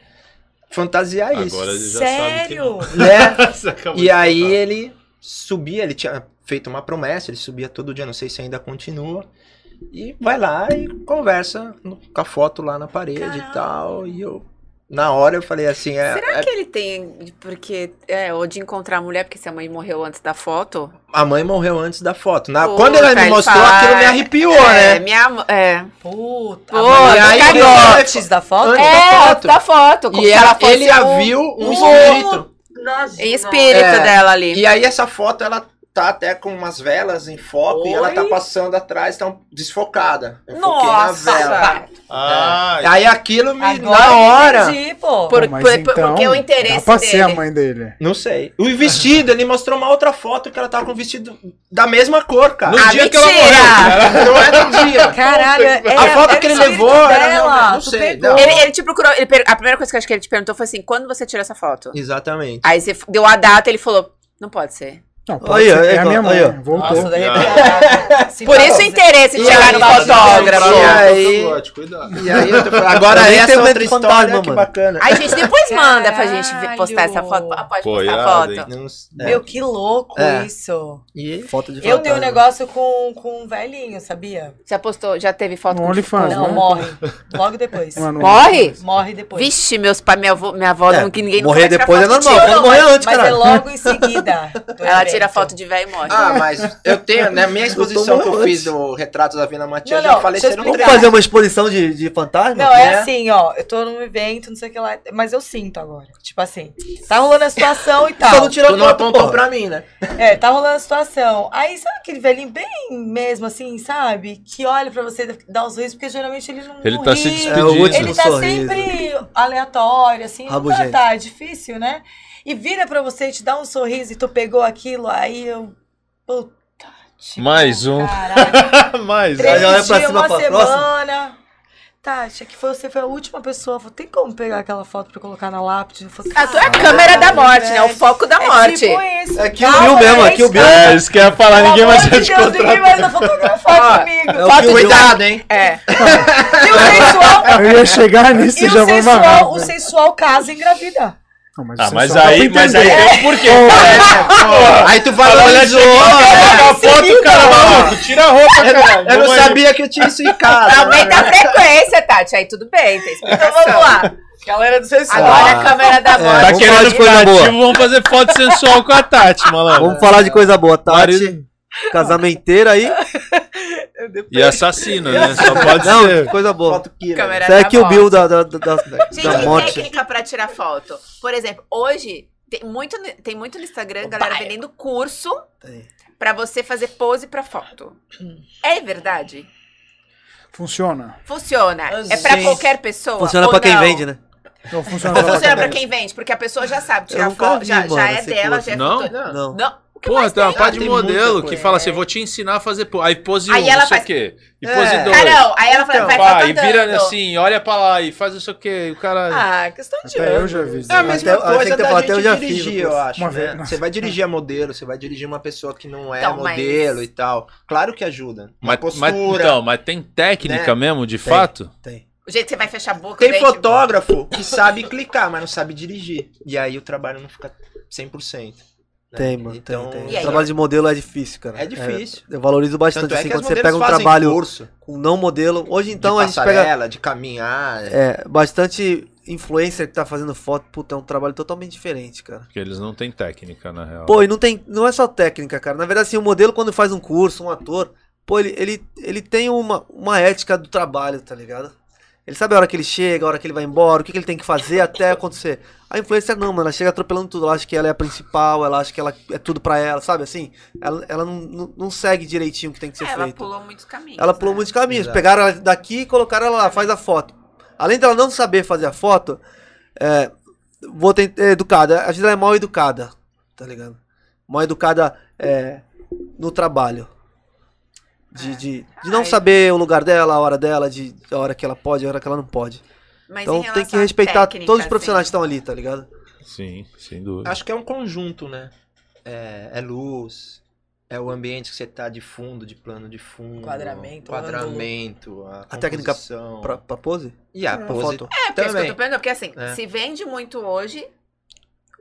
fantasiar isso.
Agora ele já sabe que
Sério?
não.
Né?
Você acabou de
E aí
contar.
ele subia, ele tinha feito uma promessa, ele subia todo dia, não sei se ainda continua. E vai lá e conversa no- com a foto lá na parede
Caralho.
e tal. E eu, na hora eu falei assim, é,
Será
é-
que ele tem. Porque. É, ou de encontrar a mulher, porque se a mãe morreu antes da foto.
a mãe morreu antes da foto. Na,
Puta,
quando ela me
ele
mostrou,
fala-
aquilo me arrepiou,
é,
né?
minha. mo- É.
Puta.
Pô,
mas
e aí,
ele
cara,
antes da foto?
antes
É,
da foto.
da foto. como
E
se
ela,
fosse
ele a
um
viu um
um
espírito.
espírito
É.
dela ali.
E aí essa foto, ela tá até com umas velas em foco e
Oi?
ela tá passando atrás, tá um- desfocada. Eu foquei na vela.
Nossa!
Ah,
Aí aquilo me.
Agora
na hora.
eu entendi, pô.
Por-
Pô, então,
por- por- porque é o interesse
dá pra ser
dele.
a mãe dele.
Não sei. O vestido, ele mostrou uma outra foto que ela tava com um vestido da mesma cor, cara.
no
Ah,
dia que ela
mentira!
morreu.
Não é do dia.
Caralho, é
A foto
é
que ele
o espírito
levou era
dela,
realmente- não
tu
sei,
pegou.
não.
Ele, ele te procurou. ele per- A primeira coisa que eu acho que ele te perguntou foi assim: quando você tirou essa foto?
Exatamente.
Aí você f- deu a data, ele falou: não pode ser.
Não, pode
Aí,
ser.
aí,
é a minha mãe.
aí, ó.
Voltou.
Nossa, de
Ah.
repente.
Por isso o interesse de chegar no
tá
fotógrafo.
E aí-
Cuidado.
E aí, eu tô falando, agora
Nem
essa
tem
é outra
medo de
história,
fantasma,
que
mano.
bacana.
Aí, gente, depois manda pra gente ver-
Caralho.
postar essa foto. Ah, Pode postar a
Apoiado,
foto.
Não- é.
Meu, que louco
É.
isso.
E-
Foto de
Eu tenho
fantasma.
um negócio com, com um velhinho, sabia?
Já postou, já teve foto
No
com
OnlyFans,
com-
Não,
né?
morre. Logo depois.
Mano,
Morre?
Morre depois.
Vixe, meus pai, minha avó, minha avó
É,
não, que ninguém nunca
Morrer
vai tirar
depois é
foto
normal.
de
Pode morrer antes,
Mas é
caralho.
logo em seguida. do
tio. Ela
evento.
tira foto de velho e morre.
Ah, mas eu tenho, né? Minha exposição
tomando
que eu
antes.
fiz do retrato da Vila Matias
Não, não,
já faleceram
deixa eu
Vamos
três.
fazer uma exposição de, de fantasma?
Não, é
né?
assim, ó. Eu tô num evento, não sei o que lá. Mas eu sinto agora. Tipo assim, tá rolando a situação e
Só
tal.
não tirou
Tu não
foto,
apontou
porra.
pra mim, né?
É, tá rolando a situação. Aí, sabe aquele velhinho bem mesmo assim, sabe? Que olha pra você e dá os risos, porque geralmente ele não
Ele
não
tá se
ri.
despedindo.
É o último
Ele tá
sorriso.
sempre aleatório, assim.
Rabugento.
Não tá, é difícil, né? E vira pra você e te dá um sorriso e tu pegou aquilo, aí eu... Puta, tipo,
Mais um.
Caralho.
Mas,
Três
Aí olha pra
dias,
cima
uma
e fala, "Próximo".
semana... Tati, é que foi- você foi a última pessoa. Tem como pegar aquela foto pra colocar na lápide? Eu falei,
A tua é a
"Caralho,
câmera da morte,
velho."
né? O foco da morte.
É tipo isso.
É Kill
Calma,
Bill mesmo, é
gente,
Kill Bill.
calma.
É, isso que eu ia falar,
Pelo
ninguém
amor
mais
de
vai te
Deus,
contratar.
Ninguém mais vai fotografar comigo.
é o
Foto
Kill
de-
Bill.
Cuidado, hein?
É.
E o sensual,
Eu ia chegar nisso
e
já
o
vou
né?
sensual,
amarrar.
o sensual casa e engravida.
Não, mas o
Ah, mas
sensual
aí,
dá pra
mas aí
entender.
tem um porquê.
Aí tu
A mulher
valorizou.
chegou, tirou uma foto, cara, maluco, tira a roupa, cara.
Eu não sabia que eu tinha isso em casa. né?
Tá, Aumenta a frequência, Tati. Aí tudo bem, tem explicação. Então vamos lá.
Galera do sensual.
Agora a câmera da
É,
morte.
Tá
vamos falar
querendo
de coisa boa.
curativo, vamos fazer foto sensual com a Tati, malandro.
Vamos falar de coisa boa, tá? Tati.
Marido.
Casamenteira aí.
E assassino,
É,
né? Só pode
Não,
ser.
coisa boa.
Foto que né?
Câmera
Isso é
da
Kill
morte.
Bill da, da, da, da,
Gente, é
da
e
morte.
técnica pra tirar foto. Por exemplo, hoje tem muito, no- tem muito no Instagram galera vendendo curso
Tem.
pra você fazer pose pra foto. É verdade?
Funciona.
Funciona.
Ah,
É pra
gente.
qualquer pessoa.
Funciona
ou
pra quem
não?
vende, né?
Então funciona.
Funciona pra
quem?
quem vende, porque a pessoa já sabe
Eu
tirar
nunca
foto,
vi,
já, já
mano,
é
esse
dela,
curso.
já é
Não?
foto-
Não.
Não. O que
Porra,
mais
tem uma
tem?
parte de
tem muita
modelo que
coisa.
fala assim, vou te ensinar a fazer pose. Aí pose
Aí
um,
ela
não sei o
faz-
quê. E
É.
pose dois.
Carol, Ah, aí ela
Então,
vai, vai
Pá, e
falando.
vira assim, olha pra lá e faz não sei o quê. E o cara...
Ah, questão de
Até eu
ano.
já vi. isso
É a
daí.
mesma
Até- até
coisa
que
da
eu
gente
até eu já fiz
dirigir,
o
eu
processo.
acho,
Uma
né?
vez,
Você vai dirigir a modelo, você vai dirigir uma pessoa que não é
Então, mas-
modelo e tal. Claro que ajuda. Uma
Mas,
postura.
mas, então, mas tem
Né?
técnica mesmo, de fato?
Tem.
O jeito que você vai fechar a boca. o
Tem
dente-
fotógrafo que sabe clicar, mas não sabe dirigir. E aí o trabalho não fica 100%. né?
Tem, mano.
Então,
tem,
E
tem.
aí?
O trabalho de modelo é difícil, cara.
É difícil.
eu valorizo bastante,
Tanto é
assim,
que as
quando você
modelos
pega um
fazem
trabalho
curso
com não modelo. Hoje, então,
de
a gente pega
passarela, de caminhar.
é, bastante influencer que tá fazendo foto. Puta, é um trabalho totalmente diferente, cara.
Porque eles não têm técnica, na real.
Pô, e não tem. Não é só técnica, cara. Na verdade, assim, o modelo, quando faz um curso, um ator, pô, ele, ele, ele tem uma, uma ética do trabalho, tá ligado? Ele sabe a hora que ele chega, a hora que ele vai embora, o que, que ele tem que fazer até acontecer. A influencer não, mano, ela chega atropelando tudo. Ela acha que ela é a principal, ela acha que ela é tudo pra ela, sabe? Assim, ela, ela não, não, não segue direitinho o que tem que ser
É, ela
feito.
pulou muitos caminhos.
Ela pulou
né?
muitos caminhos.
Exato.
Pegaram ela daqui e colocaram ela lá, faz a foto. Além dela não saber fazer a foto, é, vou tentar, é educada. A gente ela é mal educada, tá ligado? Mal educada é, no trabalho. De, de, de não
É. Ai.
saber o lugar dela, a hora dela, de a hora que ela pode, a hora que ela não pode.
Mas em
então tem
relação
que
à
respeitar
técnica,
todos os
assim,
profissionais que estão ali, tá ligado?
Sim, sem dúvida.
Acho que é um conjunto, né? É, é luz, é o ambiente que você tá de fundo, de plano de fundo.
Quadramento,
Quadramento, a,
A técnica
composição.
Pra, pra pose?
E a
Pra
pose
foto.
É, porque é isso que eu
também.
tô perguntando, porque assim,
É.
se vende muito hoje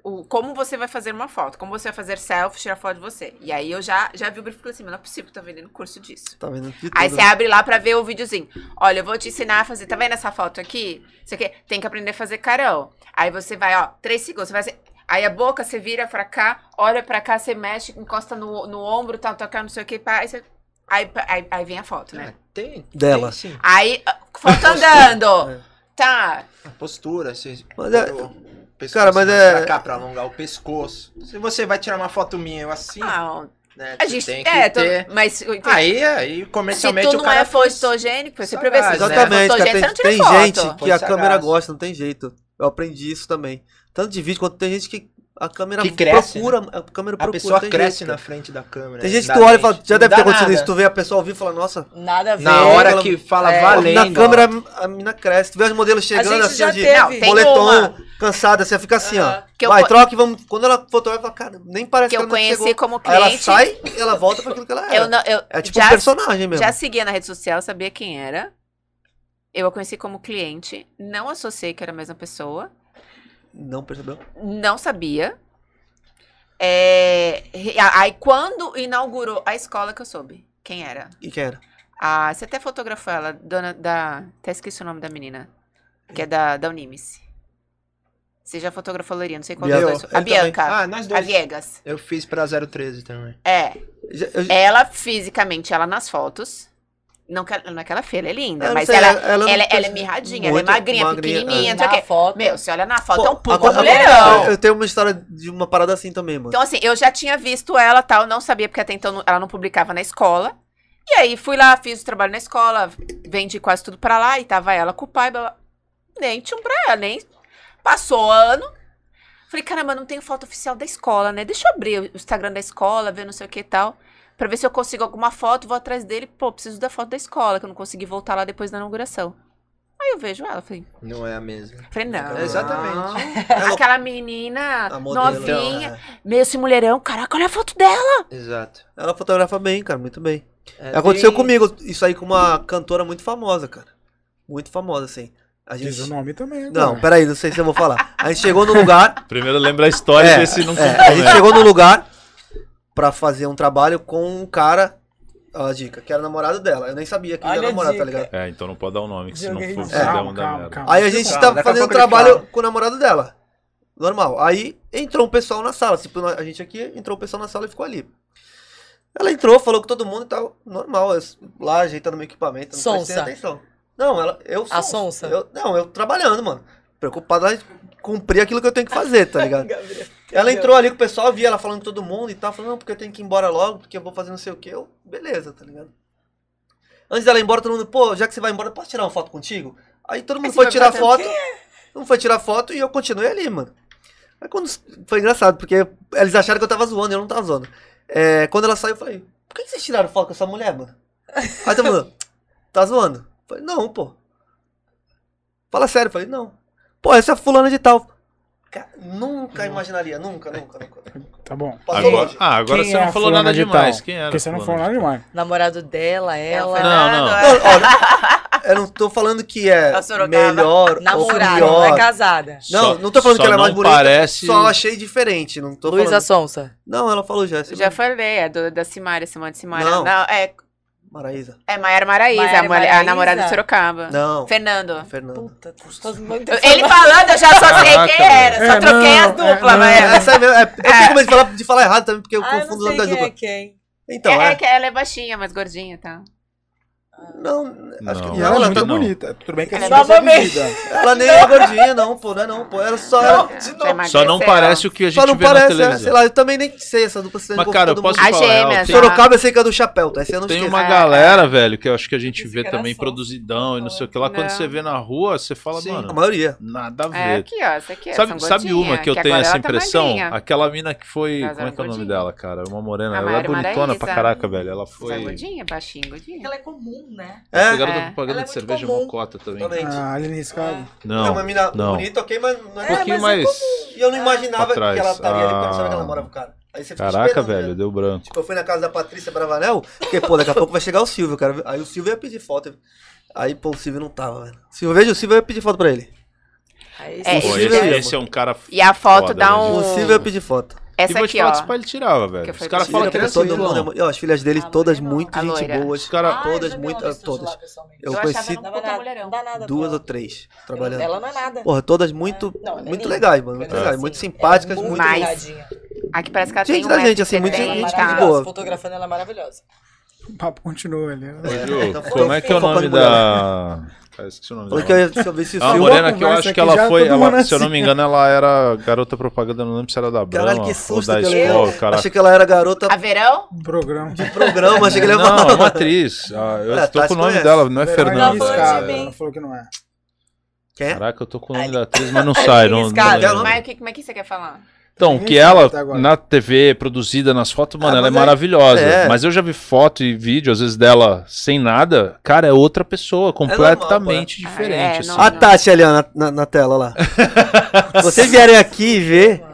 o, como você vai fazer uma foto, como você vai fazer selfie, tirar foto de você. E aí eu já, já vi o brief e falei assim, mas não é possível que eu tô vendendo curso disso.
Tá vendo? De
Aí
tudo,
você
né?
abre lá pra ver o videozinho. Olha, eu vou te ensinar a fazer. Tá vendo essa foto aqui? Você quer, tem que aprender a fazer carão. Aí você vai, ó, três segundos. Você vai assim, aí a boca você vira pra cá, olha pra cá, você mexe, encosta no, no ombro, tal, tocar, não sei o que. Pá, aí, você- aí, aí, aí vem a foto, né?
Ah, tem,
Dela.
tem sim.
Aí, ah, foto
É.
andando. Tá.
A postura, se
Mas é-
quando o pescoço
cara, mas
vai
é-
pra cá pra alongar o pescoço. Se você vai tirar uma foto minha eu assim,
Não,
né?
Ah, A gente
tem que
é, tô-
ter.
mas eu entendi.
Aí, aí
se
comercialmente
tu
o
não
cara
é
foi-
fotogênico, você pra ver se tu não é
Exatamente,
fotogênico,
cara,
você não tira
tem,
foto.
tem gente que
Foi
a
sagaz.
câmera gosta, não tem jeito. Eu aprendi isso também. Tanto de vídeo quanto tem gente que a câmera
Que cresce, né?
procura, a câmera
A
procura.
pessoa
tem
cresce
jeito,
na
cara.
frente da câmera.
Tem gente
da
que tu olha e fala,
lente.
já
Não
deve ter
dá
acontecido
nada.
isso. Tu vê a pessoa ao vivo e fala, nossa,
Ah, Nada a ver.
Na hora
ela-
que fala
É,
valendo.
na câmera a mina cresce. Tu vê as modelos chegando
gente
assim,
já
de
teve. Não,
tem
moletom,
uma.
cansada, assim, ela fica assim,
Aham.
ó.
Que eu
Vai,
co-
troca e vamos. Quando ela fotografa, ela fala, cara, nem parece
Que
que, ela
eu
não
conheci
chegou.
como
Aí ela
cliente.
sai e ela volta pra aquilo que ela é.
Eu não, eu
É tipo
já,
um personagem mesmo.
já seguia na rede social, sabia quem era. Eu a conheci como cliente, não associei que era a mesma pessoa,
Não percebeu?
não sabia. É, e a- aí quando inaugurou a escola que eu soube quem era.
E quem era?
Ah, você até fotografou ela, dona da. Até esqueci o nome da menina. Que é da, da Unimes. Você já fotografou a Loirinha, não sei qual dos
Bianca.
dois.
Eu
A
também.
Bianca.
Ah, nós
A
dois.
Viegas.
Eu fiz pra 013 também.
É.
Já- eu-
Ela fisicamente, ela nas fotos. Não, que ela- não é que ela é feia, ela é linda,
eu não
mas
sei,
ela,
não
ela, ela é
percebe.
mirradinha,
Muito
ela é magrinha,
magrinha,
pequenininha,
Na
não sei o quê.
foto.
Meu, se olha na foto, é
Pô,
um puta
agora-
mulherão.
eu- Eu tenho uma história de uma parada assim também, mano.
Então, assim, eu já tinha visto ela tal, não sabia, porque até então não- ela não publicava na escola. E aí fui lá, fiz o trabalho na escola, vendi quase tudo pra lá, e tava ela com o pai, blá, blá. nem tinha um pra ela, nem. Passou ano. Falei, caramba, não tem foto oficial da escola, né? Deixa eu abrir o Instagram da escola, ver não sei o que e tal. Pra ver se eu consigo alguma foto, vou atrás dele. Pô, preciso da foto da escola, que eu não consegui voltar lá depois da inauguração. Aí eu vejo ela, falei,
Não é a mesma.
falei não.
Exatamente.
Aquela menina
Ah. A modelo,
novinha,
né?
meio esse mulherão, caraca, olha a foto dela.
Exato.
Ela fotografa bem, cara, muito bem.
É,
Aconteceu
tem-
comigo isso aí com uma cantora muito famosa, cara. Muito famosa, assim. A
Diz o
gente...
nome também.
Não,
agora.
peraí, não sei se eu vou falar. A gente chegou num lugar.
Primeiro lembra a história
É,
desse não
é, a gente chegou num lugar pra fazer um trabalho com um cara. Ó, a dica, que era namorado dela. Eu nem sabia que ele
Olha
era
a
namorado,
dica.
tá ligado?
É, então não pode dar o nome, que se não
Joguei
for,
no
se
calma,
der um da
calma,
merda.
calma.
Aí a gente
Calma,
tava
né?
daqui a
fazendo um
pouco ele
trabalho
fala.
com o namorado dela. Normal. Aí entrou um pessoal na sala. Tipo, a gente aqui entrou o pessoal na sala e ficou ali. Ela entrou, falou com todo mundo e tal. Normal. eu lá ajeitando meu equipamento. Não
Sonsa.
prestei atenção. Não, ela. Eu
A
sonso.
sonsa.
Eu, não, eu trabalhando, mano. Preocupado em cumprir aquilo que eu tenho que fazer, tá ligado?
Gabriel.
Ela entrou ali com o pessoal, via ela falando com todo mundo e tal, falando, não, porque eu tenho que ir embora logo, porque eu vou fazer não sei o que. Eu, beleza, tá ligado? Antes dela ir embora, todo mundo, pô, já que você vai embora, posso tirar uma foto contigo? Aí todo mundo
Aí você
foi
vai
tirar
fazer o
foto. Não foi tirar foto e eu continuei ali, mano. Aí quando. Foi engraçado, porque eles acharam que eu tava zoando, e eu não tava zoando. É, quando ela saiu, eu falei, por que que vocês tiraram foto com essa mulher, mano? Aí todo mundo, tá zoando? Eu falei, não, pô. Fala sério, eu falei, não. Pô, essa é fulana de tal. É. Cara, nunca imaginaria, nunca, nunca, nunca.
Tá bom.
Passou
Agora,
longe.
ah, agora
Quem
você
é
não
a
falou
fulana
nada
de
demais.
tal?
Quem era?
Porque você não
fulana
falou nada
de
demais.
Namorado dela,
É
ela.
tal? Não, não.
Não, olha, eu não tô falando que é
A Sorocaba.
melhor ou
Namorada, não é
pior.
casada.
Não,
Só-
não tô falando
só
que ela é
não
mais bonita,
parece-
só achei diferente, não tô
Luísa
falando...
Sonsa.
Não, ela falou já,
Já falei, é do, da Simária, Simone de Simária.
Não.
Não. é,
Maraísa.
é Maiara Maraísa,
Maiara
a, mulher- a
Maraísa?
namorada de Sorocaba.
Não,
Fernando.
Fernando.
Puta, tô muito
Ele falando, eu já só sei
Caraca,
quem era,
velho.
só
É,
troquei
não,
as duplas,
é, não.
mas...
É, sabe, é, eu fico com medo de falar, de falar errado também, porque eu
Ah, eu
confundo o nome
não
das
sei quem é
duplas.
quem.
Então,
é,
é.
é que ela é baixinha, mas gordinha, tá?
Não, acho que
Não,
não.
E ela é
Ela,
muito
tá-
não.
bonita. Tudo bem que ela é
Ela é
desinibida.
ela nem é gordinha, não, pô, não é não, pô. Ela só... ela-
é
Fulana. Só não parece o que a gente
só não
vê na
parece, é,
televisão.
sei lá, eu também nem sei essa dupla. sei lá,
Mas,
eu
cara, eu
todo
posso
mundo-
mundo. As
falar. ó,
gêmeas,
tem-
tá?
Sorocaba eu sei que é do chapéu, tá? Esse eu não
Tem
esqueço.
uma galera, velho, que eu acho que a gente
Esse
vê
cara é
também
fofo.
produzidão e não sei o que lá. Quando
Não.
você vê na rua, você fala,
Sim.
A
mano,
maioria.
nada a
É,
ver.
aqui, ó, essa aqui é
Sabe, sabe uma que eu tenho essa
tá
impressão? Aquela mina que foi.
Mas
como é
era
que é o nome
gordinha.
dela, cara? Uma morena.
A
Ela é
Maiara
bonitona pra
Maraísa.
caraca, velho. Ela
Foi.
foi.
gordinha, baixinha, gordinha.
Ela é comum, né?
É,
É.
Ela da propaganda
Ela é
de
muito
cerveja
comum.
mocota também.
Também.
Ah, Aline Riscado.
é
Não.
uma mina
não.
bonita, ok, mas não
Um
é,
pouquinho
mas é
mais.
E eu não imaginava
Pra trás.
que ela estaria ali quando eu sabia que
Ah.
ela morava com o cara. Aí você fica
Caraca,
esperando,
velho,
né?
deu branco.
Tipo, eu fui na casa da Patrícia Bravanel, porque, pô, daqui a pouco vai chegar o Silvio, cara. Aí o Silvio ia pedir foto. Aí, pô, o Silvio não tava, velho. Se eu vejo o Silvio, eu ia pedir foto pra ele.
Aí,
É,
Pô,
isso
esse,
mesmo.
esse é um cara.
E a foto
Foda,
dá
né,
um...
O Silvio ia pedir foto.
e
Essa
vou te
aqui,
falar que
ó.
esse pai ele tirava,
Que
velho. Os
foi
caras
que
falam
Filha,
que ele é
todo mundo é
tranquilão.
mo- ó, As filhas dele,
A
todas
loira. Ah,
muito
A
gente
loira.
Os
boas.
caras.
todas, muitas, todas. Eu
Eu achava
conheci
ela um puta
tá
mulherão.
duas ou três trabalhando.
Ela não é nada.
Porra, todas muito,
Não, ela é
muito
linda.
legais, mano. Muito
Ela é
legais,
assim,
muito simpáticas,
Práticas
muito.
mais.
Ela
Aqui parece que ela
Gente
tem um
da
metro
gente,
e
assim, muito
é
setenta,
gente
tá?
boa.
maravilhosa. Fotografando, ela é maravilhosa.
O papo continua ali. né?
Hoje,
Então,
o- como é que é o
focando
nome
em
da. Cara, esqueci o nome
Falei
dela.
que eu ia deixa eu ver se
É uma
Sim,
o
outra
morena que eu
conversa
acho
aqui
que ela
já,
foi.
todo
ela-
mundo
se eu não me
assim.
engano, ela era garota propaganda, não lembro se era da Brahma
Caralho, que
ou
susto
da
que eu levei.
escola, cara.
Achei que ela era garota
A verão?
Um programa.
do programa, achei que ele ia
Não, é uma
falar.
atriz. Ah, eu
É,
tô
Tati
com o nome
conhece.
dela, não é
Verônica
Fernanda.
Ela falou de
Riscada,
mim.
Ela falou que não é.
Quem?
É? Caraca, eu tô com o nome da atriz, mas não sai. Não, não
Riscada,
lembro.
Mas o que, como é que você quer falar?
Então,
Ninguém
que
sabe
ela,
até agora.
na TV, produzida nas fotos, mano,
Ah,
ela é
mas é-
maravilhosa.
é.
Mas eu já vi foto e vídeo, às vezes, dela sem nada. Cara, é outra pessoa, completamente
pô, é. Ah,
diferente.
é,
assim.
não-
A Tati ali, ó, na, na, na tela lá. Se vocês vierem aqui e ver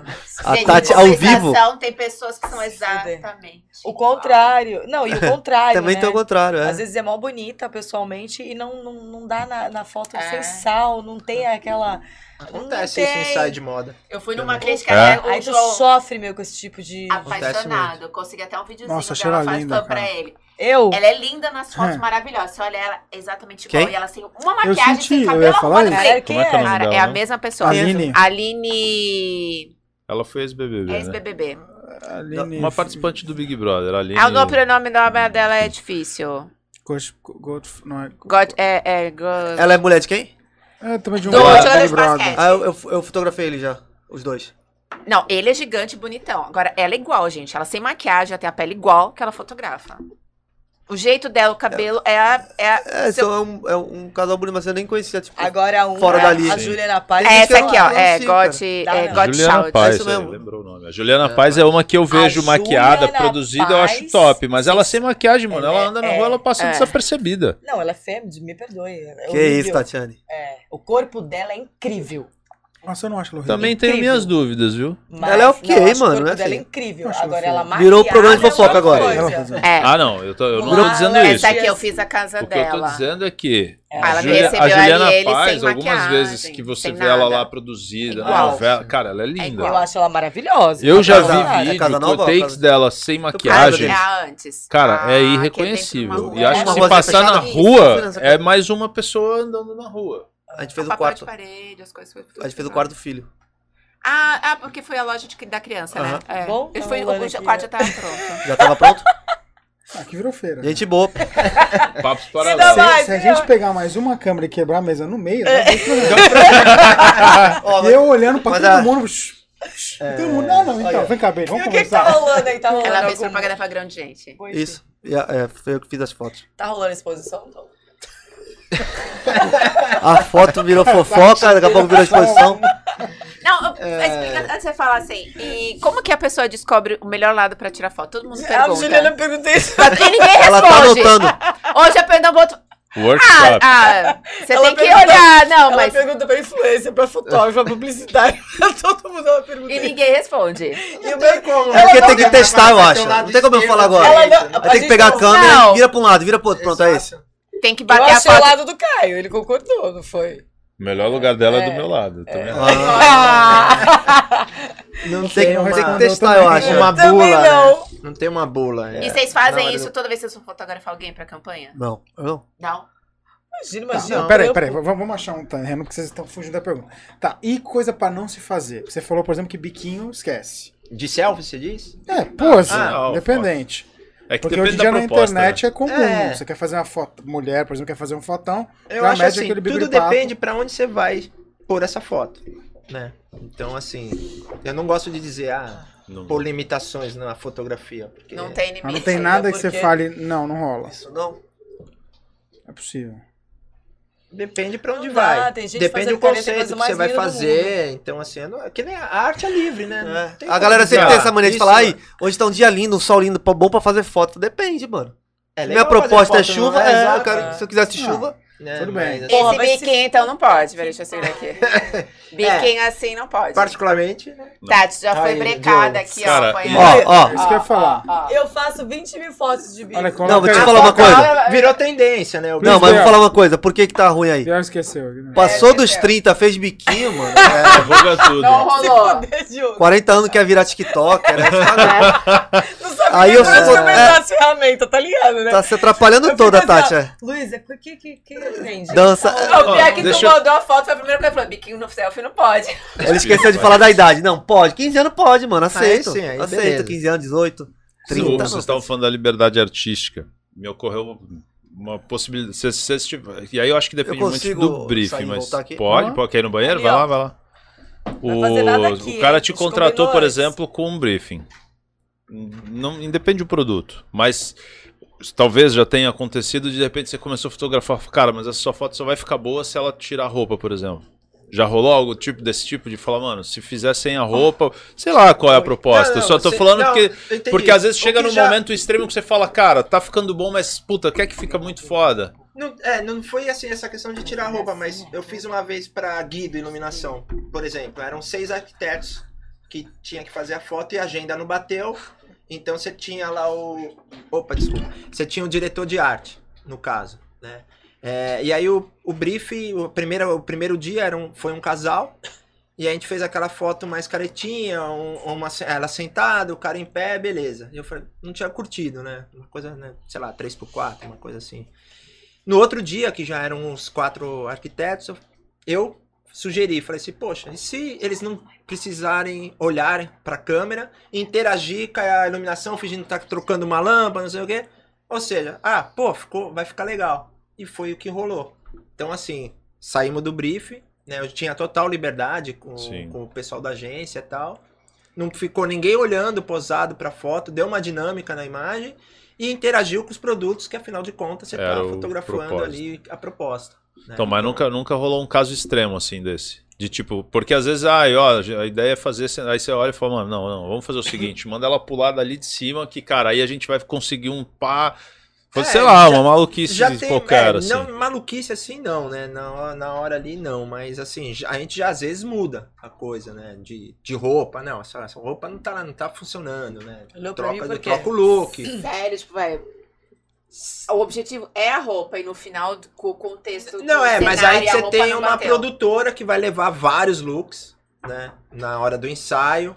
É. a
Gente,
Tati é ao vivo,
compensação, Tem pessoas que são exatamente.
O contrário. Não, e o contrário.
também
né?
tem o contrário, é.
Às vezes é mó bonita pessoalmente e não, não, não dá na, na foto
É.
sem sal, não tem aquela.
Acontece
Não
isso
tem.
em sai de moda.
Eu fui numa crítica
É.
até
Aí
o
tu
João
sofre meio com esse tipo de.
apaixonado. Eu consegui até um videozinho
Nossa, achei
dela,
ela
faz
linda,
fã
cara.
pra ele.
Eu?
Ela é linda nas fotos,
É.
maravilhosa. Você olha ela exatamente igual.
Quem?
E ela sem uma maquiagem,
senti, eu
sem
ia
cabelo
falar
arrumado.
isso.
Eu falei,
Caralho, quem
Como é que é o
é?
nome
Cara,
dela?
é a
não?
mesma pessoa.
Aline.
Aline... é
Ela foi ex-BBB, né?
Ex-BBB.
Aline.
Uma participante do Big Brother, ali.
Ah, o pronome da obra dela é difícil.
Coach- Gold- não é-
Got, é, é, got...
Ela é mulher de quem?
É, também de um
Do
cara,
jogador
Big
de
Brother.
É,
basquete.
Ah, eu, eu, eu fotografei ele já, os dois.
Não, ele é gigante e bonitão. Agora, ela é igual, gente. Ela sem maquiagem, ela tem a pele igual que ela fotografa. O jeito dela, o cabelo, é a... É, a-
É,
seu-
então é, um, é um casal bonito, mas eu nem conhecia, tipo...
Agora um.
Fora
é
da
A
lista.
Juliana Paz.
é
que eu
essa
não-
aqui, ó.
eu não
É
sei,
Got,
cara.
é,
Dá,
got
Juliana
Child.
Paz,
isso mesmo.
ele lembrou o nome. A Juliana Paz é uma que eu vejo
A
maquiada,
Juliana
produzida, eu
Paz-
acho top. Mas ela sem maquiagem, mano.
Ela
Ela
é-
anda na
é-
rua, ela passa
é.
desapercebida.
Não, ela é fêmea, me perdoe. É
Que
horrível.
isso, tá- Tatiane.
É, o corpo dela é incrível.
Nossa, eu não acho ela horrível.
Também tenho
Incrível.
minhas dúvidas, viu?
Mas,
Ela é ok,
não, eu acho
mano,
O corpo
né,
dela é
filho?
incrível.
Eu acho
Agora
ela
ela
feia.
maquiada.
Virou programa de
é uma
fofoca agora.
coisa.
Ela fazia-
É.
Ah, não, eu, tô, eu não
Uma
tô dizendo
leve-
isso.
Essa aqui eu fiz a casa
O que eu tô
dela.
dizendo é que
Ela
a,
um-
Julia-
recebeu
a Juliana
ali ele
Paz,
sem
algumas
maquiagem,
vezes que você
sem
vê ela
nada.
lá produzida na
Igual.
novela, cara, ela é linda.
igual.
Eu acho ela maravilhosa. um
eu já
Casa- é
vi vídeo
Casa
com
Nova,
takes
Casa-
dela sem
Maquiagem.
É a
maquiagem.
antes.
Cara, é
Ah, que
irreconhecível.
dentro de
E
É, uma
acho que
Uma
se
rua
passar na
fechada?
rua,
Isso,
é mais uma pessoa andando na rua.
A gente fez o
Papel
quarto.
de parede, as coisas. foi tudo
A gente fez o
fechado.
quarto do filho.
Ah, ah, porque foi a loja de- da criança, né?
Aham.
É.
Bom,
Eu fui,
então, olha
o já-
aqui,
quarto
ó.
já tava pronto.
Já tava pronto?
Aqui Ah, virou feira. né?
Gente boa.
Papos
dá
paralelos.
se,
mais.
se a gente pegar mais uma câmera e quebrar a mesa no meio, né?
Ó,
e eu olhando pra
Mas
todo
a-
mundo. shh, shh, Todo mundo. Não, não, então,
Olha.
vem cá, baby, vamos
E o que, que tá
conversar.
rolando aí? Tá rolando
Ela fez um
algum-
propaganda pra grande gente.
Pois é.
Isso. E a- é, foi eu que fiz as fotos.
Tá rolando exposição? Não.
A foto virou fofoca, daqui a pouco virou
É
exposição.
Não, eu- explica, antes de você falar assim, e como que a pessoa descobre o melhor lado pra tirar foto? Todo mundo
A Juliana
pergunta.
perguntei isso.
E ninguém
Ela tá
responde.
anotando.
Hoje eu pergunto pro outro. Ah,
Workshop.
ah, você
Ela
tem que
pergunta-
olhar. Não,
ela
mas.
pergunta pra influência, pra fotógrafo, pra publicidade. Todo mundo ela pergunta.
E ninguém responde.
E o meu-
É porque
ela
tem que
não-
testar, eu
um
acho. Não tem como eu falar agora.
Ela não-
Aí tem
gente
que pegar a
não-
câmera,
Não.
vira pra um lado, vira pro outro. Pronto, é esse.
Tem que
Eu
bater a
achei o
foto.
lado do Caio, ele concordou, não foi?
O melhor lugar dela é,
É,
do meu lado. Também acho.
Ah,
Não
tem,
tem uma,
tem que
não,
testar,
também.
eu acho.
uma
Também
bula. né?
não.
Não tem uma bula. é.
E vocês
Na
fazem
hora
isso
do-
toda vez que vocês vão fotografar alguém pra campanha?
Não, eu não.
Não?
Imagina,
Tá,
imagina.
não, peraí,
eu-
peraí, v- vamos achar um terreno porque vocês estão fugindo da pergunta. Tá, e coisa pra não se fazer? Você falou, por exemplo, que biquinho esquece.
De selfie, você diz?
É, pose,
ah, ó,
independente.
É que
Porque
depende
hoje em dia
da
na
proposta. né?
internet é comum.
É.
Você quer fazer uma foto, mulher, por exemplo, quer fazer um fotão,
Eu
Na
acho
média,
assim,
aquele
tudo
bibipapo.
depende pra onde você vai pôr essa foto, né? Então, assim, eu não gosto de dizer, ah,
Não-
pôr limitações na fotografia, porque...
Não tem inimigo.
mas Ah, não tem nada que você
porque-
fale, não, não rola.
Isso não.
É possível.
Depende pra onde
Não dá,
vai.
tem gente
Depende do
fazendo careta, faz
conceito que
o
você
mais
vai
lindo do
fazer. Então, assim, eu não- é que nem a a arte é livre, né? Não
né? É.
tem
A
como
galera sempre
dizer,
tem
ah,
essa mania de
isso
falar, ai, hoje tá um dia lindo, um sol lindo, pô, bom pra fazer foto. Depende, mano.
é
Minha
legal fazer
proposta é
foto,
chuva,
não
é,
Exato,
eu quero,
né?
se eu quisesse
Não.
chuva.
Né,
Tudo
mas,
bem.
assim,
Porra,
Esse
vai se-
biquinho então não pode. Peraí, deixa eu segurar aqui. Biquinho assim não pode.
Particularmente, né?
Tati, já foi
Aí,
brecada
Diogo.
aqui,
Cara,
ó. foi-
e-
Ó, ó.
É Isso que eu ia falar.
Eu faço 20 mil fotos de bico.
Olha,
como...
coloca
Não, vou te
aí.
falar uma coisa.
virou tendência, né? O
Não, mas
Cristiano.
vou falar uma coisa. Por que que tá ruim aí?
Pior esqueceu. né?
Passou dos 30, fez biquinho, mano. É,
Divulga tudo.
Não rolou.
Diogo.
40 anos quer virar TikToker, né?
Não sabe
Aí
Aí
eu
eu
sou- é.
começar as ferramentas, tá ligado, né?
Tá se atrapalhando
Eu
toda,
fico
Tati.
assim,
é.
ó, Luísa, o que, que, que entende?
Dança.
O pior é que tu
Deixa eu-
mandou a foto, foi a primeira coisa que falou: biquinho no selfie não pode.
Ele esqueceu de falar da idade. Não, pode. 15 anos pode, mano. Aceito.
sim, aí
aceito.
beleza.
15 anos, 18,
Vocês
30.
estavam falando da liberdade artística. me ocorreu uma possibilidade. Se, se, se, tiver- e aí eu acho que depende
Eu
muito
consigo
do
sair
briefing,
e
mas
voltar aqui?
pode, pode ir no banheiro,
Ali,
vai
ó.
lá, vai lá. O,
Vai fazer nada
o cara
aqui, hein?
te
A gente
contratou,
combinou
por
antes.
exemplo, com um briefing. Não independe do produto, mas talvez já tenha acontecido de repente você começou a fotografar, cara, mas essa sua foto só vai ficar boa se ela tirar a roupa, por exemplo. Já rolou algo tipo desse tipo de falar, mano, se fizer sem a roupa, sei lá qual é a proposta.
Não, não,
só tô
assim,
você-
falando
não,
porque
eu entendi.
porque às vezes
O
chega
que
num
já-
momento extremo que você fala, cara, tá ficando bom, mas puta, quer que fica muito foda.
Não, é, não foi assim essa questão de tirar a roupa, mas eu fiz uma vez pra Guido Iluminação, por exemplo. Eram seis arquitetos que tinha que fazer a foto e a agenda não bateu. Então você tinha lá o. Opa, desculpa. Você tinha o diretor de arte, no caso, né? É, e aí o, o brief, o primeiro, o primeiro dia era um, foi um casal. E a gente fez aquela foto mais caretinha, um- uma, se- ela sentada, o cara em pé, beleza. E eu falei, não tinha curtido, né? Uma coisa, né? sei lá, 3x4, uma coisa assim. No outro dia, que já eram uns quatro arquitetos, eu- eu sugeri, falei assim, poxa, e se eles não precisarem olhar para a câmera, interagir com a iluminação, fingindo que tá trocando uma lâmpada, não sei o quê? Ou seja, ah, pô, ficou, vai ficar legal. E foi o que rolou. Então, assim, saímos do briefing, né? Eu tinha total liberdade com,
Sim.
com o pessoal da agência e tal. Não ficou ninguém olhando, posado pra foto, deu uma dinâmica na imagem e interagiu com os produtos que, afinal de contas, você
Era
tá
o
fotografando
propósito.
ali a proposta. né?
Então, mas nunca, nunca rolou um caso extremo assim desse. De tipo, porque às vezes, ai, ó, a ideia é fazer. esse- Aí você olha e fala, mano, não, não, vamos fazer o seguinte, manda ela pular dali de cima, que, cara, aí a gente vai conseguir um pá. Foi,
É,
sei lá,
já-
uma maluquice
já tem,
qualquer,
é,
assim.
Não, maluquice assim não, né? Na, hora- na hora ali não, mas assim, já- a gente já às vezes muda a coisa, né? De, de roupa, não, essa, essa roupa não tá, não tá funcionando, né?
Olhou pra mim
Troca,
por quê?
troca o look.
Sério, tipo, vai. O objetivo é a roupa e no final, com o contexto. do
Não, é, mas
cenário,
aí
a
você
roupa
tem
não
uma
bateu.
produtora que vai levar vários looks, né? Na hora do ensaio.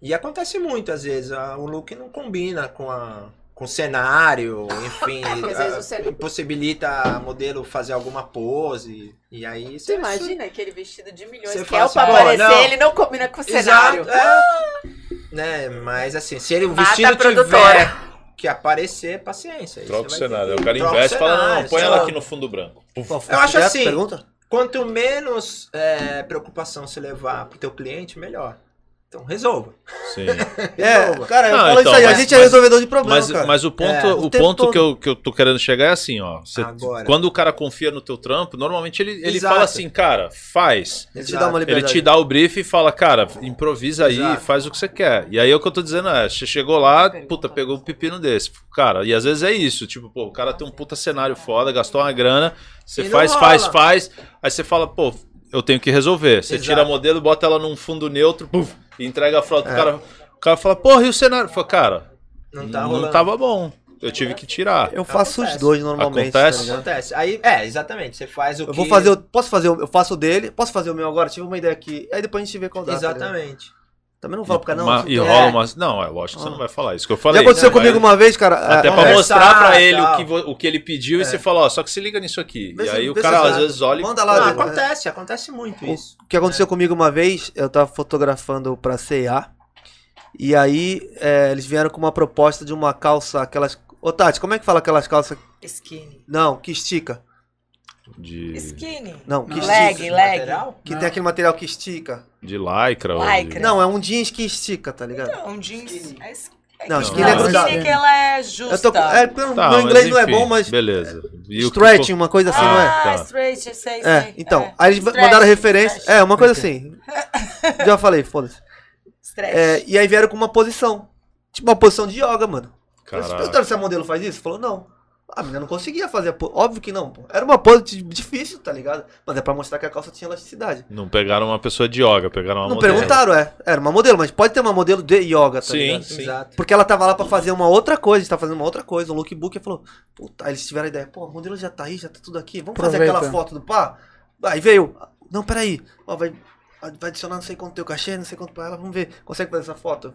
E acontece muito, às vezes, a- o look não combina com a. Com o cenário, enfim,
Porque às vezes
a-
o cenário-
impossibilita a modelo fazer alguma pose. E
Você
aí você
imagina aquele vestido de milhões
Você
que
fala
é o pra
assim, "Pô,
aparecer,
não."
ele não combina com o
Exato,
cenário.
é. né? Mas assim, se ele o
Mata
vestido
a produtora.
tiver que aparecer, paciência. aí
Troca o
você vai ter
cenário.
que-
O cara
troca o
investe e fala,
cenário,
não, não, põe
sei
ela
lá.
aqui no fundo branco.
Eu acho assim.
Pergunta?
Quanto menos é, preocupação você levar pro teu cliente, melhor. Então resolva.
Sim.
É, cara, eu
Não,
falo
então,
isso aí. a
mas-
gente é
mas-
resolvedor de problema,
Mas,
cara.
mas o ponto,
É,
o
o tempo
ponto
todo.
que, eu, que eu tô querendo chegar é assim, ó. Você-
Agora.
quando o cara confia no teu trampo, normalmente ele, ele
Exato. É
fala assim, cara, faz.
Ele te dá uma
Ele
liberdade.
te dá o brief e fala, cara, improvisa aí,
Exato.
faz o que você quer. E aí é o que eu tô dizendo é, você chegou lá, puta, pegou um pepino desse. Cara, e às vezes é isso, tipo, pô, o cara tem um puta cenário foda, gastou uma grana, você
E não
faz,
rola.
faz, faz. Aí você fala, pô, eu tenho que resolver. Você
Exato. É.
tira a modelo, bota ela num fundo neutro, puf, e entrega a frota pro cara. O cara fala, porra, e o cenário? Fala, cara,
Não tá
não
rolando.
tava bom. Eu tive que tirar.
Eu faço
Acontece.
os dois normalmente. tá
Acontece.
ligado?
Acontece. Aí, é, exatamente. Você faz o
eu
que.
vou fazer, o- posso fazer, o- eu faço o dele, posso fazer o meu agora? Tive uma ideia aqui. Aí depois a gente vê qual dá. tá ligado?
Exatamente.
Também não falo pro cara, não.
Uma-
assim,
e
tá ligado?
rola umas. Não, é lógico que você não vai falar isso que eu
Já
falei.
aconteceu
Você vai-
comigo uma vez, cara.
Até
é,
pra
é,
mostrar pra ele
tal.
o que, vo- o que ele pediu e você fala, ó, só que se liga nisso aqui.
Vê
e
se-
aí o
vê se
cara às
dá.
vezes olha e... é."
Manda
Não,
lá. depois.
acontece, acontece muito isso.
O que aconteceu comigo uma vez, eu tava fotografando pra CA. E aí é, eles vieram com uma proposta de uma calça, aquelas. Ô Tati, como é que fala aquelas calças?
Skinny.
Não, que estica.
De,
Skinny.
Não, que
Leg,
estica.
leg.
Material?
Que tem aquele material que estica.
de lycra. ou de-
Lycra.
Não, é um jeans que estica, tá ligado?
Um jeans. É es- é
Não,
que-
skinny é
grudado.
skinny que ela é justa.
Eu tô, é, meu
Tá, mas
inglês não é
enfim,
bom, mas.
Beleza. E o que
Stretching, uma coisa assim, não é?
ah,
Tá.
straight, sei, sei.
É, então.
É.
Aí eles
Stretch,
mandaram referência.
stretch,
É, uma coisa assim. Já falei, foda-se.
stretch.
É, e aí vieram com uma posição. Tipo uma posição de yoga, mano.
ficou-
Vocês
Caraca.
perguntaram se a modelo faz isso? Falou, não. A menina não conseguia fazer a pose. Óbvio que não, pô. Era uma pose di- difícil, tá ligado? Mas é pra mostrar que a calça tinha elasticidade.
Não pegaram uma pessoa de yoga, pegaram uma
não
modelo.
perguntaram, é. Era uma modelo, mas pode ter uma modelo de yoga, tá
Sim,
ligado?
sim.
Exato.
Porque ela tava lá pra fazer uma outra coisa, a gente tava fazendo uma outra coisa, um lookbook, e falou, puta, aí eles tiveram a ideia, pô, a modelo já tá aí, já tá tudo aqui, vamos fazer
Aproveita.
aquela foto do pá? Aí veio, não, peraí, ó, vai, vai adicionar não sei quanto teu cachê, não sei quanto pra ela, vamos ver, consegue fazer essa foto?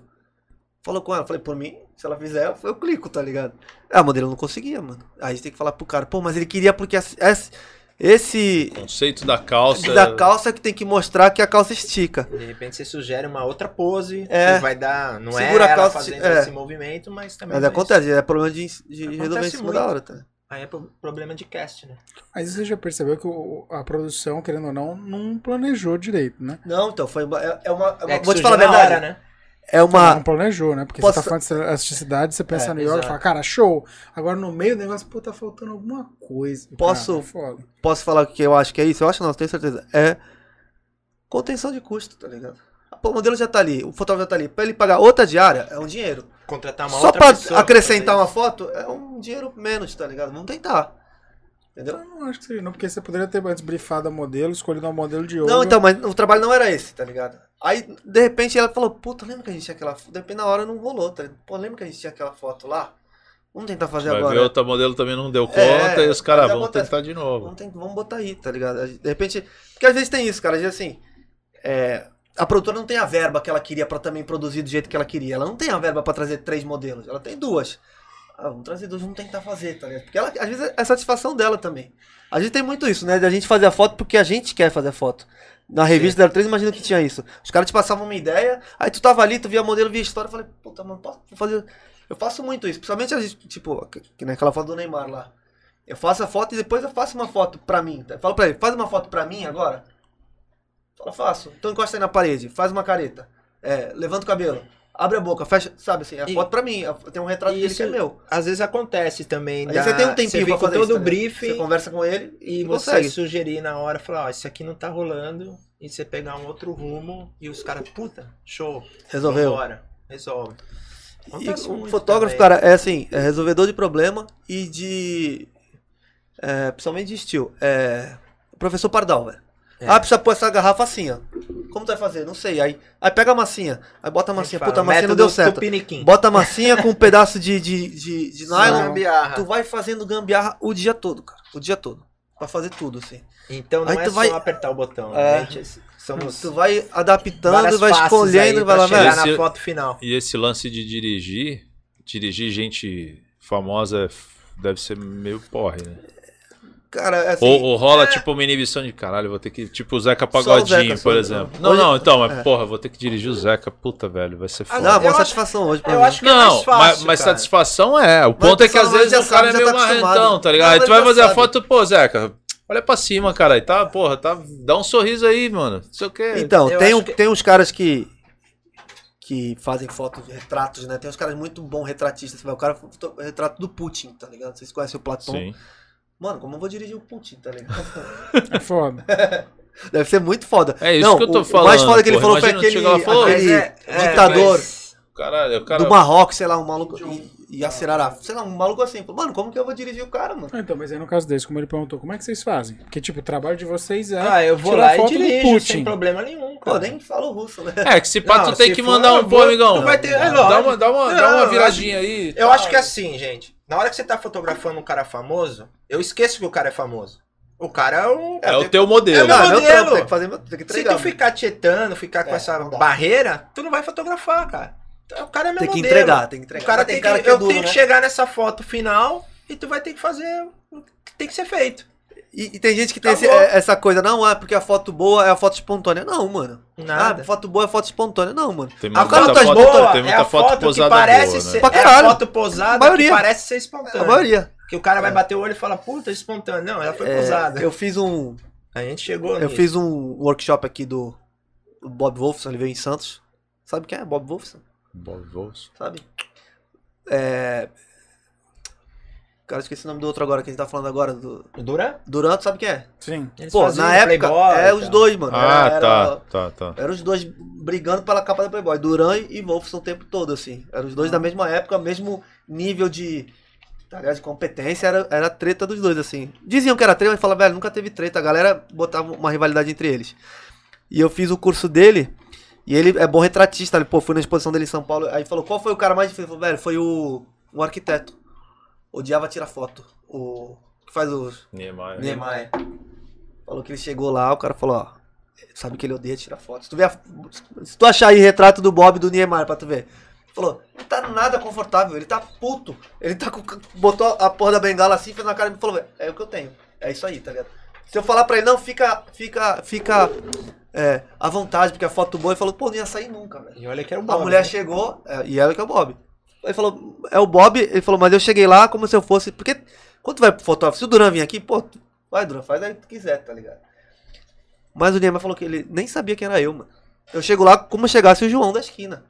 Falou com ela, falei, por mim, se ela fizer, eu clico, tá ligado? Ah, A modelo não conseguia, mano. Aí a gente tem que falar pro cara, pô, mas ele queria porque essa, essa- Esse
Conceito da calça.
é
da calça é que tem que mostrar que a calça estica.
De repente você sugere uma outra pose,
É.
que vai dar. Não
Segura a
é ela
calça,
fazendo
é.
esse movimento, mas também.
Mas
não é
acontece, é problema de, de
Acontece
resolver em cima
muito.
da hora, tá?
isso. Aí é pro- problema de cast, né?
Mas você já percebeu que o- a produção, querendo ou não, não planejou direito, né?
Não, então, foi uma. É, é uma, é uma-
É que
vou te
surgiu
falar a
na
verdade.
hora, né?
É uma.
Não planejou, né? Porque
Posso-
você tá falando de elasticidade, você pensa
É,
no New York e
exato.
fala, cara, show. Agora no meio do negócio, pô, tá faltando alguma coisa. cara,
Posso-
é foda.
Posso falar o que eu acho que é isso? Eu acho não, tenho certeza. É contenção de custo, tá ligado? Pô, o modelo já tá ali, o fotógrafo já tá ali. Pra ele pagar outra diária, é um dinheiro.
Contratar uma
Só
outra
pra
pessoa né?
acrescentar
pra
uma foto, é um dinheiro menos, tá ligado? Vamos tentar. Entendeu?
Eu não acho que seja, não, porque você poderia ter antes brifado a modelo, escolhido um modelo de ouro.
Não, então, mas o trabalho não era esse, tá ligado? Aí, de repente, ela falou, puta, lembra que a gente tinha aquela foto? De repente, na hora não rolou, tá ligado? Pô, lembra que a gente tinha aquela foto lá? Vamos tentar fazer
Vai
agora.
ver, outra modelo também não deu conta
É,
e os caras
mas
vão
acontece.
tentar de novo.
Vamos, tem- vamos botar aí, tá ligado? De repente. Porque às vezes tem isso, cara. Às vezes assim. é, a produtora não tem a verba que ela queria pra também produzir do jeito que ela queria. Ela não tem a verba pra trazer três modelos. Ela tem duas. Ah, vamos trazer duas, vamos tentar fazer, tá ligado? Porque ela, às vezes é a satisfação dela também. A gente tem muito isso, né? Da gente fazer a foto porque a gente quer fazer a foto. Na
É.
revista 03, imagina que tinha isso. Os caras te passavam uma ideia, aí tu tava ali, tu via modelo, via história, eu falei, puta, mano, posso fazer. Eu faço muito isso, principalmente a gente, tipo, que naquela foto do Neymar lá. Eu faço a foto e depois eu faço uma foto pra mim. tá? Eu falo pra ele, faz uma foto pra mim agora. Fala, faço. Então encosta aí na parede, faz uma careta. É, levanta o cabelo. Abre a boca, fecha, sabe assim, é a
E-
foto pra mim. é- Tem um retrato dele que é
Isso-
meu.
Às vezes acontece também.
Aí
da-
você tem um tempinho
você
pra
fica
fazer
todo
isso,
o
tá ligado? Você
briefing
conversa com ele e
e você
consegue.
sugerir na hora, falar, ó, isso aqui não tá rolando, e você pegar um outro rumo e os caras, puta, show,
Resolveu.
Bora, resolve.
E
Acontece
o
muito
fotógrafo,
também.
cara, é assim, é resolvedor de problema e de. é, principalmente de estilo. É, o professor Pardal, velho.
É.
Ah, precisa pôr essa garrafa assim, ó. Como tu vai fazer? Não sei. Aí, aí pega a massinha. Aí bota a
A gente
massinha.
fala,
assim? Puta, a massinha não
método
deu certo.
Tupiniquim.
Bota a massinha com um pedaço de, de, de, de nylon.
Gambiarra.
Tu vai fazendo gambiarra o dia todo, cara. O dia todo. Pra fazer tudo, assim.
Então não
Aí
é
tu
só
vai-
apertar o botão.
É.
né? Gente, somos
Tu vai adaptando,
várias
vai
faces
escolhendo,
aí pra
vai lá,
chegar
velho.
velho.
na foto final.
E esse lance de dirigir, dirigir gente famosa é f- deve ser meio porre, né?
Cara, é assim.
ou, ou rola tipo uma inibição de caralho, vou ter que. Tipo o Zeca Pagodinho,
Só o Zeca, só
por
o-
exemplo.
não.
Não,
Hoje-
não, então, mas
é. Ah,
porra, vou ter que dirigir o Zeca. Puta, velho, vai ser foda.
Dá uma boa
Eu acho-
satisfação hoje pra
eu
mim.
acho que é
Não,
mais fácil,
mas, mas
cara.
satisfação é. O ponto é que
pessoal
às
não
vezes
já
o
sabe,
cara é
já
meio
tá acostumado.
marrentão, tá ligado?
Não,
Aí
ele
tu vai
já
fazer a
sabe.
foto, pô, Zeca, olha pra cima, cara. E tá, porra, tá, dá um sorriso aí, mano. Não sei o quê.
Então,
Eu
tem,
acho
um-
que-
tem uns caras que que fazem fotos, retratos, né? Tem uns caras muito bons retratistas. Vai, o cara foto- retrato do Putin, tá ligado? Vocês conhecem o Platão?
Sim.
Mano, como eu vou dirigir o Putin, tá ligado?
É foda.
Deve ser muito foda.
É isso
Não,
que eu tô
o-
falando.
O mais foda que ele
pô.
falou foi
Imagina,
aquele,
chega lá e fala, "Ô,
aquele
mas é- é,
ditador
mas-
Caralho, o cara.
do Marrocos, sei lá, um maluco e Acerará. Sei lá, um maluco assim. Falou, Mano, como que eu vou dirigir o cara, mano?
Ah, Então, mas aí no caso desse, como ele perguntou, como é que vocês fazem? Porque, tipo, o trabalho de vocês é.
Ah, eu vou
tirar
lá e
foto do
dirijo,
Putin.
sem problema nenhum,
Pô,
cara.
nem falo russo, né?
É, que se pá,
Não,
tu tem
se
que
for, eu
mandar um pô,
vou-
amigão.
tu vai ter- é
dá
lógico.
uma, dá uma,
Não,
dá uma
eu acho-
viradinha aí.
Eu
tá?
acho que é assim, gente. Na hora que você tá fotografando um cara famoso, eu esqueço que o cara é famoso. O cara é um.
É o teu modelo.
É o meu
Ah, meu
modelo.
trampo, tem que fazer meu, tem que
Se
entregar.
tu ficar tietando, ficar com
É,
essa
não dá.
barreira, tu não vai fotografar, cara. Então, O cara é meu
tem que
modelo.
entregar, tem que
O
entregar.
cara
Mas
tem,
cara
que, eu
é duro,
tenho que
né?
chegar nessa foto final e tu vai ter que fazer o que tem que ser feito.
E, e tem gente que tem esse-
Acabou.
é- essa coisa, não, ah, porque a foto boa é a foto espontânea. Não, mano.
Nada.
Ah, foto boa é foto espontânea. Não, mano.
Tem
A
muita
cara
foto
tá
foto,
boa
tem
é
muita
a
foto,
foto que
posada
parece
boa, né?
ser
Pra
é a
caralho.
foto posada
A maioria.
que parece ser
A
espontânea.
maioria.
Que o cara vai
É.
bater o olho e fala, puta, espontânea. Não, ela foi
É,
posada.
eu fiz um.
A gente chegou
Eu
nisso.
fiz um workshop aqui do do Bob Wolfson, ele veio em Santos. Sabe quem é? Bob Wolfson,
Bob Wolfson.
sabe? É. Cara, eu esqueci o nome do outro agora, que a gente tá falando agora. Do...
O Duran?
Durant, sabe quem é?
Sim.
Eles
Pô,
faziam
na época,
Playboy e
é
tal.
os dois, mano.
Ah,
Era-
tá,
era-
tá, tá.
Eram os dois brigando pela capa da Playboy, Duran e Wolfson o tempo todo, assim. Eram os dois da mesma época, mesmo nível de, tá ligado, de competência, era, era a treta dos dois, assim. Diziam que era treta, mas falava, velho, nunca teve treta. A galera botava uma rivalidade entre eles. E eu fiz o curso dele, e ele é bom retratista. Ele, pô, fui na exposição dele em São Paulo, aí falou, qual foi o cara mais difícil? Eu falei, velho, foi o, o arquiteto. Odiava tirar foto. O que faz os...
né?
Niemeyer.
Niemeyer. é. Falou que ele chegou lá, o cara falou, ó, sabe que ele odeia tirar foto. Se tu, ver a- se tu achar aí retrato do Bob e do Niemeyer pra tu ver. Ele Falou, não tá nada confortável, ele tá puto. Ele tá com. Botou a porra da bengala assim, fez na cara e me falou, "Velho, é o que eu tenho. É isso aí, tá ligado? Se eu falar pra ele, não, fica, fica, fica é, à vontade, porque a foto boa, ele falou, pô, não ia sair nunca, velho.
E olha que era o
A
Bob.
mulher
né?
chegou, é, e ela que é o Bob. Ele falou, é o Bob, ele falou, mas eu cheguei lá como se eu fosse. Porque quando tu vai pro fotógrafo, se o Duran vir aqui, pô, tu- vai, Duran, faz aí o que tu quiser, tá ligado? Mas o Neymar falou que ele nem sabia quem era eu, mano. Eu chego lá como se chegasse o João da esquina.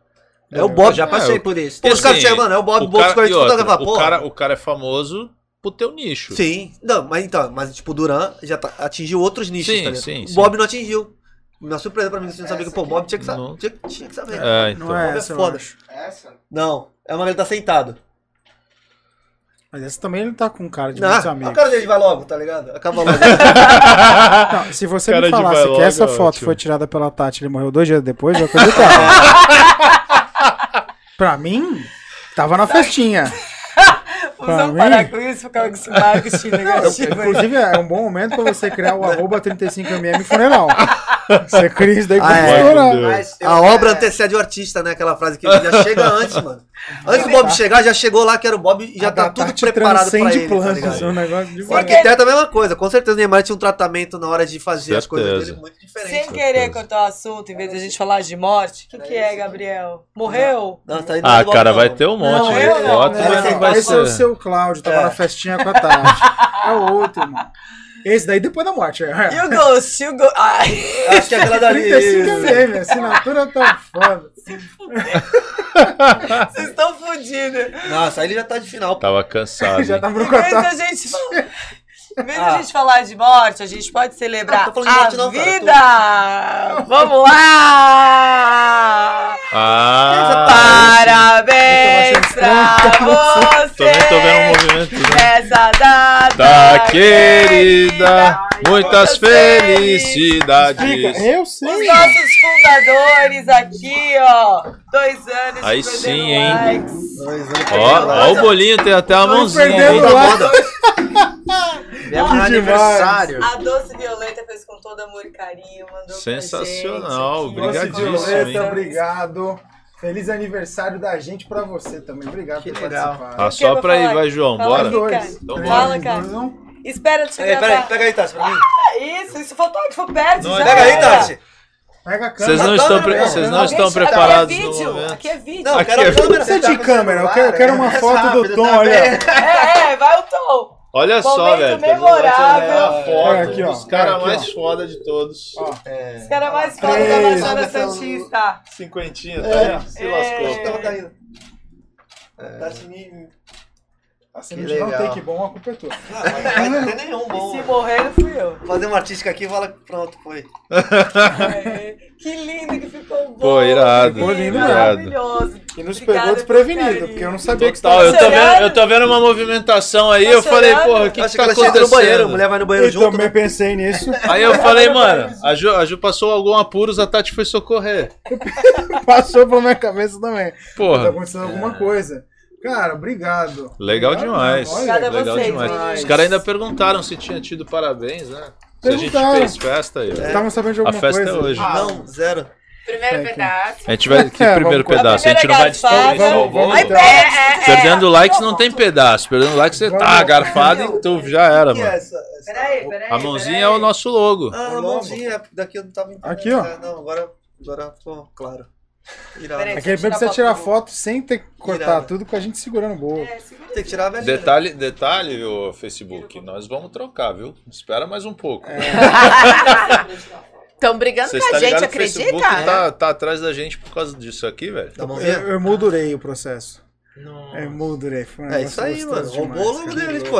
É, o
Eu
Bob.
já passei
É,
por isso.
Pô, os caras
Assim,
chegam, mano, é o Bob,
o,
Bob
cara,
escolhe
e
de
outra,
fotografar,
o,
porra.
cara, o cara é famoso pro teu nicho.
Sim. Não, mas então, mas tipo, o Duran já tá- atingiu outros nichos,
Sim,
tá ligado?
sim,
o
sim.
Bob não atingiu. Uma surpresa pra mim, que você não
É,
sabia que, pô, o Bob tinha que, sa-
Não.
tinha, tinha que saber.
É, então.
Não é
Bob é
essa,
foda.
eu acho.
Essa?
Não, é uma que ele tá sentado.
Mas essa também ele tá com cara de muitos
Não, Ah, a
amigos.
cara dele vai logo, tá ligado? Acaba logo.
Não, se você
Cara
me
de
falasse
vai
que essa
logo é
foto
ótimo.
foi tirada pela Tati, ele morreu dois dias depois, eu acreditava. pra mim, tava na festinha. Pra
Vamos
mim?
parar com isso, ficar com esse barco estilo negativo aí.
Inclusive, é um bom momento pra você criar o arroba 35mm funeral. Você cria isso daí
Ah,
pra
é.
estourar.
Mas a obra antecede o artista, né? Aquela frase que já chega antes, mano. Antes do Bob chegar, já chegou lá que era o Bob e já
A
tá
da
tudo
Tati
preparado pra
transcende
ele, tá
planos, é
ligado?
um negócio de...
O arquiteto é a mesma coisa, com certeza o Neymar tinha um tratamento na hora de fazer as coisas
Certeza.
dele muito diferente.
Sem querer cortar o assunto, em vez de a gente falar de morte, o que, que é, Gabriel? Morreu?
Não, tá indo
é
Ah,
no Bob,
cara,
não,
vai
mano.
ter um monte
Não,
de
eu não,
foto,
né?
mas
Esse,
não vai
esse é o
ser.
seu Cláudio, tava
É.
na festinha com a Tati. É o outro, mano. Esse daí depois da morte. É.
E o Ghost? E o Ghost?
um
Ai,
Acho que é aquela dali.
35mm, assinatura tá foda.
vocês estão fodidos.
Nossa, aí ele já tá de final. pô.
Tava cansado.
Já
hein?
tá
Em vez
brocotado.
da gente... Em vez
Ah.
da gente falar de morte, a gente pode celebrar
Ah, tô falando de morte
a
não, cara,
vida! Vamos
tá-
lá!
Ah!
Parabéns pra você!
Tô vendo, tô vendo um movimento. né?
Nessa data
Tá, querida, muitas
Muitas
Fica,
felicidades.
Eu é,
Os
sei.
nossos fundadores aqui, ó. Dois anos
Aí
de Perdendo
sim, hein?
Likes.
Dois anos.
é.
Ó, ó o bolinho, tem até a mãozinha. Tá hein?
perdendo
Muita
lá.
moda.
Lembra no
demais.
aniversário.
A Doce Violeta fez com todo amor e carinho. Mandou
Sensacional,
pra gente aqui, ó.
obrigadíssimo,
Violeta,
hein?
obrigado. Feliz aniversário da gente pra você também. Obrigado
Que
por
legal.
participar.
Tá só pra ir, vai, João, bora.
Fala
Então
Dois,
aí. cara.
três,
Fala, cara.
dois, um.
Espera, deixa eu
Peraí, É, peraí,
gravar. É
pega aí, Tati, pra mim.
Isso, isso, fotógrafo, perde
Não, é,
já.
tá- Pega aí,
era.
Tati.
Pega a câmera.
Vocês não
Tá
estão,
dando,
pre-
meu.
vocês não
Gente,
estão
aqui é
preparados no
vídeo,
momento.
Aqui é vídeo.
Não, eu
Aqui
quero
é-
a câmera.
Você de câmera, eu quero, eu quero uma
é
foto do
rápido
Tom,
também.
olha.
É, é, vai o Tom.
Olha só,
Momento
velho.
memorável.
A
É,
foto
aqui, ó.
dos caras
Aqui, ó.
mais foda de todos.
Ó.
Os caras mais foda da
Três.
Baixada Santista.
Cinquentinha, tá? vendo? Se
É.
lascou.
Tava caindo. Tati, me...
Se
Que
não tiver um
legal.
take bom, a culpa é tua.
Não, mas não vai ter nenhum
E
bom.
se
mano.
morrer, não fui eu.
Fazer uma artística aqui e fala que pronto, foi.
É, que lindo que ficou bom.
Pô, irado.
Ficou lindo, irado.
maravilhoso.
E nos
Obrigada
pegou
pelo
desprevenido,
carinho.
porque eu não sabia que
Total, eu tô,
chorando?
vendo, eu tô vendo uma movimentação aí,
Tá
eu falei,
chorando?
porra, o que,
Eu
que
acho que
tá
ela chega no banheiro, a
acontecendo?
mulher vai no banheiro
Eu
junto. né?
também pensei nisso.
né? Aí eu falei, mano, a Ju, a Ju passou algum apuro, a Tati foi socorrer.
Passou pela minha cabeça também. Tá
Porra,
acontecendo alguma
É.
coisa. Cara, obrigado.
legal
Obrigado,
demais.
mano.
Obrigada a
Olha,
Legal
vocês,
demais.
meninas.
Os caras ainda perguntaram se tinha tido parabéns, né? Se a gente
Perguntaram.
fez festa aí. ó.
Estavam sabendo de
A
alguma
festa
coisa.
é hoje.
Não, zero.
Primeiro
Aqui.
pedaço.
A gente vai. Que
É,
primeiro
vamos-
pedaço? A gente não vai destruir
vamos-
só o bolo.
vamos-
É, é, é.
Perdendo likes não tem pedaço. Perdendo likes você tá
Vamos-
garfado e tu já era,
O que é
mano.
essa? essa-
Peraí, peraí.
A mãozinha é o nosso logo.
Ah, a mãozinha, é- daqui eu não tava entendendo.
Aqui, ó.
Ah, Não, agora, agora ficou claro. Irado.
Peraí.
Aquele
Deixa eu
momento você
tirar
tirar
foto.
foto sem ter que cortar
Irado.
tudo com a gente segurando o
é.
bolo.
É.
um-
Tem que tirar a velhinha.
Detalhe, detalhe, o Facebook, nós vamos trocar, viu? Espera mais um pouco.
Estão É, brigando
Vocês
com É. a
tá ligado
gente,
que o Facebook
acredita?
tá, tá atrás da gente por causa disso aqui, velho?
né? Da mãozinha?
Eu, eu moldurei o processo.
Não.
Eu moldurei. Foi um
É isso aí, mano. Roubou o logo deles, pô.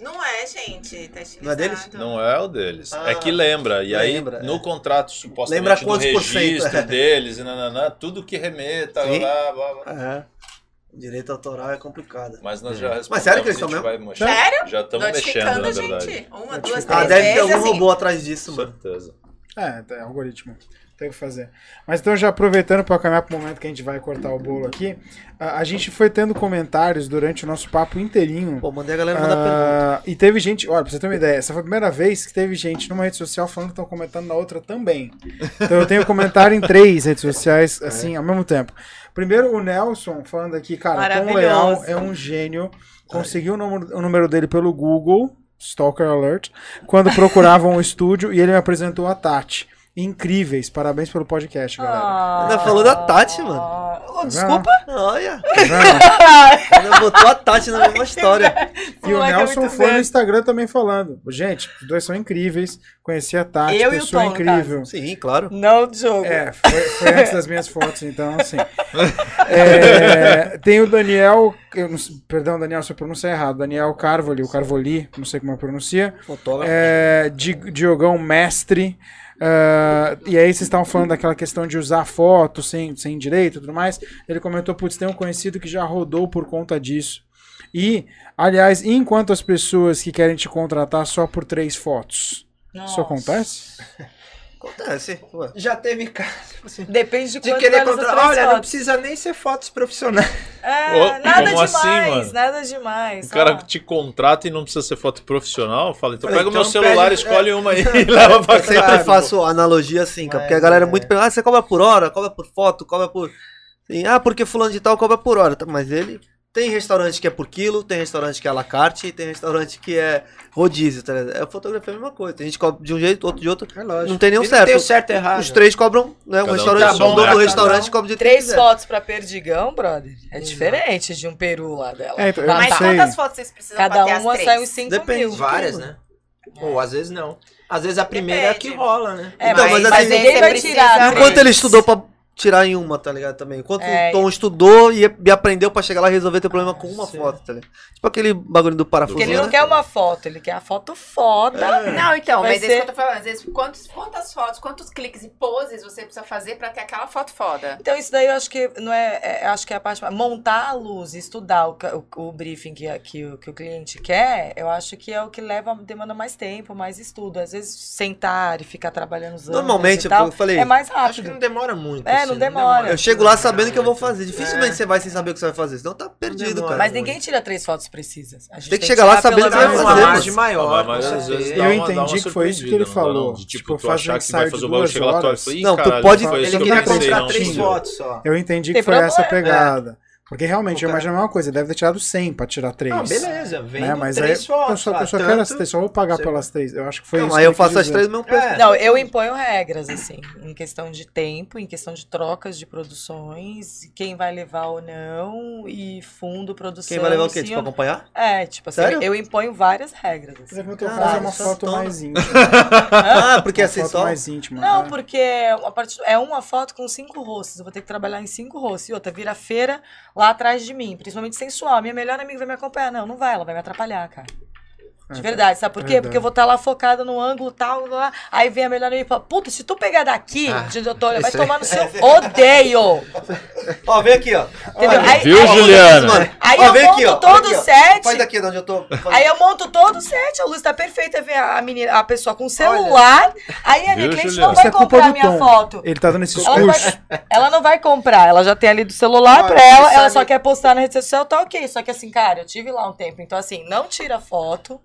Não é, gente. Tá estilizado.
Não é deles?
Não é o deles.
Ah,
é que lembra. E aí,
lembra,
no
é.
contrato, supostamente,
Lembra
no
quantos por cento,
registro
é.
deles, e nananã, tudo que remeta,
Sim.
blá, blá, blá.
É. Direito autoral é complicado.
Mas nós já
Hum.
respondemos.
Mas sério que eles
a gente
estão
vai mexer.
Sério?
Já estamos mexendo,
Notificando
na
a
verdade.
gente. Uma, duas, três
É,
Ah, deve ter
vezes.
algum
assim.
robô atrás disso, mano.
Certeza.
É, tá, é algoritmo. Tem o que fazer. Mas então, já aproveitando para caminhar para o momento que a gente vai cortar o bolo aqui, a, a gente foi tendo comentários durante o nosso papo inteirinho.
Pô, mandei a galera mandar pergunta.
Ah, e teve gente, olha, pra você ter uma ideia, essa foi a primeira vez que teve gente numa rede social falando que estão comentando na outra também. Então eu tenho comentário em três redes
É.
sociais, assim, ao mesmo tempo. Primeiro, o Nelson falando aqui, cara, Tom
Maravilhoso.
Leal é um gênio, conseguiu o número, o número dele pelo Google. Stalker Alert, quando procuravam um estúdio e ele me apresentou a Tati. Incríveis, parabéns pelo podcast,
Ah,
galera.
Ainda falou da Tati, mano.
Tá vendo?
Olha,
Tá vendo?
Ah.
ainda botou a Tati na mesma história.
E o
Moleque é
Nelson
muito
foi no
velho.
Instagram também falando. Gente, os dois são incríveis. Conheci a Tati,
Eu e o
pessoa
Tom, no
incrível.
Sim, claro.
Não, jogo.
É, foi, foi antes das minhas fotos, então, assim. É, tem o Daniel, eu não sei- perdão, Daniel, se eu pronunciar errado, Daniel Carvoli, o Carvoli, não sei como eu pronuncia,
Fotógrafo.
é, Di- Diogão Mestre, ah, e aí vocês estavam falando daquela questão de usar foto sem, sem direito e tudo mais, ele comentou, putz, tem um conhecido que já rodou por conta disso. E, aliás, e enquanto as pessoas que querem te contratar só por três fotos, isso acontece?
Acontece. ué.
Já teve caso assim,
Depende de,
de
quanto
querer
vale essa
contra.
três
Olha, não
fotos.
precisa nem ser fotos profissionais.
É,
Ô,
nada
como
demais,
assim, mano?
nada demais.
O Um cara
ó.
te contrata e não precisa ser foto profissional? Fala, então
Falei,
pega o meu
então
celular,
pede-
escolhe uma aí e leva pra
Eu sempre
cá.
faço analogia assim, cara,
Mas
porque a galera é muito
é.
pergunta, ah, você cobra por hora, cobra por foto, cobra por. Assim, ah, porque fulano de tal cobra por hora. Tá, Mas ele. Tem restaurante que é por quilo, tem restaurante que é à la carte, e tem restaurante que é rodízio, tá ligado? É fotografia é a mesma coisa. Tem gente que cobra de um jeito, outro de outro.
É lógico.
Não tem nenhum
E
certo.
Tem o certo e errado.
Os três cobram, né?
Cada
Um
um
restaurante,
tá bom,
o dono do
né?
restaurante cobra de
Três fotos pra Perdigão, brother, é diferente de um peru lá dela.
É, então, eu não
Mas
sei.
quantas fotos vocês precisam
Cada
pra ter as
uma
três?
sai uns 5
Depende,
mil.
Várias, né? Ou às vezes não. Às vezes a primeira é a que
Depende.
rola, né?
É,
Então, mas
mas, mas
assim,
ninguém
você
vai
precisa-
tirar.
E o quanto ele estudou pra tirar em uma, tá ligado? Também. O Quanto
É.
o Tom estudou e, e aprendeu pra chegar lá e resolver teu problema com uma
Sim.
foto, tá ligado? Tipo aquele bagulho do parafuso.
Porque
Uhum.
ele
né?
não quer uma foto, ele quer a foto foda.
Não, então,
Vai
mas é isso
ser-
que eu tô falando. Às vezes, quantos, quantas fotos, quantos cliques e poses você precisa fazer pra ter aquela foto foda?
Então, isso daí eu acho que não é. é- acho que é a parte. Montar a luz, estudar o, ca- o- o briefing que, que o, que o cliente quer, eu acho que é o que leva, demanda mais tempo, mais estudo. Às vezes, sentar e ficar trabalhando os anos
Normalmente,
e tal,
eu falei,
é mais
Acho que
rápido.
não demora muito.
É, não demora.
eu chego lá sabendo o que eu vou fazer. Dificilmente
É.
você vai sem saber o que você vai fazer, senão tá perdido,
demora.
cara.
Mas ninguém tira três fotos precisas. A gente
Tem que chegar lá
tirar
sabendo
pelo
o que
Mas é
vai fazer,
menos
uma
uma-
mano.
margem maior.
Ah, mas às vezes
Eu
dá uma- dá
entendi
uma
que foi isso que
surpreendida,
ele
não dá,
falou.
não? De, tipo,
Tipo,
tu
faz um
achar que
ensaio
vai
de
fazer o
duas
bagulho, chega lá, tu olha e
horas.
fala, "Ih,
Não, tu
caralho,
pode-
foi isso
Ele
que eu
queria
pensei,
comprar
não,
três
tinha."
fotos só.
Eu entendi
Tem
que foi essa
problema,
pegada. Porque realmente,
O
eu
cara-
imagino a mesma coisa. Deve ter tirado 100 pra tirar 3.
Não, Ah, beleza, vem
Né?
com
Mas aí,
três fotos.
eu só,
lá,
eu só
tanto-
quero as três, só vou pagar
Você-
pelas três. Eu acho que foi
Não,
isso.
aí
que
eu
ele
faço
quis
as três
dizer.
no mesmo preço.
É.
Não, eu imponho regras, assim, em questão de tempo, em questão de trocas de produções, quem vai levar ou não, e fundo, produção.
Quem vai levar o quê?
É, sim
Tipo,
ou não.
acompanhar?
É, tipo assim,
Sério?
eu imponho várias regras. assim.
Mas No teu
Caralho,
caso é uma
essa
foto
tona.
mais íntima.
Ah, porque
uma
assim
foto
só.
mais íntima.
Não,
né?
porque é uma parte- é uma foto com cinco rostos. Eu vou ter que trabalhar em cinco rostos. E outra, vira feira lá atrás de mim. Principalmente sensual. Minha melhor amiga vai me acompanhar. Não, não vai. Ela vai me atrapalhar, cara.
É,
De verdade, sabe por quê?
Verdade.
Porque eu vou estar lá focada no ângulo tal, lá, aí vem a melhor amiga e fala, puta, se tu pegar daqui,
Ah,
de onde eu tô, vai tomar no seu odeio,
Ó, vem aqui, ó.
entendeu? Aí,
Viu,
aí-
Juliana?
aí
Ó,
eu
vem
monto
aqui, ó.
todo
Aqui,
o
ó.
set,
Faz daqui de onde eu tô. Faz-
aí eu monto todo o set, a luz tá perfeita, vem a, a menina, a pessoa com o celular, aí a
Viu,
minha cliente
Juliana?
não vai
Isso é culpa
comprar a
do
minha
Tom.
foto.
Ele tá dando esses
Ela não,
cursos.
vai, ela não vai comprar, ela já tem ali do celular
Olha,
pra ela,
você
ela
sabe-
só quer postar na rede social, tá ok. Só que assim, cara, eu tive lá um tempo, então assim, não tira foto,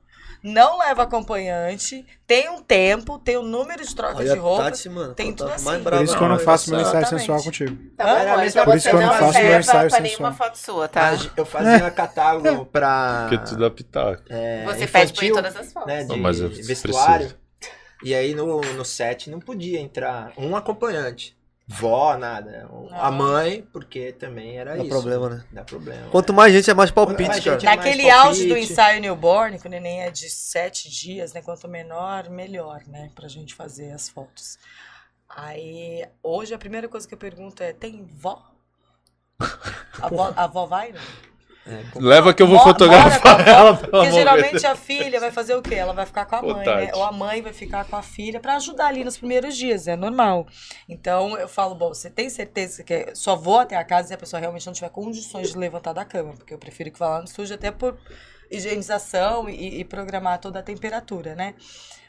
não leva acompanhante, tem um tempo, tem um número de troca
Olha
de roupa.
Tati, mano.
tem
tá
tudo assim.
mais
Por
Por
brava. né?
isso que eu não
Não,
faço meu
olha só.
ensaio sensual contigo.
Tá
Hã?
bom,
Ah, Era a
amor,
mesma
então
coisa
você
que eu
não
faço meu
leva
ensaio
pra
sensual.
nenhuma foto sua, tá?
Mas Eu fazia catálogo pra.
Porque tu dá pitaco.
Ah,
é,
Você pede pra ir
infantil,
todas as fotos.
né, de
Não, mas eu
vestuário.
preciso.
E aí no, no set não podia entrar um acompanhante. Vó, nada. A mãe, porque também era
Dá
isso.
problema, né?
Dá problema.
Quanto mais gente, é
Mais
mais palpite, cara.
gente,
Naquele
mais
auge do
palpite.
ensaio newborn, que o neném é de sete dias, né? Quanto menor, melhor, né? Pra gente fazer as fotos. Aí, hoje a primeira coisa que eu pergunto é: tem vó? A vó, a vó vai? Não?
Leva que eu vou
Mo-
fotografar
mora com a
ela, pelo
Porque
amor de Deus.
geralmente a filha vai fazer o quê? Ela vai ficar com a
Ô,
mãe, né?
Tati.
Ou a mãe vai ficar com a filha pra ajudar ali nos primeiros dias, é normal. Então eu falo, bom, você tem certeza que é- só vou até a casa se a pessoa realmente não tiver condições de levantar da cama, porque eu prefiro que vá lá no estúdio até por higienização e, e programar toda a temperatura, né?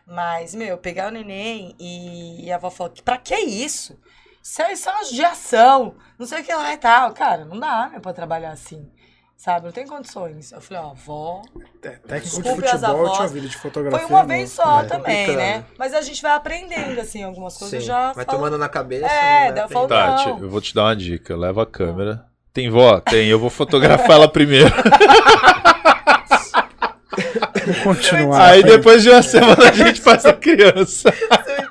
Mas, meu, pegar o neném e, e a avó falou, pra que isso? Isso é, isso é uma judiação, não sei o que lá e tal. Cara, não dá, meu, pra trabalhar assim. Sabe, não tem condições. Eu falei, ó, avó.
É, Técnico de
Desculpe as
futebol, eu tinha
avós.
ouvido de fotografia.
Foi uma
não.
vez só
É.
também,
Complicado.
né? Mas a gente vai aprendendo, assim, algumas coisas
Sim,
já.
vai
falo-
tomando na cabeça.
É,
né,
daí eu
tem-
falo,
Tati,
não.
eu vou te dar uma dica. Leva a câmera. Tem vó? Ah, Tem. Eu vou fotografar ela primeiro.
continuar.
Aí
peraí.
depois de uma semana a gente faz a criança.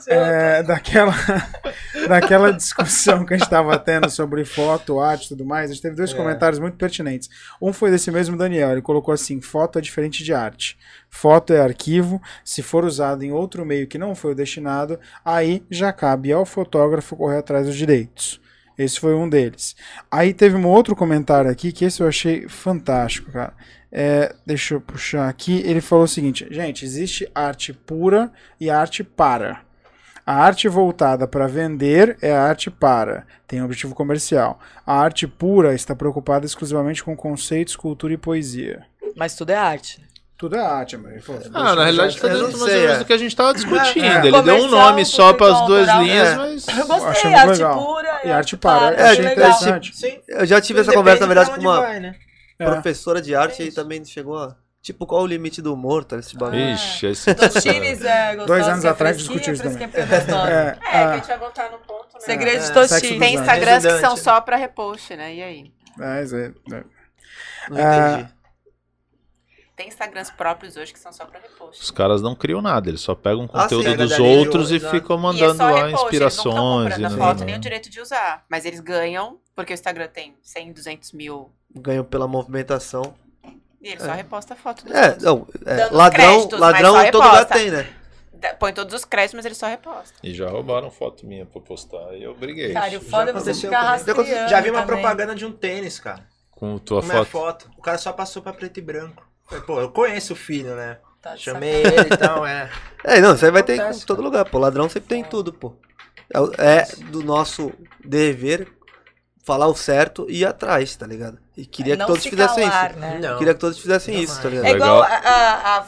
É, daquela, daquela discussão que a gente estava tendo sobre foto, arte e tudo mais, a gente teve dois comentários muito pertinentes. Um foi desse mesmo Daniel, ele colocou assim: foto é diferente de arte. Foto é arquivo, se for usado em outro meio que não foi o destinado, aí já cabe ao fotógrafo correr atrás dos direitos. Esse foi um deles. Aí teve um outro comentário aqui que esse eu achei fantástico, cara. É, deixa eu puxar aqui. Ele falou o seguinte: gente, existe arte pura e arte para. A arte voltada para vender é a arte para, tem um objetivo comercial. A arte pura está preocupada exclusivamente com conceitos, cultura e poesia.
Mas tudo é arte.
Tudo é arte, mano. Ele falou,
Ah, na realidade tá
eu
dentro
não
mais ou
sei,
menos
é.
do que a gente tava discutindo.
É.
Ele deu um
Comercial,
nome só para as
cultural,
duas
rural,
linhas,
né?
mas.
Eu gostei,
achei muito
arte
legal.
pura
E arte para,
arte,
eu achei
é
legal.
interessante.
Sim.
Eu já tive essa
Depende
conversa, na
pra
verdade, com
onde
uma
vai, né?
É.
professora de arte aí também chegou a. Tipo, qual o limite do humor, tá? Esse bagulho.
Ixi, esse.
Tostines é gostosa,
Dois anos
é
atrás
fresquinha,
discutiu isso
fresquinha, porque é gostosa.
É,
É, que a
ah,
gente vai voltar no ponto, né?
Segredo de
É,
Tostines.
sexo
Tem
bizarro.
Instagrams que são
Redundante.
só pra repost, né? E aí?
é, isso aí, né?
Não
Ah.
entendi.
Tem Instagrams próprios hoje que são só pra
Os
repost.
caras não criam nada, eles só pegam
Ah,
conteúdo
sim,
dos
verdade,
outros e
exato.
ficam
E é
mandando
só
lá
repost, eles não estão
inspirações.
né?
comprando a
e é.
foto,
nananã.
nem o direito de usar. Mas eles ganham, porque o Instagram tem 100, 200 mil,
Ganho pela movimentação.
e
É.
ele só reposta a foto. dos
É,
outros.
não, é,
Dando
ladrão,
créditos,
ladrão
mas só
em todo lugar
reposta.
tem, né?
Da- Põe todos os créditos, mas ele só reposta.
E já roubaram foto minha pra postar. E eu briguei.
Cara, e o foda é você
aconteceu
ficar
comigo.
rastreando
Já vi uma
também.
propaganda de um tênis, cara.
Com tua
é
Uma
foto.
foto. O cara só passou pra preto e branco. Falei, Pô, eu conheço o filho, né?
Tá de
Chamei ele, então, é.
É, não, isso aí vai ter
Acontece,
em todo lugar, pô. Ladrão sempre tem em tudo, pô. É o- É, do nosso dever falar o certo e ir atrás, tá ligado? E queria que
É, Não
todos
se
fizessem
calar,
isso.
né?
Não.
Queria que todos fizessem
Jamais.
isso, tá
É
ligado?
Legal.
igual a, a, a,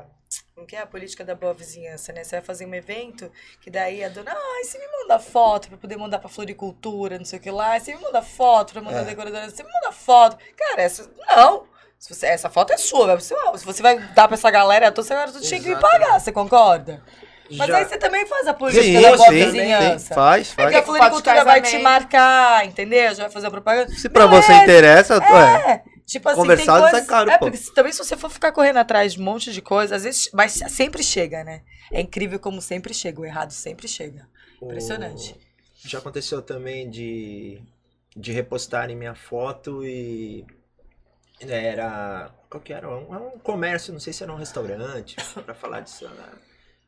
a- Como que é a política da boa vizinhança, né? Você vai fazer um evento, que daí a dona, ai, você me manda foto pra poder mandar pra floricultura, não sei o que lá, você me manda foto pra mandar decoradora, você me manda foto. Cara, essa. Não! Se você- essa foto é sua, vai pro seu- se você vai dar pra essa galera, toda essa galera tu tinha que me
Exatamente.
pagar, você concorda? Mas
Já.
aí você também faz a política da boa vizinhança. É
Faz,
Porque a
faz.
Foto de
floricultura vai te
casamento.
marcar, entendeu? Já vai fazer a propaganda.
Se pra você interessa, é.
É, tipo assim,
Conversado,
tem
sai
coisas...
caro,
é,
pô.
porque se- também se você for ficar correndo atrás de um monte de coisa, às vezes... Mas sempre chega, né? É incrível como sempre chega. O errado sempre chega. Impressionante.
O- Já aconteceu também de, de repostarem minha foto e era. Qual que era? Um, um comércio, não sei se era um restaurante, pra falar disso. né?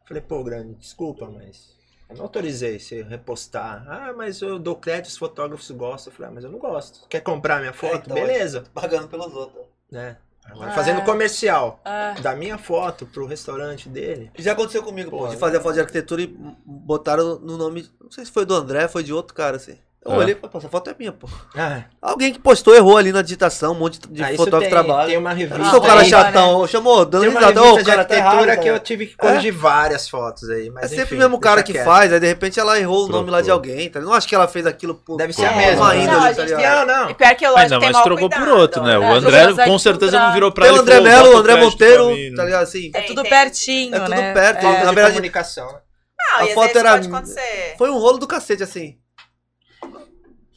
Falei, pô, grande, desculpa, mas eu não autorizei você repostar. Ah, mas eu dou crédito, os fotógrafos gostam. Eu falei, ah, mas eu não gosto. Quer comprar
É,
minha foto?
então,
Beleza.
Pagando pelos outros.
Né? Agora,
Ah.
fazendo comercial
Ah,
da minha foto pro restaurante dele.
Já aconteceu comigo, pô, né?
Porra,
de fazer a foto de arquitetura e botaram no nome. Não sei se foi do André, foi de outro cara, assim. Eu
É.
olhei e falei, pô, essa foto é minha, pô.
Ah,
Alguém que postou errou ali na digitação, um monte de
ah, isso
fotógrafo
tem,
trabalha.
Tem uma
Eu
revista.
não sou um cara
aí.
chatão, chamou, dando
Tem uma
risada.
revista
Ô, o
de
cara tá errado.
arquitetura que
cara.
eu tive que corrigir várias fotos aí, mas
É sempre
enfim,
o mesmo cara que
deixa
faz, aí de repente ela errou o nome lá de
Trocou.
alguém, tá? ligado? Não acho que ela fez aquilo por.
Deve
por
ser né? a
uma
mesma.
índole,
Não,
tá
a gente
ligado?
tem
quieto. Não,
E
não.
pior que eu lógico
Ainda
tem
mais
mau
trocou
cuidado,
por outro, né? O
né? Trocou
André
as
com certeza não
arquitetura.
virou pra
Tem o
ele. e um
André
falou,
Melo,
"Bota
o André
crédito pra
Monteiro,
mim", né?
tá ligado? Assim,
é
Tem,
tudo
tem.
pertinho,
é tudo
né?
perto.
Falta
Na
de
tá
verdade,
comunicação. né?
Não,
A
e às
foto
vezes
era
pode
minha.
acontecer.
Foi um rolo do cacete, assim.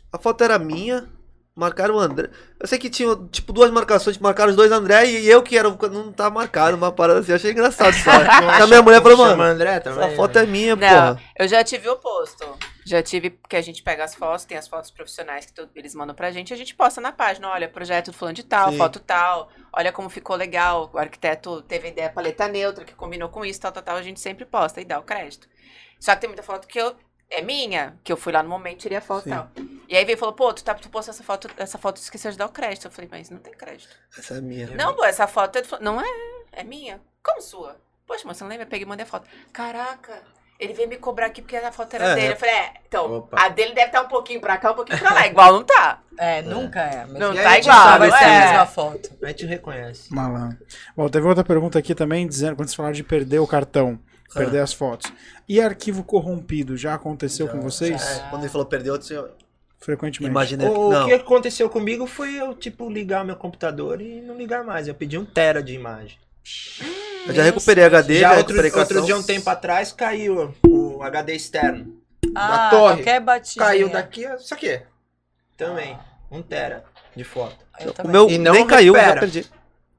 A foto era minha, marcaram o André. Eu sei que tinha, tipo, duas marcações, marcaram os dois André e eu que era, o- não tá marcado, uma parada assim, eu achei engraçado só. Então, a minha mulher falou,
Chama
mano,
André também, né?
essa foto é minha,
Não,
porra.
eu já tive o oposto. Já tive, porque a gente pega as fotos, tem as fotos profissionais que to- eles mandam pra gente, a gente posta na página, olha, projeto do fulano de tal,
Sim.
foto tal, olha como ficou legal, o arquiteto teve a ideia paleta neutra, que combinou com isso, tal, tal, tal, a gente sempre posta e dá o crédito. Só que tem muita foto que eu, é minha, que eu fui lá no momento, tirei a foto e
Sim.
tal. E aí veio e falou, pô, tu, tá, tu postou essa foto, essa foto tu esqueceu de dar o crédito. Eu falei, mas não tem crédito.
Essa é minha.
Não, pô, essa foto é do... Fla- não é, é minha. Como sua? Poxa, mas você não lembra? Eu peguei e mandei a foto. Caraca, ele veio me cobrar aqui porque a foto era
É.
dele. Eu falei, é, então,
Opa.
a dele deve estar um pouquinho pra cá, um pouquinho pra lá. Igual não tá.
É, nunca é. Mas
Não
E aí
tá
a gente
igual,
sabe
vai
não
ser a
é.
mesma foto.
A gente reconhece.
Malandro. Bom, teve outra pergunta aqui também, dizendo, quando vocês falaram de perder o cartão, perder as fotos. E arquivo corrompido, já aconteceu com vocês?
É, quando ele falou perder outro, eu
Frequentemente.
imaginei.
O, o
Né? Não,
que é aconteceu comigo foi eu, tipo, ligar meu computador e não ligar mais. Eu pedi um tera de imagem.
eu já recuperei HD, já,
Já outro,
recuperei cartão.
outro dia, um tempo atrás, caiu o HD externo.
Ah,
torre.
qualquer batidinha.
Caiu daqui, ó, isso aqui. Também. Um tera de foto.
Eu
O
também.
meu
E não
nem caiu, eu já
recupera.
perdi.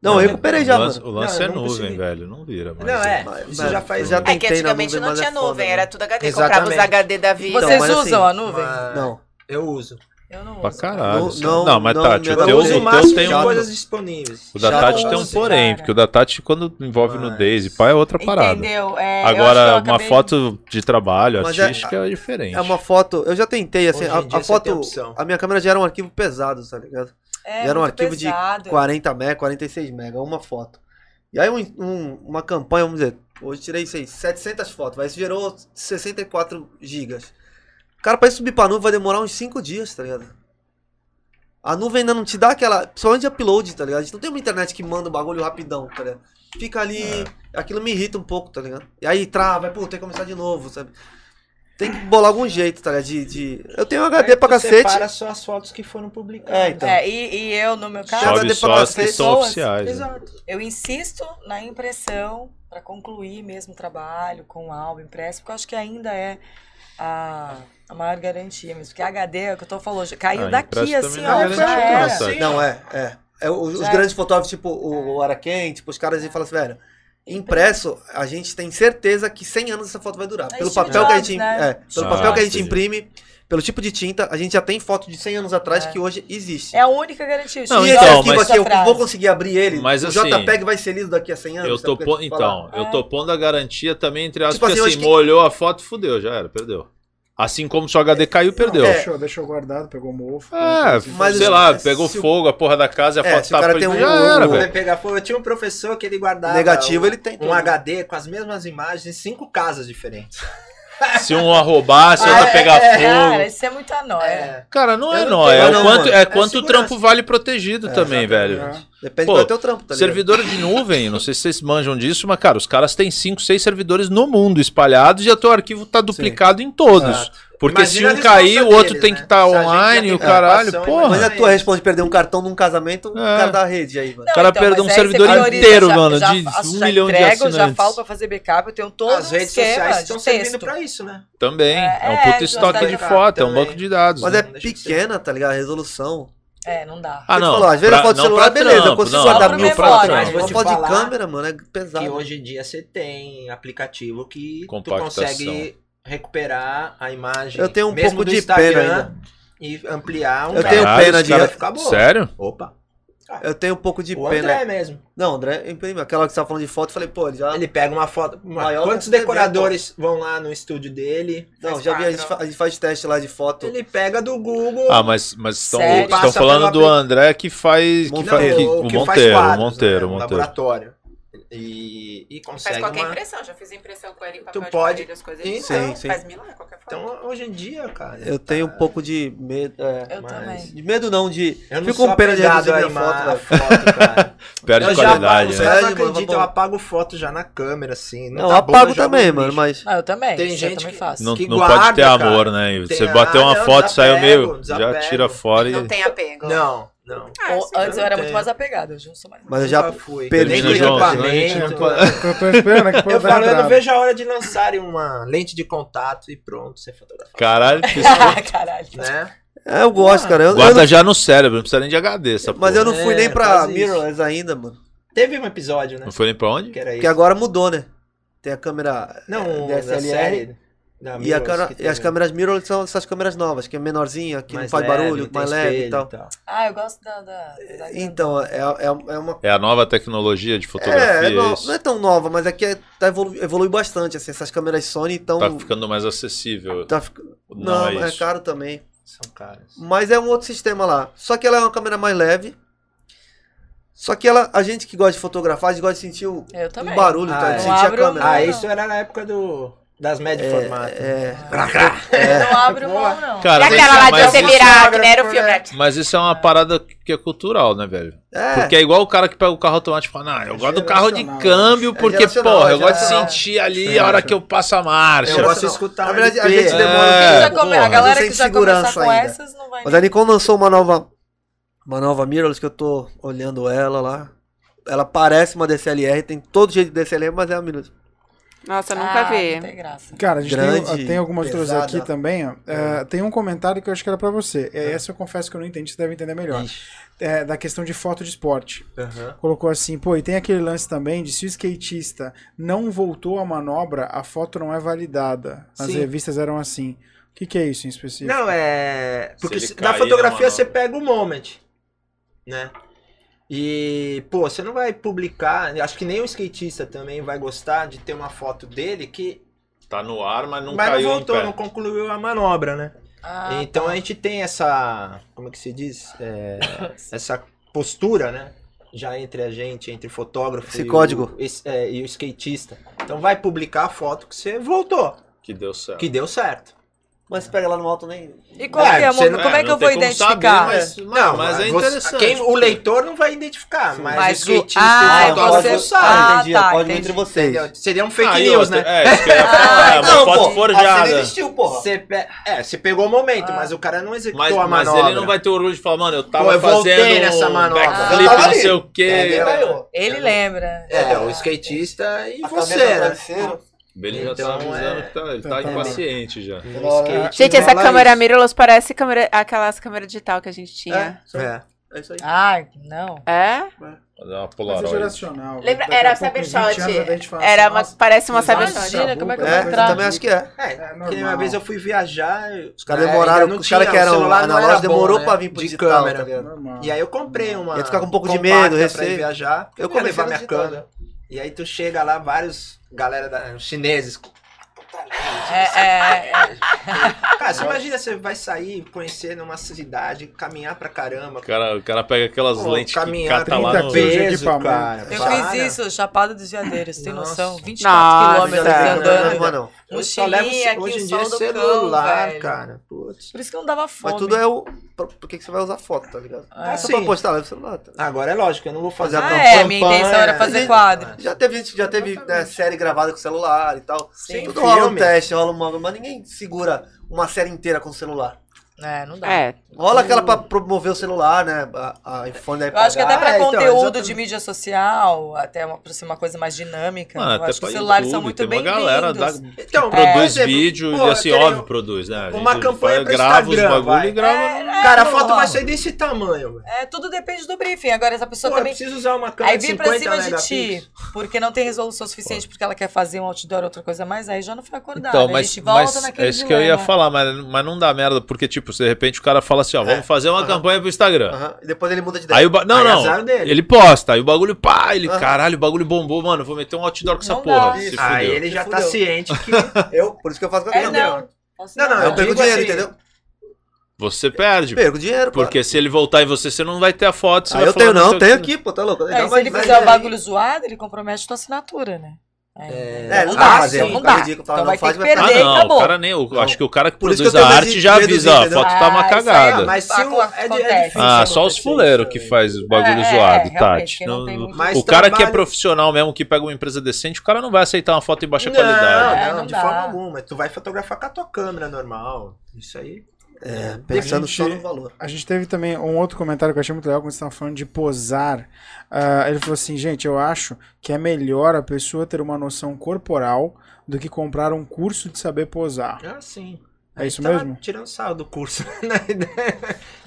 Não, eu recuperei já,
o lance,
mano.
O lance
Não,
é
eu não
nuvem,
consegui.
velho. Não vira. Mas
Não, é.
Mas-
Isso
mas-
já faz.
já
Já
É
tem.
tem-
que
na
antigamente
nuvem,
não
mas é
tinha
foda,
nuvem,
né?
era tudo HD. Comprava os
Exatamente.
HD da vida.
Então,
Vocês
mas
usam
assim,
a nuvem?
Não.
Eu uso.
Eu não
Pra
uso.
caralho.
Não-
assim.
não-
Não, mas
não,
Tati,
meu
o
da-
teu,
Eu uso o
o teu
máximo
tem
de
chato.
um.
coisas disponíveis.
O da
Já
Tati
não
tem um
uso,
porém,
cara.
porque o da Tati, quando envolve
Ah,
nudez e pá, é outra parada.
Entendeu? É, eu acho que eu
Agora, uma
acabei-
foto de trabalho,
Mas é-
artística, é, diferente.
É uma foto. Eu já tentei, assim.
Hoje em dia
A, a
você tem
foto.
opção.
A minha câmera já era um arquivo pesado, tá ligado?
É,
Era um
muito
arquivo de
pesado.
40 mega, 46 mega, uma foto. E aí um- um- uma campanha, vamos dizer, hoje tirei sei, 700 fotos, mas isso gerou 64 gigas. Cara, pra isso subir pra nuvem vai demorar uns 5 dias, tá ligado? A nuvem ainda não te dá aquela, principalmente de upload, tá ligado? A gente não tem uma internet que manda o bagulho rapidão, tá ligado? Fica ali,
É.
aquilo me irrita um pouco, tá ligado? E aí trava, é, pô, tem que começar de novo, sabe? Tem que bolar algum jeito, tá ligado? De, de- Eu tenho HD pra
Aí tu
cacete.
Separa só as fotos que foram publicadas.
É, então.
É, e, e eu, no meu caso,
Joga
Sobe
de
só
pra
as que são
pessoas.
oficiais. né?
Exato.
eu insisto na impressão para concluir mesmo o trabalho com o álbum impresso, porque eu acho que ainda é a, a maior garantia mesmo. Porque HD, é o que eu tô falando, já caiu
Ah,
daqui
impresso
assim,
também não
ó,
é
já
garantia,
era.
né, Tati?
Não, é, é. É, o- os
Já
grandes fotógrafos, tipo o, o Araquém, tipo, os caras, eles falam assim, velho, impresso, a gente tem certeza que 100 anos essa foto vai durar.
É
pelo
Steve
papel que a
Jobs,
gente,
né?
é, pelo
Ah,
papel que a gente
entendi.
imprime, pelo tipo de tinta, a gente já tem foto de 100 anos atrás que hoje existe.
É a única garantia.
Não,
e
Steve
esse
então,
Jobs
arquivo
mas-
disse
aqui, eu
essa
vou
frase.
conseguir abrir ele,
Mas
o
assim,
JPEG vai ser lido daqui a 100 anos.
Eu
sabe o
tô
que
pon-
te falar? É.
Então, eu tô pondo a garantia também, entre aspas,
Tipo assim,
porque
eu
assim,
acho que-
molhou a foto, fudeu, já era, perdeu. Assim como se o HD caiu, perdeu.
é.
Deixou, deixou guardado, pegou mofo. assim.
É,
Mas
sei
se-
lá,
se
pegou
o-
fogo, a porra da casa, a
É,
foto
se o
tá
cara
pra-
tem um-
já era,
um-
velho.
Vai pegar fogo. Eu tinha um professor que ele guardava.
Negativo,
um-
ele tem tudo.
Um HD com as mesmas imagens em cinco casas diferentes.
Se um arrobar, se
Ah,
outra
é,
pegar
é,
Cara,
fogo.
isso é muita nóia.
Cara, não
Eu
é
não
nóia.
tenho-
É
não,
o quanto,
mano. É,
é
É
quanto o
segurança.
trampo vale protegido também, velho.
É.
Depende
Pô,
do teu trampo, tá ligado?
Servidor de nuvem, não sei se vocês manjam disso, mas, cara, os caras têm 5, 6 servidores no mundo espalhados e o teu arquivo tá duplicado em todos.
Exato.
Porque
Imagina
se um
a
cair,
resposta
o outro
deles,
tem que
né? Se
estar
a gente já
online,
tem
o caralho,
preocupação,
porra.
Mas a tua responde perder um cartão num casamento, o
É.
cara da rede aí, mano.
Não,
cara perdeu um
mas aí
servidor
você prioriza,
inteiro, mano, de
faço,
um milhão de
entrego, Já
assinantes.
falo pra fazer backup, eu tenho todo
As
um
redes
esquema
sociais
de
estão servindo
texto.
pra isso, né?
Também. É, um puto
É,
estoque
é,
de
justamente.
foto, é um
Também.
banco de dados.
Mas
né?
é
Não deixa de ser.
pequena, tá ligado? A resolução.
É, não dá.
Ah,
Você
não.
falou, às vezes a foto de
não
celular,
pra
beleza, eu
trampo,
consigo
não,
guardar
não
mil
pra
fotos.
trampo.
Mas é né? vou
Uma
te
foto de
falar
câmera, mano, é
Que
pesado.
hoje em dia você tem aplicativo que tu
Compactação.
consegue recuperar a imagem.
Eu tenho um
mesmo
pouco
do
de
Instagram
pena ainda.
E ampliar um
Eu
cara.
tenho
Caralho,
pena
os
de.
cara
caras-
ficar boa.
Sério?
Opa.
Eu tenho um pouco de
o
pena.
André mesmo.
Não, André, eu imprimi. Aquela que você tava falando de foto, eu falei, pô, ele já.
Ele pega uma foto. uma-
Maior
Quantos
que a TV,
decoradores vão lá no estúdio dele?
Não,
faz
já vi, a gente,
quadro.
fa- a gente faz teste lá de foto.
Ele pega do Google.
Ah, mas, mas estão,
Sério?
estão
Passa
falando
pela
do
apli-
André que faz. Que
Monteiro.
fa- que- o
que faz
Monteiro, o
quadros,
Monteiro, o
né, no
Monteiro.
laboratório. E, e consegue
Faz qualquer
uma...
impressão, já fiz impressão com ele em papel
Tu
de
pode-
parede, as coisas.
Sim,
então,
sim.
Faz milagre, qualquer forma.
Então, hoje em dia, cara... tá.
Eu tenho um pouco de medo. É,
Eu
mas-
também.
de medo não, de.
Eu não
Fico
sou
com pena de
apegado
reduzir
à
minha foto,
ima-
velho.
foto, cara.
Perde
eu já apago,
tá
qualidade,
os
né?
caras não
Sério, mano,
acreditam, eu
vamos-
apago foto já na câmera, assim.
Não, eu
tá bom,
apago
eu jogo
também,
no
mano,
lixo.
mas.
Ah, eu também.
Tem
isso eu
gente
também
que-
faço.
Não,
que
não
guarda,
pode ter
cara.
amor, né?
Tem-
Você bateu uma
ah, não,
foto, saiu
desapego,
meio. Já
desapego.
tira fora e.
Não tem apego.
Não, não.
Ah,
Ou-
sim,
antes eu era
tem.
muito mais apegada, hoje eu não sou mais.
Mas eu já.
Nunca fui.
perdi né?
Nem
o
com
jogo,
Eu
equipamento.
tô, eu tô esperando aqui pra
É, Eu
dar
falo, eu não
entrada.
vejo a hora de lançarem uma lente de contato e pronto, você fotografa.
Caralho, que
Caralho.
Né?
É, eu gosto, cara. Eu, eu
Guarda já no cérebro, não precisa nem de HD, essa
não- mas eu
porra.
não fui
É,
nem pra
faz isso.
mirrorless ainda, mano.
Teve um episódio, né?
Não foi nem pra onde?
Que era
Porque
isso.
agora mudou, né? Tem a câmera.
Não,
é,
da série. da
E, a
Mirrors
câmera-
que
e as
teve.
câmeras mirrorless são essas câmeras novas, que é menorzinha, que não
Mais
faz
leve,
barulho,
tem
mais leve e
espelho
tal.
Ah, eu gosto da. da, da-
Então, é, é, é uma.
É a nova tecnologia de
É,
fotografia.
é no-
isso.
não é tão nova, mas aqui é, tá evolu evolui bastante, assim, essas câmeras Sony então
Tá ficando mais acessível.
tá fic-
Não,
Não,
é
é,
isso.
caro também.
São caras.
Mas é um outro sistema lá. Só que ela é uma câmera mais leve. Só que ela, a gente que gosta de fotografar, a gente gosta de sentir o,
Eu também.
o barulho, tá?
Ah,
De
é.
sentir a
Abro- um-
câmera.
Ah,
Não,
isso era na época do, das médias de formato.
É,
Eu não abro mão, não.
E
Cara, um mas
aquela
isso-
lá de
mas
você
isso-
virar, que nem era o filme. né?
Mas isso é uma parada que é cultural, né, velho?
é.
Porque é igual o cara que pega o carro automático e fala, não, eu gosto do carro de
geracional,
câmbio porque,
geracional,
porra,
é
eu gosto de
geracional.
sentir ali a hora que eu passo a marcha.
Eu gosto de
não.
escutar. um
Na
o
verdade, a
LP.
gente demora um
É,
Já come- a
porra.
galera que
Sem
já começar
segurança
com
ainda.
essas não vai
Mas a Nikon lançou uma nova, uma nova mirrorless que eu tô olhando ela lá. Ela parece uma DSLR, tem todo jeito de DSLR, mas é uma mirrorless.
Nossa, eu nunca
ah,
vi.
Não tem graça.
Cara, a gente
Grande,
tem, tem algumas outras
pesada.
aqui também. ó. É, tem um comentário que eu acho que era pra você. É, Essa eu confesso que eu não entendi, você deve entender melhor. É, da questão de foto de esporte. Colocou assim, pô, e tem aquele lance também de se o skatista não voltou à manobra, a foto não é validada. As
Sim.
revistas eram assim. O que, que é isso em específico?
Não, é. Porque
ele
se-
cair
na
na
fotografia
manobra.
você pega o moment, né? E, pô, você não vai publicar. Acho que nem o skatista também vai gostar de ter uma foto dele que.
Tá no ar, mas não
mas
caiu
não
em
voltou,
pé.
não concluiu a manobra, né?
Ah,
então a gente tem essa. Como é que se diz? É, essa postura, né? Já entre a gente, entre o fotógrafo
Esse
e,
código.
O, esse- é, e o skatista. Então vai publicar a foto que você voltou,
Que deu certo.
que deu certo.
Mas se pega lá no alto nem.
E qual que é,
É, você
amor?
não-
Como é que eu vou identificar?
mas, não, mas é
você-
interessante.
quem- o leitor não vai identificar, mas,
Mas
o
o-
skatista
ah,
e o
você-
fotógrafo sabe.
ah,
entendi.
tá,
pode
entendi.
entre vocês.
entendeu? Seria um fake
Ah, e
news,
outra-
né? Ah,
É, isso que eu ia
Ah,
falar, é uma foto
a cena
forjada.
existiu, porra.
Você pe- É, você pegou o momento,
Ah.
mas o cara não executou
Mas,
a
mas
manobra.
ele não vai ter orgulho de falar, mano, eu tava
Pô, eu voltei
fazendo um
nessa manobra.
backflip,
Eu tava
não sei o quê.
Entendeu?
Ganhou.
Ele lembra.
É,
um
o skatista e
A cabeça
você,
do
né?
travesseiro.
Ele já
Então,
tá avisando
é-
que tá, ele
Então,
tá
tá
impaciente já.
Pela hora-
Skate
Gente, essa
rola
câmera é
isso.
mirrorless parece câmera, aquelas câmeras digital que a gente tinha.
É.
É isso aí.
Ai, não.
É?
Vou dar uma
Mas é
polaroid.
geracional.
Lembra-
Daqui a
era
pouco, em 20
Cybershot.
anos, a gente fala
Era
assim,
uma,
nossa,
parece uma
Imagina,
cybershot.
como é que eu vou
É, eu
entrar?
também acho que é.
É, porque uma
normal.
vez eu fui viajar.
Os caras demoraram, os caras que eram analógicos demorou pra vir pro
né? de
digital, tá
câmera.
ligado?
normal.
E aí eu comprei uma.
Ia ficar com um pouco de
compacta
medo,
pra ir
receio.
viajar. porque Eu
Eu comecei
comecei levar
no
minha
digital,
câmera. E aí tu chega lá, vários galera da, os chineses.
É, é, é.
Cara, você imagina, você vai sair, conhecer numa cidade, caminhar pra caramba.
O cara, o cara pega aquelas
Pô,
lentes que
caminhar
cata lá
30
no...
quilos.
Peso,
equipamento.
cara.
Eu
para.
fiz isso, Chapada dos Veadeiros, tem
Nossa.
noção? 24
Nossa,
quilômetros
já vi,
é Não,
andando.
não, não, não.
Eu só levo
Mochilinha aqui,
hoje em
o
dia é
sol do
celular,
cão, velho.
cara. Putz.
Por isso que não dava fome.
Mas tudo é o. pra- Por que que você vai usar foto, tá ligado?
Ah,
É só
sim.
pra postar, leva o celular. tá ligado?
Agora é lógico, eu não vou fazer
Ah,
a
é,
campanha.
minha intenção era fazer
Sim.
quadro.
Já teve gente que já teve né, série gravada com celular e tal.
Sim.
Tudo rola um
Filme.
teste, rola uma. Mas ninguém segura uma série inteira com o celular.
É, não dá.
É.
Rola aquela pra promover o celular, né? A, a iPhone da
Eu acho que até pra
Ah, então,
conteúdo de
exatamente.
mídia social, até uma, pra ser uma coisa mais dinâmica,
Mano,
eu
Ah, até
acho que
pra
os celulares são
YouTube,
muito
tem uma
bem-vindos.
galera da-
Então, por
Produz
exemplo, pô,
vídeo
um-
e assim,
eu tenho
óbvio, produz, né? A
uma
gente
campanha
vai-
pro
grava os
Instagram,
bagulho
vai.
e grava.
Cara, a
É, não
foto
rola.
vai sair desse tamanho, velho.
É, tudo depende do briefing. Agora, essa pessoa
Pô, eu
também
preciso usar uma câmera
Aí
de
vir pra
50
cima de
megapixels.
ti, porque não tem resolução suficiente, porque ela quer fazer um outdoor ou outra coisa a mais, aí já não foi acordado.
Então,
Aí a
mas,
gente volta
mas
naquele
é isso que eu ia
dilema.
falar, mas, mas não dá merda, porque, tipo, se de repente o cara fala assim, ó, vamos fazer uma
É. Aham.
campanha pro Instagram.
Aham, E depois ele muda de ideia.
Aí o ba... Não,
Aí azar
não.
dele.
Ele posta, aí o bagulho, pá, ele,
Aham.
caralho, o bagulho bombou, mano, vou meter um outdoor com essa
Não
porra.
dá.
Se fudeu.
Aí ele já
Se
tá
fudeu.
ciente que.
Eu, por isso que eu faço com a
É,
câmera.
não.
Não, não,
Eu perco
digo
dinheiro,
assim,
entendeu?
Você perde.
Perco dinheiro, pô.
Porque se ele voltar em você, você não vai ter a foto. Você
Ah,
vai
eu
falar,
tenho não,
sei o
tenho
quê.
aqui, pô, tá louco.
É, e
Legal,
se ele
mas-
fizer o
mas-
bagulho zoado, ele compromete tua assinatura, né? É,
É,
não
não
dá,
dá, mas é
então não
fica
dá.
ridículo,
Então
fala,
vai
não faz,
ter que
vai
perder
perder.
Ah,
e
não,
acabou.
o cara nem. Eu acho que o cara que
Por isso
produz
que eu né?
a
tenho
arte
medo
já
de- medo
avisa, ó, a
disso,
foto tá uma
entendeu? Ah,
cagada.
Ah, mas se o.
Acontece.
É, é difícil
Ah, só os
acontecer
fuleiros
isso
que
aí.
faz o bagulho
É, é,
zoado,
realmente,
Tati.
quem não
Não-
tem muito-
Mas
o cara que é
trabalho-
profissional mesmo, que pega uma empresa decente, o cara não vai aceitar uma foto em baixa
não,
qualidade.
É,
Não,
não
de
dá.
forma alguma. Tu vai fotografar com a tua câmera normal. Isso aí.
É, pensando só no valor.
A gente teve também um outro comentário que eu achei muito legal quando vocês estavam falando de posar. Ah, ele falou assim, gente, eu acho que é melhor a pessoa ter uma noção corporal do que comprar um curso de saber posar.
Ah, sim.
É isso
Então,
Tava
mesmo?
tirando sarro do curso, né?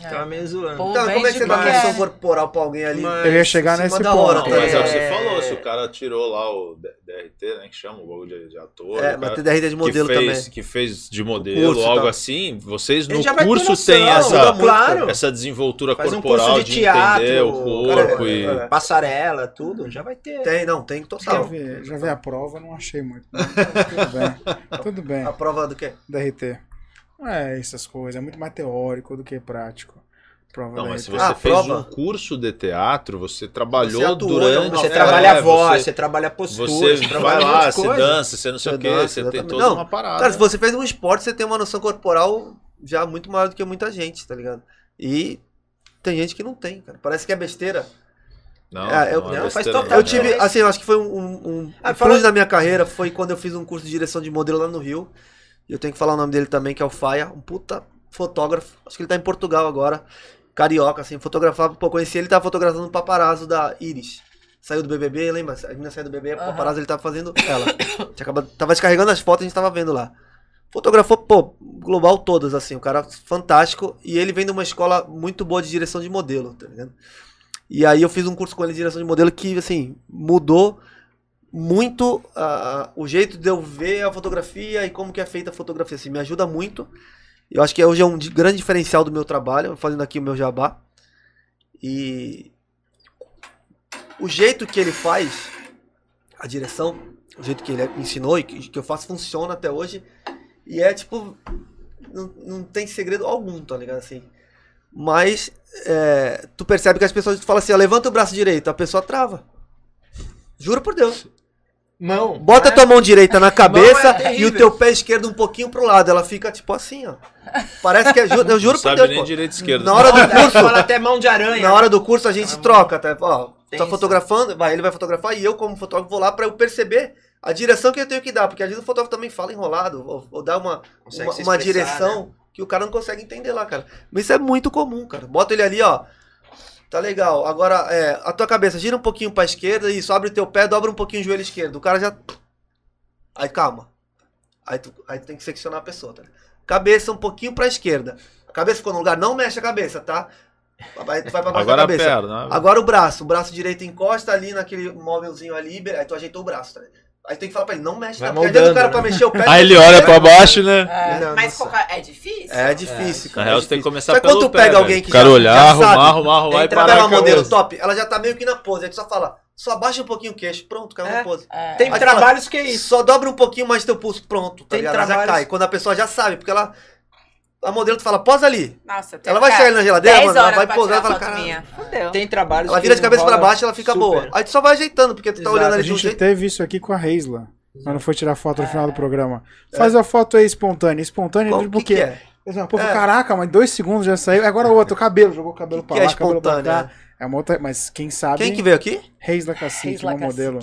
Tava meio zoando.
É. Pô,
Então,
bem
como é que você dá
demais.
noção corporal pra alguém ali?
Mas-
Eu ia chegar
Em cima
nesse
da hora,
ponto.
Não, mas é o que
É.
você falou, se o cara tirou lá o D- DRT, né, que chama o bagulho de- de ator,
É,
o
mas
cara
tem DRT de modelo
que fez,
também.
que fez de modelo,
curso e
algo
tal.
assim, vocês
Ele
no
já vai ter
curso
noção,
têm
muda
essa,
muito, claro.
essa desenvoltura
Faz um
corporal
curso
de,
de teatro, é,
entender o corpo e...
cara,
Passarela, tudo, já vai ter.
Tem, não, tem
Já
total.
vi, já vi a prova, não achei muito. Mas Tudo bem. Tudo bem.
A prova do quê?
DRT. Não É essas coisas, é muito mais teórico do que prático. Prova
Não,
DRT.
mas se você
Ah,
fez
prova.
um curso de teatro, você trabalhou
Você atuou,
durante...
não,
Você
é,
trabalha a voz,
você-
você, trabalha a postura,
Você
trabalha
vai
um monte
lá,
de
você
coisa.
dança, você não sei
Você
o quê,
dança,
você tem
exatamente.
toda
Não,
uma parada.
Cara, se você fez um esporte, você tem uma noção corporal já muito maior do que muita gente, tá ligado? E tem gente que não tem, cara. Parece que é besteira.
Não,
É, eu-
não, é
não, faz
besteira,
total-
Eu
não, cara.
tive, assim, eu acho que foi um, um, um
Ah,
um
fala-
plus na minha carreira, foi quando eu fiz um curso de direção de modelo lá no Rio. E eu tenho que falar o nome dele também, que é o Faia, um puta fotógrafo. Acho que ele tá em Portugal agora, carioca, assim, fotografava, pô, conheci ele, tava fotografando o paparazzo um da Iris. saiu do BBB, lembra? A menina saiu do BBB, a paparazzo ele tava fazendo ela. Tinha acabado, tava descarregando as fotos, a gente tava vendo lá. Fotografou, pô, global todas, assim, um cara fantástico. E ele vem de uma escola muito boa de direção de modelo, tá ligado? E aí eu fiz um curso com ele de direção de modelo que, assim, mudou muito ah, o jeito de eu ver a fotografia e como que é feita a fotografia. Assim, me ajuda muito. Eu acho que hoje é um di- grande diferencial do meu trabalho, fazendo aqui o meu jabá. E o jeito que ele faz, a direção, o jeito que ele me ensinou e que que eu faço funciona até hoje. E é tipo, não, não tem segredo algum, tá ligado? Assim, mas é, tu percebe que as pessoas falam assim, ó, levanta o braço direito, a pessoa trava. Juro por Deus.
Mão. É.
Bota a tua mão direita na cabeça e
terrível.
o teu pé esquerdo um pouquinho pro lado. Ela fica tipo assim, ó. Parece que é. ju- Eu juro por
não sabe
Deus,
nem
pô.
direito e esquerda.
Na hora do curso,
Fala até mão de aranha.
na hora do curso a gente troca, tá? Ó, tá
Pensa.
fotografando, vai, ele vai fotografar e eu, como fotógrafo, vou lá pra eu perceber a direção que eu tenho que dar. Porque às vezes o fotógrafo também fala enrolado, ou, ou dá uma,
Consegue
uma,
se
uma
expressar, né?
direção que o cara não consegue entender lá, cara. Mas isso é muito comum, cara. Bota ele ali, ó. Tá legal. Agora, é, a tua cabeça gira um pouquinho pra esquerda, isso, abre o teu pé, dobra um pouquinho o joelho esquerdo. O cara já. Aí calma. Aí tu, aí tu tem que seccionar a pessoa, tá? Cabeça um pouquinho pra esquerda. A cabeça ficou no lugar, não mexe a cabeça, tá? Aí tu vai pra baixo
Agora
da
a
cabeça.
perna.
Agora o braço. O braço direito encosta ali naquele móvelzinho ali. be- Aí tu ajeitou o braço. Tá? Aí tem que falar pra ele, não mexe.
Vai
na perna. Aí dentro do
moldando,
cara
né?
pra mexer o pé.
Aí ele olha pra baixo, né?
É,
Não,
mas
nossa.
qualquer- é difícil?
É difícil,
Na
cara.
real,
é
você tem que
difícil.
começar
Só que
pelo
quando tu
pé,
pega
velho.
alguém que
O cara
já-
olhar,
já
arrumar,
sabe.
arrumar, arrumar e
Entra
parar
pela
a cabeça.
modelo top, ela já tá meio que na pose. Aí tu só fala, só abaixa um pouquinho o queixo. Pronto, caiu na
É.
pose.
É.
Tem
Mas
trabalhos que é isso.
Só dobra um pouquinho mais teu pulso. Pronto, tá
Tem
ligado? Ela já
trabalhos-
cai. Quando a pessoa já sabe, porque ela... A modelo tu fala, posa ali.
Nossa, tem
Ela vai
que
chegar ali
ficar
na geladeira,
10
mano, ela
horas
vai
pra
pousar e
tirar
fala,
foto
caralho.
minha. Fudeu.
Tem trabalhos
Ela
que
vira de cabeça pra
enrola
baixo, ela fica
super.
boa. Aí tu só vai ajeitando, porque tu tá
Exato.
olhando
A
ali de um
gente
jeito.
teve isso aqui com a Reisla. Quando foi tirar foto no final do programa. Faz a foto aí espontânea. Espontânea,
É. Qual-
tipo,
que
o quê?
que é?
Eu falei, Pô,
É.
caraca, mas dois segundos já saiu. Agora outro, cabelo. Jogou o cabelo
Que
pra
que
lá,
é
cabelo pra
espontânea?
cá. É uma outra, mas quem sabe...
Quem que veio aqui?
Reisla Cacique,
Reisla
uma modelo.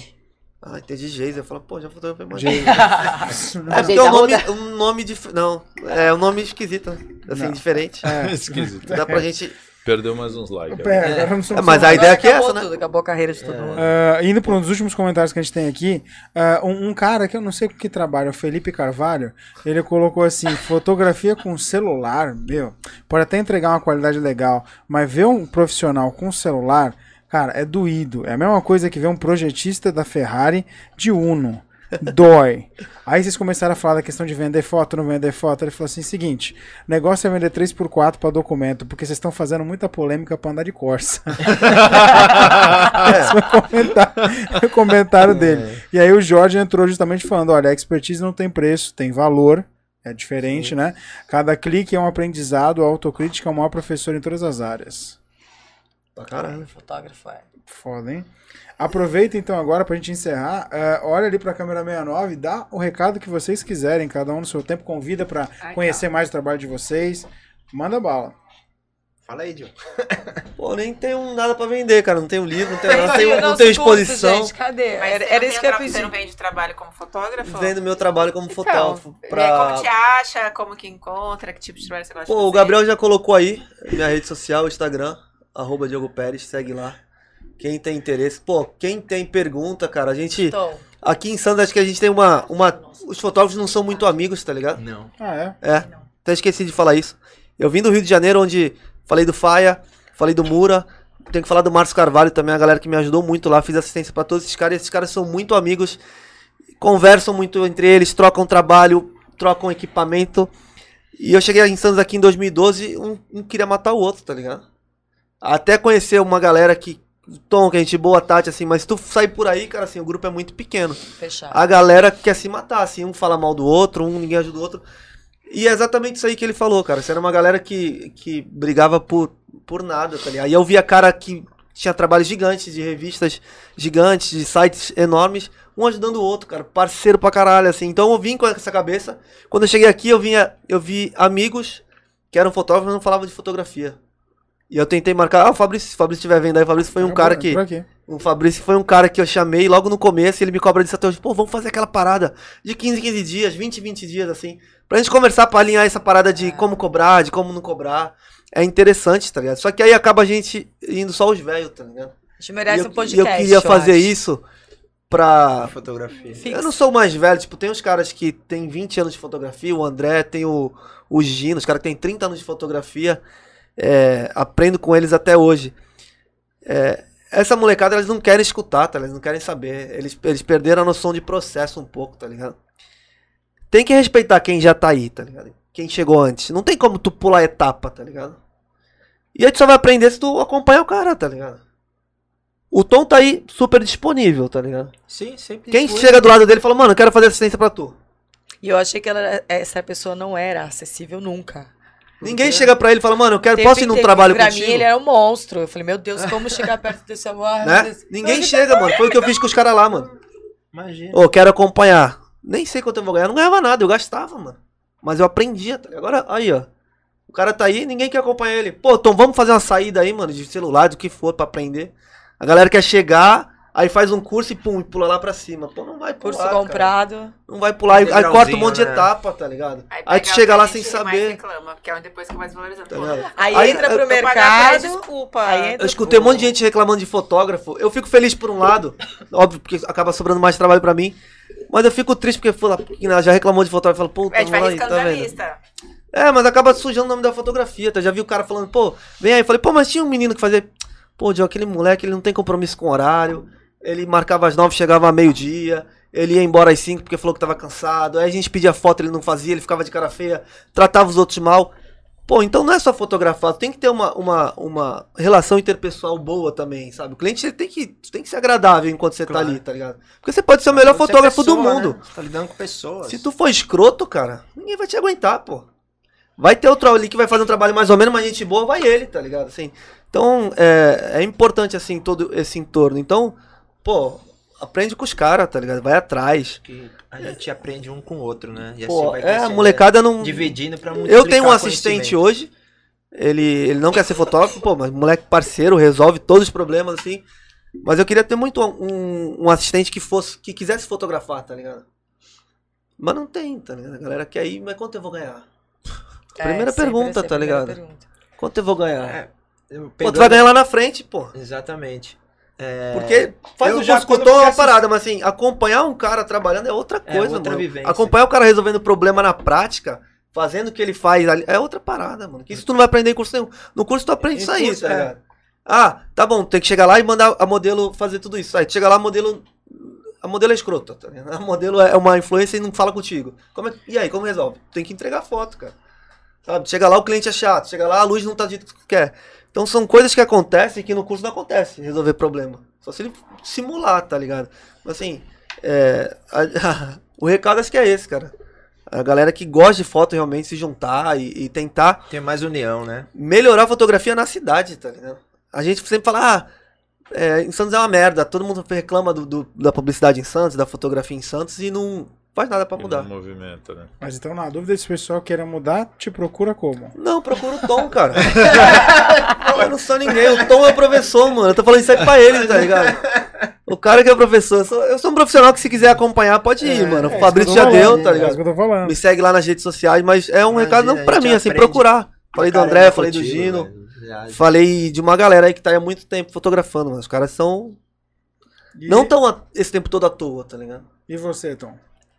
Ah, entendi Geisa. Eu falo, pô, já fotografei mais.
Geisa.
É porque é
Geisa
um nome, um nome dif... Não, é um nome esquisito, assim,
Não.
diferente.
Esquisito.
Dá pra gente...
Perdeu mais uns likes.
É, agora não
É,
somos-
mas a ideia aqui é
acabou
essa, né?
tudo, acabou a carreira de todo mundo.
Ah, indo para um dos últimos comentários que a gente tem aqui, ah, um, um cara que eu não sei com que trabalha, o Felipe Carvalho, ele colocou assim: fotografia com celular, meu, pode até entregar uma qualidade legal, mas ver um profissional com celular, cara, é doído. É a mesma coisa que ver um projetista da Ferrari de Uno. Dói. Aí vocês começaram a falar da questão de vender foto, não vender foto. Ele falou assim: seguinte, negócio é vender 3x4 para documento, porque vocês estão fazendo muita polêmica para andar de Corsa.
É.
Esse foi o comentário, o comentário dele. E aí o Jorge entrou justamente falando: olha, a expertise não tem preço, tem valor. É diferente, né? Cada clique é um aprendizado, a autocrítica é o maior professor em todas as áreas.
Pra caralho.
Fotógrafo é.
Foda, hein? Aproveita então agora pra gente encerrar. eh, olha ali pra câmera 69, dá o recado que vocês quiserem, cada um no seu tempo, convida pra
Ai,
conhecer mais o trabalho de vocês. Manda bala.
Fala aí, Dil.
Pô, nem tenho nada pra vender, cara. Não tenho livro, não tenho,
Mas
não
e o
É, tenho, não
nosso
tenho
curso,
exposição.
gente? cadê?
Mas
Era,
você
era
não
isso que
tem
eu
tra- Você
pedi.
não vende um trabalho como fotógrafo?
Vendo meu trabalho como fotógrafo.
Então,
pra-
é, como te acha, como que encontra, que tipo de trabalho você gosta de
Pô, o
assim?
fazer?
Gabriel já colocou aí minha rede social, Instagram, arroba Diogo Pérez, segue lá. Quem tem interesse. Pô, quem tem pergunta, cara, a gente.
Então,
Aqui em Santos, acho que a gente tem uma, uma. Os fotógrafos não são muito amigos, tá ligado?
Não.
Ah, é?
É, até esqueci de falar isso. Eu vim do Rio de Janeiro, onde falei do Faia, falei do Mura. Tenho que falar do Márcio Carvalho também, a galera que me ajudou muito lá. Fiz assistência pra todos esses caras. E esses caras são muito amigos, conversam muito entre eles, trocam trabalho, trocam equipamento. E eu cheguei em Santos aqui em 2012, um, um queria matar o outro, tá ligado? Até conhecer uma galera que. o Tom, que a gente boa, a Tati, assim, mas se tu sair por aí, cara, assim, o grupo é muito pequeno
fechado.
a galera quer se matar, assim, um fala mal do outro, um ninguém ajuda o outro. E é exatamente isso aí que ele falou, cara. Isso era uma galera que, que brigava por, por nada, tá ligado? Aí eu via cara que tinha trabalhos gigantes, de revistas gigantes, de sites enormes, um ajudando o outro, cara. Parceiro pra caralho, assim. Então eu vim com essa cabeça. Quando eu cheguei aqui, eu, vinha, eu vi amigos que eram fotógrafos, mas não falavam de fotografia. E eu tentei marcar. Ah, o Fabrício, se o Fabrício estiver vendo aí, o Fabrício foi um
É
cara
por-
que.
por aqui.
O Fabrício foi um cara que eu chamei logo no começo, ele me cobra disso até hoje. Pô, vamos fazer aquela parada de 15, 15 dias, 20, 20 dias, assim. Pra gente conversar pra alinhar essa parada de como cobrar, É de como não cobrar. É interessante, tá ligado? Só que aí acaba a gente indo só os velhos, tá ligado?
A gente merece
e eu,
um
e eu
podcast.
queria fazer
acho.
isso pra.
Fotografia.
Fixo.
Eu não sou o mais velho, tipo, tem uns caras que tem 20 anos de fotografia, o André, tem o, o Gino, os caras que tem 30 anos de fotografia, é, aprendo com eles até hoje. É, essa molecada, elas não querem escutar, tá? Eles não querem saber. Eles, eles perderam a noção de processo um pouco, tá ligado? Tem que respeitar quem já tá aí, tá ligado? Quem chegou antes. Não tem como tu pular etapa, tá ligado? E aí tu só vai aprender se tu acompanhar o cara, tá ligado? O Tom tá aí super disponível, tá ligado?
Sim, sempre.
Quem
foi.
chega do lado dele e fala, mano, eu quero fazer assistência pra tu.
E eu achei que ela- é, essa pessoa não era acessível nunca.
Ninguém chega pra ele e fala, mano, eu quero,
Tempo
posso ir num
inteiro.
trabalho
pra
contigo?
mim, ele era um monstro. Eu falei, meu Deus, como chegar perto desse amor?
Né? Ninguém chega, mano. Foi o que eu fiz com os caras lá, mano.
Imagina.
Ô, quero acompanhar. Nem sei quanto eu vou ganhar. Eu não ganhava nada, eu gastava, mano. Mas eu aprendia, tá ligado? Agora, aí, ó. O cara tá aí, ninguém quer acompanhar ele. Pô, Tom, vamos fazer uma saída aí, mano, de celular, do que for, pra aprender. A galera quer chegar, aí faz um curso e pum, e pula lá pra cima. Pô, não vai pular,
Curso
cara.
comprado.
Não vai pular, aí, aí corta um
Degrauzinho,
monte de
né?
etapa, tá ligado? Aí,
pega
tu
o
chega
que
lá
a
sem
gente mais
saber.
reclama, que é depois que mais valorizando.
Tá
Pô,
ligado?
Aí,
Aí,
entra
eu-
pro
eu
vou pagar pra ele,
mercado.
desculpa.
Aí entra
Eu escutei um monte de gente reclamando de fotógrafo. Eu fico feliz por um lado, óbvio, porque acaba sobrando mais trabalho pra mim. Mas eu fico triste porque fala, "Ih, já reclamou de fotógrafo. Fala, pô,
A gente vai
lá aí,
riscando
tá
da
vendo?
lista.
É, mas acaba sujando o nome da fotografia. Tá? Já vi o cara falando, pô, vem aí. Eu Falei, pô, mas tinha um menino que fazia. Pô, Joe, aquele moleque, ele não tem compromisso com horário. Ele marcava às nove, chegava a meio-dia. Ele ia embora às cinco porque falou que tava cansado. Aí a gente pedia foto, ele não fazia, ele ficava de cara feia, tratava os outros mal. Pô, então não é só fotografar, tu tem que ter uma, uma, uma relação interpessoal boa também, sabe? O cliente ele tem que, tu tem que ser agradável enquanto você
Claro.
tá ali, tá ligado? Porque você pode ser o melhor
Você é
fotógrafo do
pessoa,
mundo.
né? Você tá lidando com pessoas.
Se tu for escroto, cara, ninguém vai te aguentar, pô. Vai ter outro ali que vai fazer um trabalho mais ou menos, mas gente boa, vai ele, tá ligado? Assim, então, é, é importante, assim, todo esse entorno. Então, pô, aprende com os caras, tá ligado? Vai atrás.
Que a gente aprende um com o outro, né? E
Pô,
vai
é, a
crescendo,
molecada não...
né? Dividindo pra multiplicar
Eu tenho um assistente
conhecimento.
hoje, ele, ele não quer ser fotógrafo, pô, mas moleque parceiro, resolve todos os problemas, assim. Mas eu queria ter muito um, um assistente que fosse, que quisesse fotografar, tá ligado? Mas não tem, tá ligado? A galera quer ir, mas quanto eu vou ganhar? Primeira
sempre
pergunta,
essa é a
tá
primeira
ligado?
pergunta.
Quanto eu vou ganhar?
É, eu
pô, tu
pegando-
vai ganhar lá na frente, pô.
Exatamente. É,
Porque faz
eu
um
já
curso com o
quando
Tom, é
fui
uma
assistir-
parada, mas assim, acompanhar um cara trabalhando é outra
É,
coisa,
outra
mano.
vivência.
Acompanhar o cara resolvendo problema na prática, fazendo o que ele faz ali, é outra parada, mano. Que isso tu não vai aprender em curso nenhum. No curso tu aprende
Em
isso aí,
curso,
tá
é.
ligado? Ah, tá bom, tem que chegar lá e mandar a modelo fazer tudo isso. Aí tu chega lá, a modelo. A modelo é escrota, tá ligado? A modelo é uma influência e não fala contigo. Como é que- E aí, como resolve? Tem que entregar foto, cara. Sabe? Chega lá, o cliente é chato. Chega lá, a luz não tá do jeito que tu quer. Então são coisas que acontecem que no curso não acontece, resolver problema. Só se ele simular, tá ligado? Mas assim, é, a- o recado acho que é esse, cara. A galera que gosta de foto realmente se juntar e, e tentar
Tem mais união, né?
melhorar a fotografia na cidade, tá ligado? A gente sempre fala, ah, é, em Santos é uma merda, todo mundo reclama do- do- da publicidade em Santos, da fotografia em Santos e não faz nada pra
E
mudar.
não movimenta, né?
Mas então, na dúvida, se o pessoal queira mudar, te procura como?
Não, procura o Tom, cara. eu não sou ninguém. O Tom é o professor, mano. Eu tô falando isso aí pra ele, tá ligado? O cara que é professor. Eu sou, eu sou um profissional que se quiser acompanhar, pode ir, mano. O Fabrício já deu, tá
É isso
ligado?
que eu tô falando.
Me segue lá nas redes sociais, mas é um
Imagina,
recado não
a
pra
gente
mim, assim,
aprende né?
procurar. Falei do
Caramba,
André, falei do
contigo,
Gino.
velho. Já-
Falei de uma galera aí que tá aí há muito tempo fotografando, mano. Os caras são.
E,
Não tão a- esse tempo todo à toa, tá ligado?
e você, Tom?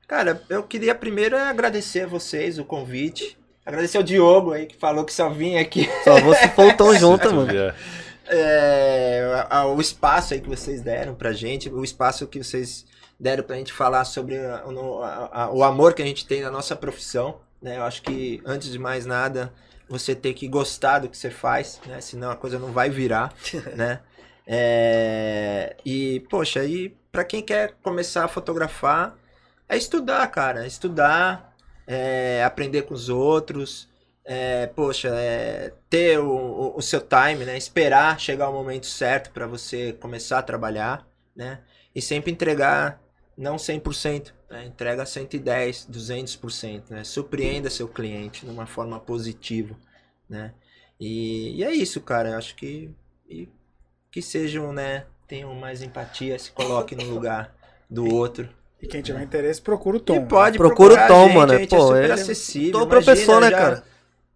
Cara, eu queria primeiro é agradecer a vocês o convite. Agradecer ao Diogo aí, que falou que só vinha aqui.
Só vou se for o Tom junto,
Tu
mano.
vê.
É, a- a- o espaço aí que vocês deram pra gente, o espaço que vocês deram pra gente falar sobre a- o no- a- a- o amor que a gente tem na nossa profissão, né? Eu acho que, antes de mais nada, você tem que gostar do que você faz, né? Senão a coisa não vai virar, né? É, e, poxa, e pra quem quer começar a fotografar, é estudar, cara. é Estudar, é, aprender com os outros, é, poxa, é, ter o, o- o seu time, né? Esperar chegar o momento certo para você começar a trabalhar, né? E sempre entregar não 100%, né? entrega 110, 200%, né? Surpreenda seu cliente de uma forma positiva, né? E, e é isso, cara. Eu acho que e que sejam, né? Tenham mais empatia, se coloque no lugar do outro.
E quem tiver interesse, procura o Tom.
E pode
Procura o
procurar a
Tom,
gente,
mano.
a gente é
Pô,
super
ele-
acessível.
Tom é
imagina,
professor, né,
já-
cara?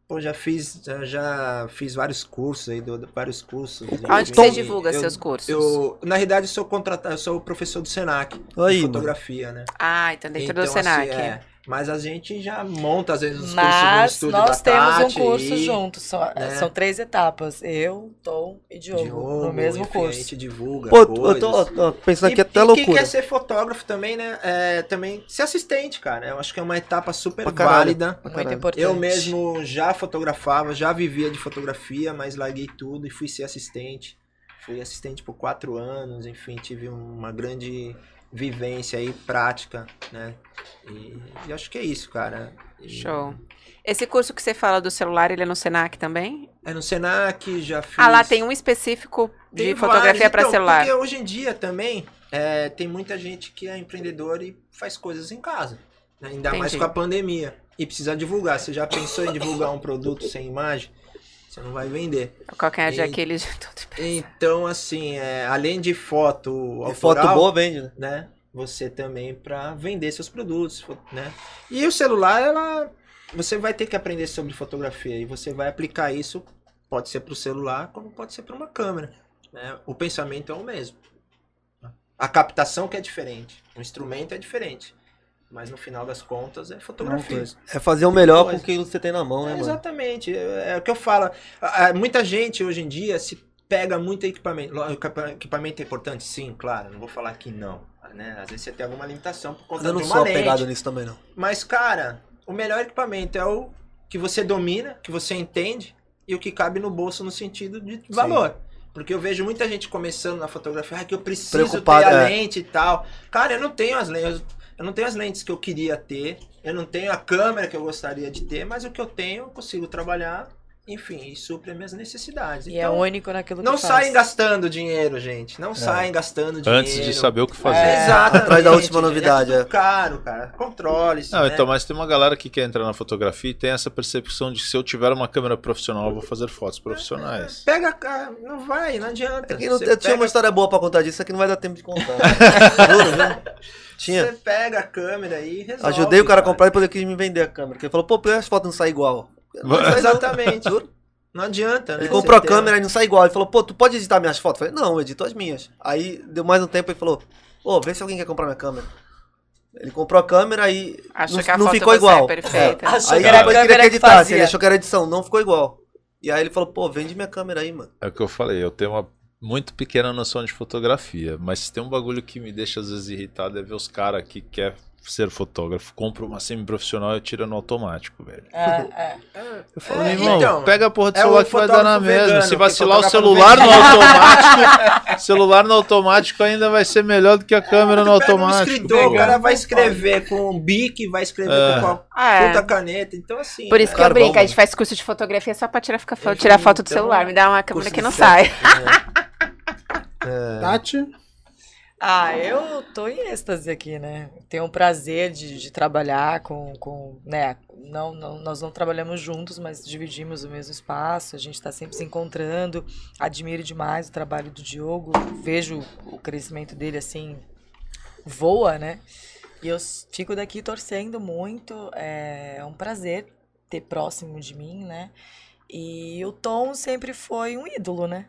Pô, já fiz, já, já fiz vários cursos aí, dou vários cursos.
Onde que você divulga seus cursos?
Eu, na realidade, eu sou contratado, eu sou professor do Senac,
Aí,
de fotografia, né?
Ah, então dentro do
Então, assim,
Senac.
é, mas a gente já monta, às vezes, os
Mas
cursos no estúdio
nós
da
temos
Tati,
um curso
e
juntos. São,
né?
são três etapas. Eu, Tom e Diogo,
Diogo,
no mesmo
enfim, A
curso.
gente divulga
Pô, eu
coisas.
tô, eu tô pensando aqui é
E-
até
e Quem
loucura.
quer ser fotógrafo também, né? É, também ser assistente, cara. Eu acho que é uma etapa super
Pra caralho.
válida.
Pra
Muito
caralho.
importante.
tá Eu mesmo já fotografava, já vivia de fotografia, mas larguei tudo e fui ser assistente. Fui assistente por quatro anos, enfim, tive uma grande vivência aí, prática, né? E, e acho que é isso, cara. E-
Show. Esse curso que você fala do celular, ele é no Senac também?
É no Senac, já fiz.
Ah, lá tem um específico de
Tem
fotografia
vários,
pra
então,
celular.
Porque hoje em dia também é, tem muita gente que é empreendedora e faz coisas em casa. né? Ainda mais
Entendi.
com a pandemia. E precisa divulgar. Você já pensou em divulgar um produto sem imagem? Você não vai vender.
O calcanhar é de
E-
Aquiles de todo.
Então, assim, é, além de foto
E É foto
autoral,
boa vende, né?
né? Você também para vender seus produtos, fo- né? E o celular, ela, você vai ter que aprender sobre fotografia e você vai aplicar isso, pode ser para o celular, como pode ser para uma câmera. Né? O pensamento é o mesmo. A captação que é diferente, o instrumento é diferente, mas no final das contas é fotografia.
É fazer o melhor com
Coisa.
o que você tem na mão, né,
É,
mano?
exatamente, é, é o que eu falo. Ah, ah, Muita gente hoje em dia se pega muito equipamento. Lógico, equipa- Equipamento é importante, sim, claro. Não vou falar que não. né? Às vezes você tem alguma limitação por
Mas
conta
eu não
de
sou
uma lente.
apegado nisso também, não.
Mas, cara, o melhor equipamento é o que você domina, que você entende e o que cabe no bolso no sentido de valor. Porque eu vejo muita gente começando na fotografia, ah, que eu preciso
Preocupado,
ter a
é.
lente e tal. Cara, eu não tenho as lentes, eu não tenho as lentes que eu queria ter, eu não tenho a câmera que eu gostaria de ter, mas o que eu tenho eu consigo trabalhar, enfim, e supre as minhas necessidades.
E é
então,
único naquilo que
não
faz.
saem gastando dinheiro, gente. Não saem gastando dinheiro.
Antes de saber o que fazer.
É, exatamente,
Atrás da última
gente,
novidade,
É
é.
tudo caro, cara. Controle-se.
Não,
né?
então, mas tem uma galera que quer entrar na fotografia e tem essa percepção de que se eu tiver uma câmera profissional, eu vou fazer fotos profissionais.
Pega, cara, não vai, não adianta.
É que não-
Você
eu tinha uma
pega-
história boa pra contar disso, só que não vai dar tempo de contar. Juro, viu? Tinha.
Você pega a câmera aí e resolve.
Ajudei o cara a
cara.
comprar e depois ele quis me vender a câmera. Porque ele falou, pô, por que as fotos não saem igual? Não sai, não.
Exatamente.
Juro.
Não adianta, né?
Ele comprou a
Você ter-
câmera e não sai igual. Ele falou, pô, tu pode editar minhas fotos? Eu falei, não, eu edito as minhas. Aí deu mais um tempo e falou, pô, vê se alguém quer comprar minha câmera. Ele comprou a câmera e
Acho
não,
que a
não
foto
ficou
você
igual.
é perfeita.
Achou
Aí
que era a
depois ele
câmera
queria
que
editar, assim,
fazia.
ele achou que era edição, não ficou igual. E aí ele falou, pô, vende minha câmera aí, mano.
É o que eu falei, eu tenho uma muito pequena noção de fotografia, mas se tem um bagulho que me deixa às vezes irritado é ver os caras que quer ser fotógrafo, compra uma semi-profissional e tira no automático, velho.
É, é.
Eu falo,
É,
irmão,
então,
pega a porra do
é o
celular que vai dar na
fotógrafo vegano,
mesma. Se
que
vacilar o
fotografa no
celular no
verde.
automático, celular no automático ainda vai ser melhor
É,
do que a câmera
Pega
no
um
automático.
escritor, o
pô.
cara vai escrever com um bique, vai escrever
É.
com a
Ah, é.
puta caneta. Então, assim.
Por isso que eu
Carvão,
brinco, a gente
mano.
faz curso de fotografia só pra tirar, ficar,
Eu
tirar
falei,
foto do
então,
celular. Me dá uma câmera
curso
que
de
não
foto.
sai.
É. Tati?
Ah, eu tô em êxtase aqui, né? Tenho o prazer de, de trabalhar com, com, né? Não, não, nós não trabalhamos juntos, mas dividimos o mesmo espaço, a gente tá sempre se encontrando. Admiro demais o trabalho do Diogo, vejo o crescimento dele assim, voa, né? E eu s- fico daqui torcendo muito, é é um prazer ter próximo de mim, né? E o Tom sempre foi um ídolo, né?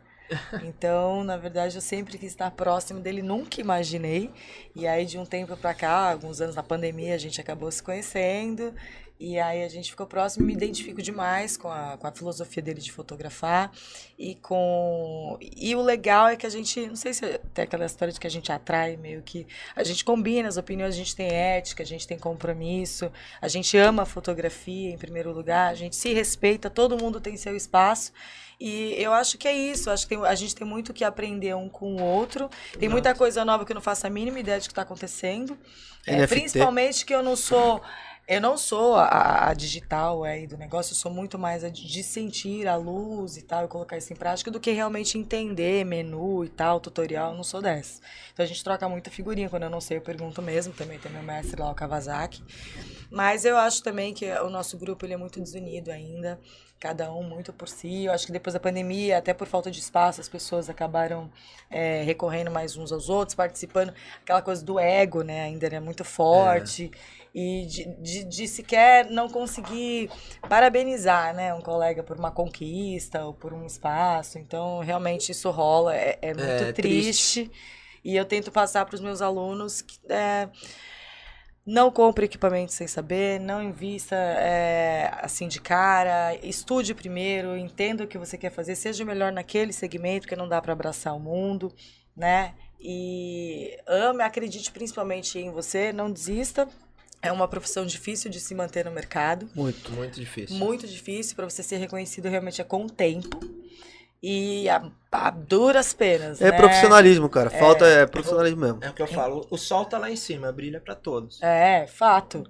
Então, na verdade, eu sempre quis estar próximo dele, nunca imaginei. E aí, de um tempo pra cá, alguns anos na pandemia, a gente acabou se conhecendo. E aí a gente ficou próximo, me identifico demais com a, com a filosofia dele de fotografar e com e o legal é que a gente, não sei se tem aquela história de que a gente atrai meio que a gente combina as opiniões, a gente tem ética, a gente tem compromisso, a gente ama a fotografia em primeiro lugar, a gente se respeita, todo mundo tem seu espaço. E eu acho que é isso. Acho que tem- a gente tem muito que aprender um com o outro. Tem muita coisa nova que eu não faço a mínima ideia de que está acontecendo. É,
NFT.
principalmente que eu não sou. Eu não sou a- a, a digital aí do negócio, eu sou muito mais a de de sentir a luz e tal, e colocar isso em prática, do que realmente entender menu e tal, tutorial, eu não sou dessa. Então a gente troca muita figurinha, quando eu não sei eu pergunto mesmo, também tem meu mestre lá, o Kawasaki. Mas eu acho também que o nosso grupo ele é muito desunido ainda, cada um muito por si. Eu acho que depois da pandemia, até por falta de espaço, as pessoas acabaram é, recorrendo mais uns aos outros, participando. Aquela coisa do ego, né? Ainda é muito forte. E de, de, de sequer não conseguir parabenizar, né? Um colega por uma conquista ou por um espaço. Então, realmente, isso rola. É, é muito
É,
triste. E eu tento passar para os meus alunos que... é, não compre equipamento sem saber, não invista é, assim de cara, estude primeiro, entenda o que você quer fazer, seja o melhor naquele segmento, que não dá para abraçar o mundo, né? E ame, acredite principalmente em você, não desista. É uma profissão difícil de se manter no mercado,
Muito.
Muito difícil.
muito difícil para você ser reconhecido realmente é com o tempo e a, a duras penas.
É
né?
profissionalismo, cara. Falta é profissionalismo mesmo.
É o que eu falo, o sol tá lá em cima, brilha pra todos.
É, fato.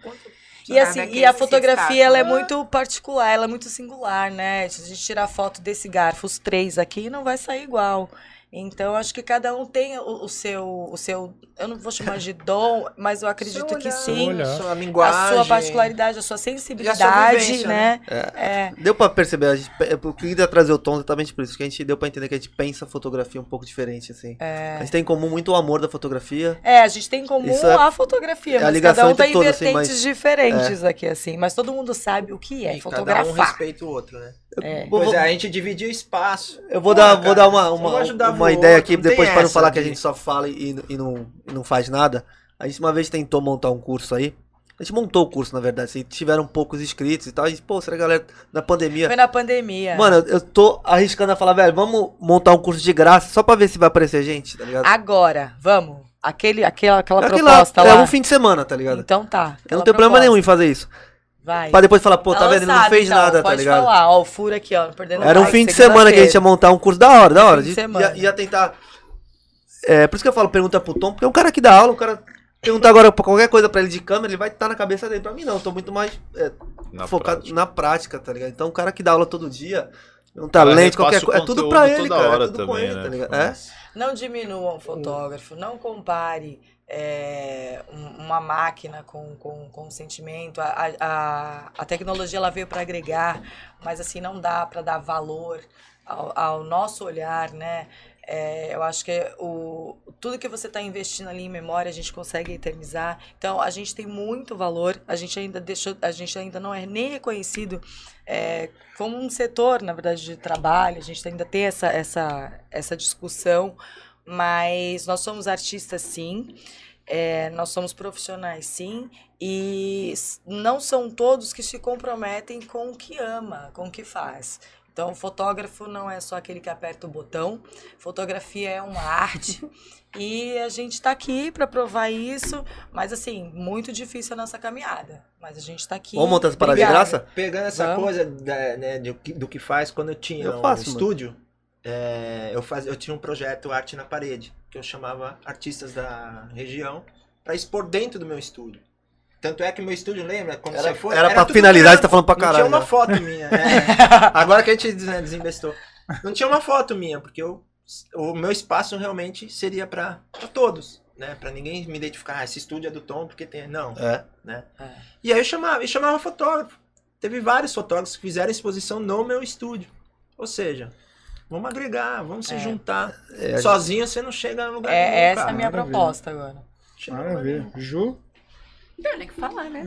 E
Ah,
assim,
né, que
e a
esse
fotografia
estátua.
ela é muito particular, ela é muito singular, né? Se a gente tirar foto desse garfo, os três aqui, não vai sair igual. Então, acho que cada um tem o, o seu, o seu, eu não vou chamar de dom, mas eu acredito que sim.
olhar.
Sua
A
linguagem.
sua particularidade, a sua sensibilidade,
vivência,
né? É.
Deu pra perceber, a gente, é o que ainda trazer o tom exatamente por isso, que a gente deu pra entender que a gente pensa a fotografia um pouco diferente, assim.
É.
A gente tem em comum muito o amor da fotografia.
É, a gente tem em comum
Isso é-
a
é
fotografia,
a
mas
ligação
cada um
entre
tem
todos, assim,
vertentes
mas- é.
diferentes aqui, assim. Mas todo mundo sabe o que
E Cada
é
um
fotografar.
respeita o outro, né?
É.
Vou-
Pois
vou-
é, a gente dividiu espaço.
Eu vou
Porra,
dar,
cara,
vou dar uma,
eu
uma,
vou ajudar
uma
o
ideia
outro,
aqui,
não
depois
tem
para não
essa
falar que a
de-
gente só fala e, e não, e não faz nada. A gente uma vez tentou montar um curso aí. A gente montou o curso, na verdade. Assim, tiveram poucos inscritos e tal. A gente, pô, será que a galera na pandemia.
Foi na pandemia.
Mano, eu- eu tô arriscando a falar, velho, vamos montar um curso de graça só pra ver se vai aparecer gente, tá ligado?
Agora, vamos. Aquele, aquela, Ah, aquela
Aquela-
proposta
é
lá.
um fim de semana, tá ligado?
Então tá.
eu
aquela
não tenho problema
proposta.
nenhum em fazer isso.
Vai.
Pra depois falar, pô, tá
Ela
vendo? Ele não
sabe,
fez
então,
nada, tá
pode
ligado?
falar, ó, o furo aqui, ó, não perdendo
Era um
nada,
fim de semana que a gente ia
segunda-feira.
montar um curso da hora, da hora.
Fim de
De,
semana.
ia, ia tentar. É, por isso que eu falo, pergunta pro Tom, porque o cara que dá aula, o cara perguntar agora pra qualquer coisa pra ele de câmera, ele vai estar na cabeça dele. Pra mim, não, eu tô muito mais é,
Na
focado
prática.
na prática, tá ligado? Então, o cara que dá aula todo dia, é um
Ela
talento,
repassa
qualquer
o
coisa, é tudo
conteúdo
pra ele,
toda
cara.
hora
é tudo com
também,
ele,
né?
tá ligado? É?
Não diminua um fotógrafo, não compare é, um- uma máquina com, com, com um sentimento. A, a- a, a tecnologia ela veio para agregar, mas assim, não dá para dar valor ao, ao nosso olhar, né? É, eu acho que o, tudo que você está investindo ali em memória, a gente consegue eternizar. Então, a gente tem muito valor, a gente ainda deixou, a gente ainda não é nem reconhecido é, como um setor, na verdade, de trabalho, a gente ainda tem essa, essa, essa discussão, mas nós somos artistas, sim, é, nós somos profissionais, sim, e s- não são todos que se comprometem com o que ama, com o que faz. Então, o fotógrafo não é só aquele que aperta o botão, fotografia é uma arte. E a gente está aqui para provar isso, mas assim, muito difícil a nossa caminhada. Mas a gente está aqui.
Vamos montar essa parada de
Obrigada.
graça?
Pegando essa
Vamos.
coisa da- né, do, que, do que faz, quando eu tinha
Eu
um
faço, mano.
estúdio, é, eu, faz, eu tinha um projeto Arte na Parede, que eu chamava artistas da região para expor dentro do meu estúdio. Tanto é que meu estúdio, lembra? Quando
Era,
você foi,
era pra
tudo
finalizar,
branco.
você tá falando pra
Não tinha
caralho.
uma
né?
foto minha. é. Agora que a gente né, desinvestou. Não tinha uma foto minha, porque eu, o meu espaço realmente seria pra pra todos. Né? Pra ninguém me identificar, ah, esse estúdio é do Tom, porque tem. Não. né?
É.
E aí eu chamava, e chamava fotógrafo. Teve vários fotógrafos que fizeram exposição no meu estúdio. Ou seja, vamos agregar, vamos
É.
se juntar.
É, a gente-
Sozinho você não chega a lugar nenhum,
É, essa é a
cara.
minha
Maravilha.
proposta agora.
Chega a lugar
Maravilha. Ju?
Não, nem o que falar, né?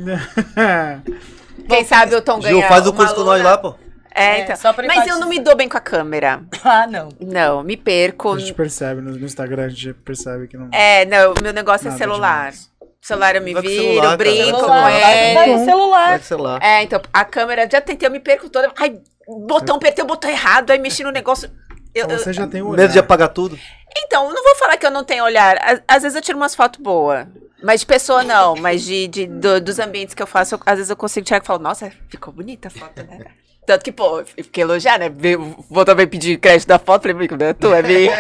Quem sabe o Tom
Gil,
ganha
faz o
uma
curso com nós
aluna-
lá, pô.
É,
É,
então.
só pra
Mas eu
enfatizar.
não me dou bem com a câmera.
Ah, não.
Não, me perco.
A gente percebe no, no Instagram, a gente percebe que não.
É, não, meu negócio
Nada
é celular.
demais.
Celular eu me
Vai com
viro,
celular, cara.
brinco
Celular,
É, com ele.
vai, vai Tá no celular.
Pode ser lá.
É, então, a câmera, já tentei, eu me perco toda. Ai, botão, apertei o botão errado, aí mexi no negócio. Eu,
Então
eu-
você já tem o
Medo de apagar tudo.
Então, não vou falar que eu não tenho olhar. Às, às vezes eu tiro umas fotos boas. Mas de pessoa não, mas de, de- do- dos ambientes que eu faço, eu- às vezes eu consigo tirar e falo, nossa, ficou bonita a foto, né? Tanto que, pô, eu fiquei elogiar, né? Veio- Vou também pedir crédito da foto, falei, "Mico, não é tu, é minha.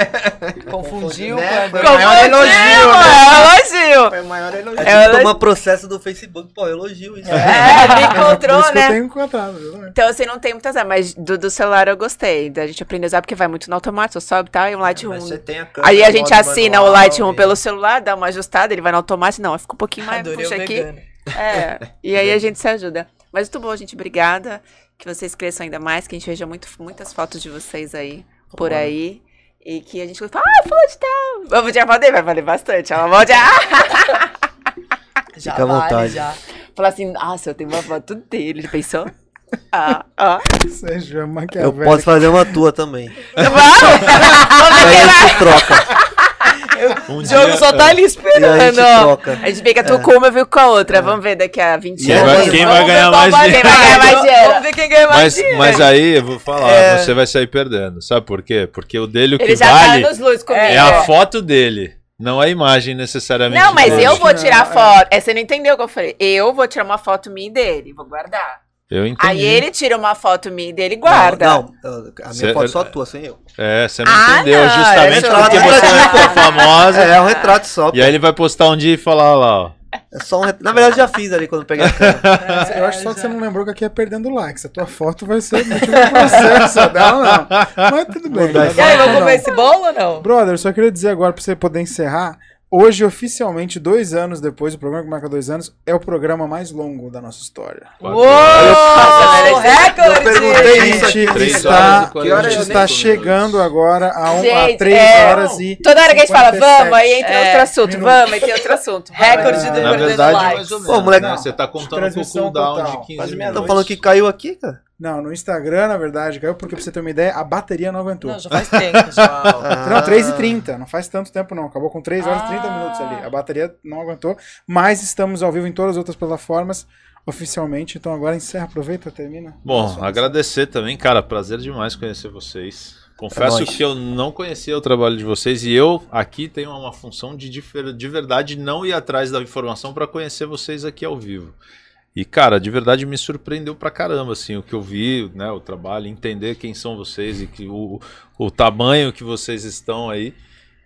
Confundiu
né?
quando...
Foi o maior elogio, né?
É, elogio!
Foi o maior elogio.
A
É,
gente
ela-
toma processo do Facebook, pô, eu um elogio isso.
É, me
Por
encontrou,
isso que eu
né?
tenho encontrado, exatamente.
Então, assim, não tem muito azar, mas do, do celular eu gostei. Da gente aprender a usar, porque vai muito no automático, sobe, tá? E um Lightroom.
Mas você tem a câmera,
Aí a gente
modo
assina o
manual, né?
Lightroom
e-
pelo celular, dá uma ajustada, ele vai no automático. Não, fica um pouquinho mais,
Adorei o
puxa aqui.
vegano.
É, e aí a gente se ajuda. Mas muito bom, gente. Obrigada. Que vocês cresçam ainda mais, que a gente veja muito, muitas fotos de vocês aí, por aí. E que a gente fala, ah, fulano de tal. Vamos de Amandei, vai valer bastante. Amandei, de ah!
Fica à vontade.
já. Falar assim, nossa, eu tenho uma foto dele. Já Pensou? Ah, ah.
Seja
Eu
Maquiavel.
posso fazer É uma tua também.
"Ah, é Vamos
Aí
ver
a
quem
gente troca.
Um
O Diogo só
é.
tá ali
E a gente
esperando, ó.
troca. É.
A gente vem com a tua com uma, eu vem com a outra. Vamos ver daqui a 20
E aí
anos.
vai- quem vai
Vamos ver
ganhar
qual
mais
vai-
dinheiro?
Quem vai ganhar mais dinheiro.
Vamos ver quem ganha mais
Mas,
dinheiro.
mas aí, eu vou falar, você vai sair perdendo. Sabe por quê? Porque o dele o que
É. Ele já tá
vale
nos luz comigo.
é a foto dele, não a imagem necessariamente.
Não, mas
dele.
eu vou tirar
Não, é.
foto. É, você não entendeu o que eu falei. Eu vou tirar uma foto minha e dele, vou guardar.
Eu entendi.
Aí ele tira uma foto minha e dele e guarda.
Não, não, a minha
Cê-
foto é só tua, sem eu.
É, você não
Ah,
entendeu.
não,
justamente
é só-
porque
é
você
só-
não ficou famosa.
É, é um retrato só.
E aí ele vai postar um dia e falar, olha lá, ó.
É só um retrato. Na verdade, eu já fiz ali quando eu peguei a câmera.
Eu acho só que você não lembrou que aqui é perdendo likes. A tua foto vai ser motivo de processo dela, não. Mas tudo bem.
Mudar
não
de
E aí,
vai,
vamos
não.
comer esse bolo ou não?
Brother, só queria dizer agora pra você poder encerrar. Hoje, oficialmente, dois anos depois, o programa que marca dois anos, é o programa mais longo da nossa história.
Uou!
Eu
Recorde!
perguntei isso
A gente
aqui.
Três
está,
horas e quarenta
a gente
e
está
cinco
chegando
minutos.
agora a, um, a
Gente,
3
é,
horas e.
Toda hora que a gente fala,
57.
vamos, aí entra
É.
outro assunto,
É.
minutos.
vamos, aí tem outro assunto. Recorde do
Na
número de
verdade,
likes.
mais ou menos.
Pô, moleque,
né? Você tá contando com o
transmissão
cooldown
total.
de 15
meia-noite.
minutos.
Então falou que caiu aqui, cara.
Não, no Instagram, na verdade, caiu, porque pra você ter uma ideia, a bateria não aguentou.
Não, já faz tempo, já.
Ah,
Não,
Ah.
3 e 30 não faz tanto tempo não. Acabou com 3 horas e 30
Ah.
minutos ali. A bateria não aguentou, mas estamos ao vivo em todas as outras plataformas oficialmente. Então agora encerra, aproveita, termina.
Bom,
Nossa,
agradecer também, cara. Prazer demais conhecer vocês. Confesso
nóis.
que eu não conhecia o trabalho de vocês e eu aqui tenho uma função de difer- de verdade não ir atrás da informação para conhecer vocês aqui ao vivo. E cara, de verdade me surpreendeu pra caramba assim o que eu vi, né, o trabalho, entender quem são vocês e que o, o tamanho que vocês estão aí.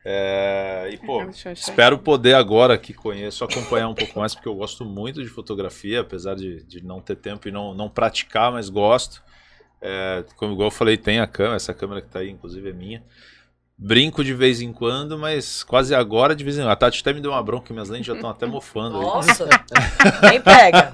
É, e pô, Espero poder agora que conheço acompanhar um pouco mais, porque eu gosto muito de fotografia, apesar de, de não ter tempo e não, não praticar, mas gosto. É, como igual eu falei, tem a câmera, essa câmera que tá aí, inclusive, é minha. Brinco de vez em quando, mas quase agora de vez em quando. A Tati até me deu uma bronca, minhas lentes já estão até mofando. ali.
Nossa, nem pega.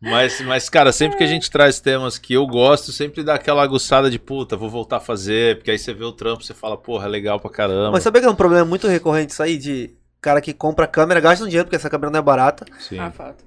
Mas, mas, cara, sempre que a gente traz temas que eu gosto, sempre dá aquela aguçada de puta, vou voltar a fazer, porque aí você vê o trampo, você fala, porra, é legal pra caramba.
Mas sabia que é um problema muito recorrente isso aí de cara que compra câmera, gasta um dinheiro, porque essa câmera não é barata,
Sim.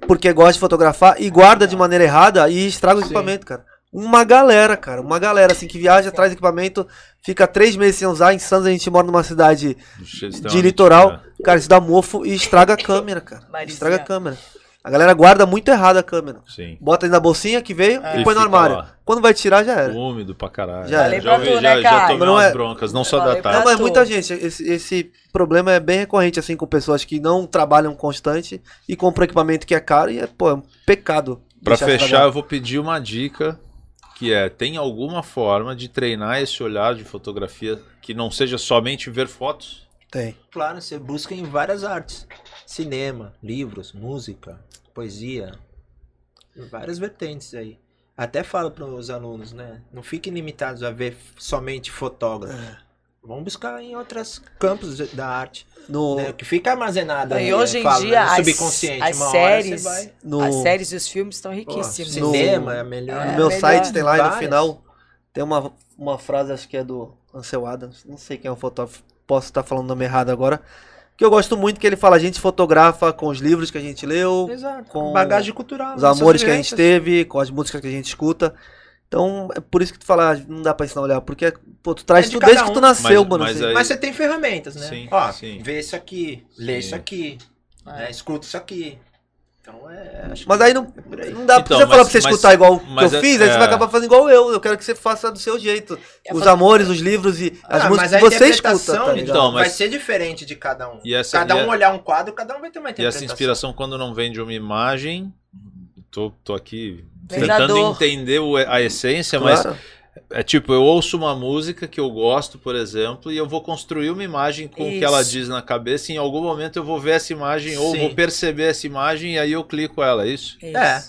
porque gosta de fotografar e guarda de maneira errada e estraga o equipamento, cara. Uma galera, cara, uma galera assim que viaja, traz equipamento, fica três meses sem usar. Em Santos a gente mora numa cidade
extremamente,
litoral.
né?
Cara, isso dá mofo e estraga a câmera, cara.
Marizia.
Estraga a câmera. A galera guarda muito errado a câmera.
Sim.
Bota aí na bolsinha que veio
E
e põe no
É. fica
armário.
lá.
Quando vai tirar, já era.
Úmido pra caralho.
É. Já Falei
já,
pra tu, né,
já, já
cara?
tomei
Não
umas
é-
broncas, não só da
Falei pra
Não,
tarde.
mas é
tu.
muita gente, esse, esse problema é bem recorrente, assim, com pessoas que não trabalham constante e compram equipamento que é caro e é, pô, é um pecado.
Pra
deixar
fechar,
estragar.
eu vou pedir uma dica, que é, tem alguma forma de treinar esse olhar de fotografia que não seja somente ver fotos?
Tem.
Claro, você busca em várias artes: cinema, livros, música, poesia, em várias vertentes aí. Até falo para os alunos, né? Não fiquem limitados a ver somente
É.
fotógrafo. Vamos buscar em outros campos da arte,
No,
né? Que fica armazenado
E
aí,
hoje
eu
em
falo,
dia,
né? no
as-
subconsciente.
as
uma
séries-
hora você vai...
no,
As
no
séries e os filmes estão
Pô,
riquíssimos.
cinema é a melhor.
É,
meu
melhor.
site tem lá e no
Várias.
final tem uma, uma frase, acho que é do Ansel Adams, não sei quem é o fotógrafo, posso estar falando o nome errado agora, que eu gosto muito que ele fala, a gente fotografa com os livros que a gente leu,
Exato.
Com
Bagagem cultural.
os
nossas
amores que a gente
vivências.
teve, com as músicas que a gente escuta. Então, é por isso que tu fala, não dá pra ensinar a olhar, porque, pô, tu traz
É de
tudo
cada
desde que
um.
tu nasceu,
Mas-
mano.
mas é-
assim.
aí-
Mas você tem ferramentas, né?
Sim,
Ó,
sim.
vê isso aqui, lê
Sim.
isso aqui, né? escuta isso aqui. Então é. acho
Mas
que
aí não-
é por aí.
Não dá,
Então,
precisa falar pra
mas-
você
mas-
escutar igual que
mas
eu
é-
fiz, aí você
é.
vai acabar fazendo igual eu. Eu quero que você faça do seu jeito.
Eu
Os
falo-
amores, os livros e as
É Ah,
músicas
mas a
que você escuta,
interpretação,
tá ligado?
Então, mas-
Vai ser diferente de cada um.
E essa-
cada
e
um
a-
olhar um quadro, cada um vai ter uma
E essa
interpretação.
inspiração, quando não vem de uma imagem, tô, tô aqui tentando
Verdadeiro.
entender o- a essência, Então, mas
Claro.
É tipo, eu ouço uma música que eu gosto, por exemplo, e eu vou construir uma imagem com o que
Isso.
ela diz na cabeça, e em algum momento eu vou ver essa imagem ou
Sim.
vou perceber essa imagem e aí eu clico ela, é isso?
Isso.
É,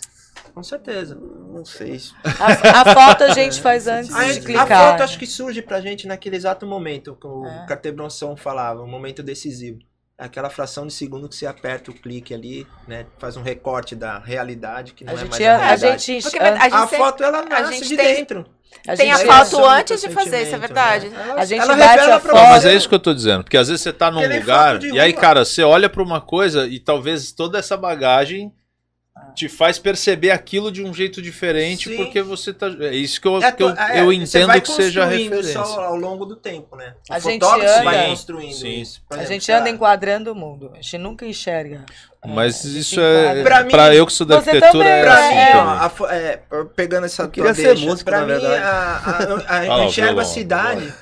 com certeza.
Não sei.
A, a foto a gente faz antes
A,
de
a
clicar.
foto acho que surge pra gente naquele exato momento que o
É.
Cartier-Bresson falava, o momento decisivo. É aquela fração de segundo que você aperta o clique ali, né? Faz um recorte da realidade que não
A
é
gente
mais
ia-
a
a
realidade.
gente-
Porque a
A
gente,
foto, ela
a
nasce
gente
de
tem-
dentro.
tem a foto
gente-
Sensação do
antes de
teu
fazer, isso é
sentimento,
verdade.
né? Ela-
A gente
ela
bate
revela
a
pra
foto.
Não, mas
você.
é isso que eu tô dizendo, porque às vezes você tá num
Aquele
lugar
foto de
e aí,
rua.
cara, você olha pra uma coisa e talvez toda essa bagagem te faz perceber aquilo de um jeito diferente
Sim.
porque você tá. É isso que eu,
É,
que eu,
é,
eu
você vai
entendo que seja a
construindo
referência.
Só ao longo do tempo, né? O
A gente
fotógrafo
anda-
vai
Sim,
construindo
sim.
isso. Por
A
exemplo,
gente
sei lá,
anda enquadrando o mundo. A gente nunca enxerga.
Mas
É, a gente
isso é.
tipo Pra mim-
Pra eu que sou da
Você
arquitetura,
também,
é
né?
Pra
assim.
mim,
É.
ó,
também.
a fo- é, eu- pegando essa tua
queria ser
deixa,
músico,
pra
na
mim,
verdade.
a- a- eu- a-
lá,
eu
o
enxergo a
violão,
cidade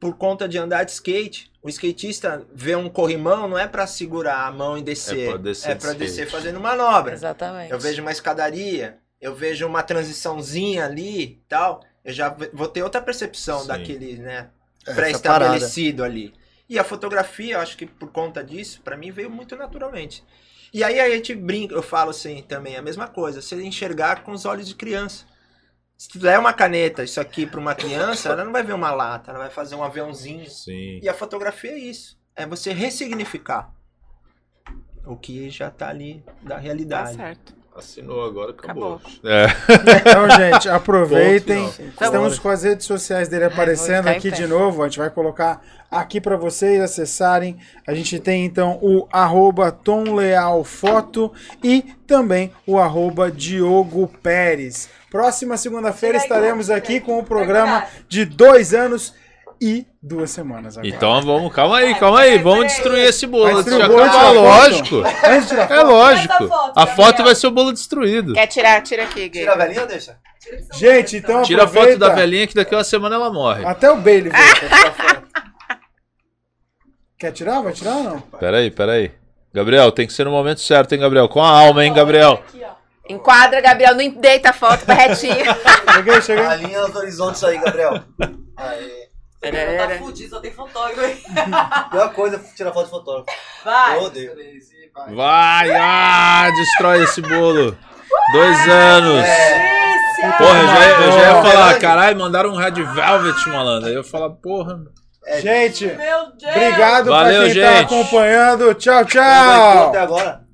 por conta de andar de skate. O skatista vê um corrimão, não é pra segurar a mão e descer.
pra descer
é
de
pra descer
skate.
fazendo manobra.
Exatamente.
Eu vejo uma escadaria, eu vejo uma transiçãozinha ali e tal. Eu já ve- vou ter outra percepção
Sim.
daquele, né,
Essa
pré-estabelecido ali. E a fotografia, eu acho que por conta disso, pra mim veio muito naturalmente. E aí a gente brinca, eu falo assim também, a mesma coisa, você enxergar com os olhos de criança. Se tu der uma caneta, isso aqui pra uma criança, ela não vai ver uma lata, ela vai fazer um aviãozinho.
Sim.
E a fotografia é isso, é você ressignificar o que já tá ali da
Tá
realidade.
certo.
Assinou agora, acabou.
Acabou.
É.
Então, gente, aproveitem.
Ponto final.
Então,
Estamos com as redes sociais dele aparecendo
vou ficar É, em
aqui
pé.
de novo. A gente vai colocar aqui para vocês acessarem. A gente tem então o arroba Tom Leal Foto e também o arroba Diogo Pérez. Próxima segunda-feira estaremos aqui com o programa de dois anos e duas semanas agora.
Então vamos, calma aí, calma aí. Vamos destruir esse
Vai
bolo.
destruir
Já
o bolo, tira
acabou,
a
lógico.
Antes de tirar
É lógico.
foto,
A foto vai ser o bolo destruído.
Quer tirar? Tira aqui, Gui.
Tira a velhinha ou deixa?
Gente, então
Tira a foto
aproveita.
da velhinha que daqui a uma semana ela morre.
Até o Bailey veio pra tirar foto. Quer tirar? Vai tirar ou não?
Peraí, peraí. Gabriel, tem que ser no momento certo, hein, Gabriel? Com a alma, hein, Gabriel?
Enquadra, Gabriel. Não deita a foto tá retinha.
Cheguei, cheguei.
Alinha os horizontes aí, Gabriel. Aí.
Tá fudido, só tem fotógrafo aí.
Pior coisa é tirar foto de fotógrafo.
Vai.
Eu odeio.
Vai, ah, destrói esse bolo. Dois anos. Porra, eu já, ia- eu já ia falar, caralho, mandaram um Red Velvet, malandro. Aí eu ia falar, porra.
Gente,
É Meu Deus.
obrigado pra
Valeu,
quem tá
gente.
acompanhando. Tchau,
Não aguentou
tchau.
Até agora.